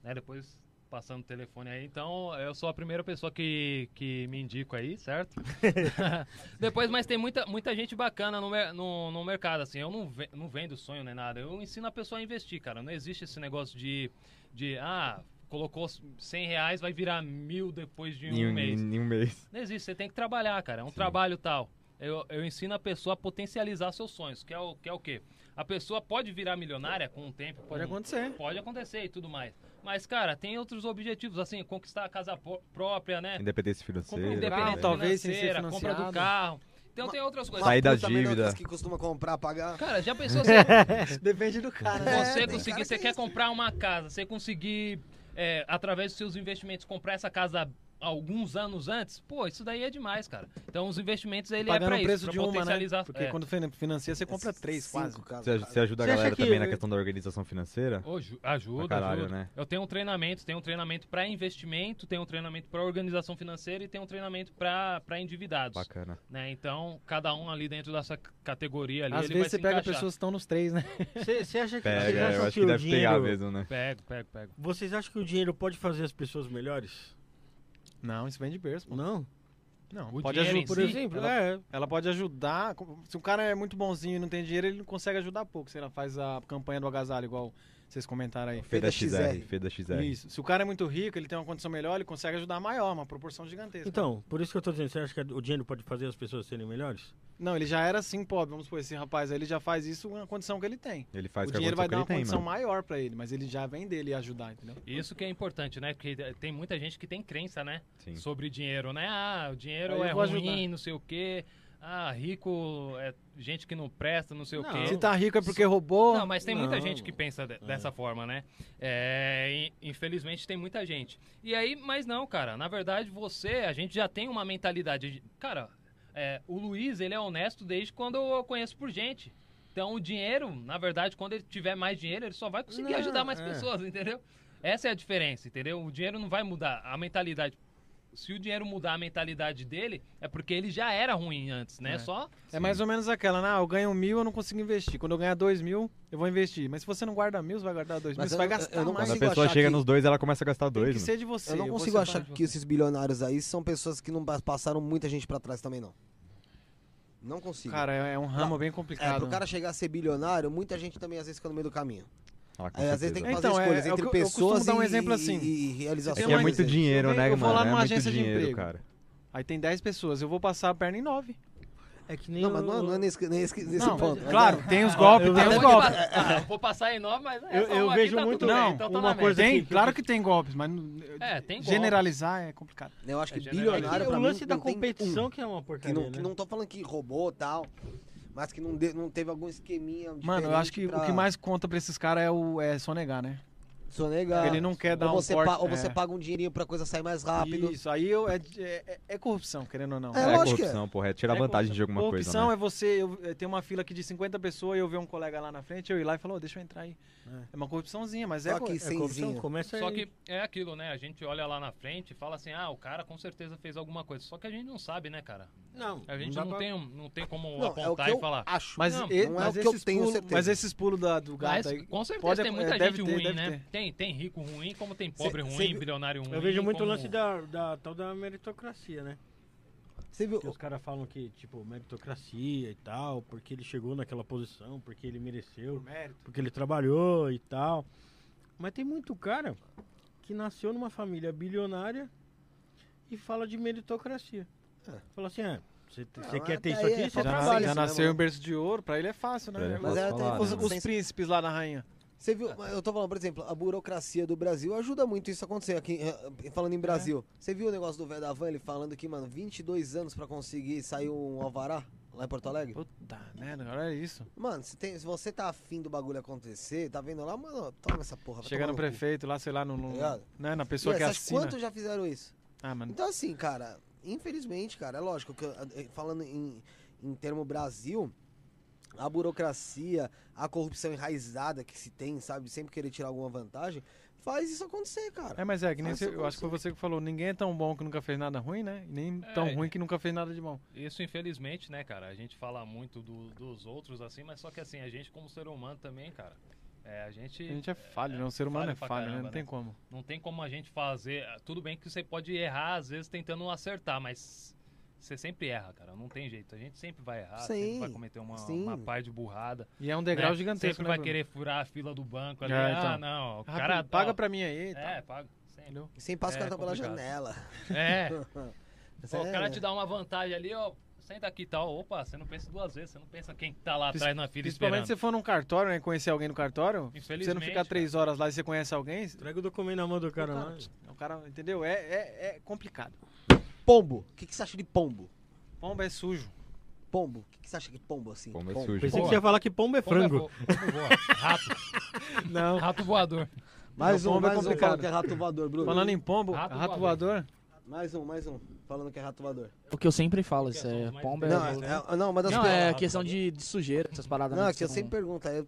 né? Depois passando o telefone aí. Então, eu sou a primeira pessoa que, que me indico aí, certo? Depois, mas tem muita, muita gente bacana no, mer- no, no mercado, assim. Eu não, ve- não vendo sonho nem nada. Eu ensino a pessoa a investir, cara. Não existe esse negócio de. de ah, colocou 100 reais, vai virar mil depois de um Em um- mês. em um mês. Não existe, você tem que trabalhar, cara. É um trabalho tal. Eu, eu ensino a pessoa a potencializar seus sonhos, que é, o, que é o quê? A pessoa pode virar milionária com o tempo. com- Uhum. Pode acontecer. né? Pode acontecer e tudo mais. Mas, cara, tem outros objetivos, assim, conquistar a casa po- própria, né? Independência financeira. Independência né? Ah, talvez, sem ser financeira, compra do financiado. carro. Então tem outras coisas. Sair da Puta, também não é dívida. aqueles que costuma comprar, pagar. Cara, já pensou se- Depende do É, cara. né? você conseguir, você quer comprar uma casa, você conseguir, é, através dos seus investimentos, comprar essa casa alguns anos antes, pô, isso daí é demais, cara. Então os investimentos ele é Pagando pra o preço isso, de pra uma, né? potencializar. Porque é. quando fin- financia, você compra três, quase. Você, aj- você ajuda a Você acha galera que- também na questão da organização financeira? Ô, ju- ajuda, Pra caralho, ajuda. né? Eu tenho um treinamento, tenho um treinamento para investimento, tenho um treinamento para organização financeira e tenho um treinamento para endividados. Bacana. Né? Então, cada um ali dentro dessa c- categoria ali, Às ele vai vezes se você pega encaixar. pessoas que estão nos três, né? Você acha que, Pega, vocês acham eu acho que o deve pegar dinheiro- mesmo, né? Pego, pego, pego. Vocês acham que o dinheiro pode fazer as pessoas melhores? Não, isso vem de berço, pô. Não? Não, O pode dinheiro ajudar. em Por si, exemplo, ela- é, ela pode ajudar. Se o cara é muito bonzinho e não tem dinheiro, ele não consegue ajudar pouco. Se ela faz a campanha do agasalho, igual vocês comentaram aí. Feda XR, Feda XR. Isso. Se o cara é muito rico, ele tem uma condição melhor, ele consegue ajudar maior, uma proporção gigantesca. Então, por isso que eu tô dizendo, você acha que o dinheiro pode fazer as pessoas serem melhores? Não, ele já era assim pobre, vamos supor, esse rapaz aí, ele já faz isso com a condição que ele tem. Ele faz o com a condição dinheiro vai que dar ele uma tem, condição mano. maior pra ele, mas ele já vem dele ajudar, entendeu? Isso que é importante, né? Porque tem muita gente que tem crença, né? Sim. Sobre dinheiro, né? Ah, o dinheiro Aí eu é ruim, vou ajudar. não sei o quê. Ah, rico é gente que não presta, não sei o quê. Se tá rico é porque roubou. Não, mas tem muita Não, gente que pensa de- dessa forma, né? É, in- infelizmente tem muita gente. E aí, mas não, cara. Na verdade, você, a gente já tem uma mentalidade. de- Cara, é, o Luiz, ele é honesto desde quando eu conheço por gente. Então, o dinheiro, na verdade, quando ele tiver mais dinheiro, ele só vai conseguir Não, ajudar mais é. pessoas, entendeu? Essa é a diferença, entendeu? O dinheiro não vai mudar a mentalidade. Se o dinheiro mudar a mentalidade dele, é porque ele já era ruim antes, né? É. Só É mais ou menos aquela, né? Ah, eu ganho mil, eu não consigo investir. Quando eu ganhar dois mil, eu vou investir. Mas se você não guarda mil, você vai guardar dois mil, Mas você eu vai não- eu gastar mais. não Quando a consigo pessoa achar chega que- nos dois, ela começa a gastar Tem dois, né? que mano. ser de você. Eu não você consigo faz achar de que você. esses bilionários aí são pessoas que não pa- passaram muita gente pra trás também, não. Não consigo. Cara, é é um ramo Não, bem é, complicado. pro cara chegar a ser bilionário, muita gente também às vezes fica no meio do caminho. Ah, com Aí, às certeza. vezes tem que É, fazer então, é- escolhas é o entre que eu- eu costumo pessoas dar um e- exemplo e- assim. e, realizações. É tem que é uma- muito dinheiro, Eu né, vou mano? lá É numa muito agência de dinheiro, emprego. cara. Aí tem 10 pessoas, eu vou passar a perna em 9. É que nem Não, mas não é, não é nesse, nesse, nesse Não, é ponto. é, claro, tem os golpes, Eu tem vou os te golpes. pa- ah, vou passar em nove, mas essa É, Eu- eu uma aqui vejo tá muito- tudo bem, Não, então tá uma na média. coisa Tem, que- claro que tem golpes, mas não- É, tem golpe. generalizar é complicado. né, Eu acho que É generalizado. bilionário é o pra lance mim, da não tem competição um. que é uma que porcaria, não, né? que não tô falando que roubou tal, mas que não, de- não teve algum esqueminha Mano, eu acho que diferente o que pra mais conta pra esses caras é o é sonegar, né? sonegar. Ele não quer dar ou um você corte, pa- Ou você é. paga um dinheirinho pra coisa sair mais rápido. Isso, aí eu, é, é, é corrupção, querendo ou não. É, É, lógico que é. corrupção, porra. É tirar É vantagem de alguma coisa, corrupção né? é você, eu, eu tenho uma fila aqui de 50 pessoas e eu ver um colega lá na frente, eu ir lá e falo, "Ô, deixa eu entrar aí. É, uma corrupçãozinha, mas é Só cor- que é sem corrupção. zinho. Começa Só aí. que é aquilo, né? A gente olha lá na frente e fala assim, ah, o cara com certeza fez alguma coisa. Só que a gente não sabe, né, cara? Não, A gente dá não, pra- tem, um- não tem como Não, é o apontar que e eu falar. acho. Mas, Não, e- não é mas o que eu esses tenho pulos, certeza. Mas esses pulos da- do Mas, gato aí. com certeza pode- tem muita é, deve gente ter, ruim, deve né? ter. Tem, tem rico ruim, como tem pobre Cê- cê ruim, viu- bilionário ruim. Eu vejo muito como- o lance da, da tal da meritocracia, né? Você viu? Que os caras falam que, tipo, meritocracia e tal, porque ele chegou naquela posição, porque ele mereceu, porque ele trabalhou e tal. Mas tem muito cara que nasceu numa família bilionária e fala de meritocracia. É. Fala assim, ah, você Ah, você mas quer ter isso daí aqui, é você Já, nas- pra- trabalha trabalha. já isso, né, nasceu mano? em berço de ouro, pra ele é fácil, Pra ele né? é Mas posso é até falar, os- né, os Os príncipes lá na rainha. Você viu, eu tô falando, por exemplo, a burocracia do Brasil ajuda muito isso acontecer aqui, eh, É. falando em Brasil. Você viu o negócio do velho da van, ele falando que, mano, 22 anos pra conseguir sair um alvará lá em Porto Alegre? Puta merda, olha isso. Mano, se, tem- se você tá afim do bagulho acontecer, tá vendo lá, mano, toma essa porra. vai Chega tomar no cu. prefeito lá, sei lá, no, no- Obrigado. né, na Tá E pessoa que essas assina. quantos já fizeram isso? Ah, mano. Então, assim, cara, infelizmente, cara, é lógico que eh, falando em, em termo Brasil, a burocracia, a corrupção enraizada que se tem, sabe, de sempre querer tirar alguma vantagem, faz isso acontecer, cara. É, mas é, que nem Faz você, isso eu acho que foi você que falou, ninguém é tão bom que nunca fez nada ruim, né? E nem tão É. ruim que nunca fez nada de bom. Isso, infelizmente, né, cara? A gente fala muito do- dos outros, assim, mas só que assim, a gente como ser humano também, cara, é, a A gente gente é falho, né? O ser humano é falho pra falho, né? caramba, Não tem né? como. não tem como a gente fazer... eh, Tudo bem que você pode errar, às vezes, tentando acertar, mas você sempre erra, cara. Não tem jeito. A gente sempre vai errar, sempre Sim, vai cometer uma, sim. uma par de burrada. E é um degrau né? gigantesco, Sempre né? vai Bruno? querer furar a fila do banco ali. É, Ah, então. não. O Rapidinho, cara... paga ó, pra então. mim aí tá. e É, tal. paga. Sempre. Entendeu? Sem passa o É cara tá pela complicado. janela. É. Isso Ó, o é- cara te dá uma vantagem ali, ó. Senta aqui e tal. Opa, você não pensa duas vezes. Você não pensa quem tá lá Pris- atrás na fila Principalmente esperando. se você for num cartório, né? Conhecer alguém no cartório. se Você não Infelizmente, ficar três horas lá e você conhece alguém. Entrega o documento na mão do cara lá. O cara, entendeu? É, é, é complicado. Pombo. O que, que você acha de pombo? Pombo é sujo. Pombo. O que, que você acha de pombo, assim? Pombo é sujo. Pensei Boa. que você ia falar que pombo é Pombo é frango. vo- pombo voa. Rato. Não. Rato voador. Mais um, Pombo é mais um complicado. falando que é rato voador, Bruno. Falando em pombo, Rato rato, voador. voador. Mais um, mais um. Falando que é rato voador. O que eu sempre falo, isso é pomba. Não, é- é, é- não, uma das Não, pior- é questão de, de sujeira, essas paradas. Não, né, é que eu são- sempre pergunto, aí eu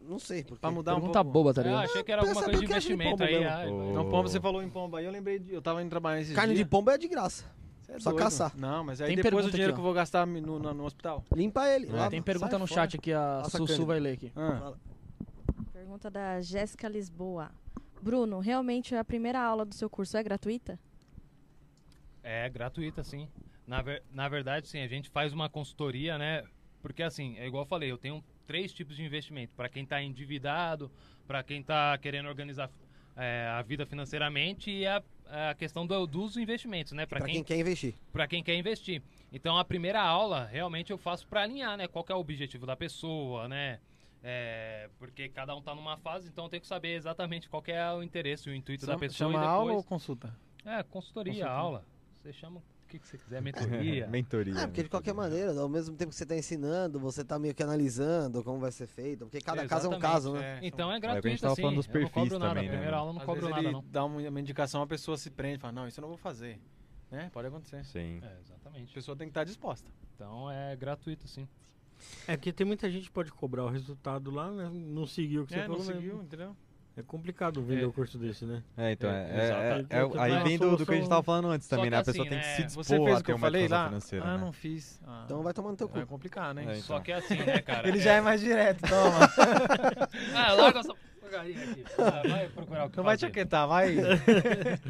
não sei porque. Pra mudar um pouco. Pergunta boba, tá Eu ligado? Ah, achei que era alguma pensa coisa do de que acha de investimento pombo aí. mesmo. ai, Ô, Então, pombo, você falou em pombo aí. Eu lembrei, de- eu tava indo trabalhar esses Carne de dias. pombo é de graça. Cê é só doido. caçar. Não, mas aí Tem depois pergunta o dinheiro aqui, ó. que eu vou gastar no, no- no hospital. Limpa ele. É, lava. tem pergunta Sai no fora. chat aqui, a Nossa, Sussu Cândido. vai ler aqui. Ah. Pergunta da Jéssica Lisboa. Bruno, é realmente a primeira aula do seu curso é gratuita? É gratuita, sim. Na, ver- na verdade, sim, a gente faz uma consultoria, né? Porque assim, é igual eu falei, eu tenho três tipos de investimento. Para quem está endividado, para quem está querendo organizar é, a vida financeiramente e a, a questão do- dos investimentos, né? Para Pra quem quer investir. para quem quer investir. Então a primeira aula realmente eu faço para alinhar, né? Qual que é o objetivo da pessoa, né? É, porque cada um tá numa fase, então eu tenho que saber exatamente qual que é o interesse, o intuito da Chama- pessoa. e chama depois... aula ou consulta? É, consultoria, Consulta. aula. Você chama o que, que você quiser, mentoria. Mentoria. É, porque de qualquer maneira, ao mesmo tempo que você tá ensinando, você tá meio que analisando como vai ser feito, porque cada caso é um Exatamente, caso, né? Então é que a gente gratuito, tava assim. falando dos eu não perfis cobro nada. também, a né, primeira mano? aula eu não Às cobro vezes nada, ele não. dá uma uma indicação, a pessoa se prende, fala, não, isso eu não vou fazer. Né? Pode acontecer. Sim. É, exatamente. A pessoa tem que estar disposta. Então é gratuito, sim. Então, É porque tem muita gente que pode cobrar o resultado lá, né? Não seguiu o que você É, não falou, né? seguiu, entendeu? É complicado vender É. um curso desse, né? É, então, é, é, exatamente. é- é- Então, aí vai, vem do, do a que a gente solução- tava falando antes Só também, que né? A pessoa assim, tem que né, se Você dispor fez a o que ter eu uma falei educação lá? financeira, Ah, né? não fiz. Ah, Então vai tomar no teu cu. vai complicar, né? É, então. Só que é assim, né, cara? Ele já é mais direto, toma. Ah, larga essa porcaria aqui. Ah, Vai procurar o que Não vai te fazer. aquietar, vai.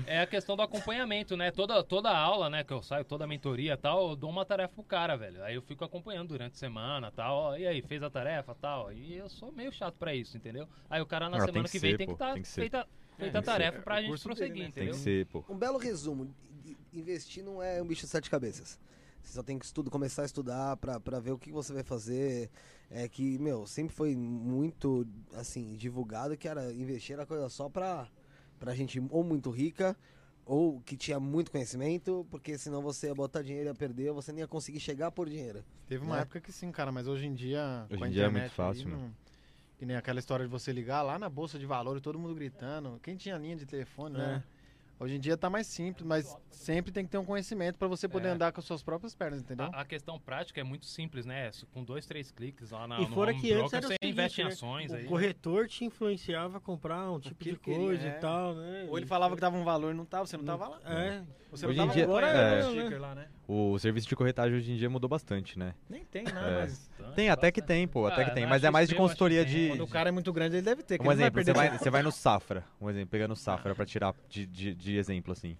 É a questão do acompanhamento, né? Toda, toda aula, né, que eu saio, toda mentoria e tal, eu dou uma tarefa pro cara, velho. Aí eu fico acompanhando durante a semana tal. Ó, E aí, fez a tarefa tal? E eu sou meio chato pra isso, entendeu? Aí o cara na Ah, tem semana que que, vem ser, tem que pô, estar tem que ser. feita, feita tem a que ser. tarefa pra É o gente curso dele, prosseguir, né? Tem entendeu? que ser, pô. Um belo resumo. I- i- Investir não é um bicho de sete cabeças. Você só tem que estudo, começar a estudar pra, pra ver o que você vai fazer. É que, meu, sempre foi muito, assim, divulgado que era investir era coisa só pra, pra gente ou muito rica, ou que tinha muito conhecimento, porque senão você ia botar dinheiro e ia perder, você nem ia conseguir chegar por dinheiro. Teve uma Né? época que sim, cara, mas hoje em dia. Hoje com a em dia é internet muito fácil, aí, né? não- Que nem aquela história de você ligar lá na bolsa de valores, todo mundo gritando. Quem tinha linha de telefone, né? Hoje em dia tá mais simples, mas sempre tem que ter um conhecimento pra você poder É. andar com as suas próprias pernas, entendeu? A, a questão prática é muito simples, né? Com dois, três cliques lá na, E no fora home que antes broker, era o você seguinte, investe em né? ações aí. O corretor te influenciava a comprar um tipo que de ele queria, coisa é. e tal, né? Ou ele falava que dava um valor e não tava, você não tava lá. É. Você Hoje em não tava dia- acompanhando é. o sticker lá, né? O serviço de corretagem hoje em dia mudou bastante, né? Nem tem nada, É. mas. Tem, até que tem, pô, até Ah, que tem. na Mas é mais de XP eu acho que consultoria tem. de. Quando o cara é muito grande, ele deve ter. Que Um ele não exemplo, você vai vai, perder. você vai no Safra, um exemplo, pegando o Safra pra tirar de, de, de exemplo, assim.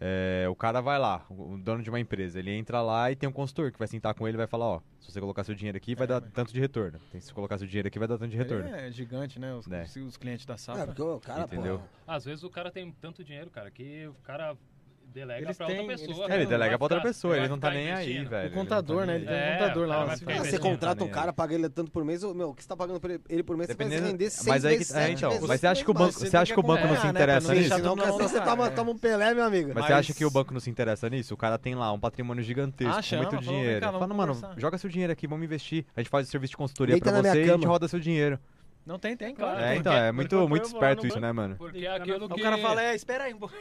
É, o cara vai lá, o o dono de uma empresa, ele entra lá e tem um consultor que vai sentar com ele e vai falar, ó, se você colocar seu dinheiro aqui, vai É, dar mas- tanto de retorno. Tem- Se colocar seu dinheiro aqui, vai dar tanto de um retorno. É gigante, né? Os, É. os- os clientes da É, safra. porque o cara, Entendeu? pô, Às vezes o cara tem tanto dinheiro, cara, que o cara delega Eles pra têm- outra eles pessoa. têm- É, ele não delega vai pra outra ficar- pessoa, ele vai não tá ficar nem aí, investindo. velho. ele o não tá contador, nem né? aí. Ele tem um É, contador o lá. cara vai assim. ficar Ah, você investindo. contrata um Tá nem cara, paga ele tanto por mês, ô, meu, o que você tá pagando pra ele- ele por mês, você vai Dependendo- é, vender 100 mas aí vezes, que, é, sete então, vezes mas você acha que o mais. banco, você você acha tem que o que banco não se acompanhar, né, pra interessa não nisso? deixar Senão, todo mundo senão você na toma, cara, toma um Pelé, meu amigo. Mas você acha Mas- que o banco não se interessa nisso? O cara tem lá um patrimônio gigantesco, Ah, com chama, muito falou, vem dinheiro. cá, vamos Fala, mano, conversar." joga seu dinheiro aqui, vamos investir. A gente faz o serviço de consultoria Deita pra na minha você e a gente cama. roda seu dinheiro. Não tem, tem, claro. É, tem. então, é porque muito, quando muito eu vou lá no esperto isso, né, mano? Porque é aquilo que... O cara fala, é, espera aí um pouco.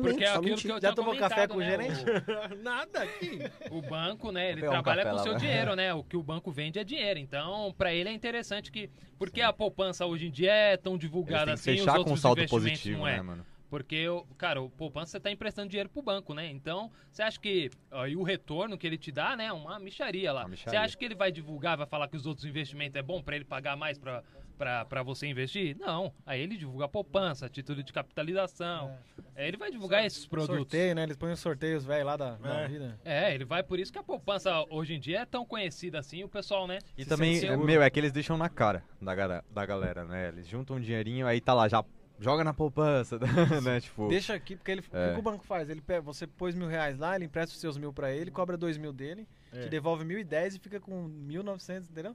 Porque mente, é só aquilo mente. que eu Já tinha tomou café com o comentado, gerente? né? Nada aqui. O, o banco, né, ele pegar um trabalha café com o lá, seu vai. dinheiro, né? O que o banco vende é dinheiro. Então, pra ele é interessante que... Porque a poupança hoje em dia é tão Eles divulgada têm que assim, os fechar com um outros saldo investimentos positivo, não é. né, mano? Porque, o- cara, o poupança você tá emprestando dinheiro pro banco, né? Então, você acha que. ó, e o retorno que ele te dá, né? é Uma micharia lá. Uma Você micharia. acha que ele vai divulgar, vai falar que os outros investimentos é bom pra ele pagar mais pra, pra, pra você investir? Não. Aí ele divulga a poupança, título de capitalização. É, ele vai divulgar esses produtos. Sorteio, né? Eles põem os sorteios, velho, lá da, da É. vida. É, ele vai por isso que a poupança hoje em dia é tão conhecida assim, o pessoal, né? E se também, sente seguro. meu, é que eles deixam na cara da, gara- da galera, né? Eles juntam um dinheirinho, aí tá lá, já joga na poupança, né? Tipo, Deixa aqui, porque ele, o É. que o banco faz? Ele pega, você pôs mil reais lá, ele empresta os seus mil pra ele, cobra dois mil dele, te devolve mil e dez e fica com mil novecentos, entendeu?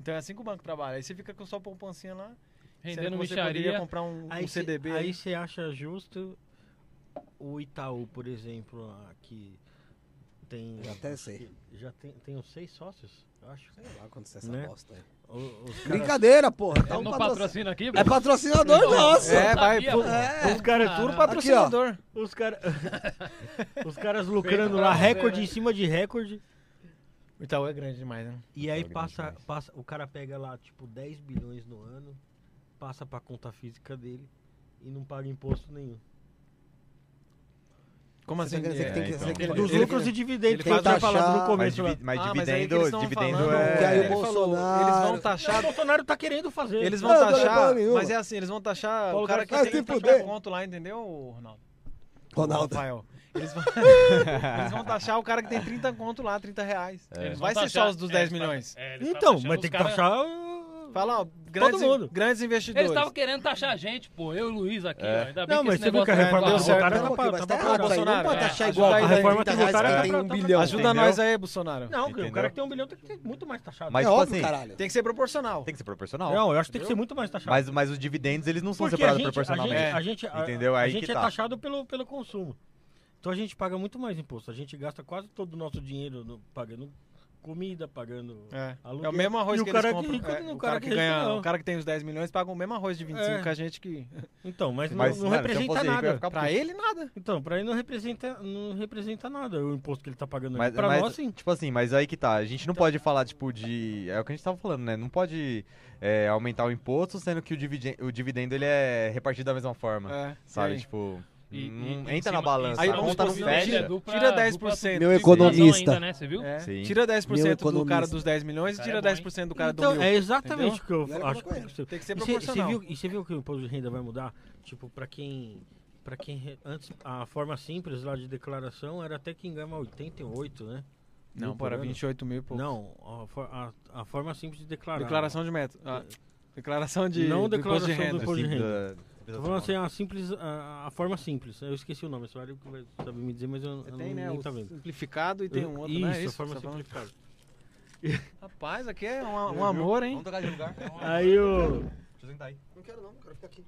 Então é assim que o banco trabalha. Aí você fica com sua poupancinha lá, sendo rendendo que você poderia micharia. comprar um, um Aí cê- CDB. aí aí. você acha justo o Itaú, por exemplo, lá, que tem. Eu até sei. Já tem, tem uns seis sócios, eu acho. Vai acontecer essa Né? bosta aí. O- os caras- Brincadeira, porra. Tá Eu um não patrocínio. patrocino aqui, É patrocinador nosso. É, vai, sabia, pô. pô. É. Os caras Caramba. tudo Aqui, ó. patrocinador. os, cara, os caras lucrando lá, recorde em né? cima de recorde. O Itaú é grande demais, né? E aí grande passa, demais. passa, o cara pega lá, tipo, 10 bilhões no ano, passa pra conta física dele e não paga imposto nenhum. Como Você assim? quer dizer que É. tem é, que então. ser aquele Ele- Dos ele- lucros e dividendos, ele que eu faz tinha uma falado chá, no mas, começo lá. divi- mas Ah, mas aí que dividendo, eles tão dividendo falando é... que aí o Ele falou, Bolsonaro- eles vão O taxar Bolsonaro tá querendo fazer. Eles Não, vão não é porra taxar, nenhuma. mas é assim, eles vão taxar Paulo o cara que Garcia, tem se taxa fuder. conto lá, entendeu, Ronaldo? O Ronaldo. É Rafael. Eles vão, eles vão taxar o cara que tem 30 conto lá, 30 reais. É. Eles Vai vão ser só taxar- os dos é, 10 eles tá- milhões. é, eles tá Então, taxando mas os tem que caras- taxar, Fala, ó, grandes, mundo. grandes Eles investidores. estavam querendo taxar a gente, pô. Eu e o Luiz É. aqui, ó. Ainda bem Não, que mas esse você viu que negócio a reforma não é deu certo. é parou. Tá bom, tá bom, tá bom, Bolsonaro. É, ajuda aí, né? Tem reais que tem um bilhão, Ajuda nós aí, Bolsonaro. né? Não, Entendeu? o cara que tem um bilhão tem que ser muito mais taxado. Mas, é tipo óbvio, assim, caralho. Tem que ser proporcional. Tem que ser proporcional. Não, eu acho que tem que ser muito mais taxado. Mas, mas os dividendos, eles não são É, Porque a separados gente, a gente, proporcionalmente. a gente, a- Entendeu? a Aí gente que é tá. taxado pelo, pelo consumo. Então a gente paga muito mais imposto. A gente gasta quase todo o nosso dinheiro no- pagando comida, pagando É. aluguel. É o mesmo arroz E que o cara eles compram. Que rico, É, não, o cara que é rico ganha, não. o cara que tem os 10 milhões paga o mesmo arroz de 25 É. que a gente que Então, mas, não- não, mano, se eu representa fosse rico, eu ia nada. ficar pra ele nada. Então, pra ele não representa, não representa nada o imposto que ele tá pagando. Mas, pra mas, nós, sim. Tipo assim, mas aí que tá. A gente não Então- pode falar, tipo, de. É o que a gente tava falando, né? Não pode é, aumentar o imposto, sendo que o, dividen- o dividendo ele é repartido da mesma forma. É, sabe? sim. Tipo. E- não e- em entra na cima- balança. aí a vamos é conta não supor, não, fecha. tira dupla- Tira 10%. Meu Meu economista. economista. né? Você viu? É. Sim. Tira 10% do economista. cara dos 10 milhões e Cara é tira bom, hein? 10% do cara do Então, mil. é exatamente o entendeu? que eu E olha acho. como é que é. Tem que ser E cê- e cê proporcional. viu- E você viu que o imposto de renda vai mudar? Tipo, pra quem. Pra quem. re- Antes, a forma simples lá de declaração era até quem ganha 88, né? Não, Mil por para ano. 28 mil e poucos. Não, a, for- a- a forma simples de declarar. né? Declaração de meta. Ah, declaração de Não do declaração imposto de do renda. imposto de Sim, renda. Assim, da- da- Tô tá falando assim, a simples. A, a forma simples. Eu esqueci o nome, esse vale que vai saber me dizer, mas eu, eu Tem, não, né, nem o tá vendo. simplificado e tem Eu- um outro, isso, né? a Isso, forma você tá falando? simplificada. Rapaz, aqui é um, um amor, hein? Vamos tocar de lugar. Aí o. Deixa eu sentar aí. Não quero não, quero ficar aqui.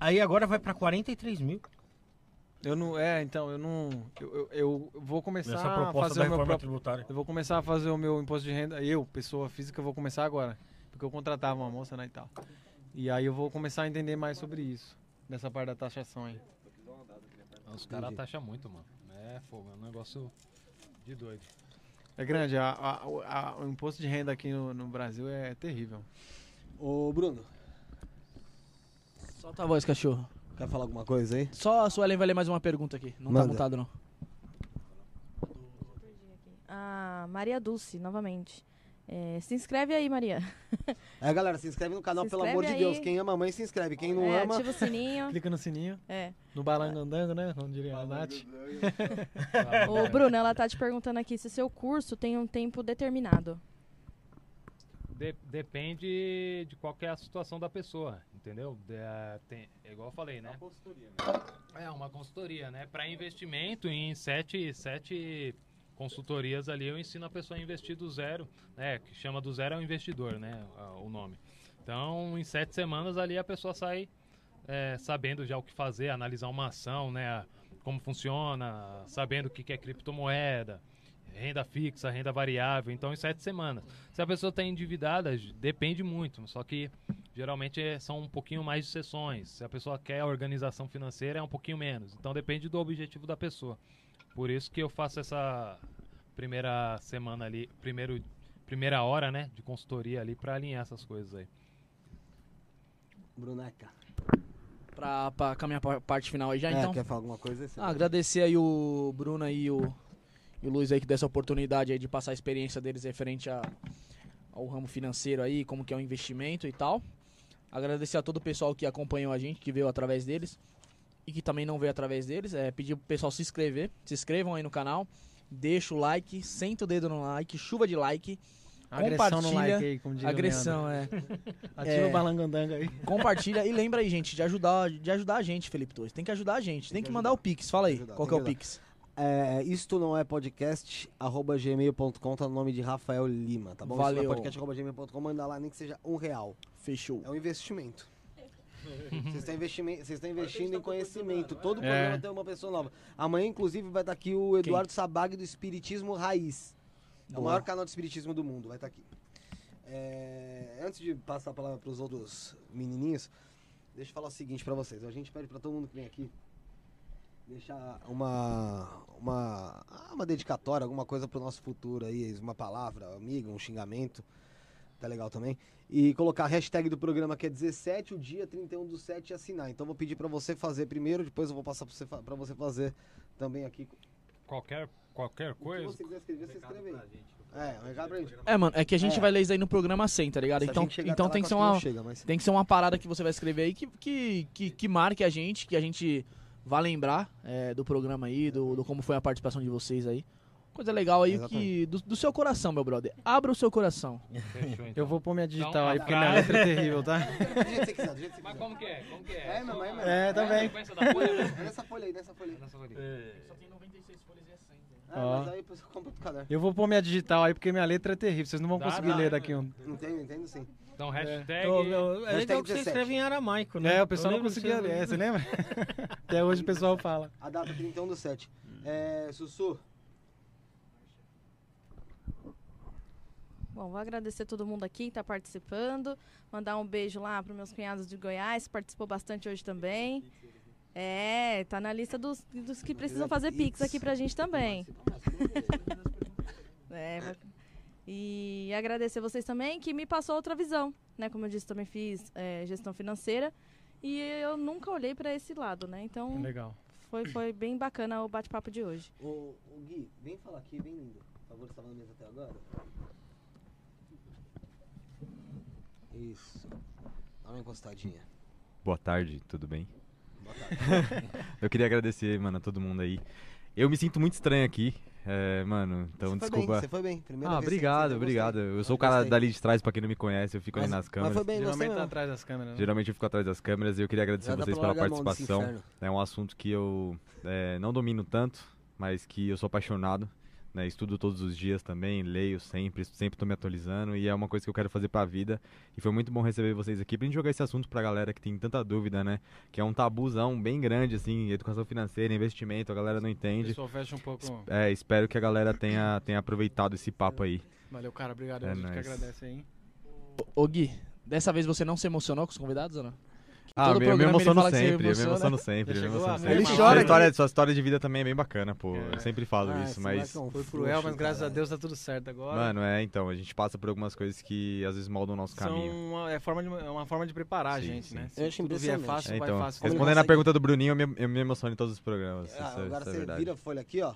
Aí agora vai pra 43 mil. Eu não, é, então, eu não, eu, eu, eu vou começar Nessa a proposta fazer da o meu reforma próprio, tributária. eu vou começar a fazer o meu imposto de renda, eu, pessoa física, eu vou começar agora, porque eu contratava uma moça, né, e tal. E aí eu vou começar a entender mais sobre isso, nessa parte da taxação aí. Ah, Os caras taxam muito, mano. É fogo, é um negócio de doido. É grande, a, a- o- a- o imposto de renda aqui no, no Brasil é terrível. Ô, Bruno, Solta a voz, cachorro. quer falar alguma coisa aí? Só a Suelen vai ler mais uma pergunta aqui. Não Manda. tá mutado, não. A Maria Dulce, novamente. É, se inscreve aí, Maria. É, galera, se inscreve no canal, Se pelo inscreve amor de aí. Deus. Quem ama a mãe, se inscreve. Quem não É, ama... ativa o sininho. Clica no sininho, É. no balangandango, né, como diria a Nath. Ô, Bruno, ela tá te perguntando aqui se seu curso tem um tempo determinado. De- depende de qual que é a situação da pessoa, entendeu? Da- tem- é igual eu falei, né? É uma consultoria, né? Para investimento, em sete, sete consultorias ali, eu ensino a pessoa a investir do zero, né? Que chama do zero é o investidor, né? Ah, O nome. Então, em sete semanas ali a pessoa sai é, sabendo já o que fazer, analisar uma ação, né? Como funciona, sabendo o que que é criptomoeda, renda fixa, renda variável. Então, em sete semanas. Se a pessoa está endividada, j- depende muito. Só que geralmente é- são um pouquinho mais de sessões. Se a pessoa quer organização financeira, é um pouquinho menos. Então depende do objetivo da pessoa. Por isso que eu faço essa primeira semana ali, primeiro, primeira hora, né, de consultoria ali para alinhar essas coisas aí. Bruneca. Pra, pra caminhar pra parte final aí já, É, então. quer falar alguma coisa aí? Ah, agradecer aí o Bruno aí o, e o Luiz aí que deu essa oportunidade aí de passar a experiência deles referente a- ao ramo financeiro aí, como que é o investimento e tal. Agradecer a todo o pessoal que acompanhou a gente, que veio através deles e que também não veio através deles. É, pedir pro pessoal se inscrever, se inscrevam aí no canal, deixa o like, senta o dedo no like, chuva de like. Agressão no compartilha, like aí, como diria o agressão, é. Ativa É. o balangandanga aí. Compartilha e lembra aí, gente, de ajudar, de ajudar a gente, Felipe Torres. Tem que ajudar a gente, tem, que, mandar o Pix. Fala aí, Tem que ajudar, qual que é tem o que Pix? É, isto não é podcast, arroba gmail.com, tá no nome de Rafael Lima, tá bom? Isto não é Valeu. podcast, arroba gmail.com, manda lá, nem que seja um real. Fechou. É um investimento. Vocês estão investime- vocês estão investindo em conhecimento. Todo É. programa tem uma pessoa nova. Amanhã, inclusive, vai estar aqui o Eduardo Sabag do Espiritismo Raiz. É o Boa. maior canal de espiritismo do mundo, vai estar aqui. É, antes de passar a palavra para os outros menininhos, deixa eu falar o seguinte para vocês. A gente pede para todo mundo que vem aqui deixar uma uma ah, uma dedicatória, alguma coisa para o nosso futuro aí, uma palavra, amigo, um xingamento. Tá legal também. E colocar a hashtag do programa que é 17, o dia 31 do 7 e assinar. Então vou pedir para você fazer primeiro, depois eu vou passar para você, fa- pra você fazer também aqui. Qualquer qualquer O que coisa. você quiser escrever, você escreve aí. É, um recado pra gente. É, mano, é que a gente É. vai ler isso aí no programa 100, tá ligado? Se a Então, gente chegar até então lá, tem, eu que ser acho que uma, não chega, mas- tem que ser uma parada que você vai escrever aí que, que, que, que marque a gente, que a gente Vá lembrar é, do programa aí, do, do como foi a participação de vocês aí. Coisa legal aí que do, do seu coração, meu brother. Abra o seu coração. Eu vou pôr minha digital um Então, aí, porque abraço. minha letra é terrível, tá? Do jeito que você quiser, do jeito que você quiser. Mas como que é? Como que é? É, mesmo, é mesmo. É, tá bem. É nessa folha aí, nessa folha aí. Só tem 96 folhas e é 100. Ah, Ó. mas aí você compra outro caderno. Eu vou pôr minha digital aí, porque minha letra é terrível. Vocês não vão Dá, conseguir dá, ler né, daqui. Um... Entendo, entendo sim. Então, hashtag. Ô, meu, é Hashtag legal que você 17. escreve em aramaico, né? É, o Eu pessoal não lembro conseguia que você- ler, você lembra? Até hoje o pessoal fala. A data 31 do 7. É, Sussu, Bom, vou agradecer todo mundo aqui que está participando. Mandar um beijo lá para meus cunhados de Goiás, que participou bastante hoje também. É, tá na lista dos, dos que precisam fazer pix aqui pra gente também. É, vai- e agradecer vocês também que me passou outra visão, né? Como eu disse, também fiz é, gestão financeira e eu nunca olhei para esse lado, né? Então Legal. foi, foi bem bacana o bate-papo de hoje. o, o Gui, vem falar aqui, vem lindo. Por favor, você estava na mesa até agora. Isso. Dá uma encostadinha. Boa tarde, tudo bem? eu queria agradecer, mano, a todo mundo aí. Eu me sinto muito estranho aqui, é, mano, então Você foi bem, desculpa. Você foi bem, primeira ah, vez que você obrigado, foi, obrigado. gostei. Eu sou o cara Gostei. dali de trás, pra quem não me conhece, eu fico ali Mas- nas câmeras. Mas foi bem, gostei Geralmente tá mesmo. atrás das câmeras. né? Geralmente eu fico atrás das câmeras e eu queria agradecer Já dá vocês pra pela largar a mão desse participação. inferno. É um assunto que eu é, não domino tanto, mas que eu sou apaixonado. né? Estudo todos os dias também, leio sempre, sempre estou me atualizando e é uma coisa que eu quero fazer para a vida. E foi muito bom receber vocês aqui pra gente jogar esse assunto pra galera que tem tanta dúvida, né? Que é um tabuzão bem grande, assim, educação financeira, investimento, a galera não O entende. pessoal fecha um pouco. É, espero que a galera tenha, tenha aproveitado esse papo aí. Valeu, cara. Obrigado. É a gente que nóis. agradece aí. hein? Ô, Gui, dessa vez você não se emocionou com os convidados, ou não? Ah, todo eu me programa ele emociono fala que você sempre, eu me emociona. emociono sempre, eu Já me chegou a emociono ver sempre. Ele uma chora, Sua hora. história, sua história de vida também é bem bacana, pô. Eu sempre falo Ah, esse isso, moleque mas. é um Foi cruel, frouxo, mas graças a caralho. Deus tá tudo certo agora. Mano, é, então, a gente passa por algumas coisas que às vezes moldam o nosso São caminho. uma, é, forma de, é uma forma de preparar Sim, a gente, sim. né? Eu acho tudo vier impressionante. fácil, É, então, vai fácil. Como ele respondendo a consegue- pergunta do Bruninho, eu me, eu me emociono em todos os programas. Ah, isso, é- agora isso é você verdade. vira a folha aqui, ó.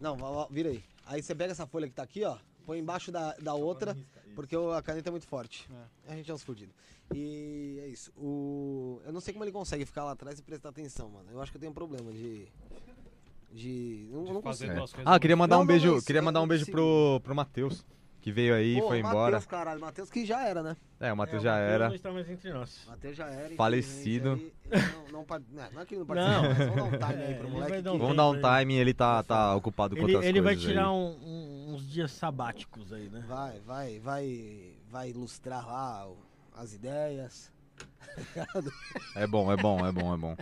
Não, va- va- vira aí. Aí você pega essa folha que tá aqui, ó, põe embaixo da, da outra, porque o- a caneta é muito forte. A gente é uns fudidos. E é isso. O... Eu não sei como ele consegue ficar lá atrás e prestar atenção, mano. Eu acho que eu tenho um problema de. De. Não, não fazer consigo. duas coisas. Ah, queria mandar Não, um não, beijo, mas queria eu mandar um beijo consigo. pro, pro Matheus, que veio aí, Pô, foi o embora. Matheus, caralho. Matheus que já era, né? É, o Matheus É, já o Matheus era. Não está mais entre nós. Matheus já era. Falecido. infelizmente, aí ele Não, não, par- não, não é que ele não participou, mas vamos dar um time aí pro Ele moleque. vai dar um que- Vamos tempo dar um pra time, ele tá, tá ocupado com Ele, outras ele vai coisas. tirar aí. um- um- uns dias sabáticos aí, né? Vai, vai, vai, vai ilustrar lá o- as ideias. É bom, é bom, é bom, é bom.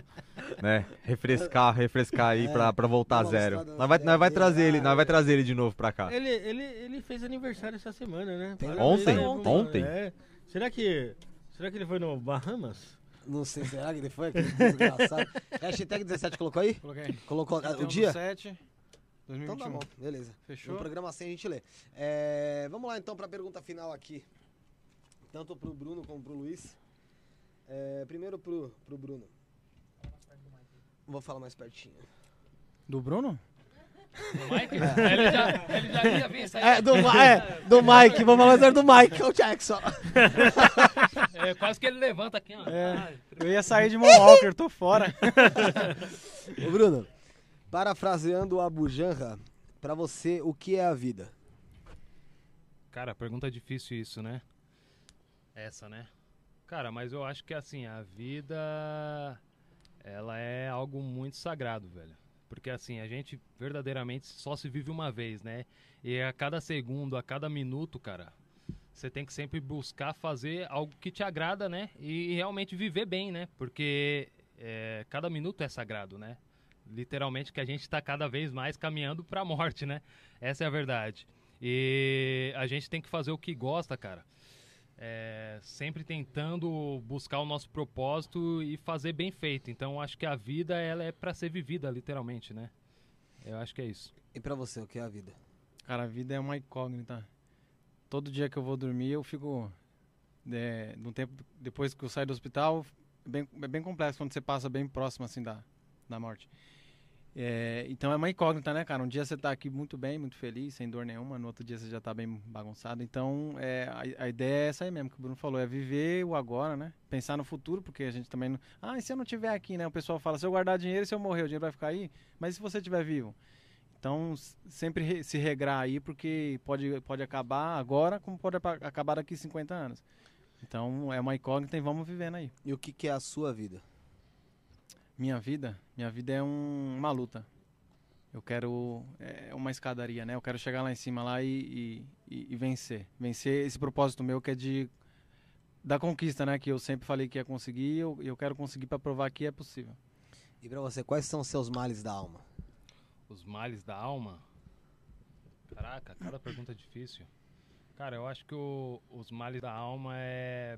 Né? Refrescar, refrescar aí pra, É, pra voltar a Dá uma zero. Ah. mostrada Nós vai, na nós vai tela. trazer ele, nós vai trazer ele de novo pra cá. Ele, ele, ele fez aniversário essa semana, né? Tem- Parabéns Ontem? aí pro mano, Ontem? é. Será que. Será que ele foi no Bahamas? Não sei, será que ele foi aquele desgraçado? Hashtag 17 colocou aí? Coloquei. Colocou ah, Então, o dia? 7, 2021. Então tá bom, beleza. No Fechou? programa assim a gente lê. É, vamos lá então pra pergunta final aqui. Tanto pro Bruno como pro Luiz. É, primeiro pro, pro Bruno. Vou falar mais pertinho. Do Bruno? Mike? Ele já, ele já ia ver isso aí. É, do, é, do Mike, vamos falar sério do Mike. Que é o Jackson. É, quase que ele levanta aqui, ó. É. Eu ia sair de Moonwalker, tô fora. Ô Bruno, parafraseando o Abu Janra, pra você, o que é a vida? Cara, pergunta difícil isso, né? Essa, né? Cara, mas eu acho que assim, a vida ela é algo muito sagrado, velho. Porque assim, a gente verdadeiramente só se vive uma vez, né? E a cada segundo, a cada minuto, cara, você tem que sempre buscar fazer algo que te agrada, né? E realmente viver bem, né? Porque é, cada minuto é sagrado, né? Literalmente que a gente tá cada vez mais caminhando pra morte, né? Essa é a verdade. E a gente tem que fazer o que gosta, cara. É, sempre tentando buscar o nosso propósito e fazer bem feito. Então acho que a vida ela é pra ser vivida, literalmente, né? Eu acho que é isso. E pra você, o que é a vida? Cara, a vida é uma incógnita. Todo dia que eu vou dormir, eu fico. É, de um tempo depois que eu saio do hospital, bem, é bem complexo quando você passa bem próximo assim da, da morte. É, então é uma incógnita, né, cara? Um dia você tá aqui muito bem, muito feliz, sem dor nenhuma, no outro dia você já tá bem bagunçado. Então é, a, a ideia é essa aí mesmo, que o Bruno falou, é viver o agora, né? Pensar no futuro, porque a gente também não. Ah, e se eu não tiver aqui, né? O pessoal fala, se eu guardar dinheiro, se eu morrer, o dinheiro vai ficar aí. Mas e se você estiver vivo? Então, s- sempre re- se regrar aí, porque pode, pode acabar agora, como pode apa- acabar daqui 50 anos. Então, é uma incógnita e vamos vivendo aí. E o que, que é a sua vida? Minha vida? Minha vida é um- uma luta. Eu quero. É uma escadaria, né? Eu quero chegar lá em cima lá e, e- e vencer. Vencer esse propósito meu que é de. Da conquista, né? Que eu sempre falei que ia conseguir e eu, eu quero conseguir para provar que é possível. E pra você, quais são os seus males da alma? Os males da alma? Caraca, cada pergunta é difícil. Cara, eu acho que o- os males da alma é.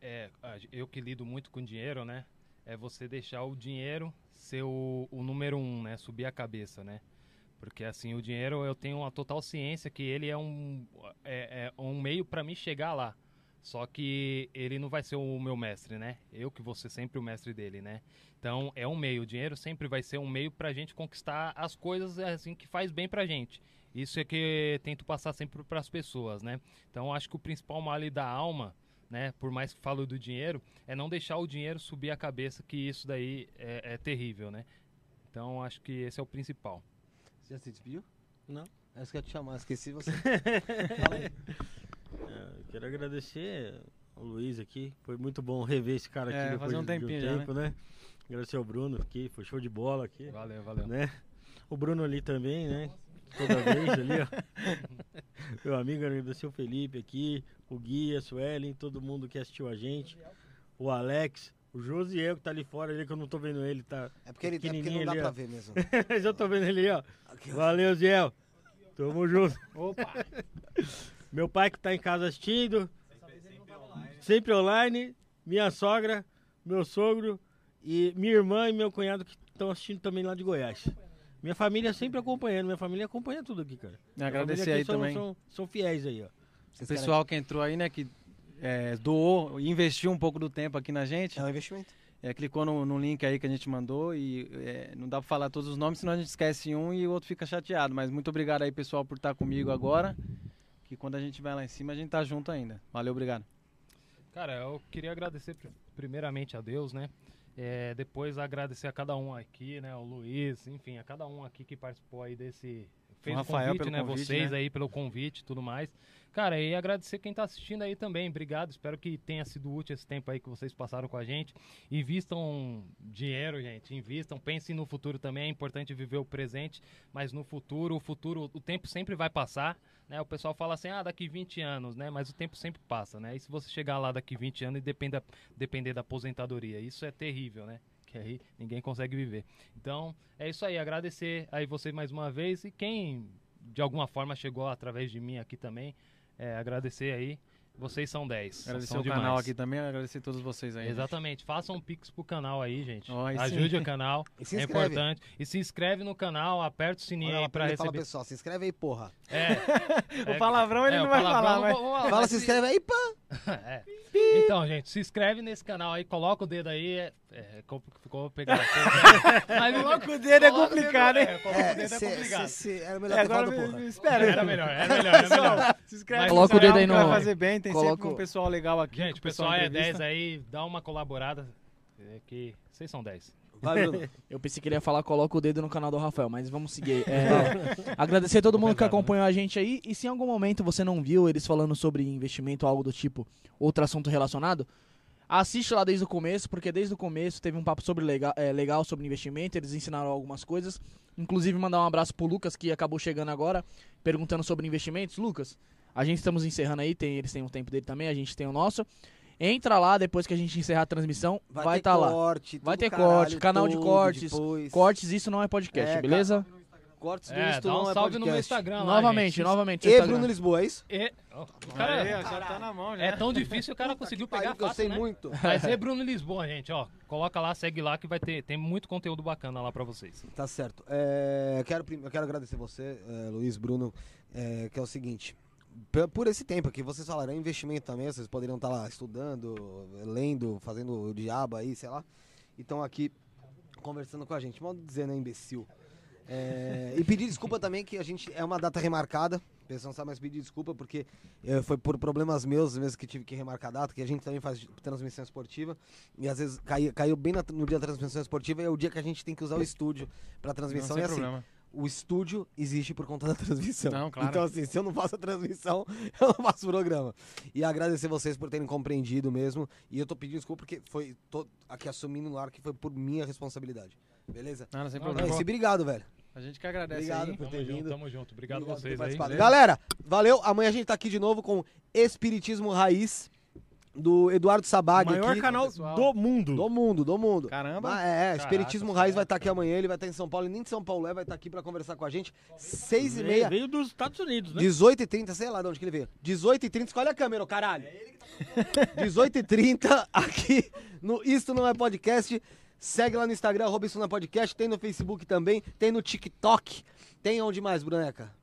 É. a ge- Eu que lido muito com dinheiro, né? É você deixar o dinheiro ser o, o número um, né? Subir a cabeça, né? Porque assim, o dinheiro eu tenho uma total ciência que ele é um, é, é um meio para mim chegar lá. Só que ele não vai ser o meu mestre, né? Eu que vou ser sempre o mestre dele, né? Então é um meio. O dinheiro sempre vai ser um meio pra gente conquistar as coisas assim que faz bem pra gente. Isso é que eu tento passar sempre pras pessoas, né? Então acho que o principal mal ali da alma, né? Por mais que falo do dinheiro, é não deixar o dinheiro subir a cabeça, que isso daí é, é terrível, né? Então acho que esse é o principal. Você já se despiu? Não. É isso que eu ia te chamar, esqueci você. É, eu quero agradecer ao Luiz aqui. Foi muito bom rever esse cara aqui É, depois fazia um de- tempinho de já, um tempo, né? Agradecer ao Bruno aqui, foi show de bola aqui. Valeu, valeu. Né? O Bruno ali também, né? Toda vez ali, ó. Meu amigo, agradecer o Felipe aqui, o Guia, a Suelen, todo mundo que assistiu a gente. O Alex, o Josiel que tá ali fora ali, que eu não tô vendo ele, tá? É porque ele- é porque não pequenininho dá ali, pra ó. ver mesmo. Mas eu tô vendo ele, ó. Valeu, Ziel. Tamo junto. Opa! Meu pai que tá em casa assistindo. Sempre online. Minha sogra, meu sogro e minha irmã e meu cunhado que estão assistindo também lá de Goiás. Minha família sempre acompanhando. Minha família acompanha tudo aqui, cara. Minha Agradecer família aqui aí são, também. São, são fiéis aí, ó. O pessoal que entrou aí, né, que é, doou, investiu um pouco do tempo aqui na gente. É um investimento. clicou no, no link aí que a gente mandou e é, não dá pra falar todos os nomes, senão a gente esquece um e o outro fica chateado. Mas muito obrigado aí, pessoal, por estar comigo agora. Que quando a gente vai lá em cima, a gente tá junto ainda. Valeu, obrigado. Cara, eu queria agradecer pri- primeiramente a Deus, né? É, depois agradecer a cada um aqui, né? O Luiz, enfim, a cada um aqui que participou aí desse. Fez o Rafael convite, pelo né? convite, Vocês né? aí pelo convite e tudo mais. Cara, e agradecer quem tá assistindo aí também. Obrigado, espero que tenha sido útil esse tempo aí que vocês passaram com a gente. Invistam dinheiro, gente. Invistam, pensem no futuro também. É importante viver o presente, mas no futuro, o futuro, o tempo sempre vai passar. Né? O pessoal fala assim, ah, daqui 20 anos, né? Mas o tempo sempre passa, né? E se você chegar lá daqui 20 anos e dependa, depender da aposentadoria, isso é terrível, né? que aí ninguém consegue viver. Então, é isso aí, agradecer aí você mais uma vez e quem de alguma forma chegou através de mim aqui também, é, agradecer aí. Vocês são 10. Agradecer são o canal demais. aqui também, agradecer todos vocês aí. Exatamente, façam um pix pro canal aí, gente. Ó, aí sim. Ajude o canal, E se é inscreve. importante. E se inscreve no canal, aperta o sininho aí pra Ele fala, receber. pessoal, se inscreve aí, porra. É, é, o palavrão eu não vou falar, Fala, mas se inscreve aí, pá. É. Então, gente, se inscreve nesse canal aí, coloca o dedo aí. É, é, como que ficou pegar. Coloca o dedo é Coloca o complicado, hein? é, coloca o dedo é se- complicado. se- se- era melhor ter Agora falado, me- porra. me espera. Era melhor, era melhor, era Pessoal, melhor. Se inscreve Mas no coloca canal, o dedo aí que vai no- fazer bem, tem coloca sempre um o- pessoal legal aqui. Gente, com o pessoal é entrevista. 10 aí, dá uma colaborada. é, que vocês são 10. Eu pensei que ele ia falar, coloca o dedo no canal do Rafael, mas vamos seguir. É, agradecer a todo mundo que acompanhou a gente aí. E se em algum momento você não viu eles falando sobre investimento ou algo do tipo, outro assunto relacionado, assiste lá desde o começo, porque desde o começo teve um papo sobre legal, é, legal sobre investimento, eles ensinaram algumas coisas. Inclusive, mandar um abraço pro Lucas, que acabou chegando agora, perguntando sobre investimentos. Lucas, a gente estamos encerrando aí, tem, eles têm o tempo dele também, a gente tem o nosso. Entra lá depois que a gente encerrar a transmissão, Vai vai ter estar lá. corte, vai tudo ter caralho, corte, canal de tudo cortes. depois. Cortes, isso não é podcast, É, beleza? Cortes do É, Isto dá um Não é salve no meu Podcast. Instagram lá, Novamente, gente. novamente. E Bruno Lisboa, é isso? E... Ó, o cara- Aí, ó, já tá na mão, já. É tão difícil o cara conseguiu pegar pariu, que eu fácil, sei né? muito. Mas é Bruno Lisboa, gente, ó. Coloca lá, segue lá que vai ter tem muito conteúdo bacana lá pra vocês. Tá certo. É, eu quero, prim- eu quero agradecer você, é, Luiz, Bruno, é, que é o seguinte. pe- Por esse tempo aqui, vocês falaram é investimento também, vocês poderiam tá estar lá estudando, lendo, fazendo o diabo aí, sei lá. Então aqui conversando com a gente. Mal dizer, né, imbecil? É, e pedir desculpa também, que a gente é uma data remarcada. O pessoal não sabe, mas pedir desculpa, porque eh, foi por problemas meus mesmo que tive que remarcar a data, que a gente também faz transmissão esportiva. E às vezes cai, caiu bem na- no dia da transmissão esportiva, é o dia que a gente tem que usar o estúdio pra transmissão. é sem e assim, problema. o estúdio existe por conta da transmissão. Não, claro. Então, assim, se eu não faço a transmissão, eu não faço o programa. E agradecer vocês por terem compreendido mesmo. E eu tô pedindo desculpa porque foi. Tô aqui assumindo no ar que foi por minha responsabilidade. Beleza? Nada, sem Não, é problema. assim. esse obrigado, velho. A gente que agradece Obrigado aí. por ter vindo. Tamo junto. Obrigado, a Obrigado por vocês ter aí. participado. Galera, valeu. Amanhã a gente tá aqui de novo com Espiritismo Raiz do Eduardo Sabag. Maior aqui. canal Pessoal. do mundo. Do mundo, do mundo. Caramba. Mas é, é, Caraca, Espiritismo Raiz vai estar aqui amanhã. Ele vai estar em São Paulo. E nem de São Paulo é, vai estar aqui pra conversar com a gente. Seis e meia. É, Veio dos Estados Unidos, né? 18 e 30, sei lá de onde que ele veio. 18 e 30, escolhe a câmera, ô caralho. 18 e 30, aqui no Isto Não É Podcast. Segue lá no Instagram, arroba Isto Não É Podcast. Tem no Facebook também, tem no TikTok. Tem onde mais, Bruneca?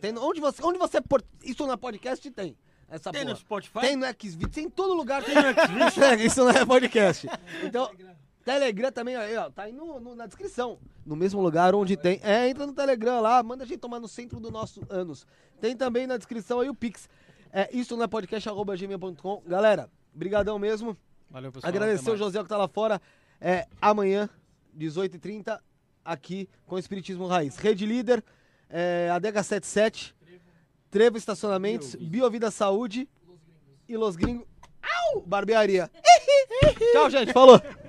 Tem no- onde você, onde você por, Isto Não É Podcast tem. Essa Tem no porra. Spotify? Tem no Xvideos, tem em todo lugar. Tem no Xvideos? Segue, Isto Não É Podcast. Então... Telegram também, aí, ó, tá aí no- no- na descrição. No mesmo lugar onde tem. É, entra no Telegram lá, manda a gente tomar no centro do nosso ânus. Tem também na descrição aí o Pix. É isso na podcast.gmail.com. Galera, brigadão mesmo. Valeu, pessoal. Agradecer até o mais. José que tá lá fora. É, amanhã, 18h30, aqui com o Espiritismo Raiz. Rede Líder, é, Adega 77, Trevo Estacionamentos, Biovida Saúde e Los Gringos. Au! Barbearia. Tchau, gente. Falou.